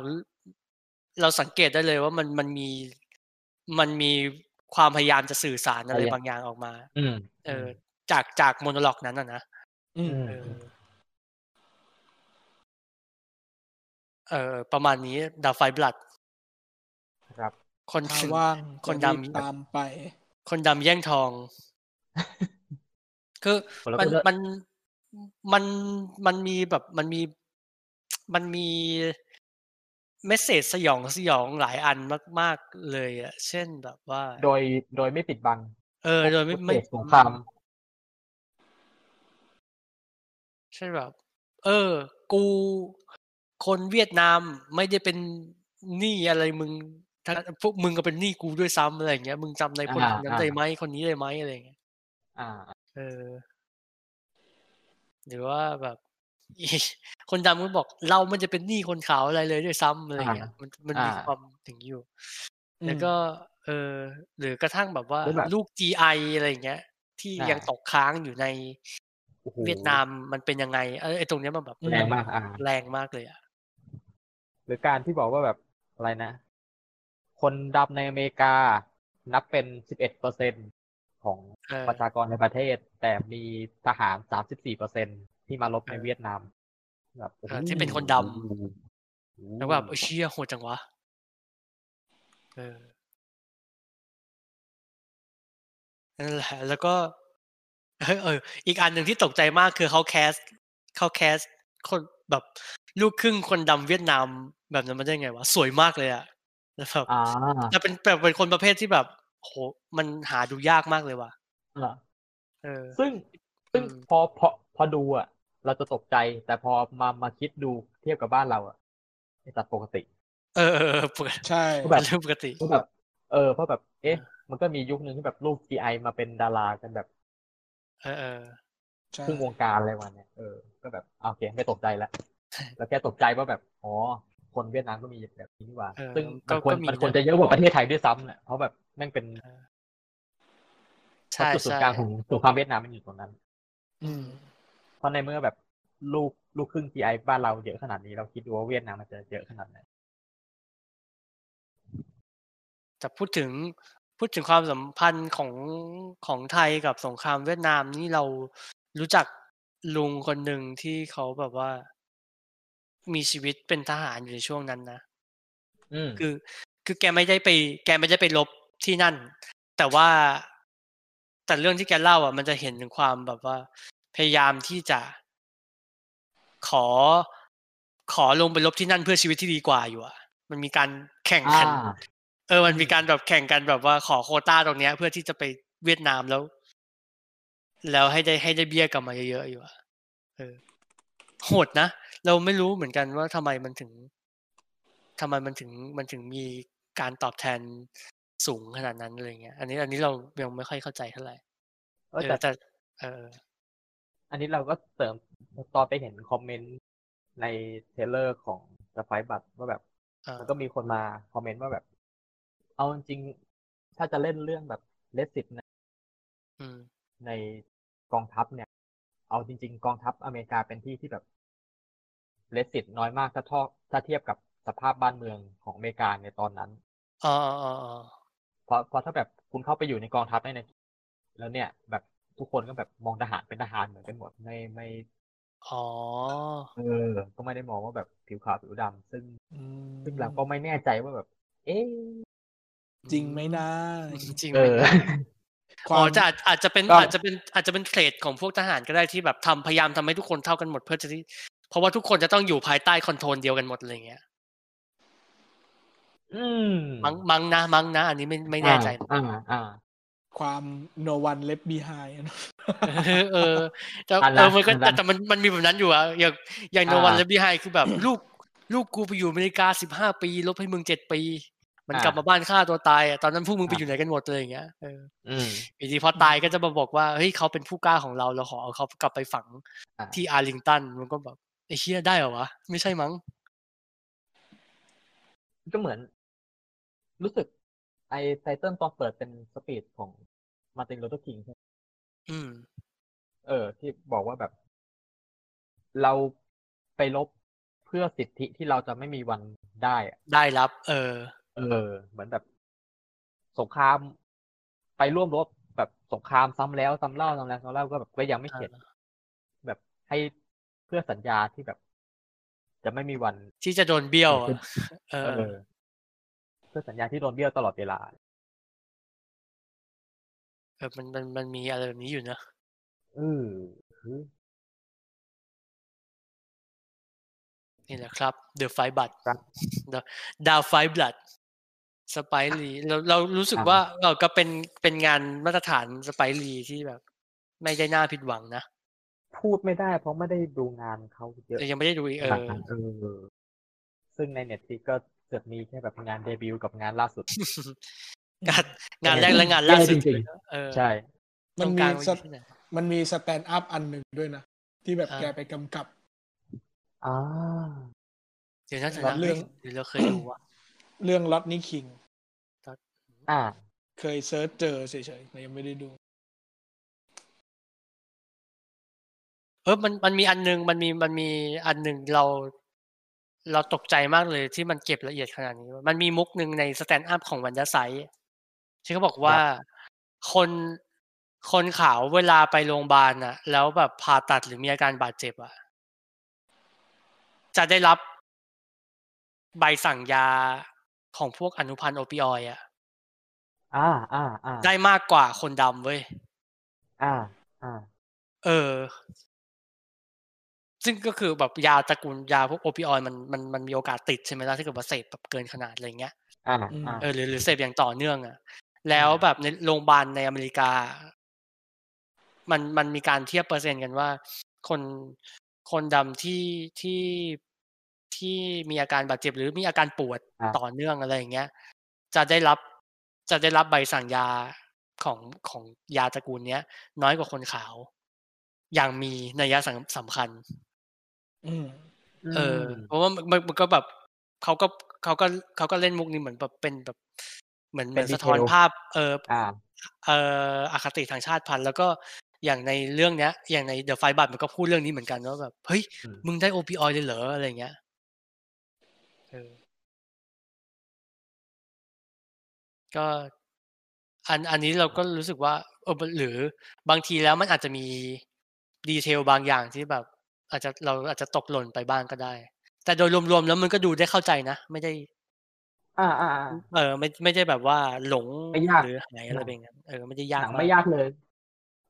[SPEAKER 1] เราสังเกตได้เลยว่ามันมันมีมันมีความพยายามจะสื่อสารอะไรบางอย่างออกมา
[SPEAKER 2] อืม
[SPEAKER 1] เออ จากจากโมโนล็อกนั้นอะนะ
[SPEAKER 3] อืม
[SPEAKER 2] อืม
[SPEAKER 1] เออเออ ประมาณนี้ดาไฟบลัด
[SPEAKER 2] ครับ
[SPEAKER 1] คน
[SPEAKER 3] ถ้า
[SPEAKER 1] ถึง
[SPEAKER 3] ว่าง
[SPEAKER 1] คน
[SPEAKER 3] จะรีบ
[SPEAKER 1] ดำ
[SPEAKER 3] ตามไป
[SPEAKER 1] คนดำแย่งทอง คือ
[SPEAKER 2] คนละ
[SPEAKER 1] มัน
[SPEAKER 2] คนละ
[SPEAKER 1] มันมันมันมีแบบมันมี มันมีเมสเซจสยองสยองหลายอันมาก ๆ เลยอ่ะ เช่นแบบว่า
[SPEAKER 2] โดยโดยไม่ปิดบัง
[SPEAKER 1] เออ โดยไม่ไม่
[SPEAKER 2] เสพสงคราม
[SPEAKER 1] เช่นแบบ เออ กูคนเวียดนามไม่ได้เป็นหนี้อะไรมึงทั้งพวกมึงก็เป็นหนี้กูด้วยซ้ำอะไรอย่างเงี้ยมึงจำในคน
[SPEAKER 2] อ่า
[SPEAKER 1] นั้น
[SPEAKER 2] อ่า
[SPEAKER 1] ได้ไหมคนนี้ได้ไหมอะไรอย่างเงี้ย
[SPEAKER 2] อ่า
[SPEAKER 1] เออ หรือว่าแบบ คนดำก็บอกเรามันจะเป็นหนี้คนขาวอะไรเลยด้วยซ้ำอะไรเงี้ย มันมันมี
[SPEAKER 2] อ่า
[SPEAKER 1] ความถึงอยู่
[SPEAKER 3] อืม
[SPEAKER 1] แล้วก็ เออ หรือกระทั่งแบบว่า
[SPEAKER 2] หรือแบบ
[SPEAKER 1] ลูก GI อะไรเงี้ย ที่
[SPEAKER 2] อ่ายั
[SPEAKER 1] ยังตกค้างอยู่ใน
[SPEAKER 2] โอ้โห
[SPEAKER 1] เวียดนามมันเป็นยังไงเออไอตรงเนี้ยมันแบบ
[SPEAKER 2] แรงมากอ่า
[SPEAKER 1] แรงมากเลยอ่ะ
[SPEAKER 2] หรือการที่บอกว่าแบบอะไรนะ คนดำในอเมริกา นับเป็น 11เปอร์เซ็นของ
[SPEAKER 1] เออ
[SPEAKER 2] ประชากรในประเทศ แต่มีทหาร 34เปอร์เซ็นที่มารบในเวียดนาม แบบโอ้โห
[SPEAKER 1] เออที่เป็นคนดำ
[SPEAKER 2] โอ้โห
[SPEAKER 1] แล้วแบบเออเชี่ยโหดจังวะ เออนั่นแหละ แล้วก็เออเออ อีกอันหนึ่งที่ตกใจมากคือเขาแคสเขาแคสคนแบบลูกครึ่งคนดำเวียดนามแบบนั้นมาได้ไงวะ สวยมากเลยอะแล้วแบบ
[SPEAKER 2] อ่า
[SPEAKER 1] แต่เป็นแบบเป็นคนประเภทที่แบบโหมันหาดูยากมากเลยว่ะ
[SPEAKER 2] อ่า
[SPEAKER 1] เออ
[SPEAKER 2] ซึ่งซึ่ง
[SPEAKER 1] อืม
[SPEAKER 2] พอพอพอดูอ่ะ เราจะตกใจแต่พอมามาคิดดูเทียบกับบ้านเราอ่ะไอ้สัตว์ปกติ
[SPEAKER 1] เออเออเออเปิด
[SPEAKER 3] ใช่
[SPEAKER 2] แบบ
[SPEAKER 1] เรื่องปกติ
[SPEAKER 2] ก็แบบ เออเพราะแบบ เอ๊ะ มันก็มียุคหนึ่งที่แบบลูก GI มาเป็นดารากันแบบ
[SPEAKER 1] เออเออ
[SPEAKER 3] ใช่
[SPEAKER 2] ครึ่งวงการอะไรวันเนี่ยเออก็แบบอ่ะโอเค ไม่ตกใจละแล้วแค่ตกใจว่าแบบอ๋อคนเวียดนามก็มีแบบนี้นี่หว่า
[SPEAKER 1] เออ
[SPEAKER 2] ซึ่ง
[SPEAKER 1] ก็
[SPEAKER 2] มันควร
[SPEAKER 1] ก็มี
[SPEAKER 2] มันควร
[SPEAKER 1] นะ
[SPEAKER 2] จะเยอะกว่าประเทศไทยด้วยซ้ำแหละเพราะแบบแม่งเป็น
[SPEAKER 1] ใช่
[SPEAKER 2] จุดศูน
[SPEAKER 1] ใช่
[SPEAKER 2] ย์กลางของของความเวียดนามมันอยู่ตรงนั้น
[SPEAKER 3] อืม
[SPEAKER 2] เพราะในเมื่อแบบลูกลูกครึ่ง GI บ้านเราเยอะขนาดนี้เราคิดดูว่าเวียดนามมันจะเยอะขนาดไหน
[SPEAKER 1] แต่พูดถึงพูดถึงความสัมพันธ์ของของไทยกับสงครามเวียดนามนี่เรารู้จักลุงคนหนึ่งที่เขาแบบว่า มีชีวิตเป็นทหารอยู่ในช่วงนั้นนะ
[SPEAKER 2] อืม
[SPEAKER 1] คือคือแกไม่ได้ไป แกไม่ได้ไปลบที่นั่น แต่ว่าแต่เรื่องที่แกเล่าอ่ะ มันจะเห็นถึงความแบบว่า พยายามที่จะขอขอลงไปลบที่นั่นเพื่อชีวิตที่ดีกว่าอยู่อ่ะ มันมีการแข่งขัน
[SPEAKER 2] อ่า
[SPEAKER 1] เออมันมีการแบบแข่งกันแบบว่าขอโควต้าตรงเนี้ย เพื่อที่จะไปเวียดนามแล้ว แล้วให้ได้ให้ได้เบี้ยกลับมาเยอะๆอยู่อ่ะเออโหดนะ เราไม่รู้เหมือนกันว่าทำไมมันถึงทำไมมันถึงมันถึงมีการตอบแทนสูงขนาดนั้นอะไรเงี้ย อันนี้อันนี้เรายังไม่ค่อยเข้าใจเท่าไหร่
[SPEAKER 2] เออ
[SPEAKER 1] เออ
[SPEAKER 2] แต่
[SPEAKER 1] แต่เออ
[SPEAKER 2] อันนี้เราก็เสริมตอนไปเห็นคอมเมนต์ในเทรลเลอร์ของสไปบัตว่าแบบ
[SPEAKER 1] เออ
[SPEAKER 2] มันก็มีคนมาคอมเมนต์ว่าแบบ เอาจริงๆถ้าจะเล่นเรื่องแบบเลสิตใน
[SPEAKER 1] อืม
[SPEAKER 2] ในกองทัพเนี่ย เอาจริง ๆ กองทัพอเมริกาเป็นที่ที่แบบเลสิตน้อยมากถ้าเทอถ้าเทียบกับสภาพบ้านเมืองของอเมริกาในตอนนั้น
[SPEAKER 1] อ๋ออ๋ออ๋อ
[SPEAKER 2] เพราะเพราะถ้าแบบคุณเข้าไปอยู่ในกองทัพได้ในแล้วเนี่ย แบบทุกคนก็แบบมองทหารเป็นทหารเหมือนกันหมดไม่ไม่
[SPEAKER 1] อ๋อ
[SPEAKER 2] เออ ก็ไม่ได้มองว่าแบบผิวขาวผิวดำซึ่ง
[SPEAKER 3] อืม
[SPEAKER 2] ซึ่งเราก็ไม่แน่ใจว่าแบบ เอ๊ะ
[SPEAKER 3] จริงไหมนะ
[SPEAKER 1] จริง
[SPEAKER 2] เอ
[SPEAKER 1] ไหม
[SPEAKER 2] อ
[SPEAKER 1] อ๋อจะอาจอาจจะเป็น
[SPEAKER 2] ก็
[SPEAKER 1] อาจจะเป็นอาจจะเป็นเทรดของพวกทหารก็ได้ที่แบบทำพยายามทำให้ทุกคนเท่ากันหมดเพื่อจะที่เพราะว่าทุกคนจะต้องอยู่ภายใต้คอนโทรลเดียวกันหมดอะไรเงี้ย
[SPEAKER 2] อืม
[SPEAKER 1] มั้งมั้งนะมั้งนะ อันนี้ไม่ไม่แน่ใจ
[SPEAKER 2] อ่าอ่า
[SPEAKER 3] ความ no one left behind อะเนอะ
[SPEAKER 1] เออเออแต่
[SPEAKER 2] อันละ
[SPEAKER 1] เออมันก็
[SPEAKER 2] อันละ
[SPEAKER 1] แต่แต่มันมันมีแบบนั้นอยู่อะอย่างอย่างโนวัน
[SPEAKER 2] อ่า
[SPEAKER 1] และบีไฮคือแบบ ลูกลูกกูไปอยู่อเมริกาสิบห้าปีลบให้มึงเจ็ดปี มัน
[SPEAKER 2] อ่าก
[SPEAKER 1] ลับมาบ้านฆ่าตัวตายอะตอนนั้นพวกมึงไป
[SPEAKER 2] อ่า
[SPEAKER 1] อยู่ไหนกันหมดเลยอย่างเงี้ยเออ
[SPEAKER 2] อืม
[SPEAKER 1] อยู่ดีพอตายก็จะมาบอกว่าเฮ้ยเขาเป็นผู้กล้าของเราเราขอเอาเขากลับไปฝัง
[SPEAKER 2] อ่า
[SPEAKER 1] ที่อาร์ลิงตันมันก็แบบไอ้เฮียได้เหรอวะ ไม่ใช่มั้ง
[SPEAKER 2] ก็เหมือน รู้สึก ไอไตเติ้ลตอนเปิดเป็นสปีดของมาตินลูเทอร์คิง
[SPEAKER 1] อืม
[SPEAKER 2] เออ ที่บอกว่าแบบ เราไปลบเพื่อสิทธิที่เราจะไม่มีวันได้อะ
[SPEAKER 1] ได้รับ เออ
[SPEAKER 2] เออ เหมือนแบบ สงคราม ไปร่วมรบแบบสงครามซ้ำแล้วซ้ำเล่าซ้ำแล้วซ้ำเล่าก็แบบก็ยังไม่เสร็จแบบให้เพื่อสัญญาที่แบบ จะไม่มีวัน
[SPEAKER 1] ที่จะโดนเบี้ยวอะเอ
[SPEAKER 2] เอ
[SPEAKER 1] อ
[SPEAKER 2] อ เพื่อสัญญาที่โดนเบี้ยวตลอดเวลา
[SPEAKER 1] เออ มันมันมันมีอะไรแบบนี้อยู่นะ
[SPEAKER 2] เออ
[SPEAKER 1] นี่แหละครับ The Five Blood
[SPEAKER 2] ครับ
[SPEAKER 1] ดาวไฟบลัดสไปรีเราเรารู้สึกว่าเราก็เป็นเป็นงานมาตรฐานสไปรีที่แบบ ไม่ได้น่าผิดหวังนะ
[SPEAKER 2] พูดไม่ได้เพราะไม่ได้ดูงานเขาเยอะ
[SPEAKER 1] แต่ยังไม่ได้ดูอีกเอ
[SPEAKER 2] ขนาด
[SPEAKER 1] อ
[SPEAKER 2] นั้นเออ ซึ่งในเน็ตฟลิกก็เกิดมีแค่แบบงานเดบิวต์กับงานล่าสุด
[SPEAKER 1] งานงานแรกและงานล่าสุด
[SPEAKER 2] แย่จริง
[SPEAKER 1] เออ
[SPEAKER 2] ใช่
[SPEAKER 1] ต
[SPEAKER 3] มั
[SPEAKER 1] รง
[SPEAKER 3] น
[SPEAKER 1] ก
[SPEAKER 3] มี
[SPEAKER 1] ลางมันอ
[SPEAKER 3] ส
[SPEAKER 1] ยู่
[SPEAKER 3] แต
[SPEAKER 1] ที่ไหน
[SPEAKER 3] มันมีสแตนด์อัพอันหนึ่งด้วยนะ ที่แบบ
[SPEAKER 1] อ่า
[SPEAKER 3] แกไปกำกับ
[SPEAKER 2] อ่า
[SPEAKER 1] เดี๋ยวนะเดี๋ยว
[SPEAKER 3] รั
[SPEAKER 1] นะ
[SPEAKER 3] บเรื่อง
[SPEAKER 1] เดี๋ยวเราเคยดูอะ
[SPEAKER 3] เรื่องลอตนี่คิง
[SPEAKER 2] อ่า
[SPEAKER 3] เคยเซิร์ชเจอเฉยๆแต่ยังไม่ได้ดู
[SPEAKER 1] เออมันมันมีอันหนึงมันมีมันมีอันหนึงเรา เราตกใจมากเลยที่มันเก็บละเอียดขนาดนี้ มันมีมุกหนึ่งในสแตนด์อัพของวันยะไซที่เขาบอกว่าคนคนขาวเวลาไปโรงพยาบาลน่ะ แล้วแบบผ่าตัดหรือมีอาการบาดเจ็บอ่ะ จะได้รับใบสั่งยา ของพวกอนุพันธ์โอปิออยด์อะ
[SPEAKER 2] อ่าอ่าอ่า
[SPEAKER 1] ได้มากกว่าคนดำเว้ย
[SPEAKER 2] อ่า อ่า
[SPEAKER 1] เออ ซึ่งก็คือแบบยาตระกูลยาพวกโอปิออยด์มันมันมันมีโอกาสติดใช่ไหมล่ะถ้าเกิดว่าเสพแบบเกินขนาดอะไรเงี้ย
[SPEAKER 2] อ่า
[SPEAKER 4] อืม
[SPEAKER 2] อ่า
[SPEAKER 1] เออหรือหรือเสพอย่างต่อเนื่องอะแล้วแบบในโรงพยาบาลในอเมริกา มันมันมีการเทียบเปอร์เซ็นต์กันว่า คนคนดำที่ที่ที่มีอาการบาดเจ็บหรือมีอาการปวด
[SPEAKER 2] ครับ
[SPEAKER 1] ต่อเนื่องอะไรอย่างเงี้ย จะได้รับจะได้รับใบสั่งยาของของยาตระกูลเนี้ย น้อยกว่าคนขาว อย่างมีนัยสำสำคัญ
[SPEAKER 3] อืม
[SPEAKER 1] เออเพราะว่ามันมันมันก็แบบเขาก็เขาก็เขาก็เล่นมุกนี้เหมือนแบบเป็นแบบ เหมือนเห
[SPEAKER 2] เป็
[SPEAKER 1] มือน นสะท้อน
[SPEAKER 2] detail
[SPEAKER 1] ภาพ เออ
[SPEAKER 2] อ่า
[SPEAKER 1] เอออคติทางชาติพันธุ์แล้วก็อย่างในเรื่องเนี้ย อย่างในเดอะไฟบัตมันก็พูดเรื่องนี้เหมือนกันว่าแบบเฮ้ย
[SPEAKER 2] อืม
[SPEAKER 1] มึงได้โอปิออยด์เลยเหรออะไรเงี้ยเออก็ อันอันนี้เราก็รู้สึกว่าเออหรือบางทีแล้วมันอาจจะมีดีเทลบางอย่างที่แบบ อาจจะเราอาจจะตกหล่นไปบ้างก็ได้ แต่โดยรวมๆแล้วมันก็ดูได้เข้าใจนะ ไม่ได้
[SPEAKER 2] อ่าอ่าอ่า
[SPEAKER 1] เออไม่ไม่ได้แบบว่าหลง
[SPEAKER 2] ไม่ยาก
[SPEAKER 1] หรือหายอะไร
[SPEAKER 2] หนัง
[SPEAKER 1] เป็นงั้นเออไม่ได้ยาก
[SPEAKER 2] หนังไม่
[SPEAKER 1] าก
[SPEAKER 2] ยากเลย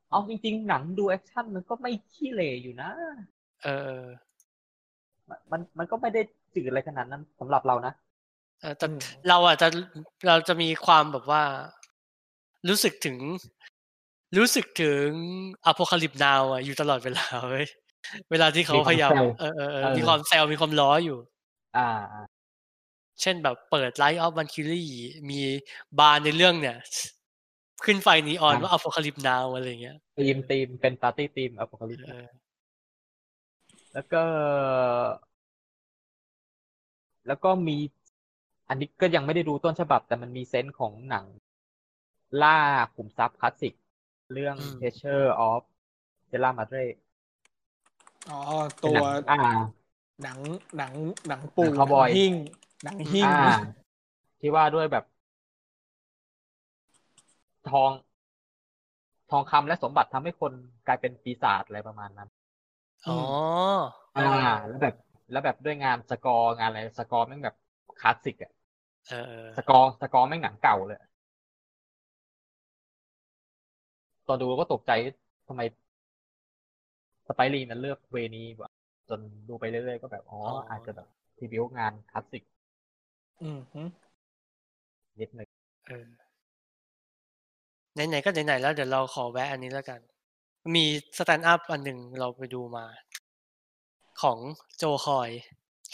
[SPEAKER 2] เอาจริงๆ หนังดูแอคชั่นมันก็ไม่ขี้เหร่อยู่นะ
[SPEAKER 1] เออเออ
[SPEAKER 2] มันมันมันก็ไม่ได้จืดอะไรขนาดนั้นสำหรับเรานะ
[SPEAKER 1] เออแต่
[SPEAKER 3] อืม
[SPEAKER 1] เราอาจจะเราจะมีความแบบว่า รู้สึกถึง รู้สึกถึงอพ l y p ิ e n นาวอะอยู่ตลอดเวลาเว้ยเวลาที่เขา
[SPEAKER 2] มีความ
[SPEAKER 1] พยายาม
[SPEAKER 2] แซว
[SPEAKER 1] เออเออเอ
[SPEAKER 2] เอ
[SPEAKER 1] อ
[SPEAKER 2] อ
[SPEAKER 1] มีความแซวมีความล้ออยู่
[SPEAKER 2] อ่าอ่า
[SPEAKER 1] เช่นแบบเปิดไลท์ออฟวันคิลี่มีบาร์ในเรื่องเนี่ย ขึ้นไฟนีออนว่าอพ l y p ิ e n นาวอะไรอย่างเงี้ย
[SPEAKER 2] ทีมทีมเป็นปาร์ตี้ทีมอพอลิป
[SPEAKER 1] เออ
[SPEAKER 2] แล้วก็ แล้วก็มี อันนี้ก็ยังไม่ได้ดูต้นฉบับ แต่มันมีเซนส์ของหนัง ล่าขุมทรัพย์คลาสสิก เรื่อง
[SPEAKER 1] อืม
[SPEAKER 2] Treasure of Sierra Madre
[SPEAKER 3] อ๋อ
[SPEAKER 2] เป็น
[SPEAKER 3] ตั
[SPEAKER 2] ห
[SPEAKER 3] ว
[SPEAKER 2] นังอ่า
[SPEAKER 3] หนังหนังหนังปู
[SPEAKER 2] หนัง cowboy
[SPEAKER 3] หิ้งหนังหิ้ง
[SPEAKER 2] อ่า ที่ว่าด้วยแบบ ทอง ทองคำและสมบัติทำให้คนกลายเป็นปีศาจอะไรประมาณนั้น
[SPEAKER 1] อ๋อ
[SPEAKER 2] อ่า แล้วแบบ แล้วแบบด้วยงานสกอร์งานอะไรสกอร์แม่งแบบคลาสสิกอะ
[SPEAKER 1] เออเออ
[SPEAKER 2] สกอร์สกอร์แม่งหนังเก่าเลยตอนดูก็ตกใจทำไมสไปรีนั้นเลือกเวนี้วะจนดูไปเรื่อยๆก็แบบอ๋อ
[SPEAKER 1] อ๋ออ
[SPEAKER 2] อาจจะแบบทีบิวงานคลาสสิก
[SPEAKER 3] อืมฮึ
[SPEAKER 2] นิดนึง
[SPEAKER 1] เออไหนๆก็ไหนๆแล้วเดี๋ยวเราขอแวะอันนี้แล้วกัน มีสแตนด์อัพอันหนึ่งเราไปดูมา ของโจคอย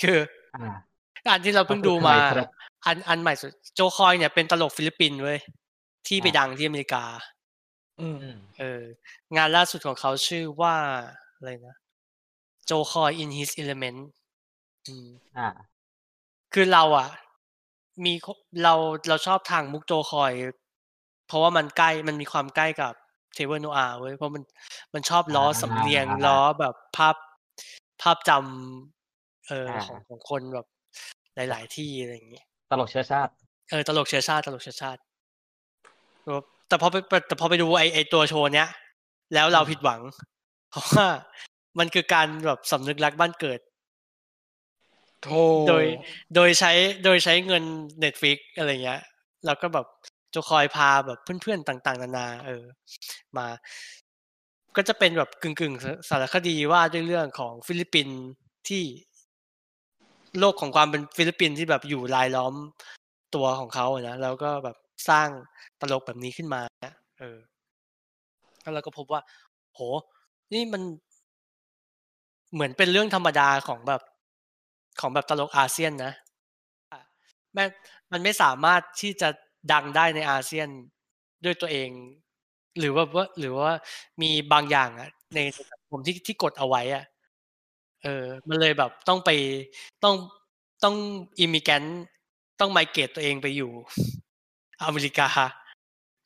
[SPEAKER 1] คือ
[SPEAKER 2] อ่า
[SPEAKER 1] อันที่เราเพิ่งดูมา
[SPEAKER 2] เอาไปทำไมครับ
[SPEAKER 1] อันอันใหม่สุดโจคอยเนี่ยเป็นตลกฟิลิปปินส์เว้ย ที่ไป
[SPEAKER 2] อ่า
[SPEAKER 1] ดังที่อเมริกา
[SPEAKER 3] อืม
[SPEAKER 2] อืม
[SPEAKER 1] เอองานล่าสุดของเขาชื่อว่า อะไรนะโจคอย in his element อืม
[SPEAKER 2] อ่า
[SPEAKER 1] คือเราอ่ะ มีคเราเราชอบทางมุกโจคอย เพราะว่ามันใกล้มันมีความใกล้กับเทเวอร์โนอาเว้ยเพราะมันมันชอบล้อสำเนียง
[SPEAKER 2] อ่า
[SPEAKER 1] ล้อแบบภาพภาพจำเอออา ของของคนแบบหลาย ๆ ที่อะไรอย่างเงี้ย
[SPEAKER 2] ตลกเชื้อชาติ
[SPEAKER 1] เออตลกเชื้อชาติตลกเชื้อชาติครับแต่พอไปแต่พอไปดูไอไอตัวโชว์เนี้ย แล้วเราผิดหวัง เพราะว่ามันคือการแบบสำนึกรักบ้านเกิด
[SPEAKER 3] โท
[SPEAKER 1] โดย โดยใช้โดยใช้เงิน Netflix อะไรเงี้ย แล้วก็แบบจะคอยพาแบบเพื่อนๆต่างๆ นานา เออ มา ก็จะเป็นแบบกึ่งๆ สารคดีว่าด้วยเรื่องของฟิลิปปินส์ที่โลกของความเป็นฟิลิปปินส์ที่แบบอยู่รายล้อมตัวของเขาอะนะแล้วก็แบบสร้างตลกแบบนี้ขึ้นมาเออแล้วเราก็พบว่า โห นี่มัน เหมือนเป็นเรื่องธรรมดาของแบบของแบบตลกอาเซียนนะแม่งมันไม่สามารถที่จะดังได้ในอาเซียนด้วยตัวเอง หรือว่าว่าหรือว่ามีบางอย่างอะในสังคมที่ที่กดเอาไว้อะเออ มันเลยแบบต้องไปต้องต้องอิมิแกนต้องไมเกตตัวเองไปอยู่ อเมริกา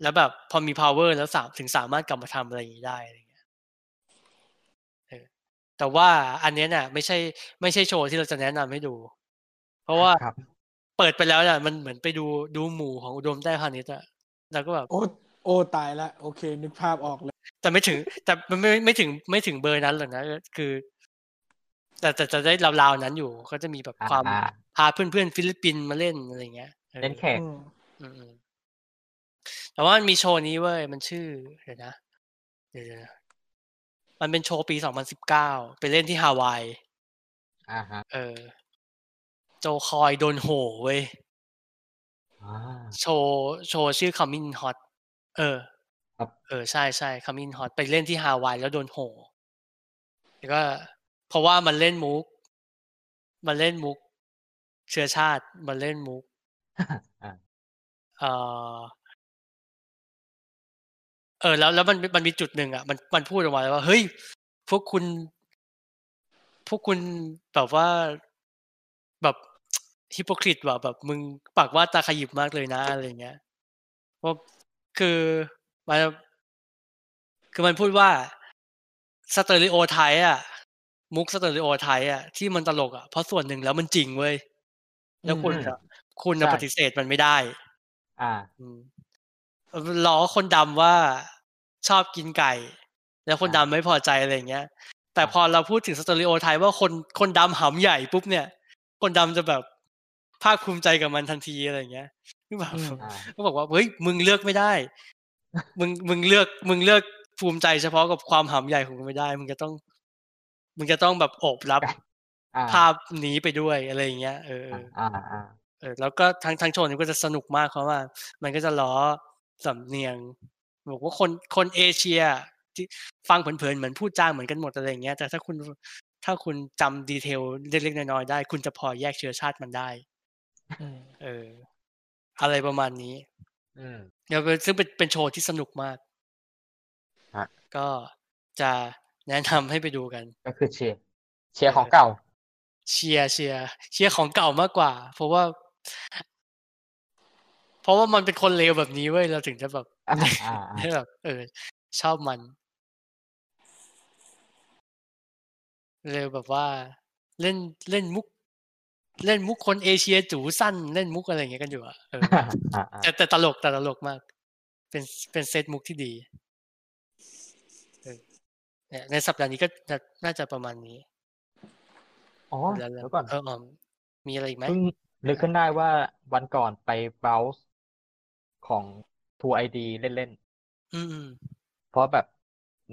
[SPEAKER 1] แล้วแบบพอมี power แล้วสามถึงสามารถกลับมาทำอะไรอย่างนี้ได้อะไรอย่างเงี้ยเออ แต่ว่าอันเนี้ยน่ะ ไม่ใช่ไม่ใช่โชว์ที่เราจะแนะนำให้ดู เพราะว่า
[SPEAKER 2] ครับ
[SPEAKER 1] เปิดไปแล้วน่ะ มันเหมือนไปดูดูหมู่ของอุดมใต้พาณิชย์อะแล้วก็แบบ
[SPEAKER 3] โอ้โอ้ตายละโอเค นึกภาพออกเลย
[SPEAKER 1] แต่ไม่ถึง แต่มันไม่ไม่ถึงไม่ถึงเบอร์นั้นหรอกนะคือ แต่แต่จะได้ราวๆนั้นอยู่ ก็จะมีแบบความ
[SPEAKER 2] อ่า
[SPEAKER 1] พาเพื่อนๆฟิลิปปินส์มาเล่นอะไรเงี้ยเอ
[SPEAKER 2] เน้นแขก
[SPEAKER 3] อืม
[SPEAKER 1] อืมอืมแต่ว่ามันมีโชว์นี้เว้ย มันชื่อเดี๋ยวนะเดี๋ยวนะมันเป็นโชว์ปีสองพันสิบเก้าไปเล่นที่ฮาวาย
[SPEAKER 2] อ่าฮะ
[SPEAKER 1] เออ โจคอยโดนโหเว้ย
[SPEAKER 2] อ่า
[SPEAKER 1] โชว์โชว์ชื่อ Coming Hot เออ
[SPEAKER 2] ครับ
[SPEAKER 1] เออใช่ใช่ Coming Hot ไปเล่นที่ฮาวายแล้วโดนโหแล้วก็เพราะว่ามันเล่นมุก มันเล่นมุก เชื้อชาติ มันเล่นมุก
[SPEAKER 2] อ่า
[SPEAKER 1] เออเออ แล้วแล้วมันมันมีจุดหนึ่งอ่ะมันมันพูดออกมาเลยว่า เฮ้ย พวกคุณ พวกคุณแบบว่าแบบ ฮิปโปคริตว่ะแบบมึงปากว่าตาขยิบมากเลยนะอะไรเงี้ยเพราะคือมันคือมันพูดว่าสเตอริโอไทป์อ่ะ มุกสเตอริโอไทป์อ่ะที่มันตลกอ่ะเพราะส่วนหนึ่งแล้วมันจริงเว้ยแล้วคุณอ่ะคุณน่ะ
[SPEAKER 2] ใช่
[SPEAKER 1] ปฏิเสธมันไม่ได้
[SPEAKER 2] อ่า
[SPEAKER 1] อืมล้อคนดำว่าชอบกินไก่ แล้วคนดำ
[SPEAKER 2] อ่า
[SPEAKER 1] ไม่พอใจอะไรอย่างเงี้ย แต่
[SPEAKER 2] อ่า
[SPEAKER 1] พอเราพูดถึงสเตอริโอไทป์ว่าคนคนดำหำใหญ่ปุ๊บเนี่ย คนดำจะแบบภาคภูมิใจกับมันทันทีอะไรอย่างเงี้ยคือแบบ
[SPEAKER 2] อ่า
[SPEAKER 1] ก็บอกว่าเฮ้ยมึงเลือกไม่ได้ มึงมึงเลือก มึงเลือกภูมิใจเฉพาะกับความหำใหญ่ของมึงไม่ได้ มึงจะต้อง มึงจะต้องแบบโอบรับ
[SPEAKER 2] อ่า
[SPEAKER 1] ภาพนี้ไปด้วยอะไรอย่างเงี้ยเออเออ
[SPEAKER 2] อ่าอ่า
[SPEAKER 1] เออแล้วก็ทั้งทั้งโชว์นี้ก็จะสนุกมากเพราะว่า มันก็จะล้อสำเนียงบอกว่าคนคนเอเชียที่ฟังเผินๆเหมือนพูดจาเหมือนกันหมดอะไรอย่างเงี้ย แต่ถ้าคุณถ้าคุณจำดีเทลเล็กๆน้อยๆได้ คุณจะพอแยกเชื้อชาติมันได้
[SPEAKER 3] อืม
[SPEAKER 1] เออ อะไรประมาณนี้
[SPEAKER 2] อืม
[SPEAKER 1] เดี๋ยวซึ่งเป็นเป็นโชว์ที่สนุกมาก
[SPEAKER 2] ฮะ
[SPEAKER 1] ก็จะแนะนำให้ไปดูกัน
[SPEAKER 2] ก็คือเชียร์เชียร์ของเก่า
[SPEAKER 1] เชียร์เชียร์เชียร์ของเก่ามากกว่า เพราะว่า เพราะว่ามันเป็นคนเลวแบบนี้เว้ยเราถึงจะแบบ
[SPEAKER 2] อ่าอ่าอ่า
[SPEAKER 1] ให้แบบเออ ชอบมัน เลยแบบว่า เล่นเล่นมุก เล่นมุกคนเอเชียจูสั้นเล่นมุกอะไรอย่างเงี้ยกันอยู่อะ เออ
[SPEAKER 2] อ่าอ่า
[SPEAKER 1] แต่แต่ตลกแต่ตลกมาก เป็นเป็นเซตมุกที่ดีเออเนี่ยในสัปดาห์นี้ก็น่าน่าจะประมาณนี้
[SPEAKER 2] อ๋อ
[SPEAKER 1] แล้
[SPEAKER 2] เดี๋
[SPEAKER 1] แล้
[SPEAKER 2] ยวก่อน
[SPEAKER 1] เออออมมีอะไรอีกไหม
[SPEAKER 2] เพิ่งนึกขึ้นได้ว่าวันก่อนไปเบลส์ของทัวร์ไอดีเล่น
[SPEAKER 1] อืมอืม
[SPEAKER 2] ๆ เพราะแบบ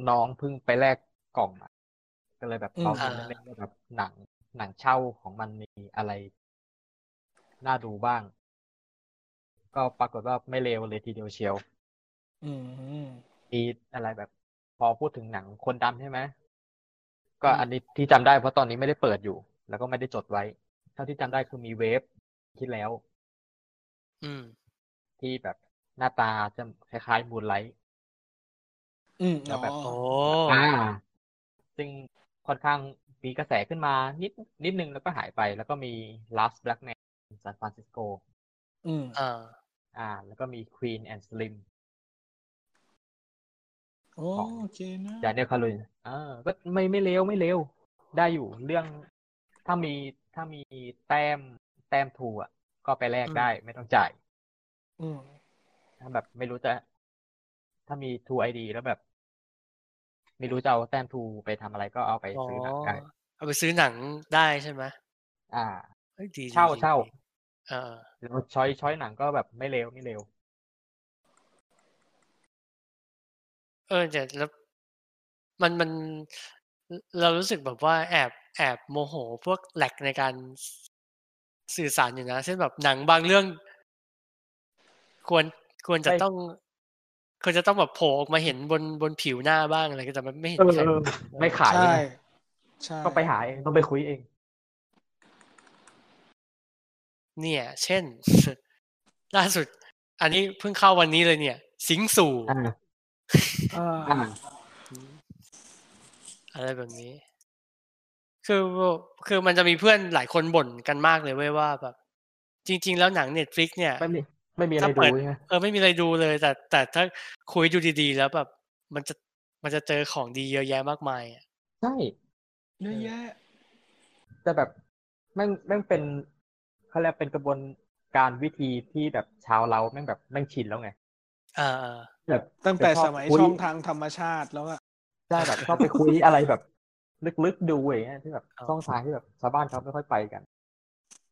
[SPEAKER 2] น้องเพิ่งไปแลกกล่องมาก็เลยแบบเบลส์
[SPEAKER 1] อ่า
[SPEAKER 2] เล่นๆแบบหนัง หนังเช่าของมันมีอะไร น่าดูบ้าง ก็ปรากฏว่าไม่เลวเลยทีเดียวเชียว
[SPEAKER 3] อืม
[SPEAKER 2] มีอะไรแบบ พอพูดถึงหนังคนดำใช่ไหมก็
[SPEAKER 1] อืม
[SPEAKER 2] อันนี้ที่จำได้เพราะตอนนี้ไม่ได้เปิดอยู่ แล้วก็ไม่ได้จดไว้ เท่าที่จำได้คือมีเวฟที่แล้ว
[SPEAKER 1] อืม
[SPEAKER 2] ที่แบบหน้าตาจะคล้ายๆมูนไลท์
[SPEAKER 3] อืม
[SPEAKER 2] แล้วแบบ
[SPEAKER 3] อ๋อ
[SPEAKER 1] โอ้
[SPEAKER 2] อ่า ซึ่งค่อนข้างมีกระแสขึ้นมานิดนิดนึงแล้วก็หายไป แล้วก็มี Last Black Man ซานฟรานซิสโก
[SPEAKER 3] อืม
[SPEAKER 1] อ่า
[SPEAKER 2] อ่า แล้วก็มี Queen and Slim
[SPEAKER 3] โอ้โอเคนะ
[SPEAKER 2] ดานิเอลคารุนเออก็ไม่ไม่เร็วไม่เร็ว ได้อยู่เรื่องถ้ามีถ้ามีแต้มแต้มถูกอ่ะ ก็ไปแลก
[SPEAKER 1] อืม
[SPEAKER 2] ได้ไม่ต้องจ่าย
[SPEAKER 3] อืม
[SPEAKER 2] ถ้าแบบไม่รู้จะ ถ้ามีทูไอดีแล้วแบบ ไม่รู้จะเอาแต้มทูไปทำอะไรก็เอาไป
[SPEAKER 1] อ๋อ
[SPEAKER 2] ซื้อหนังได้
[SPEAKER 1] เอาไปซื้อหนังได้ใช่ไหม
[SPEAKER 2] อ่า
[SPEAKER 1] เฮ้ยดีดี
[SPEAKER 2] เช่า
[SPEAKER 1] ดี
[SPEAKER 2] เช่า
[SPEAKER 1] ดีเออ
[SPEAKER 2] แล้วช้อยช้อยหนังก็แบบไม่เร็วไม่เร็ว
[SPEAKER 1] เออแต่แล้วมันมันเรารู้สึกแบบว่าแอบแอบโมโหพวกแหลกในการสื่อสารอยู่นะเช่นแบบหนังบางเรื่อง ควรควรจะ
[SPEAKER 2] ใช่
[SPEAKER 1] ต้อง ควรจะต้องแบบโผล่ออกมาเห็นบนบนผิวหน้าบ้างอะไรก็แต่มันไม่เห็นใคร
[SPEAKER 2] ไม่ขาย
[SPEAKER 3] ใช่
[SPEAKER 2] ไง
[SPEAKER 3] ใช่
[SPEAKER 2] ก็ไปหาเองต้องไปคุยเอง
[SPEAKER 1] เนี่ย เช่น ล่าสุด อันนี้เพิ่งเข้าวันนี้เลยเนี่ย สิงสู่
[SPEAKER 2] อ่า
[SPEAKER 3] อ่า
[SPEAKER 2] อ่า
[SPEAKER 1] อะไรแบบนี้ คือคือมันจะมีเพื่อนหลายคนบ่นกันมากเลยเว้ยว่าแบบ จริง ๆ แล้วหนังเน็ตฟลิกเนี่ย
[SPEAKER 2] ไม่มีไม่มีอะไร
[SPEAKER 1] ถ้า
[SPEAKER 2] ดู
[SPEAKER 1] เปิด
[SPEAKER 2] ใช่ไหม
[SPEAKER 1] เออไม่มีอะไรดูเลย แต่แต่ถ้าคุยดูดีๆ แล้วแบบ มันจะมันจะเจอของดีเยอะแยะมากมายอะ
[SPEAKER 2] ใช่
[SPEAKER 3] เยอะแยะ
[SPEAKER 2] แต่แบบแม่งแม่งเป็นเขาเรียกเป็นกระบวนการวิธีที่แบบชาวเราแม่งแบบแม่งชินแล้วไง
[SPEAKER 1] อ่า
[SPEAKER 2] แบบ
[SPEAKER 3] ตั้งแต่
[SPEAKER 2] ชอบ
[SPEAKER 3] สมัย
[SPEAKER 2] คุ
[SPEAKER 3] ช่องทางธรรมชาติแล้วอะ
[SPEAKER 2] ใช่แบบชอบไปคุยอะไรแบบ ลึกๆดูอย่างเงี้ยที่แบบช่องทางที่แบบชาวบ้านเขาไม่ค่อยไปกัน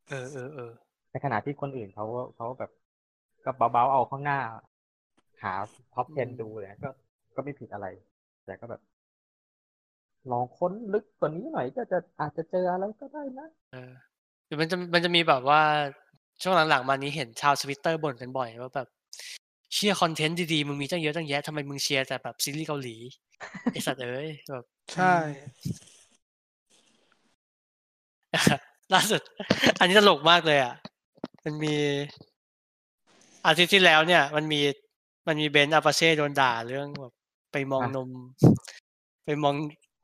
[SPEAKER 1] เออเออเออ
[SPEAKER 2] ในขณะที่คนอื่นเขาก็เขาแบบ ก็เบาๆเอาข้างหน้า หาท็อป 10 ดูเลยก็ก็ไม่ผิดอะไร แต่ก็แบบ ลองค้นลึกกว่านี้หน่อยก็จะอาจจะเจออะไรก็ได้นะ
[SPEAKER 1] เออหรือมันจะมันจะมีแบบว่าช่วงหลังๆมานี้เห็นชาวทวิตเตอร์บ่นกันบ่อยว่าแบบเชียร์คอนเทนต์ดีๆมึงมีตั้งเยอะตั้งแยะทำไมมึงเชียร์แต่แบบซีรีส์เกาหลี ไอสัตว์เอ้ยแบบ
[SPEAKER 3] ใช่
[SPEAKER 1] ล่าสุด อันนี้ตลกมากเลยอ่ะ มันมี อาทิตย์ที่แล้วเนี่ย มันมีมันมีเบนซ์อาปาเช่โดนด่าเรื่องแบบไปมอง
[SPEAKER 2] อ่ะ
[SPEAKER 1] นม ไปมอง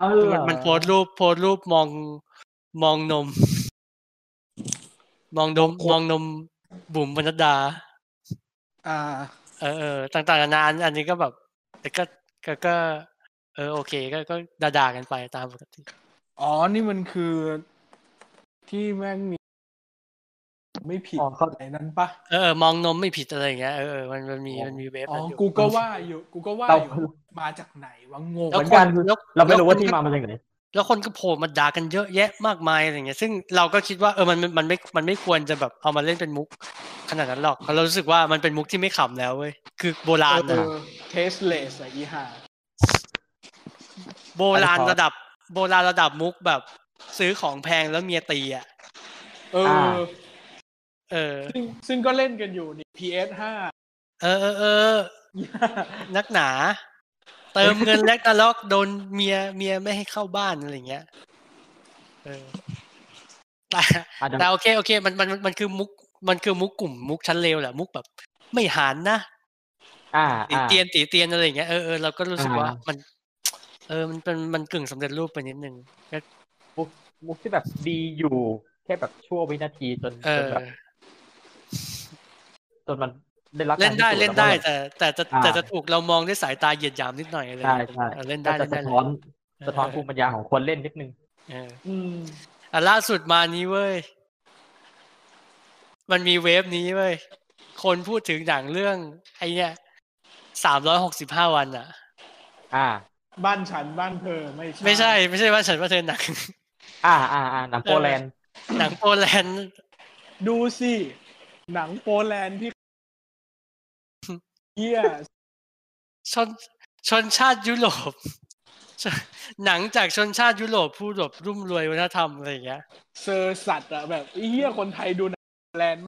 [SPEAKER 2] เอ
[SPEAKER 1] มันมันโพสต์รูปโพสต์รูปมองมองนม มองนมมองนมบุ๋มบรรดา
[SPEAKER 3] อ่า
[SPEAKER 1] เออเออต่างๆนานาอันอันนี้ก็แบบ แต่ก็ก็ก็ เออ โอเค ก็ก็ด่าๆกันไปตามปกติ
[SPEAKER 3] อ๋อ นี่มันคือที่แม่งมี ไม่ผิด
[SPEAKER 2] อ๋อเขา
[SPEAKER 3] ไหนนั้นปะ
[SPEAKER 1] เออเออมองนมไม่ผิดอะไรอย่างเงี้ยเออเออมันมันมี
[SPEAKER 2] อ๋อ
[SPEAKER 1] มันมีเวฟ
[SPEAKER 3] อ๋อ
[SPEAKER 1] นั้นอยู่
[SPEAKER 3] กูก็ว่าอยู่กูก็ว่า
[SPEAKER 2] เรา
[SPEAKER 3] อยู่มาจากไหนวะงง
[SPEAKER 2] เหมือนกัน
[SPEAKER 1] แล้วคน
[SPEAKER 2] เราไม่รู้ว่า
[SPEAKER 1] แล้วคน
[SPEAKER 2] ที่มามันเป็นยังไง
[SPEAKER 1] แล้วคนก็โผล่มาด่ากันเยอะแยะมากมายอะไรเงี้ย ซึ่งเราก็คิดว่าเออมันมันมันไม่มันไม่ควรจะแบบเอามาเล่นเป็นมุก ขนาดนั้นหรอกเพราะเรารู้สึกว่ามันเป็นมุกที่ไม่ขำแล้วเว้ยคือโบราณ
[SPEAKER 3] เอ
[SPEAKER 1] นะ
[SPEAKER 3] อเทสเลสอะอีห่า
[SPEAKER 1] โบราณระดับ โบราณระดับมุกแบบซื้อของแพงแล้วเมียตีอ่ะ
[SPEAKER 3] เอออ
[SPEAKER 1] เออ
[SPEAKER 3] ซึ่งซึ่งก็เล่นกันอยู่นี่ PS ห้า
[SPEAKER 1] เออเออเออ นักหนา เติมเงินแลกตะล็อกโดนเมียเมียไม่ให้เข้าบ้านอะไรอย่างเงี้ยเออแต่
[SPEAKER 2] อาจจะ
[SPEAKER 1] แต่โอเคโอเค มันมันมันคือมุก มันคือมุกกลุ่มมุกชั้นเลวแหละมุกแบบ ไม่หารนะ
[SPEAKER 2] อ่า
[SPEAKER 1] ตี
[SPEAKER 2] อ่า
[SPEAKER 1] เตียนตีเตียนอะไรอย่างเงี้ยเออเออเราก็รู้สึกว่า
[SPEAKER 2] อ่า
[SPEAKER 1] มัน เออมันเป็นมันกึ่งสำเร็จรูปไปนิดนึงก็
[SPEAKER 2] มุกที่แบบดีอยู่ แค่แบบชั่ววินาทีจน
[SPEAKER 1] เอ
[SPEAKER 2] จน
[SPEAKER 1] อ
[SPEAKER 2] แบบจนมันได้รับ
[SPEAKER 1] เล่นได้
[SPEAKER 2] การพิสูจ
[SPEAKER 1] เล่น
[SPEAKER 2] แล้ว
[SPEAKER 1] ได้
[SPEAKER 2] ว่าแบบ
[SPEAKER 1] แต่แต่จะ
[SPEAKER 2] อ่า
[SPEAKER 1] แต่จะถูกเรามองด้วยสายตาเหยียดหยามนิดหน่อยอะไรอ
[SPEAKER 2] ใช่
[SPEAKER 1] ย่างเงี้ย
[SPEAKER 2] ใช่
[SPEAKER 1] เออเล่นได้
[SPEAKER 2] ก็จะ
[SPEAKER 1] เล่นได้เล
[SPEAKER 2] สะ
[SPEAKER 1] ย
[SPEAKER 2] ท้อน
[SPEAKER 1] เออ
[SPEAKER 2] สะท้อนภูมิปัญญาของคนเล่นนิดนึง
[SPEAKER 1] เออ
[SPEAKER 3] อืม
[SPEAKER 1] อ่ะล่าสุดมานี้เว้ย มันมีเวฟนี้เว้ย คนพูดถึงหนังเรื่อง ไอเนี่ยสามร้อยหกสิบห้าวันอ่ะ
[SPEAKER 2] อ่า
[SPEAKER 3] บ้านฉันบ้านเธอไม่ใช่
[SPEAKER 1] ไม่ใช่ ไม่ใช่ว่าฉันว่าเธอหนัง
[SPEAKER 2] อ่าอ่าอ่าหนังโปแลนด์
[SPEAKER 1] หนังโปแลนด์
[SPEAKER 3] ดูสิ หนังโปแลนด์ ที่เยี่ย
[SPEAKER 1] ชนชนชาติยุโรป ชนหนังจากชนชาติยุโรปผู้แบบรุ่มรวยวัฒนธรรมอะไรอย่างเงี้ย
[SPEAKER 3] เซอร์สัตว์อะแบบไอ้เยี่ยคนไทยดูหนังโปแลนด์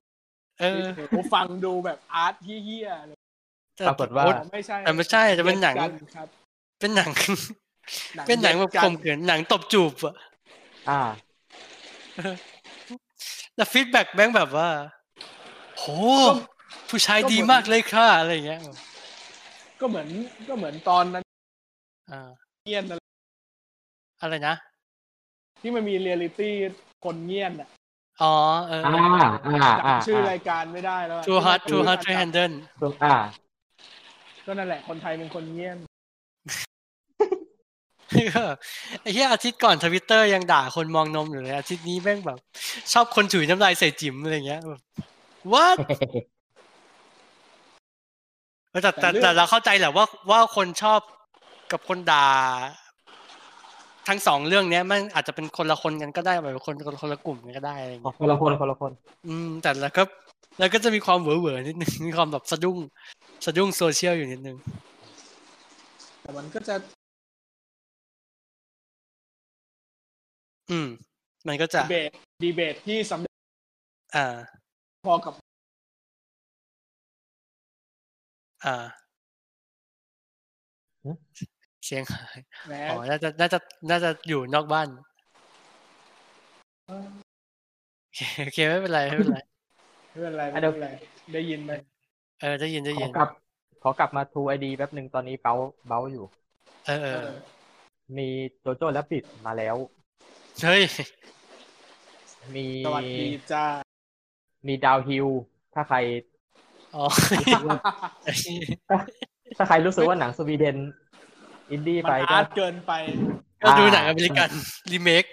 [SPEAKER 1] เออ
[SPEAKER 3] โอ้ฟังดูแบบอาร์ตเยี่ยๆเลย
[SPEAKER 1] แต่
[SPEAKER 2] ปรากฏว่า
[SPEAKER 3] แต่ไม่ใช่
[SPEAKER 1] แต่ไม่ใช่แต่เป็นหนัง
[SPEAKER 3] ย็กัครับ
[SPEAKER 1] เป็นหนัง เป็นหนังแบบ
[SPEAKER 3] ย็กั
[SPEAKER 1] ข่มขืนหนังตบจูบอะ
[SPEAKER 2] อ่า
[SPEAKER 1] แล้วฟีดแบ็กแม่งแบบว่า โห ผู้ชายดีมากเลยค่ะอะไรอย่างเงี้ย
[SPEAKER 3] ก็เหมือนก็เหมือนตอนนั้น
[SPEAKER 1] อ่า
[SPEAKER 3] เงียนอะไร
[SPEAKER 1] อะไรนะ
[SPEAKER 3] ที่มันมีเรียลิตี้คนเงียนอะ
[SPEAKER 1] อ๋อ เออ
[SPEAKER 2] อ่า อ่า อ่า
[SPEAKER 3] จำชื่อรายการไม่ได้แล้วอะ
[SPEAKER 1] too hot too hot to handle
[SPEAKER 2] อ่า
[SPEAKER 3] ก็นั่นแหละคนไทยเป็นคนเงียน
[SPEAKER 1] ไอ้เหี้ยอาทิตย์ก่อนทวิตเตอร์ยังด่าคนมองนมอยู่เลยอาทิตย์นี้แม่งแบบ ชอบคนถุยน้ำลายใส่จิ๋มอะไรเงี้ยแบบ what แต่แต่
[SPEAKER 3] แต่
[SPEAKER 1] แต่
[SPEAKER 3] เรื่อง
[SPEAKER 1] เราเข้าใจแหละว่าว่าคนชอบกับคนด่า ทั้งสองเรื่องเนี้ยมันอาจจะเป็นคนละคนกันก็ได้หมายถึงคนคนคนละกลุ่มกันก็ได้อะไรเงี้ย
[SPEAKER 2] คนละคนคนละคน
[SPEAKER 1] อืมแต่แล้วก็แล้วก็จะมีความเหวอเหวอๆนิดนึง มีความแบบสะดุ้งสะดุ้งโซเชียลอยู่นิดนึง
[SPEAKER 3] แต่มันก็จะ
[SPEAKER 1] อืม มันก็จะ
[SPEAKER 3] ดีเบตดีเบตที่สำเร็จ
[SPEAKER 1] อ่า
[SPEAKER 3] พอกับ
[SPEAKER 1] อ่า
[SPEAKER 2] หึ
[SPEAKER 1] เสียงหาย
[SPEAKER 3] แหม
[SPEAKER 1] อ๋อน่าจะน่าจะน่าจะอยู่นอกบ้านโอเค โอเคไม่เป็นไรไม่เป็นไร
[SPEAKER 3] ไม่เป็นไรไม่เป็นไรได้ยินไหม
[SPEAKER 1] เออได้ยินได้
[SPEAKER 2] ข
[SPEAKER 1] ยิ
[SPEAKER 2] อน กลับ ขอกลับมาทูไอดีแป๊บหนึ่งตอนนี้เบ้าเบ้าอยู่
[SPEAKER 1] เออเอ
[SPEAKER 3] เอ
[SPEAKER 1] อ
[SPEAKER 3] อ
[SPEAKER 2] มีโจโจ้และปิดมาแล้ว
[SPEAKER 1] เฮ้ย
[SPEAKER 2] มี
[SPEAKER 3] สวัสดีจ้า
[SPEAKER 2] มีดาวฮิล ถ้าใคร
[SPEAKER 1] อ๋อ
[SPEAKER 2] ถ้าใครรู้สึกว่าหนังสวีเดน อินดี้
[SPEAKER 3] มั
[SPEAKER 2] ไป
[SPEAKER 3] น
[SPEAKER 2] ก็
[SPEAKER 3] อาร์ตเกินไป
[SPEAKER 1] ก็ดูหนังอเมริกันรีเมค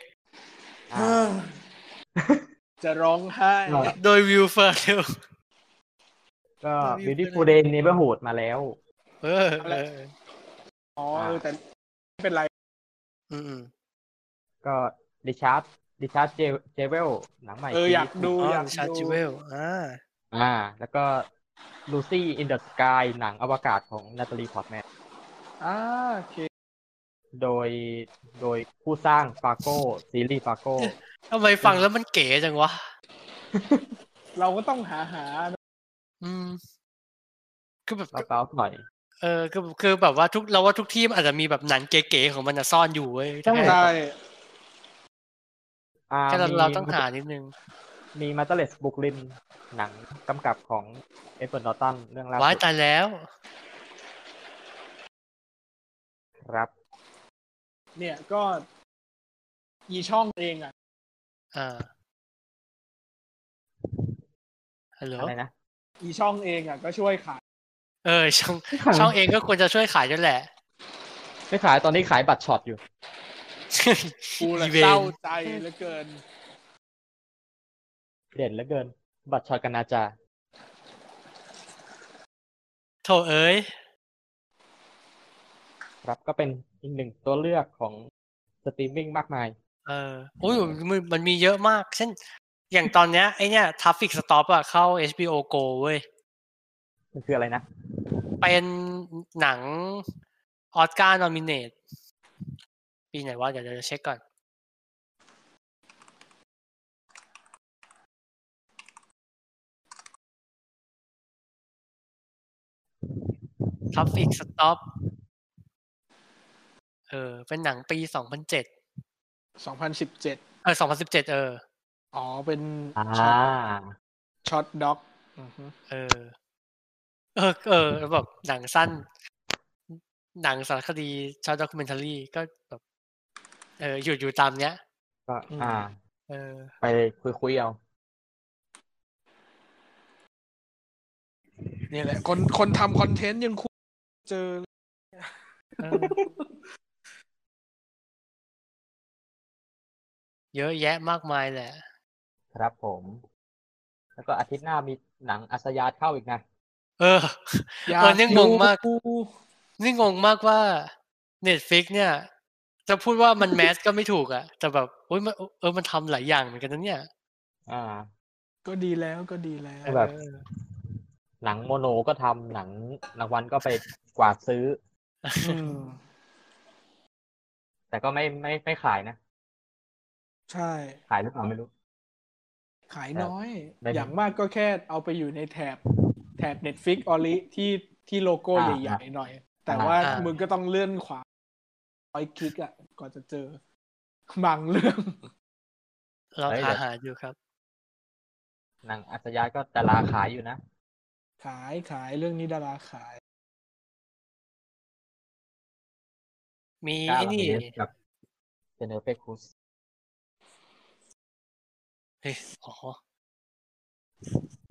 [SPEAKER 2] อ่า
[SPEAKER 3] จะร้องไห้
[SPEAKER 2] เออ
[SPEAKER 1] โดยวิวเฟอร์เรล
[SPEAKER 2] ก็ Beautiful Day Neighborhood มาแล้ว
[SPEAKER 1] เออเออ
[SPEAKER 3] อ๋อเออแต่ไม่เป็นไร
[SPEAKER 1] อืมอืม
[SPEAKER 2] ก็ริชาร์ด ดิชาร์ดเจเจเวลหนังใหม่
[SPEAKER 3] เอออยากดู
[SPEAKER 1] อ๋อ
[SPEAKER 3] อยาก
[SPEAKER 1] ชาร์จิ
[SPEAKER 3] ดู
[SPEAKER 1] เวลอ่า
[SPEAKER 2] อ่า แล้วก็ลูซี่อินเดอะสกายหนังอวกาศของนาตาลีพอร์ตแมน
[SPEAKER 3] อ่าโอเค
[SPEAKER 2] โดยโดยผู้สร้างฟาโก้ซีรีส์ฟาโก้
[SPEAKER 1] ทำไมฟังแล้วมันเก๋จังวะ
[SPEAKER 3] เราก็ต้องหาหา
[SPEAKER 1] อืม คือแบบ
[SPEAKER 2] เบาๆหน่อย
[SPEAKER 1] เออคือคือแบบว่าทุกเราว่าทุกที่มันอาจจะมีแบบหนังเก๋ๆของมันอะซ่อนอยู่เว้ย
[SPEAKER 2] ใช่
[SPEAKER 1] แค่
[SPEAKER 3] ได้
[SPEAKER 2] อ่า
[SPEAKER 1] แค่เรา
[SPEAKER 2] มี
[SPEAKER 1] เราต้องหานิดนึง
[SPEAKER 2] มีมาตเลสบุ k ลินหนังกำกับของเอฟเฟอร์นอตันเรื่องล่า
[SPEAKER 1] ว้าย
[SPEAKER 2] สุด
[SPEAKER 1] ตายแล้ว
[SPEAKER 2] ครับ
[SPEAKER 3] เนี่ยก็อีช่องเองอ่ะ
[SPEAKER 1] อ่าฮัลโหล
[SPEAKER 2] อะไรนะ
[SPEAKER 3] อีช่องเองอ่ะก็ช่วยขาย
[SPEAKER 1] เออ ช่องช่องเองก็ควรจะช่วยขายด้วยแหละ
[SPEAKER 2] ไม่ขายตอนนี้ขายบัตรช็อตอยู่
[SPEAKER 3] กูเลย
[SPEAKER 1] อีเวนต์
[SPEAKER 3] เศร้าใจเหลือเกิน
[SPEAKER 2] เด่นเหลือเกิน บัตรช็อตกันนาจา
[SPEAKER 1] โถเอ้ย
[SPEAKER 2] ครับก็เป็นอีกหนึ่งตัวเลือกของสตรีมมิ่งมากมาย
[SPEAKER 1] เออโอ้ยมันมันมีเยอะมาก เช่น อย่างตอนเนี้ยไอเนี้ยทัฟฟิกสต็อปอะเข้า HBO Go เว้ย
[SPEAKER 2] มันคืออะไรนะ
[SPEAKER 1] เป็นหนังออสการ์นอมิเนตปีไหนวะเดี๋ยวเดี๋ยวเช็คก่อน t ั f ฟิกสต็อปเออ เป็นหนังปีสองพันเจ็ด
[SPEAKER 3] สองพันสิบเจ็ด
[SPEAKER 1] เออสองพันสิบเจ็ดเออ
[SPEAKER 3] อ๋อเป็น
[SPEAKER 2] อ่า
[SPEAKER 3] ช็อตช็อตด็อกอือฮึ
[SPEAKER 1] เออ เออ เออแล้วแบบหนังสั้น หนังสารคดีชา o ด็อก m e n t a r y ก็แบบ เออ อยู่อยู่ตามเนี้ย
[SPEAKER 2] ก็อ่า
[SPEAKER 1] เออ
[SPEAKER 2] ไปคุยคุยๆเอา
[SPEAKER 3] นี่แหละ คนคนทำคอนเทนต์ยังคุยเจอ
[SPEAKER 1] เออ เยอะแยะมากมายแหละ
[SPEAKER 2] ครับผม แล้วก็อาทิตย์หน้ามีหนังอัศยาเข้าอีกนะ
[SPEAKER 1] เออ เออเนี่ยงงมาก นี่งงมากว่า Netflix เนี่ย จะพูดว่า มันแมสก็ไม่ถูกอะแต่แบบโอ้ยมันเออมันทำหลายอย่างเหมือนกันนะเนี่ย
[SPEAKER 2] อ่า
[SPEAKER 3] ก็ดีแล้วก็ดีแล้ว
[SPEAKER 2] แบบ
[SPEAKER 1] เออ
[SPEAKER 2] หนังโมโนก็ทำหนังรางวัลก็ไปกวาดซื้อ
[SPEAKER 3] อืม
[SPEAKER 2] แต่ก็ไม่ไม่ไม่ขายนะ
[SPEAKER 3] ใช่
[SPEAKER 2] ขายหรือเปล่าไม่รู้
[SPEAKER 3] ขายน้อย
[SPEAKER 2] ได้ไหม
[SPEAKER 3] อย่างมากก็แค่เอาไปอยู่ในแถบ แถบ Netflix ออลิที่ที่โลโก้
[SPEAKER 2] อ่า
[SPEAKER 3] ใหญ่ๆหน่อย แต่ว่า
[SPEAKER 1] อ่ามึ
[SPEAKER 3] มึงก็ต้องเลื่อนขวาร้อยคลิกอ่ะกว่อนจะเจอบางเรื่อง
[SPEAKER 1] เรา
[SPEAKER 2] เฮ้ย
[SPEAKER 1] หา
[SPEAKER 2] เดี๋ยว
[SPEAKER 1] หาอยู่ครับ
[SPEAKER 2] หนังอัศยาก็แต่ลาขายอยู่นะ
[SPEAKER 3] ขายขายเรื่องนี้ดาราขาย
[SPEAKER 1] มี
[SPEAKER 2] กา
[SPEAKER 1] ไอ้
[SPEAKER 2] ลา
[SPEAKER 1] นี่
[SPEAKER 2] เมสกับเจเนเปครุส
[SPEAKER 1] เฮ้ยอ๋อ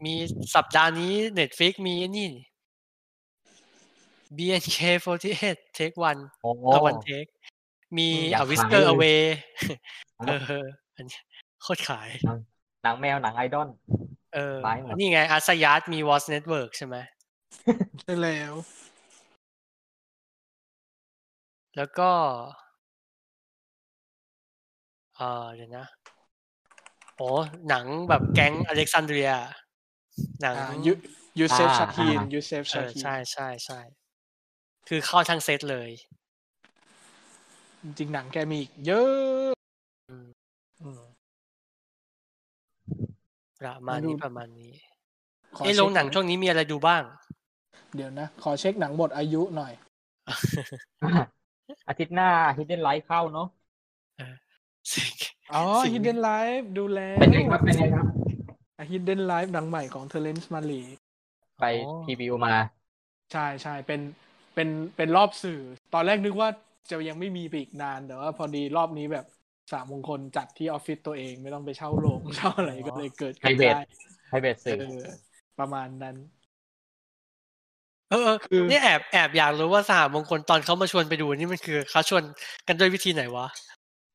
[SPEAKER 1] มีสัปดาห์นี้ Netflix มีไอ้นี่ BNK48 Take One
[SPEAKER 2] โอ้โห
[SPEAKER 1] ตะวันเทค มี
[SPEAKER 2] อยาก
[SPEAKER 1] อ
[SPEAKER 2] ขาย
[SPEAKER 1] วิสเตอร์
[SPEAKER 2] เลย
[SPEAKER 1] อเว
[SPEAKER 2] อ่ะ
[SPEAKER 1] เออ อันนี้โคตรขาย
[SPEAKER 2] หนังแมวหนังไอดอล
[SPEAKER 1] เออ
[SPEAKER 2] ขายหมด
[SPEAKER 1] นี่ไงอาสยาตมีวอ t เน็ตเวิร์กใช่ไหม
[SPEAKER 3] ได้แล้ว
[SPEAKER 1] แล้วก็เออเดี๋ยวนะ โอ้หนังแบบแก๊งอเล็กซานเดรีย หนัง
[SPEAKER 3] ยูยูเซฟ
[SPEAKER 2] อ่า
[SPEAKER 3] ชาคีน
[SPEAKER 2] อ่า
[SPEAKER 3] ยูเซฟ
[SPEAKER 1] เอ
[SPEAKER 3] ชา
[SPEAKER 1] อ
[SPEAKER 3] คีน
[SPEAKER 1] ใช่ใช่ใช่ คือเข้าทั้งเซตเลย
[SPEAKER 3] จริงๆหนังแกมีอีกเยอะ
[SPEAKER 1] อืม
[SPEAKER 3] อืม
[SPEAKER 1] ประมาณ
[SPEAKER 3] ดู
[SPEAKER 1] นี้ประมาณนี้
[SPEAKER 3] ขอ
[SPEAKER 1] เอ้ย
[SPEAKER 3] ช็ค
[SPEAKER 1] โรงหนังช่วงนี้มีอะไรดูบ้าง
[SPEAKER 3] เดี๋ยวนะ ขอเช็คหนังหมดอายุหน่อย
[SPEAKER 2] อาทิตย์หน้า Hidden Light เข้าเนาะ
[SPEAKER 1] สิ่ง
[SPEAKER 3] อ๋อ
[SPEAKER 1] สิ่ง
[SPEAKER 3] Hidden Life ดูแล้ว
[SPEAKER 2] เป็นไงครับเป็นไงครับ
[SPEAKER 3] อ่ะ Hidden Life หนังใหม่ของเทเลนส์มาลี
[SPEAKER 2] ไป
[SPEAKER 1] อ๋อ
[SPEAKER 2] พรีวิวมา
[SPEAKER 3] ใช่ใช่เป็นเป็นเป็นรอบสื่อ ตอนแรกนึกว่าจะยังไม่มีไปอีกนาน แต่ว่าพอดีรอบนี้แบบสามมงคลจัดที่ออฟฟิศตัวเองไม่ต้องไปเช่าโรง เช่าอะไรก็เลยเกิด
[SPEAKER 2] ไพร
[SPEAKER 3] ขึ้น
[SPEAKER 2] เวท
[SPEAKER 3] ได้
[SPEAKER 2] ไพรเวท
[SPEAKER 3] เอ
[SPEAKER 2] สื่อ
[SPEAKER 3] อประมาณนั้น
[SPEAKER 1] เออเออ
[SPEAKER 3] คือ
[SPEAKER 1] เนี่ยแอบแอบอยากรู้ว่าสหมงคลตอนเขามาชวนไปดูนี่มันคือเขาชวนกันด้วยวิธีไหนวะ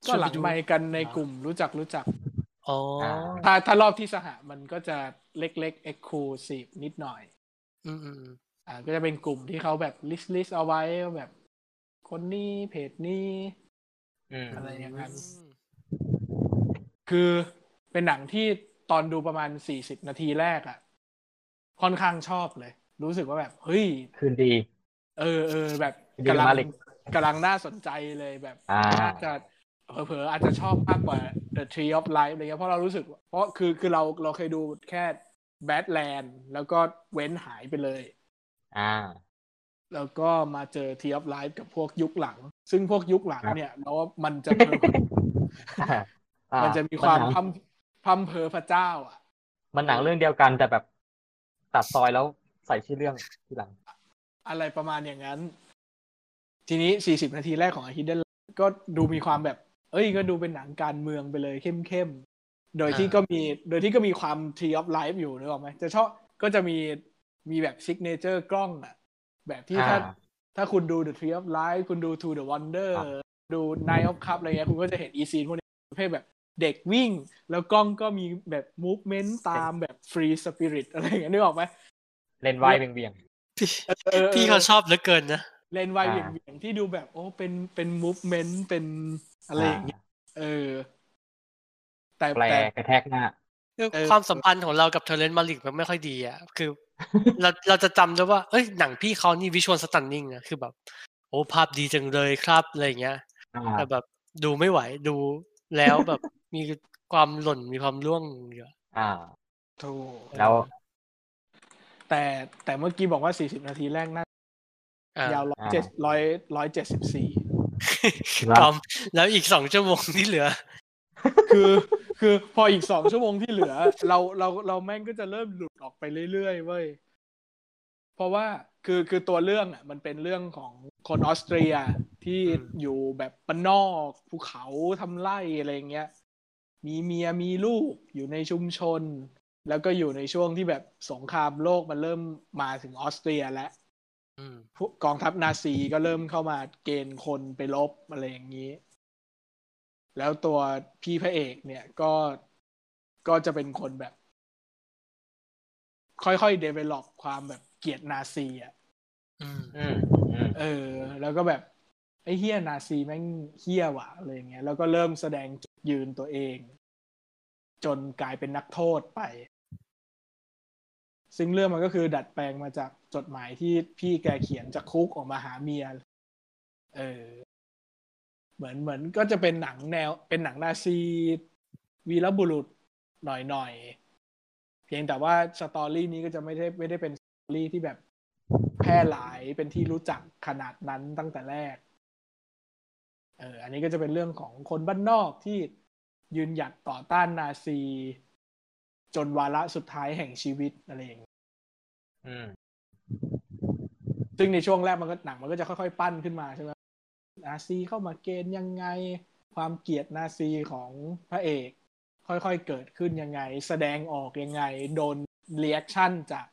[SPEAKER 3] ก็หลัง
[SPEAKER 1] ชวนปดู
[SPEAKER 3] ไมค์กันในกลุ่มรู้จักรู้จัก
[SPEAKER 1] อ๋ออา
[SPEAKER 3] ถ้าถ้ารอบที่สหมันก็จะเล็กๆ exclusive นิดหน่อย
[SPEAKER 1] อืมอืมอืม
[SPEAKER 3] อ่าก็จะเป็นกลุ่มที่เขาแบบ list list เอาไว้ว่าแบบ คนนี้เพจนี้
[SPEAKER 2] อืม
[SPEAKER 3] อะไรอย่างนั้น คือเป็นหนังที่ตอนดูประมาณสี่สิบนาทีแรกอะค่อนข้างชอบเลย รู้สึกว่าแบบ เฮ้ย
[SPEAKER 2] คืนดี
[SPEAKER 3] เออเออแบบ
[SPEAKER 2] ดี
[SPEAKER 3] กำลัง
[SPEAKER 2] มากเลย
[SPEAKER 3] กำลังน่าสนใจเลยแบบ
[SPEAKER 2] อ่า
[SPEAKER 3] น่าจะเผลอๆอาจจะชอบมากกว่า The Tree of Life อะไรเงี้ยเพราะเรารู้สึกว่าเพราะคือคือเราเราเคยดูแค่ Badland แล้วก็เว้นหายไปเลย
[SPEAKER 2] อ่า
[SPEAKER 3] แล้วก็มาเจอ Tree of Life กับพวกยุคหลัง ซึ่งพวกยุคหลัง
[SPEAKER 2] ครับ
[SPEAKER 3] เนี่ยแล้วมันจะ
[SPEAKER 2] อ่า
[SPEAKER 3] มันจะมีความ
[SPEAKER 2] นหนัง
[SPEAKER 3] พัมพัมเพอพระเจ้า อ่ะ
[SPEAKER 2] มันหนังเรื่องเดียวกันแต่แบบ ตัดซอยแล้วใส่ชื่อเรื่องทีหลัง
[SPEAKER 3] อะไรประมาณอย่างนั้น ทีนี้ 40 นาทีแรกของ Hidden Life ก็ดูมีความแบบ เอ้ย ก็ดูเป็นหนังการเมืองไปเลยเข้มๆ โดยที่
[SPEAKER 1] อ่า
[SPEAKER 3] ก็มี โดยที่ก็มีความ Tree of Life อยู่นึกออกไหมจะชอบก็จะมีมีแบบ Signature กล้องอ่ะ แบบที่ถ้า
[SPEAKER 2] อ่า
[SPEAKER 3] ถ้าคุณดู The Tree of Life คุณดู To the Wonder ดู Night of Cup อะไรเงี้ยคุณก็จะเห็นอีซีนพวกนี้ประเภทแบบเด็กวิ่ง แล้วกล้องก็มีแบบ movement ตามแบบ free spirit อะไรอย่างเงี้ยนึกออกไหม
[SPEAKER 2] เล่นไวายเวียงเวียง
[SPEAKER 1] พี่
[SPEAKER 3] เออ
[SPEAKER 1] พี่เขาชอบเหลือเกินนะ
[SPEAKER 3] เลนส์วายเห
[SPEAKER 2] อ่า
[SPEAKER 3] วี่ยงเวียงที่ดูแบบโอ้เป็นเป็นมูฟเมนต์เป็นอะไรอย่างเงี้ยเออ แต่
[SPEAKER 2] แปล
[SPEAKER 3] แต่
[SPEAKER 2] กระแทกหน้า
[SPEAKER 1] คือ
[SPEAKER 3] เออ
[SPEAKER 1] ความสัมพันธ์ของเรากับเทเลนมาลิกมันไม่ค่อยดีอ่ะ คือ เราเราจะจำได้ว่าเอ้ยหนังพี่เขานี่วิชวลสตันนิ่งนะคือแบบ โอ้ภาพดีจังเลยครับอะไรอย่างเงี้ย
[SPEAKER 2] อ่า
[SPEAKER 1] แต่แบบดูไม่ไหวดูแล้วแบบ มีความหล่นมีความร่วงเยอะ
[SPEAKER 2] อ่า
[SPEAKER 3] โธ่
[SPEAKER 2] แล้ว
[SPEAKER 3] แต่แต่เมื่อกี้บอกว่า 40 นาทีแรกน่า
[SPEAKER 1] อ่าย
[SPEAKER 3] าวร้อยเจ็ดร้อยร้อยเจ็ดสิบสี่
[SPEAKER 1] ตอม แล้วอีกสองชั่วโมงที่เหลือ
[SPEAKER 3] คือ คือพออีกสองชั่วโมงที่เหลือ เราเราเราแม่งก็จะเริ่มหลุดออกไปเรื่อยๆเว้ย เพราะว่าคือคือตัวเรื่องอ่ะ มันเป็นเรื่องของคนออสเตรียที่
[SPEAKER 1] อืม
[SPEAKER 3] อยู่แบบปนนอกภูเขาทำไร่อะไรอย่างเงี้ย มีเมียมีลูกอยู่ในชุมชน แล้วก็อยู่ในช่วงที่แบบสงครามโลกมันเริ่มมาถึงออสเตรียแล้ว
[SPEAKER 1] อืม
[SPEAKER 3] พวกกองทัพนาซีก็เริ่มเข้ามาเกณฑ์คนไปลบอะไรอย่างนี้ แล้วตัวพี่พระเอกเนี่ยก็ก็จะเป็นคนแบบ ค่อยๆ develop ความแบบเกลียดนาซีอ่ะ
[SPEAKER 1] อืม
[SPEAKER 2] อืมอืม
[SPEAKER 3] เออ แล้วก็แบบ ไอ้เฮียนาซีแม่งเฮี้ยว่ะอะไรอย่างเงี้ย แล้วก็เริ่มแสดงจุดยืนตัวเอง จนกลายเป็นนักโทษไป ซึ่งเรื่องมันก็คือดัดแปลงมาจากจดหมายที่พี่แกเขียนจากคุกออกมาหาเมีย เออ เหมือนเหมือนก็จะเป็นหนังแนว เป็นหนังนาซีวีรบุรุษหน่อยหน่อยๆเพียงแต่ว่าสตอรี่นี้ก็จะไม่ได้ไม่ได้เป็นสตอรี่ที่แบบแพร่หลายเป็นที่รู้จักขนาดนั้นตั้งแต่แรก เออ อันนี้ก็จะเป็นเรื่องของคนบ้านนอกที่ยืนหยัดต่อต้านนาซี จนวาระสุดท้ายแห่งชีวิตอะไรอย่างนี้
[SPEAKER 2] อืม
[SPEAKER 3] ซึ่งในช่วงแรกมันก็หนังมันก็จะค่อยๆ ปั้นขึ้นมาใช่ไหมนาซีเข้ามาเกณฑ์ยังไง ความเกลียดนาซีของพระเอก ค่อยๆเกิดขึ้นยังไง แสดงออกยังไง โดนเรีแอคชั่นจาก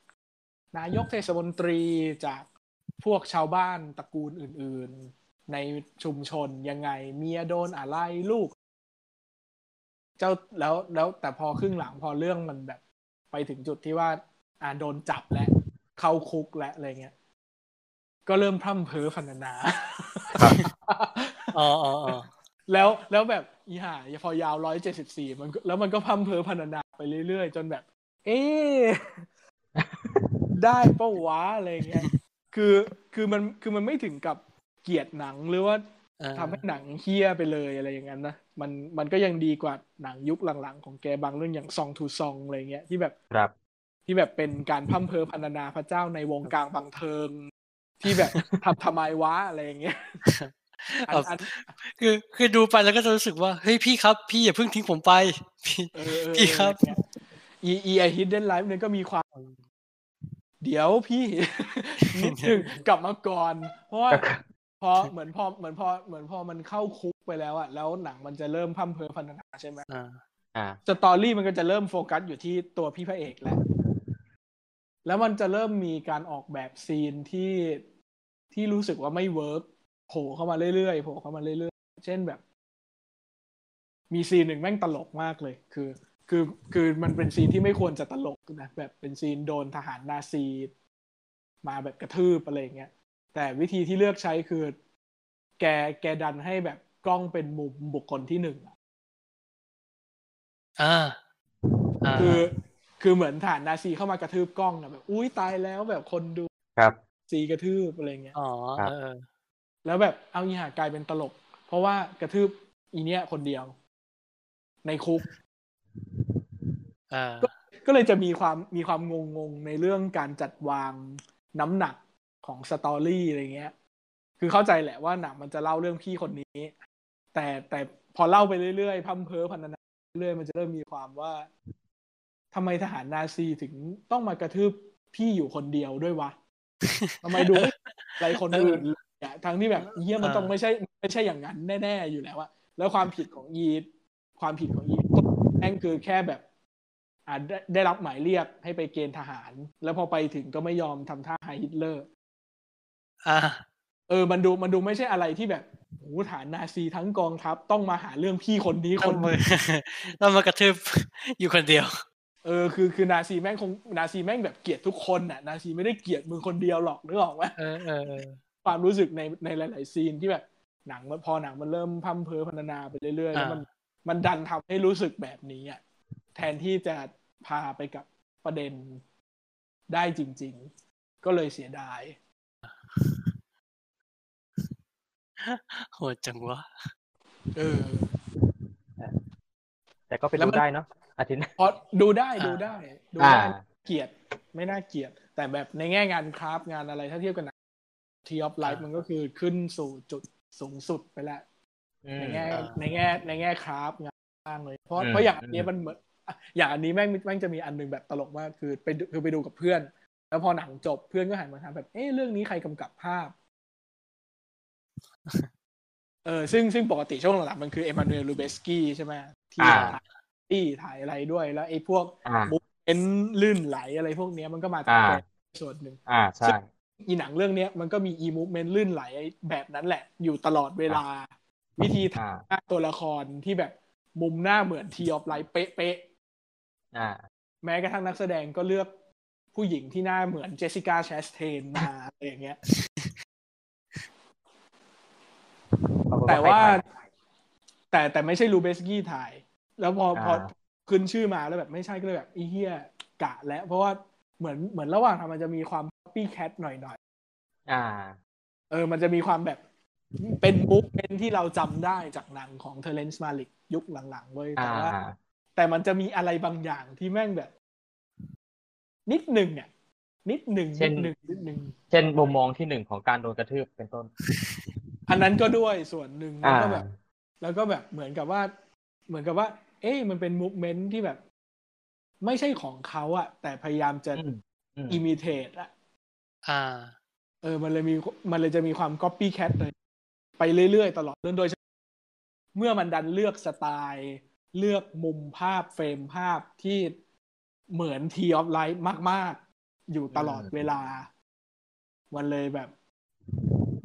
[SPEAKER 3] นายกเทศมนตรีจากพวกชาวบ้านตระกูลอื่นๆ ในชุมชนยังไง เมียโดนอะไรลูก เจ้าแล้วแล้วแต่พอครึ่งหลังพอเรื่องมันแบบ ไปถึงจุดที่ว่า อ่าโดนจับและ เข้าคุกและอะไรเงี้ย ก็เริ่มพร่ำเพ้อพรรณนา
[SPEAKER 1] อ๋ออ๋ออ๋อ
[SPEAKER 3] แล้วแล้วแบบอีห่าพอยาวร้อยเจ็ดสิบสี่มันก็แล้วมันก็พัมเพอพันนาไปเรื่อยๆ จนแบบ เอ๊ะ ได้ปะวะอะไรเงี้ยคือคือมันคือมันไม่ถึงกับเกลียดหนังหรือว่า
[SPEAKER 1] เออ
[SPEAKER 3] ทำให้หนังเฮี้ยไปเลยอะไรอย่างนั้นนะมันมันก็ยังดีกว่าหนังยุคหลังๆ ของแกบางเรื่องอย่างซองทูซองอะไรเงี้ยที่แบบ
[SPEAKER 2] ครับ
[SPEAKER 3] ที่แบบเป็นการพร่ำเพ้อพรรณนาพระเจ้าในวงการบังเทิง ที่แบบ ทำทำไมวะอะไรอย่างเงี้ยอันอัน
[SPEAKER 1] คือคือดูไปแล้วก็จะรู้สึกว่า เฮ้ยพี่ครับ พี่อย่าเพิ่งทิ้งผมไป พี่
[SPEAKER 3] เออเออ
[SPEAKER 1] พี่ครับ
[SPEAKER 3] เนี่ยอีอีไอฮิดเด้นไลฟ์เนี่ยก็มีความ เดี๋ยวพี่ นิดนึงกลับมาก่อน เพราะว่าพอเหมือนพอเหมือนพอเหมือนพอมันเข้าคุกไปแล้วอะแล้วหนังมันจะเริ่มพร่ำเพ้อพรรณนาใช่ไหม
[SPEAKER 1] อ่า
[SPEAKER 2] อ่า
[SPEAKER 3] สตอรี่มันก็จะเริ่มโฟกัสอยู่ที่ตัวพี่พระเอกแหละ แล้วมันจะเริ่มมีการออกแบบซีนที่ที่รู้สึกว่าไม่เวิร์กโผล่เข้ามาเรื่อยๆโผล่เข้ามาเรื่อยๆ เช่นแบบ มีซีนหนึ่งแม่งตลกมากเลย คือ คือคือมันเป็นซีนที่ไม่ควรจะตลกนะแบบเป็นซีนโดนทหารนาซี มาแบบกระทืบอะไรอย่างเงี้ย แต่วิธีที่เลือกใช้คือ แกแกดันให้แบบกล้องเป็นมุมบุคคลที่หนึ่งอะ
[SPEAKER 1] อ่าอ่า
[SPEAKER 3] คือ คือเหมือนฐานนาซีเข้ามากระทืบกล้องนะแบบอุ้ยตายแล้วแบบคนดู
[SPEAKER 2] ครับ
[SPEAKER 3] ซีกระทืบอะไรเงี้ย
[SPEAKER 1] อ๋อ
[SPEAKER 2] ครับ
[SPEAKER 1] เออ
[SPEAKER 3] แล้วแบบเอาอีหากลายเป็นตลก เพราะว่ากระทืบอีเนี้ยคนเดียว ในคุก
[SPEAKER 1] เอ่า
[SPEAKER 3] ก็เลยจะมีความมีความงงงๆในเรื่องการจัดวางน้ำหนักของสตอรี่อะไรเงี้ย คือเข้าใจแหละว่าหนังมันจะเล่าเรื่องพี่คนนี้ แต่แต่พอเล่าไปเรื่อยๆพัมเพอพันนาเรื่อยๆมันจะเริ่มมีความว่าทำไมทหารนาซีถึงต้องมากระทืบพี่อยู่คนเดียวด้วยวะทำไมดูไม่อะไรคนอื่นเลยอะทั้งที่แบบเฮียมันต้องไม่ใช่ไม่ใช่อย่างนั้นแน่ๆอยู่แล้วอะแล้วความผิดของอีท ความผิดของอีทแม่งคือแค่แบบอ่าได้ได้รับหมายเรียกให้ไปเกณฑ์ทหาร แล้วพอไปถึงก็ไม่ยอมทำท่าไฮฮิตเลอร์
[SPEAKER 1] อ่า
[SPEAKER 3] เออ มันดูมันดูไม่ใช่อะไรที่แบบโอ้โหฐานนาซีทั้งกองทัพต้องมาหาเรื่องพี่คนนี้
[SPEAKER 1] ค
[SPEAKER 3] คน น
[SPEAKER 1] มือ ต้องมากระทืบอยู่คนเดียว
[SPEAKER 3] เออคือคือนาซีแม่งคงนาซีแม่งแบบเกลียดทุกคนน่ะ นาซีไม่ได้เกลียดมึงคนเดียวหรอกนึกออกไหม
[SPEAKER 1] เออเออเออ
[SPEAKER 3] ความรู้สึกในในหลาย ๆ ซีนที่แบบหนังมันพอหนังมันเริ่มพัมเพอพรรณนาไปเรื่อยๆแล้วมันมันดันทำให้รู้สึกแบบนี้อ่ะแทนที่จะพาไปกับประเด็นได้จริง ๆ ก็เลยเสียดาย
[SPEAKER 1] โหดจังวะ
[SPEAKER 3] เออ
[SPEAKER 2] แต่ก็ไป
[SPEAKER 3] แล้ว
[SPEAKER 2] ดู
[SPEAKER 3] มัน
[SPEAKER 2] ได้เนาะอาทิตย์หน้า
[SPEAKER 3] เพราะดูได้ดูได้ ดู
[SPEAKER 2] อ่า
[SPEAKER 3] ได้เกลียดไม่น่าเกลียด แต่แบบในแง่งานคราฟต์งานอะไรถ้าเทียบกันนะทีออฟไลฟ์มันก็คือขึ้นสู่จุดสูงสุดไปแล้ว
[SPEAKER 2] อืม
[SPEAKER 3] ในแง่ในแง่ในแง่คราฟต์งานสร้างเลย เพราะ
[SPEAKER 2] อืม
[SPEAKER 3] เพราะอย่างอัน
[SPEAKER 2] อืม
[SPEAKER 3] นี้มันเหมือนอ่ะอย่างอันนี้แม่งแม่งจะมีอันหนึงแบบตลกมากคือไปดูคือไปดูกับเพื่อน แล้วพอหนังจบเพื่อนก็หันมาถามแบบเอ๊ะเรื่องนี้ใครกำกับภาพ เออซึ่งซึ่งปกติช่วงหลังๆมันคือเอม a นูเอลลูเบสกี้ใช่ไหมที่
[SPEAKER 2] อ่า
[SPEAKER 3] ถ่ายที่ถ่ายอะไรด้วยแล้วไอ้พวก
[SPEAKER 2] อ่า
[SPEAKER 3] เอ็นลื่นไหลอะไรพวกเนี้ยมันก็มาจาก
[SPEAKER 2] อ่า
[SPEAKER 3] แกนส่วนหนึ่ง
[SPEAKER 2] อ่าใช่
[SPEAKER 3] อีหนังเรื่องเนี้ยมันก็มีอีมูฟเมนต์ลื่นไหลแบบนั้นแหละ อยู่ตลอดเวลา วิธีถ่าย
[SPEAKER 2] อ่า
[SPEAKER 3] หน้าตัวละครที่แบบมุมหน้าเหมือนทีออฟไลท์เป๊ะ
[SPEAKER 2] อ่า
[SPEAKER 3] ๆ แม้กระทั่งนักแสดงก็เลือกผู้หญิงที่หน้าเหมือนเจสสิก้าแชสเทนมา อะไรอย่างเงี้ย
[SPEAKER 2] ปรกฏ
[SPEAKER 3] แต่ว่า
[SPEAKER 2] ใครถ่ย
[SPEAKER 3] แต่แต่ไม่ใช่ลูเบสกี้ถ่าย แล้วพอ
[SPEAKER 2] อ่า
[SPEAKER 3] พอขึ้นชื่อมาแล้วแบบไม่ใช่ก็เลยแบบอีเฮียกะแล้ว เพราะว่าเหมือนเหมือนระหว่างทำมันจะมีความปี้แคทหน่อยๆ
[SPEAKER 2] อ่า
[SPEAKER 3] เออ มันจะมีความแบบเป็นมุกเป็นที่เราจำได้จากหนังของเทเลนส์มาลิกยุคหลังๆเว้ย
[SPEAKER 2] อ่า
[SPEAKER 3] แต่ว่า แต่มันจะมีอะไรบางอย่างที่แม่งแบบ นิดหนึ่งอ่ะ นิดหนึ่ง
[SPEAKER 2] เช่
[SPEAKER 3] นิ
[SPEAKER 2] น
[SPEAKER 3] ดหนึ่งนิดหนึ่ง
[SPEAKER 2] เช่นมุมมองที่หนึ่งของการโดนกระทืบเป็นต้น
[SPEAKER 3] อันนั้นก็ด้วยส่วนหนึ่งแล้ว
[SPEAKER 2] อ่า
[SPEAKER 3] ก็แบบ แล้วก็แบบเหมือนกับว่า เหมือนกับว่า เอ๊ะมันเป็นมูฟเมนต์ที่แบบ ไม่ใช่ของเขาอะแต่พยายามจะ
[SPEAKER 2] อืมอืม
[SPEAKER 3] อิมิเทตอะ
[SPEAKER 1] อ่า
[SPEAKER 3] เออ มันเลยมีมันเลยจะมีความก๊อปปี้แคทเลยไปเรื่อยๆตลอดเรื่องโดยเฉพาะเมื่อมันดันเลือกสไตล์ เลือกมุมภาพเฟรมภาพที่เหมือนทีออฟไลท์มาก ๆ อยู่ตลอดเวลา มันเลยแบบ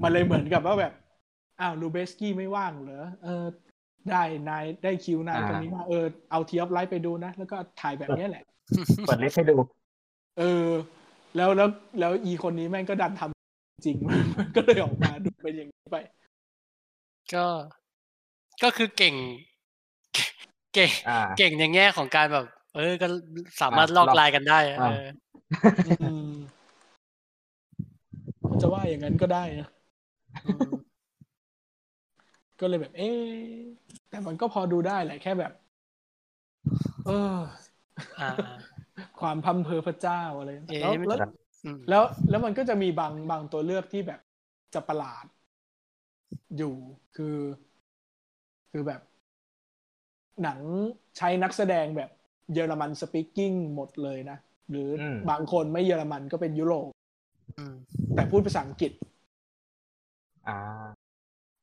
[SPEAKER 3] มันเลยเหมือนกับว่าแบบ อ้าวลูเบสกี้ไม่ว่างเหรอเออ ได้นายได้คิวนายคนนี้มาเออเอาทีออฟไลท์ไปดูนะ แล้วก็ถ่ายแบบเนี้ยแหละ
[SPEAKER 2] เปิดลิสต์ให้ดู
[SPEAKER 3] เออ แล้วแล้วแล้วอีคนนี้แม่งก็ดันทำจริง มันก็เลยออกมาดูเป็นอย่างนี้ไป
[SPEAKER 1] ก็ ก็คือเก่ง เก่ง
[SPEAKER 2] อ่า
[SPEAKER 1] เก่งในแง่ของการแบบ เออ ก็สามารถลอก
[SPEAKER 2] ลอก
[SPEAKER 1] ลายกันได้อะ
[SPEAKER 2] อ่า
[SPEAKER 1] เออ
[SPEAKER 3] อืมจะว่าอย่างนั้นก็ได้นะเออก็เลยแบบ เอ๊ะแต่มันก็พอดูได้แหละแค่แบบ เออ
[SPEAKER 1] อ่า
[SPEAKER 3] ความพัมเพอพระเจ้าอะไร
[SPEAKER 1] เอ๊ะ
[SPEAKER 3] แล้ว
[SPEAKER 1] ไม่
[SPEAKER 3] แล้ว
[SPEAKER 1] อืม
[SPEAKER 3] แล้วแล้วมันก็จะมีบางบางตัวเลือกที่แบบจะประหลาด อยู่คือ คือแบบ หนังใช้นักแสดงแบบเยอรมันสปีกกิ้งหมดเลยนะ หรืออ
[SPEAKER 2] ม
[SPEAKER 3] บางคนไม่เยอรมันก็เป็นยุโรป
[SPEAKER 1] อืม
[SPEAKER 3] แต่พูดภาษาอังกฤษ
[SPEAKER 2] อ่า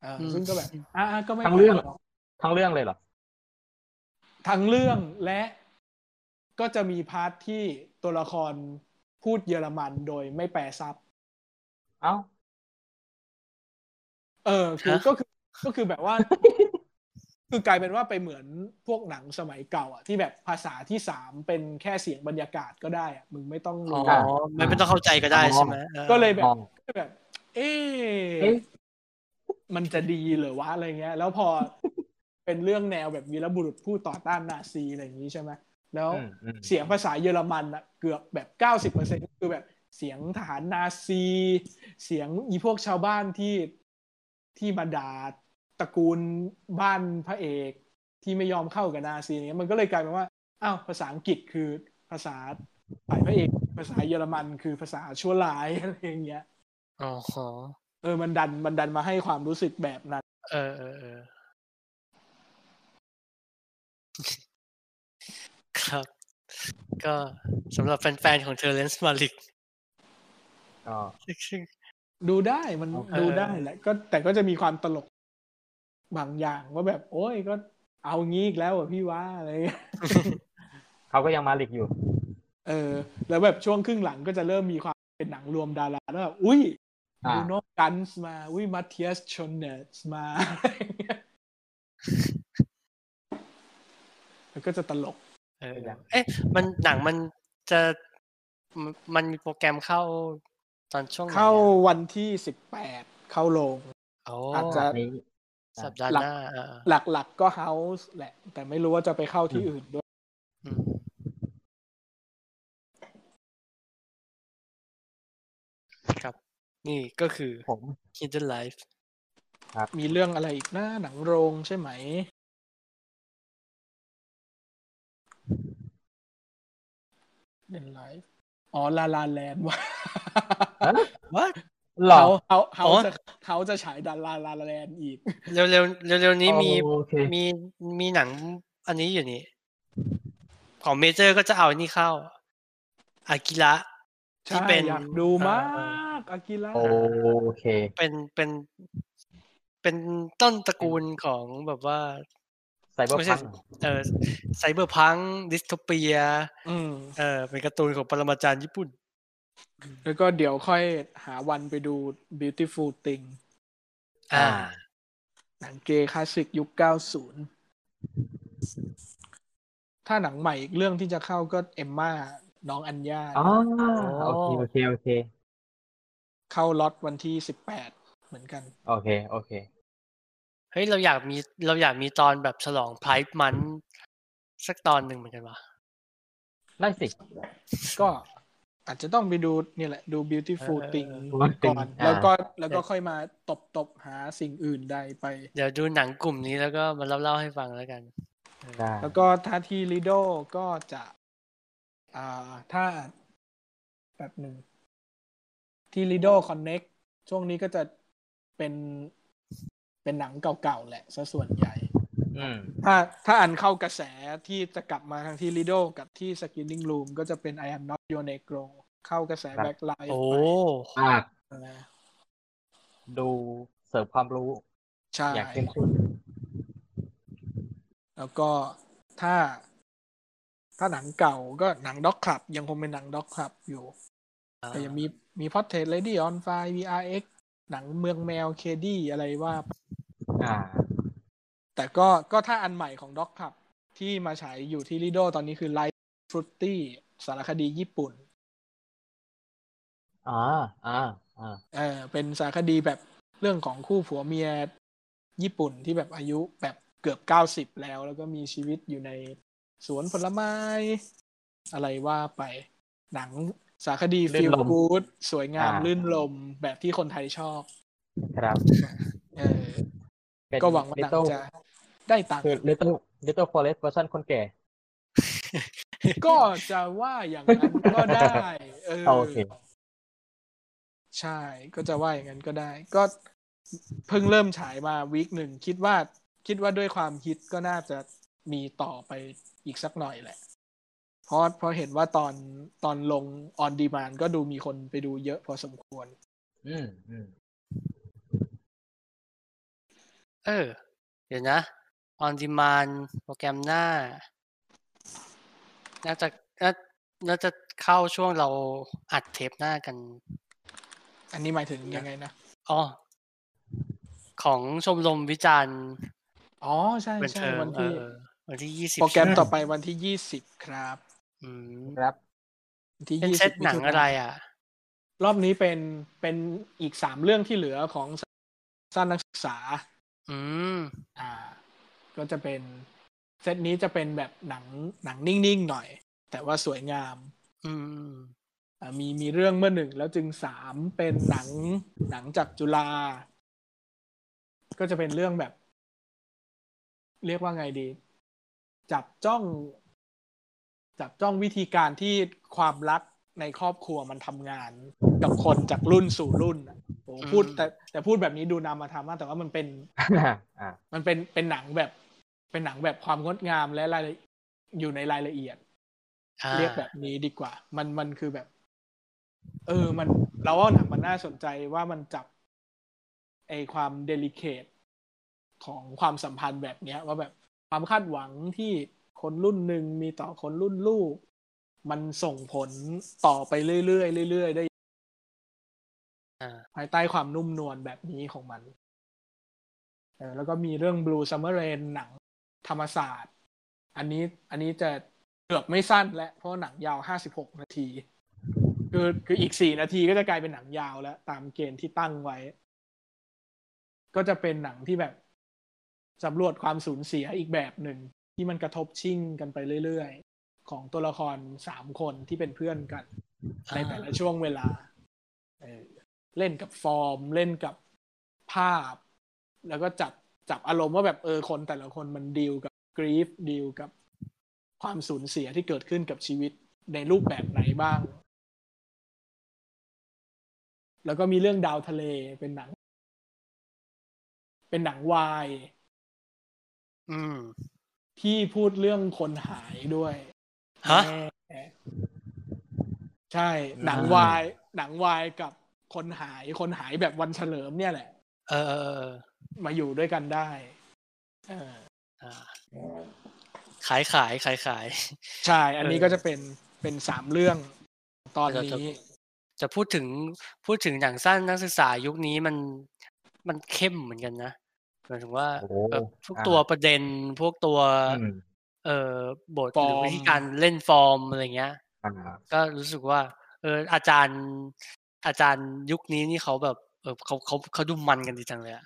[SPEAKER 3] เอออ
[SPEAKER 1] ม
[SPEAKER 3] ซึ่งก็แบบ อ่าก็ไม่
[SPEAKER 2] ทั้งเรื่อง
[SPEAKER 3] หรก
[SPEAKER 2] ทั้งเรื่องเลยเหรอ
[SPEAKER 3] ทั้งเรื่องและก็จะมีพาร์ทที่ตัวละครพูดเยอรมันโดยไม่แปลซับ
[SPEAKER 2] เอ้า
[SPEAKER 3] เออคือ
[SPEAKER 1] ฮะ
[SPEAKER 3] ก็คือก็คือแบบว่า คือกลายเป็นว่าไปเหมือนพวกหนังสมัยเก่าอ่ะที่แบบภาษาที่สามเป็นแค่เสียงบรรยากาศก็ได้อ่ะมึงไม่ต้อง
[SPEAKER 1] อ๋อ
[SPEAKER 3] รู้
[SPEAKER 2] อ่า
[SPEAKER 1] มันไม่ต้องเข้าใจก็ได้ใช่ไหมออ
[SPEAKER 3] ก็เลยแบบ
[SPEAKER 2] มอง
[SPEAKER 3] ก็เลยแบบ เอ๊
[SPEAKER 2] เอ๊ะ
[SPEAKER 3] ะมันจะดีเหรอวะอะไรเงี้ย แล้วพอ ไป เป็นเรื่องแนวแบบวีรบุรุษผู้ต่อต้านนาซีอะไรอย่างนี้ใช่ไหมแล้ว
[SPEAKER 2] อืมอืม
[SPEAKER 3] เสียงภาษาเยอรมันอะเกือบแบบเก้าสิบเปอร์เซ็นคือแบบเสียงทหารนาซี เสียงอีพวกชาวบ้านที่ที่มาด่าตระกูลบ้านพระเอกที่ไม่ยอมเข้ากับนาซีเนี่ยมันก็เลยกลายเป็นว่าอ้าวภาษาอังกฤษคือภาษาฝ่ายพระเอก ภาษาเยอรมันคือภาษาชั่วร้ายอะไรอย่างเงี้ย
[SPEAKER 1] อ๋อฮะ
[SPEAKER 3] เออมันดันมันดันมาให้ความรู้สึกแบบนั้น
[SPEAKER 1] เออเออเออ ครับ ก็สำหรับแฟนๆของเทอร์เรนซ์มาลิก
[SPEAKER 2] อ๋อ
[SPEAKER 3] ดูได้มัน
[SPEAKER 2] เออ
[SPEAKER 3] ดูได้แหละก็แต่ก็จะมีความตลกบางอย่างว่าแบบ โอ้ยก็เอางี้อีกแล้วเหรอ่ะพี่ว่าอะไรเงี้ย
[SPEAKER 2] เขาก็ยังมาลิกอยู่
[SPEAKER 3] เออ แล้วแบบช่วงครึ่งหลังก็จะเริ่มมีความเป็นหนังรวมดาราแล้วแบบอุ้ย
[SPEAKER 2] อ่า
[SPEAKER 3] บูโนกันส์มา อุ้ยมาเทียสชนเนสมา อะไรเงี้ยแล้วก็จะตลก
[SPEAKER 1] เออ
[SPEAKER 2] เป็นยัง
[SPEAKER 1] เอ๊ะ มันหนังมันจะมันมันมีโปรแกรมเข้าตอนช่วงไหนอะ
[SPEAKER 3] เข้าวันที่สิบแปดเข้าโรง
[SPEAKER 1] โอ้
[SPEAKER 3] อาจจะ
[SPEAKER 2] นี้
[SPEAKER 1] สัปดาห์หน้าอ่าอ่า
[SPEAKER 3] หลักๆก็เฮาส์แหละ แต่ไม่รู้ว่าจะไปเข้าที่อื่นด้วย
[SPEAKER 1] อืมครับ นี่ก็คือ
[SPEAKER 2] ผม
[SPEAKER 1] Hidden Life
[SPEAKER 3] มีเรื่องอะไรอีกนะหนังโรงใช่ไหม เล่นไลฟ์อ๋อ ลาลาแลนด์ว่ะ
[SPEAKER 1] ว่า
[SPEAKER 2] หลอ
[SPEAKER 3] เขา
[SPEAKER 2] ก
[SPEAKER 3] เขาเขา
[SPEAKER 1] อ๋อ
[SPEAKER 3] จะเขาจะฉายดันลาลาแลนด์อีก
[SPEAKER 1] เร็วเร็วเร็วเร็วๆนี้มี
[SPEAKER 2] โอเค
[SPEAKER 1] มีมีหนังอันนี้อยู่นี่ ของเมเจอร์ก็จะเอาอันนี้เข้า อากิระ
[SPEAKER 3] ใช่
[SPEAKER 1] ที่เป็น
[SPEAKER 3] อยากดู
[SPEAKER 1] เอ่อ
[SPEAKER 3] มากอากิระ
[SPEAKER 2] โอเค
[SPEAKER 1] เป็นเป็นเป็นต้นตระกูลของแบบว่า
[SPEAKER 2] ไซเบอร์
[SPEAKER 1] ไม่ใช่
[SPEAKER 2] พัง
[SPEAKER 1] เออไซเบอร์พังดิสโทเปีย
[SPEAKER 3] อืม
[SPEAKER 1] เออเป็นการ์ตูนของปรมาจารย์ญี่ปุ่น
[SPEAKER 3] แล้วก็เดี๋ยวค่อยหาวันไปดู Beautiful Thing
[SPEAKER 1] อ่า
[SPEAKER 3] หนังเกย์คลาสสิกยุค 90 ถ้าหนังใหม่อีกเรื่องที่จะเข้าก็เอมมาน้องอัญญา
[SPEAKER 2] อ๋อโอเคโอเค โอเค
[SPEAKER 3] เข้าล็อตวันที่สิบแปดเหมือนกัน
[SPEAKER 2] โอเค โอเค
[SPEAKER 1] เฮ้ย เราอยากมีเราอยากมีตอนแบบฉลองไพร์มัน สักตอนหนึ่งเหมือนกันวะ
[SPEAKER 2] ได้สิ
[SPEAKER 3] ก็อาจจะต้องไปดูเนี่ยแหละ ดู beautiful thing
[SPEAKER 2] เออ
[SPEAKER 3] ก่อน
[SPEAKER 2] อ่า
[SPEAKER 3] แล้วก็แล้วก็ค่อยมาตบตบหาสิ่งอื่นใดไป
[SPEAKER 1] เดี๋ยวดูหนังกลุ่มนี้แล้วก็มาเล่าเล่าให้ฟังแล้วกัน
[SPEAKER 2] ได้
[SPEAKER 3] แล้วก็ถ้าที่ลีโดก็จะ อ่าถ้าแบบหนึ่ง ที่ลีโดคอนเน็กช่วงนี้ก็จะเป็นเป็นหนังเก่าๆ แหละซะส่วนใหญ่
[SPEAKER 2] อืม
[SPEAKER 3] ถ้าถ้าอันเข้ากระแสที่จะกลับมาทางที่ลีโดกับที่สกินนิ่ง o ูมก็จะเป็น I am not your negro เข้ากระแส
[SPEAKER 2] ครับ
[SPEAKER 3] แบ็คไลท์
[SPEAKER 1] โอ้
[SPEAKER 2] อ่า
[SPEAKER 3] นะ
[SPEAKER 2] ดูเสริมความรู้
[SPEAKER 3] ใช่
[SPEAKER 2] อยากเข้มข้น
[SPEAKER 3] แล้วก็ถ้า ถ้าหนังเก่าก็หนังด็อกคลับ ยังคงเป็นหนังด็อกคลับอยู่ แต่ยังมีมีพอดเทสเลดี้ออนไฟ VRX หนังเมืองแมวเคดีอะไรว่า
[SPEAKER 2] อ่า
[SPEAKER 3] แต่ก็ก็ถ้าอันใหม่ของด็อกคลับ ที่มาฉายอยู่ที่ลีโดตอนนี้คือไลท์ฟรุตตี้สารคดีญี่ปุ่น
[SPEAKER 2] อ่า อ่า อ่า
[SPEAKER 3] เออเป็นสารคดีแบบเรื่องของคู่ผัวเมียญี่ปุ่นที่แบบอายุแบบเกือบเก้าสิบ90 แล้ว แล้วก็มีชีวิตอยู่ในสวนผลไม้ อะไรว่าไปหนังสารคดี
[SPEAKER 2] ลื่
[SPEAKER 3] ฟิล
[SPEAKER 2] นลม
[SPEAKER 3] กู๊ดสวยงาม
[SPEAKER 2] อ่า
[SPEAKER 3] ลื่นลมแบบที่คนไทยชอบ
[SPEAKER 2] ครับ
[SPEAKER 3] เออ
[SPEAKER 2] เป็น
[SPEAKER 3] ก็หวังว่าหนัง
[SPEAKER 2] Little
[SPEAKER 3] จะได้ตังค์
[SPEAKER 2] คือ Little Little Forest เวอร์ชันคนแก่
[SPEAKER 3] ก็จะว่าอย่างนั้นก็ได้เออ
[SPEAKER 2] โอเค
[SPEAKER 3] ใช่ ก็จะว่าอย่างนั้นก็ได้ ก็เพิ่งเริ่มฉายมาวีคหนึ่งคิดว่าคิดว่าด้วยความฮิตก็น่าจะมีต่อไปอีกสักหน่อยแหละ เพราะเพราะเห็นว่าตอนตอนลงออนดีมานก็ดูมีคนไปดูเยอะพอสมควร
[SPEAKER 2] อืม อืม
[SPEAKER 1] เออ เดี๋ยวนะ on demand โปรแกรมหน้า น่าจะน่าน่าจะเข้าช่วงเราอัดเทปหน้ากัน
[SPEAKER 3] อันนี้หมายถึงยังไงนะ
[SPEAKER 1] อ๋อ ของชมรมวิจารณ์
[SPEAKER 3] อ๋อ ใช่
[SPEAKER 1] บัน
[SPEAKER 3] ใช่
[SPEAKER 1] เทิง
[SPEAKER 3] วัน
[SPEAKER 1] เอ
[SPEAKER 3] ที่
[SPEAKER 1] อวันที่ยี่สิบ
[SPEAKER 3] โปรแกรมต่อไปวันที่ยี่สิบครับ
[SPEAKER 1] อืม
[SPEAKER 2] ครับ
[SPEAKER 3] วันที่
[SPEAKER 1] เป็น
[SPEAKER 3] ยี่
[SPEAKER 1] เซ
[SPEAKER 3] สิ
[SPEAKER 1] ต
[SPEAKER 3] บ
[SPEAKER 1] หนังอะไรอ่ะ
[SPEAKER 3] รอบนี้เป็นเป็นอีกสามเรื่องที่เหลือของสั้นนักศึกษา
[SPEAKER 1] อืม
[SPEAKER 3] อ่า ก็ ก็จะเป็น เซตนี้จะเป็นแบบหนังหนังนิ่งๆหน่อย แต่ว่าสวยงาม
[SPEAKER 1] อืม
[SPEAKER 3] อ่ามีมีเรื่องเมื่อหนึ่งแล้วจึงสามเป็นหนังหนังจากจุฬาก็จะเป็นเรื่องแบบ เรียกว่าไงดี จับจ้อง จับจ้องวิธีการที่ความรักในครอบครัวมันทำงานกับคนจากรุ่นสู่รุ่นอะโอ้
[SPEAKER 1] อืม
[SPEAKER 3] พูดแต่แต่พูดแบบนี้ดูนามธรรมมากแต่ว่ามันเป็น
[SPEAKER 2] อ่า
[SPEAKER 3] มันเป็นเป็นหนังแบบ เป็นหนังแบบความงดงามและรายละอยู่ในรายละเอียด
[SPEAKER 1] อ่า
[SPEAKER 3] เรียกแบบนี้ดีกว่า มันมันคือแบบ เออ มันเราว่าหนังมันน่าสนใจว่ามันจับไอความเดลิเคทของความสัมพันธ์แบบเนี้ย ว่าแบบความคาดหวังที่คนรุ่นหนึ่งมีต่อคนรุ่นลูก มันส่งผลต่อไปเรื่อยๆเรื่อยๆได้
[SPEAKER 1] อ่า
[SPEAKER 3] ภายใต้ความนุ่มนวลแบบนี้ของมันเออแล้วก็มีเรื่อง Blue Summer Rain หนังธรรมศาสตร์ อันนี้อันนี้จะเกือบไม่สั้นแล้วเพราะหนังยาวห้าสิบหกนาที คือคืออีกสี่นาทีก็จะกลายเป็นหนังยาวแล้ว ตามเกณฑ์ที่ตั้งไว้ ก็จะเป็นหนังที่แบบสำรวจความสูญเสียอีกแบบหนึ่ง ที่มันกระทบชิ่งกันไปเรื่อยๆ ของตัวละครสามคนที่เป็นเพื่อนกัน ในแต่ละช่วงเวลาเออเล่นกับฟอร์ม เล่นกับภาพ แล้วก็จับจับอารมณ์ว่าแบบเออคนแต่ละคนมันดีลกับกรีฟดีลกับความสูญเสียที่เกิดขึ้นกับชีวิตในรูปแบบไหนบ้าง แล้วก็มีเรื่องดาวทะเลเป็นหนัง เป็นหนังวาย
[SPEAKER 1] อืม
[SPEAKER 3] ที่พูดเรื่องคนหายด้วย
[SPEAKER 1] ฮะ
[SPEAKER 3] แม่ใช่ หนังวาย หนังวายกับคนหาย คนหายแบบวันเฉลิมเนี่ยแหละ
[SPEAKER 1] เออเออเออเออ
[SPEAKER 3] มาอยู่ด้วยกันได้เออ
[SPEAKER 1] อ่าขายขายขายขาย
[SPEAKER 3] ใช่ อันนี้ก็จะเป็นเป็นสามเรื่องตอน
[SPEAKER 1] เราจะ
[SPEAKER 3] นี้
[SPEAKER 1] จะพูดถึงพูดถึงหนังสั้นนักศึกษายุคนี้มันมันเข้มเหมือนกันนะหมายถึงว่า
[SPEAKER 2] โอ้โห
[SPEAKER 1] แบบทุก
[SPEAKER 2] อ่า
[SPEAKER 1] ตัวประเด็นพวกตัว
[SPEAKER 2] อืม
[SPEAKER 1] เออบท
[SPEAKER 3] ฟ
[SPEAKER 1] ห
[SPEAKER 3] อ
[SPEAKER 1] รื
[SPEAKER 3] ร์
[SPEAKER 1] อ
[SPEAKER 3] ม
[SPEAKER 1] วิธีการเล่นฟอร์มอะไรเงี้ย
[SPEAKER 2] อ่า
[SPEAKER 1] ก็รู้สึกว่า เอออาจารย์ อาจารย์ยุคนี้นี่เขาแบบ เออเขาเขาเขาดูมันกันดีจังเลยอะ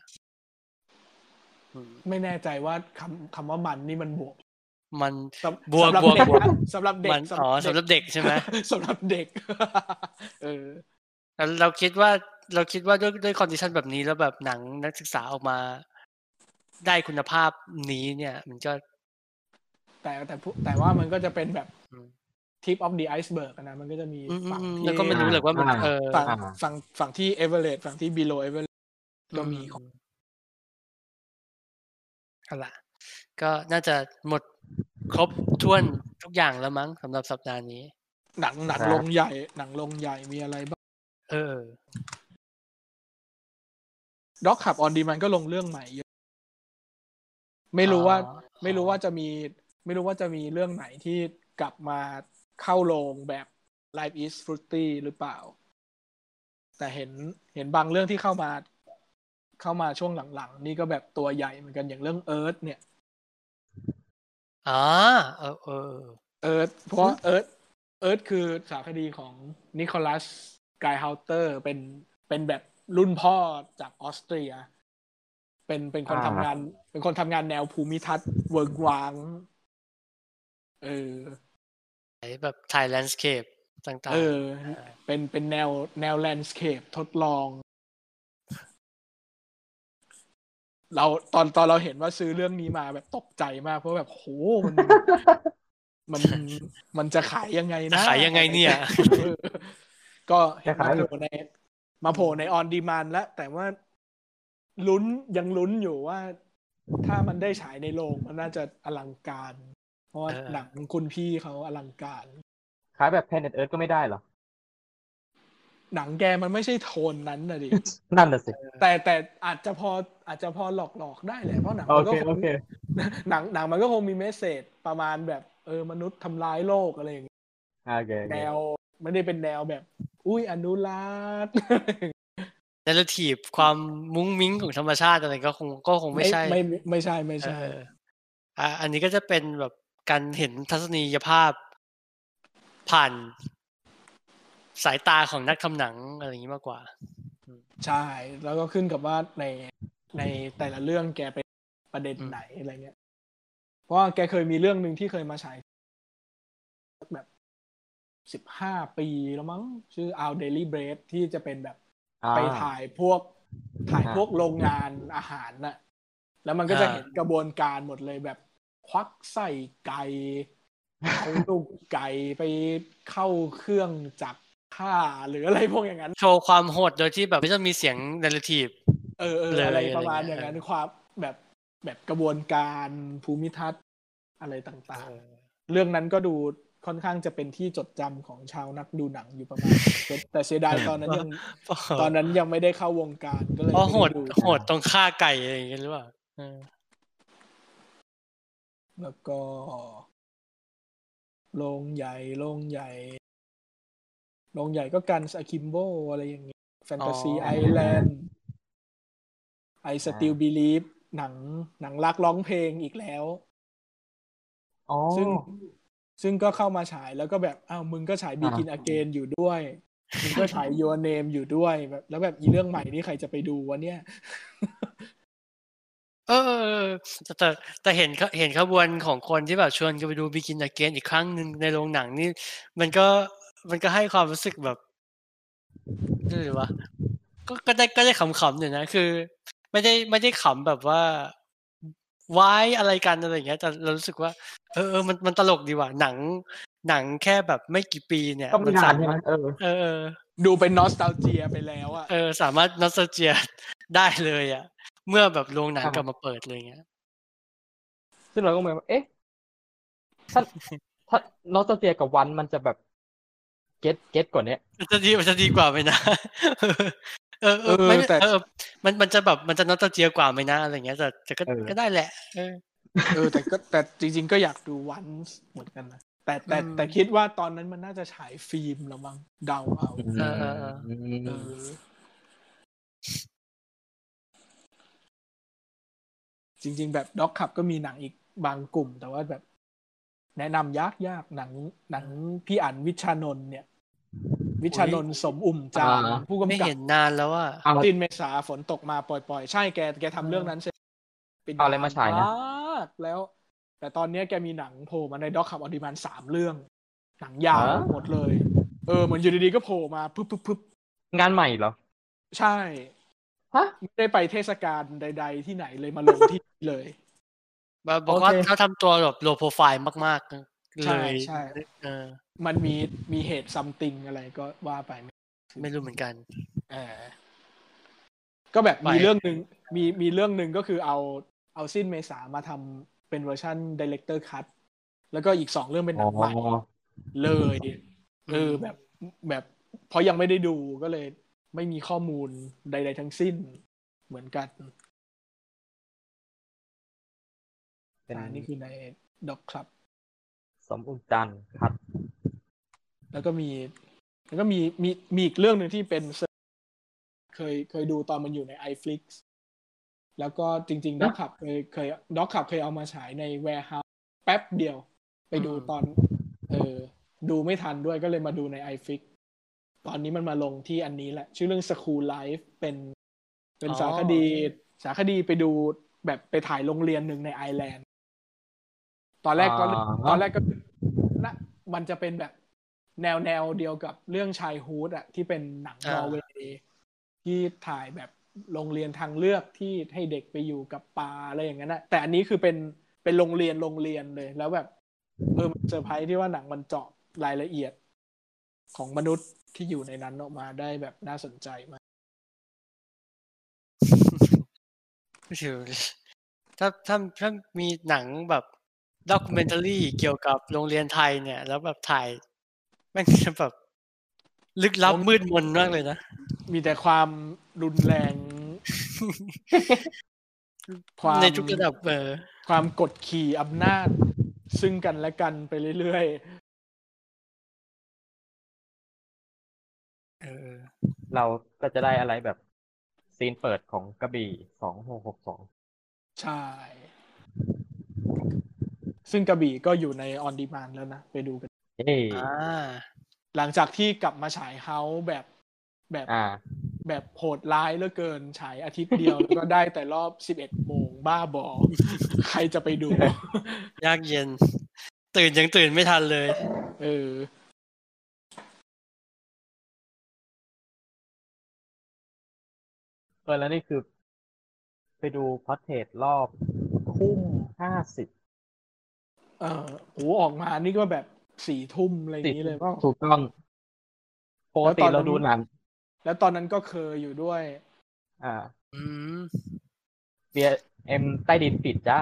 [SPEAKER 1] อืม
[SPEAKER 3] ไม่แน่ใจว่าคำคำว่ามันนี่มันบวก
[SPEAKER 1] มัน
[SPEAKER 3] สำ
[SPEAKER 1] บวก
[SPEAKER 3] สำหรับ
[SPEAKER 1] วก
[SPEAKER 3] เด็ก
[SPEAKER 1] บวก
[SPEAKER 3] นะสำหรับเด็ก
[SPEAKER 1] มันอ๋อสำหรับเด็ก ใช่ไหม
[SPEAKER 3] สำหรับเด็ก เออ
[SPEAKER 1] เราเราคิดว่าเราคิดว่าด้วยด้วยคอนดิชันแบบนี้แล้วแบบหนังนักศึกษาออกมาได้คุณภาพนี้เนี่ย มันก็
[SPEAKER 3] แต่แต่ผู้แต่ว่ามันก็จะเป็นแบบ
[SPEAKER 1] อืม
[SPEAKER 3] ทิปออฟเดอะไอซ์เบิร์กนะมันก็จะมี
[SPEAKER 1] อืม
[SPEAKER 3] ฝั่ง
[SPEAKER 1] อืม
[SPEAKER 3] ที่
[SPEAKER 1] แล้วก็ไม่รู้เลยว่ามันเออ
[SPEAKER 3] ฝั่งฝั่งฝั่งที่เอเวอเรสต์ฝั่งที่บีโลเอเวอเรสต์ก็มี
[SPEAKER 1] อืเอาล่ะก็น่าจะหมดครบถ้วนทุกอย่างแล้วมั้งสำหรับสัปดาห์นี้
[SPEAKER 3] หนังหนังลงใหญ่ หนังลงใหญ่มีอะไรบ้าง
[SPEAKER 1] เออ
[SPEAKER 3] ด็อกขับออนดีมันก็ลงเรื่องใหม่เยอะไม่รู้ว่า ไม่รู้ว่าจะมีไม่รู้ว่าจะมีเรื่องไหนที่กลับมาเข้าโรงแบบ Life is Fruity หรือเปล่า แต่เห็นเห็นบางเรื่องที่เข้ามา เข้ามาช่วงหลังๆ นี่ก็แบบตัวใหญ่เหมือนกันอย่างเรื่อง Earth เนี่ย
[SPEAKER 1] อ๋อเออเออ
[SPEAKER 3] Earth เพราะ Earth Earth คือสารคดีของนิโคลัสกายฮาเตอร์เป็นเป็นแบบรุ่นพ่อจากออสเตรีย เป็นเป็นคนทำงาน เป็นคนทำงานแนวภูมิทัศน์เวิร์กวางเออ
[SPEAKER 1] ไอแบบถ่ายแลนด์สเคปต่าง
[SPEAKER 3] เออ เป็น เป็นแนว แนวแลนด์สเคปทดลอง เราตอนตอนเราเห็นว่าซื้อเรื่องนี้มาแบบตกใจมาก เพราะแบบโหมัน มัน มันจะขายยังไง
[SPEAKER 1] ๆจะ
[SPEAKER 3] นะ
[SPEAKER 1] ขายยังไงเนี่ย
[SPEAKER 3] เออ ก็เห็นมาโผล่ใน มาโผล่ในออนดีมานแล้ว แต่ว่าลุ้นยังลุ้นอยู่ว่า ถ้ามันได้ฉายในโรงมันน่าจะอลังการ เพราะว่า
[SPEAKER 1] เออ
[SPEAKER 3] หนังคุณพี่เขาอลังการ
[SPEAKER 2] ขายแบบ Planet Earth ก็ไม่ได้เหรอ
[SPEAKER 3] หนังแกมันไม่ใช่โทนนั้นนะดิ
[SPEAKER 2] นั่นน่ะสิ
[SPEAKER 3] แต่แต่อาจจะพออาจจะพอหลอกหลอกๆได้แหละเพราะหนัง
[SPEAKER 2] โอ
[SPEAKER 3] มันก็
[SPEAKER 2] เค
[SPEAKER 3] ค
[SPEAKER 2] โอง เค
[SPEAKER 3] หนังหนังมันก็คงมีเมสเซจประมาณแบบเออมนุษย์ทำร้ายโลกอะไรอย่างเงี้ย
[SPEAKER 2] โอเคโอเค
[SPEAKER 3] แนวไม่ได้เป็นแนวแบบ อุ้ยอนุรักษ์
[SPEAKER 1] นาราทีฟความมุ้งมิ้งของธรรมชาติอะไรก็คงก็คง ไม่ใช่
[SPEAKER 3] ไม่ไม่ใช่ไม่
[SPEAKER 1] เอ
[SPEAKER 3] ใช่
[SPEAKER 1] ออ่ะอันนี้ก็จะเป็นแบบการเห็นทัศนียภาพ ผ่าน สายตาของนักทำหนังอะไรอย่างนี้มากกว่า
[SPEAKER 3] ใช่ แล้วก็ขึ้นกับว่าในในแต่ละเรื่องแกเป็นประเด็นไหนอะไรเงี้ย เพราะว่าแกเคยมีเรื่องหนึ่งที่เคยมาฉายแบบสิบห้าปีแล้วมั้ง ชื่อ Our Daily Bread ที่จะเป็นแบบ
[SPEAKER 2] อ่า
[SPEAKER 3] ไปถ่ายพวกถ่าย
[SPEAKER 2] อ่า
[SPEAKER 3] พวกโรงงานอาหารน่ะ แล้วมันก็จะ
[SPEAKER 1] อ่า
[SPEAKER 3] เห็นกระบวนการหมดเลยแบบ ควักไส้ไก่เอาลูกไก่ไปเข้าเครื่องจักรฆ่าหรืออะไรพวกอย่างนั้น
[SPEAKER 1] โชว์ความโหดโดยที่แบบไม่ต้องมีเสียงนาร์ทีฟ
[SPEAKER 3] เออเออ
[SPEAKER 1] เลย
[SPEAKER 3] อะไร
[SPEAKER 1] อะไร
[SPEAKER 3] ประมาณอ
[SPEAKER 1] เงี้ย
[SPEAKER 3] ย่างนั้น
[SPEAKER 1] เออ
[SPEAKER 3] ความแบบแบบกระบวนการภูมิทัศน์อะไรต่างๆ เรื่องนั้นก็ดูค่อนข้างจะเป็นที่จดจำของชาวนักดูหนังอยู่ประมาณ แต่แต่เสียดายตอนนั้นยังตอนนั้นยังไม่ได้เข้าวงการก็เลย
[SPEAKER 1] เพราะ
[SPEAKER 3] ไม่ไ
[SPEAKER 1] โหดโหดตรงฆ่าไก่อะไรอย่างเงี้ยหรือเปล่าเออ
[SPEAKER 3] แล้วก็โรงใหญ่โรงใหญ่โรงใหญ่ก็กันส a คิมโบอะไรอย่างเงี้ยแฟนตาซีไอแลนด์ไอสติลบีลีฟหนังหนังรักร้องเพลงอีกแล้ว
[SPEAKER 2] อ๋อ
[SPEAKER 3] ซึ่งซึ่งก็เข้ามาฉายแล้วก็แบบอ้าวมึงก็ฉายบีกินอเกนอยู่ด้วย มึงก็ฉายยูเนมอยู่ด้วยแบบ แล้วแบบอีเรื่องใหม่นี่ใครจะไปดูวะเนี่ย
[SPEAKER 1] เออเออเออแต่แต่แต่เห็นเขาเห็นขบวนของคนที่แบบชวนกันไปดูบิกินอเกนอีกครั้งหนึ่งในโรงหนังนี่ มันก็มันก็ให้ความรู้สึกแบบนี่หรือวะก็ก็ได้ก็ได้ขำๆอยู่นะคือ ไม่ได้ไม่ได้ขำแบบว่าว้ายอะไรกันอะไรอย่างเงี้ย แต่เรารู้สึกว่า เออเออมันมันตลกดีว่ะหนัง หนังแค่แบบไม่กี่ปีเนี่ย
[SPEAKER 2] ก็ไม่นาน
[SPEAKER 1] ส
[SPEAKER 2] ใช่ไหม
[SPEAKER 1] รถ
[SPEAKER 2] เออ
[SPEAKER 1] เออเออ
[SPEAKER 3] ดูเป็นนอสตาเจียไปแล้วอะ
[SPEAKER 1] เออสามารถนอสเจียได้เลยอ่ะ เมื่อแบบโรงหนัง
[SPEAKER 2] ค
[SPEAKER 1] ก
[SPEAKER 2] รับ
[SPEAKER 1] ลับมาเปิดอะไรเงี้ย
[SPEAKER 2] ซึ่งเราก็มองว่าเอ๊ะ ถ้า ถ้านอสเตียกับวันมันจะแบบ เก็ตเก็ตกว่าเนี้ย
[SPEAKER 1] มันจะดีมันจะดีกว่าไหมนะ เออเออ
[SPEAKER 2] เออ
[SPEAKER 1] ไม่ได้
[SPEAKER 2] แต่
[SPEAKER 1] เออมันมันจะแบบมันจะนอสเจียกว่าไหมนะอะไรเงี้ยแต่แต่ก็ก็ได้แหละเออ
[SPEAKER 3] เออแต่ก็แต่จริง ๆ ก็อยากดูวันเหมือนกันนะแต่แต่
[SPEAKER 1] อืม
[SPEAKER 3] แต่คิดว่าตอนนั้นมันน่าจะฉายฟิล์มแล้วมั้งเดาเอา
[SPEAKER 1] เออเออเออ
[SPEAKER 3] เออจริง ๆ แบบด็อกขับก็มีหนังอีกบางกลุ่ม แต่ว่าแบบ แนะนำยากยากหนัง หนังพี่อั๋นวิชานนท์เนี่ย วิชานนท์สมอุ่มจาม
[SPEAKER 2] อ่า
[SPEAKER 3] ผู้
[SPEAKER 1] ไม่
[SPEAKER 3] กำกับ
[SPEAKER 1] เห็นนานแล้วอ่ะ
[SPEAKER 2] เอา
[SPEAKER 3] ตินเมษาฝนตกมาปล่อยๆ ใช่แกแกทำเรื่องนั้นใช่เป็น
[SPEAKER 2] เอาอะไรมาฉายนะ
[SPEAKER 3] มากแล้ว แต่ตอนเนี้ยแกมีหนังโผล่มาในด็อกขับอดิมันสามเรื่อง หนังยาวหมดเลย เออเหมือนอยู่ดีๆก็โผล่มาปึ๊บปึ๊บปึ๊บ
[SPEAKER 2] งานใหม่เหรอ
[SPEAKER 3] ใช่
[SPEAKER 2] ฮะ
[SPEAKER 3] ไม่ได้ไปเทศกาลใด ๆ ที่ไหนเลยมาลงที่นี่เลย
[SPEAKER 1] บอกว่า
[SPEAKER 3] โอเค
[SPEAKER 1] เขาทำตัวแบบโลโปรไฟล์มาก ๆ
[SPEAKER 3] ใช่
[SPEAKER 1] เลย
[SPEAKER 3] ใช่
[SPEAKER 1] เออ
[SPEAKER 3] มันมีมีเหตุซัมติงอะไรก็ว่าไป
[SPEAKER 1] ไม่รู้เหมือนกัน
[SPEAKER 3] เออก็แบบ
[SPEAKER 1] ไป
[SPEAKER 3] มีเรื่องหนึ่งมีมีเรื่องหนึ่งก็คือเอาเอาสิ้นเมษามาทำเป็นเวอร์ชัน Director Cut แล้วก็อีกสองเรื่องเป็นหนังใหม่เลยเออแบบแบบเพราะยังไม่ได้ดูก็เลย ไม่มีข้อมูลใด ๆ ทั้งสิ้นเหมือนกัน
[SPEAKER 2] เป็น
[SPEAKER 3] อ่านี่คือในด็อกคลับ
[SPEAKER 2] สมอุ่มจันทร์ครับ
[SPEAKER 3] แล้วก็มีแล้วก็มีมีมีอีกเรื่องหนึ่งที่เป็น ser- เคยเคยดูตอนมันอยู่ใน iFlix แล้วก็จริงๆด็อกขับเคยเคยด็อกขับเคยเอามาฉายใน Warehouse แป๊บเดียว ไปดู
[SPEAKER 1] อืม
[SPEAKER 3] ตอน เออ ดูไม่ทันด้วยก็เลยมาดูใน iFlix ตอนนี้มันมาลงที่อันนี้แหละ ชื่อเรื่อง School Life เป็นเป็นสารคดี สารคดีไปดูแบบไปถ่ายโรงเรียนหนึ่งในไอร์แลนด์ ตอนแรกก็
[SPEAKER 2] อ่า
[SPEAKER 3] ตอนแรกก็นะมันจะเป็นแบบแนวแนวเดียวกับเรื่องชายฮูดอะที่เป็นหนัง
[SPEAKER 1] อ่าน น
[SPEAKER 3] อร์เวย์ที่ถ่ายแบบโรงเรียนทางเลือกที่ให้เด็กไปอยู่กับป่าอะไรอย่างนั้นนะแต่อันนี้คือเป็นเป็นโรงเรียนโรงเรียนเลยแล้วแบบเออมันเซอร์ไพรส์ที่ว่าหนังมันเจาะรายละเอียดของมนุษย์ที่อยู่ในนั้นออกมาได้แบบน่าสนใจมาก
[SPEAKER 1] ถือถ้าถ้าถ้ามีหนังแบบด็อก m e n t a r y เกี่ยวกับโรงเรียนไทยเนี่ย แล้วแบบถ่ายแม่งจะแบบ ลึกลับ
[SPEAKER 3] ผม
[SPEAKER 1] มืดมนมากเลยนะ
[SPEAKER 3] มีแต่ความรุนแรง ความ
[SPEAKER 1] ในทุกระดับเออ
[SPEAKER 3] ความกดขี่อำนาจ ซึ่งกันและกันไปเรื่อย
[SPEAKER 1] เออเออ
[SPEAKER 2] เราก็จะได้อะไรแบบซีนเปิดของกระบี่สองหกหกสอง
[SPEAKER 3] ๆ ใช่ ซึ่งกระบี่ก็อยู่ในออนดีมานแล้วนะ ไปดูกัน
[SPEAKER 2] เอ้ย
[SPEAKER 1] อ่า
[SPEAKER 3] หลังจากที่กลับมาฉายเฮาส์แบบแบบ
[SPEAKER 2] อ่า
[SPEAKER 3] แบบโหดร้ายเหลือเกิน ฉายอาทิตย์เดียว แล้วก็ได้แต่รอบ 11โมง บ้าบอ ใครจะไปดู
[SPEAKER 1] ยากเย็น ตื่นยังตื่นไม่ทันเลย
[SPEAKER 3] เออ
[SPEAKER 2] เออแล้วนี่คือ ไปดูพอร์เทรตรอบทุ่มห้าสิบ
[SPEAKER 3] เออโหออกมานี่ก็แบบสี่ทุ่มอะไรอย่างนี้เลยเปล่า
[SPEAKER 2] ถูกต้องปกติ
[SPEAKER 3] แล้วตอนนั้น
[SPEAKER 2] เราดูหนัง
[SPEAKER 3] แล้วตอนนั้นก็เคยอยู่ด้วย
[SPEAKER 2] อ่า
[SPEAKER 1] อืม
[SPEAKER 2] เบียเอ็มใต้ดินปิดจ้า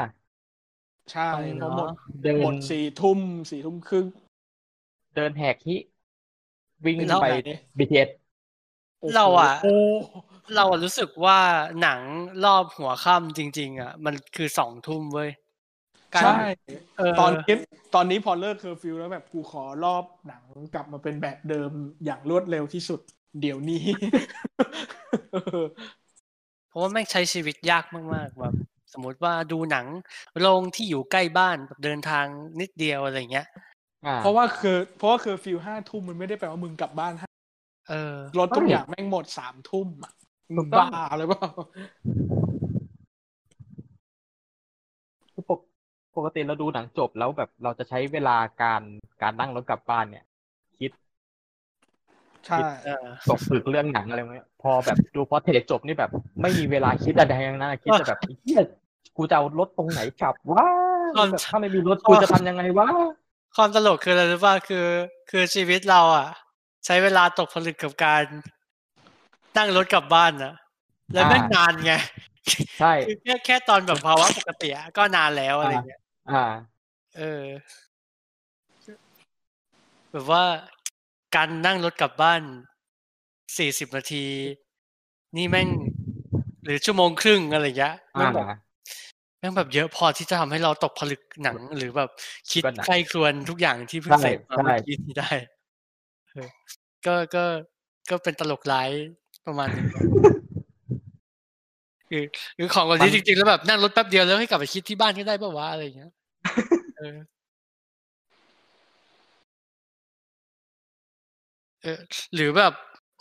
[SPEAKER 3] ใช่
[SPEAKER 1] ต้องเนอะ
[SPEAKER 3] เพราะหมด
[SPEAKER 2] เดิ
[SPEAKER 3] หม
[SPEAKER 2] น
[SPEAKER 3] ดสี่ทุ่มสี่ทุ่มครึ่ง
[SPEAKER 2] เดินแหกที่วิ่ง
[SPEAKER 1] แล้ว
[SPEAKER 2] ไป
[SPEAKER 3] หนเนี่ย
[SPEAKER 2] BTS
[SPEAKER 3] โโห
[SPEAKER 1] เราอะ
[SPEAKER 3] โอ้
[SPEAKER 1] เราอะรู้สึกว่าหนังรอบหัวค่ำจริง ๆ อ่ะ มันคือสองทุ่มเว้ยการ
[SPEAKER 3] ใช่
[SPEAKER 1] เออ
[SPEAKER 3] ตอนนี้ตอนนี้พอเลิกเคอร์ฟิวแล้วแบบกูขอรอบหนังกลับมาเป็นแบบเดิมอย่างรวดเร็วที่สุด เดี๋ยวนี้ เออ
[SPEAKER 1] เพราะว่าแม่งใช้ชีวิตยากมากๆแบบสมมติว่าดูหนังโรงที่อยู่ใกล้บ้านแบบเดินทางนิดเดียวอะไรเงี้ย
[SPEAKER 2] อ่า
[SPEAKER 3] เพราะว่าคือเพราะว่าเคอร์ฟิวห้าทุ่มมันไม่ได้แปลว่ามึงกลับบ้านห้าร
[SPEAKER 1] เออ
[SPEAKER 3] ถทุกอย่างแม่งหมดสามทุ่มอะ
[SPEAKER 2] ถู
[SPEAKER 3] มึง
[SPEAKER 2] กต้อง
[SPEAKER 3] บ้าเลยเปล่า
[SPEAKER 2] คือปกปกติเราดูหนังจบแล้วแบบเราจะใช้เวลาการการนั่งรถกลับบ้านเนี่ย คิด
[SPEAKER 3] ใช่
[SPEAKER 1] เออ
[SPEAKER 2] ตกผลึกเรื่องหนังอะไรพวกเงี้ยพอแบบดูพอเทเลจบนี่แบบ ไม่มีเวลาคิดอะไรทั้งนั้นอะคิดแต่แบบเฮียกูจะเอารถตรงไหนกลับวะ
[SPEAKER 1] ตอน
[SPEAKER 2] แบบถ้าไม่มีรถกูจะทำยังไงวะ
[SPEAKER 1] ความตลกคืออะไรรู้ป่ะคือ คือชีวิตเราอ่ะ ใช้เวลาตกผลึกกับการนั่งรถกลับบ้านนะแล้วแม่งนานไง
[SPEAKER 2] ใช่
[SPEAKER 1] คือแค่แค่ตอนแบบภาวะปกติอะก็นานแล้วอะไรเงี้ย
[SPEAKER 2] อ่า
[SPEAKER 1] เออ แบบว่าการนั่งรถกลับบ้านสี่สิบนาที นี่แม่ง หรือชั่วโมงครึ่งอะไรอย่างเงี้ยแม่
[SPEAKER 2] อ่า
[SPEAKER 1] งแบบแม่งแบบเยอะพอที่จะทำให้เราตกผลึกหนัง หรือแบบคิด
[SPEAKER 2] ก็หนัง
[SPEAKER 1] ใครครวญทุกอย่างที่เพิ่งเส
[SPEAKER 2] ใช่
[SPEAKER 1] ร็จมา
[SPEAKER 2] ใช่
[SPEAKER 1] เมื่อกี้นี้ได้เออก็ก็ก็เป็นตลกร้ายประมาณหนึง คือคือของวันนี้จริงๆแล้วแบบนั่งรถแป๊บเดียวแล้วให้กลับไปคิดที่บ้านก็ได้ป่าวะอะไรอย่างเงี้ยเออ เออหรือแบบ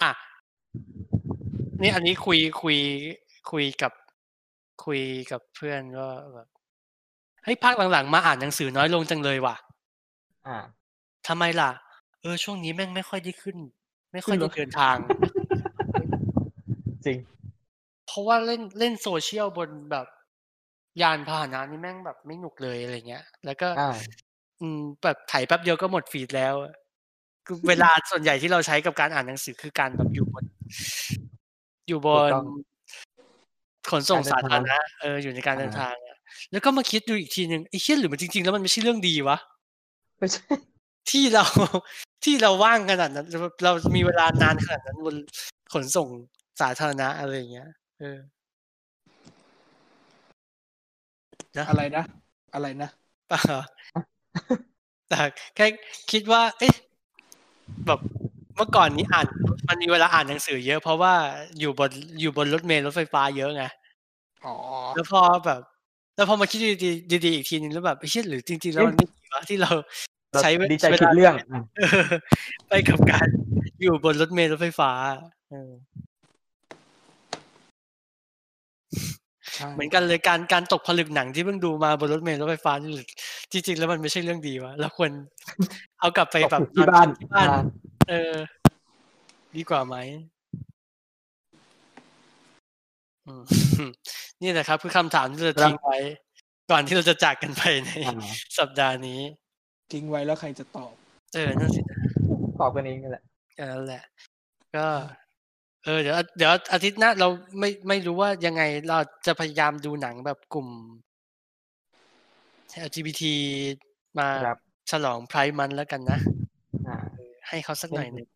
[SPEAKER 1] อ่ะ นี่อันนี้คุยคุย คุยกับ คุยกับเพื่อนก็แบบเฮ้ยพักหลังๆ มาอ่านหนังสือน้อยลงจังเลยว่ะ
[SPEAKER 2] อ่า
[SPEAKER 1] ทำไมล่ะ เออ ช่วงนี้แม่งไม่ค่อยได้ขึ้น ไม่ค่อยได้เดินทาง
[SPEAKER 2] จริง
[SPEAKER 1] เพราะว่าเล่นเล่นโซเชียลบนแบบยานพาหนะนี่แม่งแบบไม่หนุกเลยอะไรเงี้ย แล้วก็
[SPEAKER 2] อ่า
[SPEAKER 1] อืมแบบไถ่ายแป๊บเดียวก็หมดฟีดแล้วอะ คือเวลา ส่วนใหญ่ที่เราใช้กับการอ่านหนังสือคือการแบบอยู่บน อยู่บน
[SPEAKER 2] ถู
[SPEAKER 1] ขน
[SPEAKER 2] กต้อง
[SPEAKER 1] ส่ง
[SPEAKER 2] การเดิน
[SPEAKER 1] สาธาร
[SPEAKER 2] ทา
[SPEAKER 1] ณะ
[SPEAKER 2] ง
[SPEAKER 1] เอออยู่ในการเดินทางอะแล้วก็มาคิดดูอีกทีหนึ่งไอ้เชี่ยหรือมันจริง ๆ แล้วมันไม่ใช่เรื่องดีวะ
[SPEAKER 2] ไม่ใช่
[SPEAKER 1] ที่เรา ที่เราว่างขนาดนั้นเราเรามีเวลานานขนาดนั้นบนขนส่งสาธารณะอะไรอย่างเงี้ย เออ
[SPEAKER 3] อะไรนะ อะไรนะ
[SPEAKER 1] ป่า แต่แค่คิดว่า เอ๊ะแบบเมื่อก่อนนี้อ่าน มันมีเวลาอ่านหนังสือเยอะ เพราะว่าอยู่บนอยู่บนรถเมล์รถไฟฟ้าเยอะไง
[SPEAKER 3] อ๋อ
[SPEAKER 1] แล้วพอแบบ แล้วพอมาคิดดีๆดีๆอีกทีนึงแล้วแบบเช่ยหรือจริงๆแล้วมันไม่ดีวะที่เรา
[SPEAKER 2] เรา
[SPEAKER 1] ใช้เว
[SPEAKER 2] ดีใจ
[SPEAKER 1] เว
[SPEAKER 2] คิด
[SPEAKER 1] ลา
[SPEAKER 2] เรื่องอ่ะ
[SPEAKER 1] เออ ไปกับการอยู่บนรถเมล์รถไฟฟ้าเออ
[SPEAKER 3] ใช่
[SPEAKER 1] เหมือนกันเลยการการตกผลึกหนังที่เพิ่งดูมาบนรถเมล์รถไฟฟ้านี่หรือจริง ๆ แล้วมันไม่ใช่เรื่องดีวะเราควรเอากลับไปแบบ
[SPEAKER 2] ตกที่บ้านอ่า
[SPEAKER 1] เออ ดีกว่าไหมอืม นี่แหละครับ คือคำถามที่เรา
[SPEAKER 2] ครับ
[SPEAKER 1] ทิ้งไว้ ก่อนที่เราจะจากกันไปใน
[SPEAKER 2] อ่า
[SPEAKER 1] สัปดาห์นี้
[SPEAKER 3] ทิ้งไว้แล้วใครจะตอบ
[SPEAKER 1] เออนั่นสินะ
[SPEAKER 2] ตอบกันเองนั่นแหละ
[SPEAKER 1] เออนั่นแหละ ก็ เออ เดี๋ยว เดี๋ยวอาทิตย์หน้าเราไม่ไม่รู้ว่ายังไงเราจะพยายามดูหนังแบบกลุ่ม LGBT มา
[SPEAKER 2] ครับ
[SPEAKER 1] ฉลองไพร์มันแล้วกันนะ
[SPEAKER 2] อ่า
[SPEAKER 1] ให้เขาสักหน่อยหนึ่ง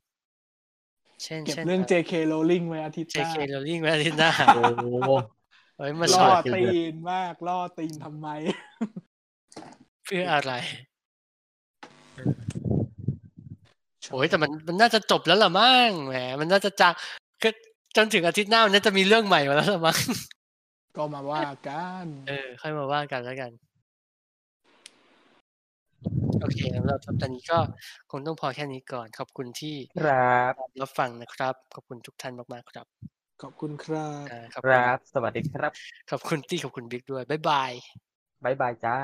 [SPEAKER 1] เช่น
[SPEAKER 3] เก็บ
[SPEAKER 1] ช่น
[SPEAKER 3] เรื่อง JK Rowling ไว้อาทิตย์หน้า
[SPEAKER 1] JK Rowling ไว้อาทิตย์หน้า
[SPEAKER 2] โอ้โห
[SPEAKER 1] เฮ้ยมา
[SPEAKER 2] เ
[SPEAKER 1] ช็
[SPEAKER 3] ล่
[SPEAKER 1] อ
[SPEAKER 3] อ
[SPEAKER 1] ต
[SPEAKER 2] จริงๆ
[SPEAKER 3] ตีนมากล่อตีนทำไม
[SPEAKER 1] เพื่ออะไรโอ้ยแต่มันมันน่าจะจบแล้วล่ะมั้งแหมมันน่าจะจากก็จนถึงอาทิตย์หน้ามันน่าจะมีเรื่องใหม่มาแล้วล่ะมั้ง
[SPEAKER 3] ก็มาว่ากัน
[SPEAKER 1] เออค่อยมาว่ากันแล้วกัน โอเคสำหรับสัปดาห์นี้ก็คงต้องพอแค่นี้ก่อน ขอบคุณที่
[SPEAKER 2] ครับ
[SPEAKER 1] รับฟังนะครับ ขอบคุณทุกท่านมากๆครับ
[SPEAKER 3] ขอบคุณครับ
[SPEAKER 1] อ่าขอบ
[SPEAKER 2] ค
[SPEAKER 1] คุณ
[SPEAKER 2] รับ สวัสดีครับ
[SPEAKER 1] ขอบคุณตี้ขอบคุณบิ๊กด้วย บ๊ายบาย
[SPEAKER 2] บ๊ายบายจ้า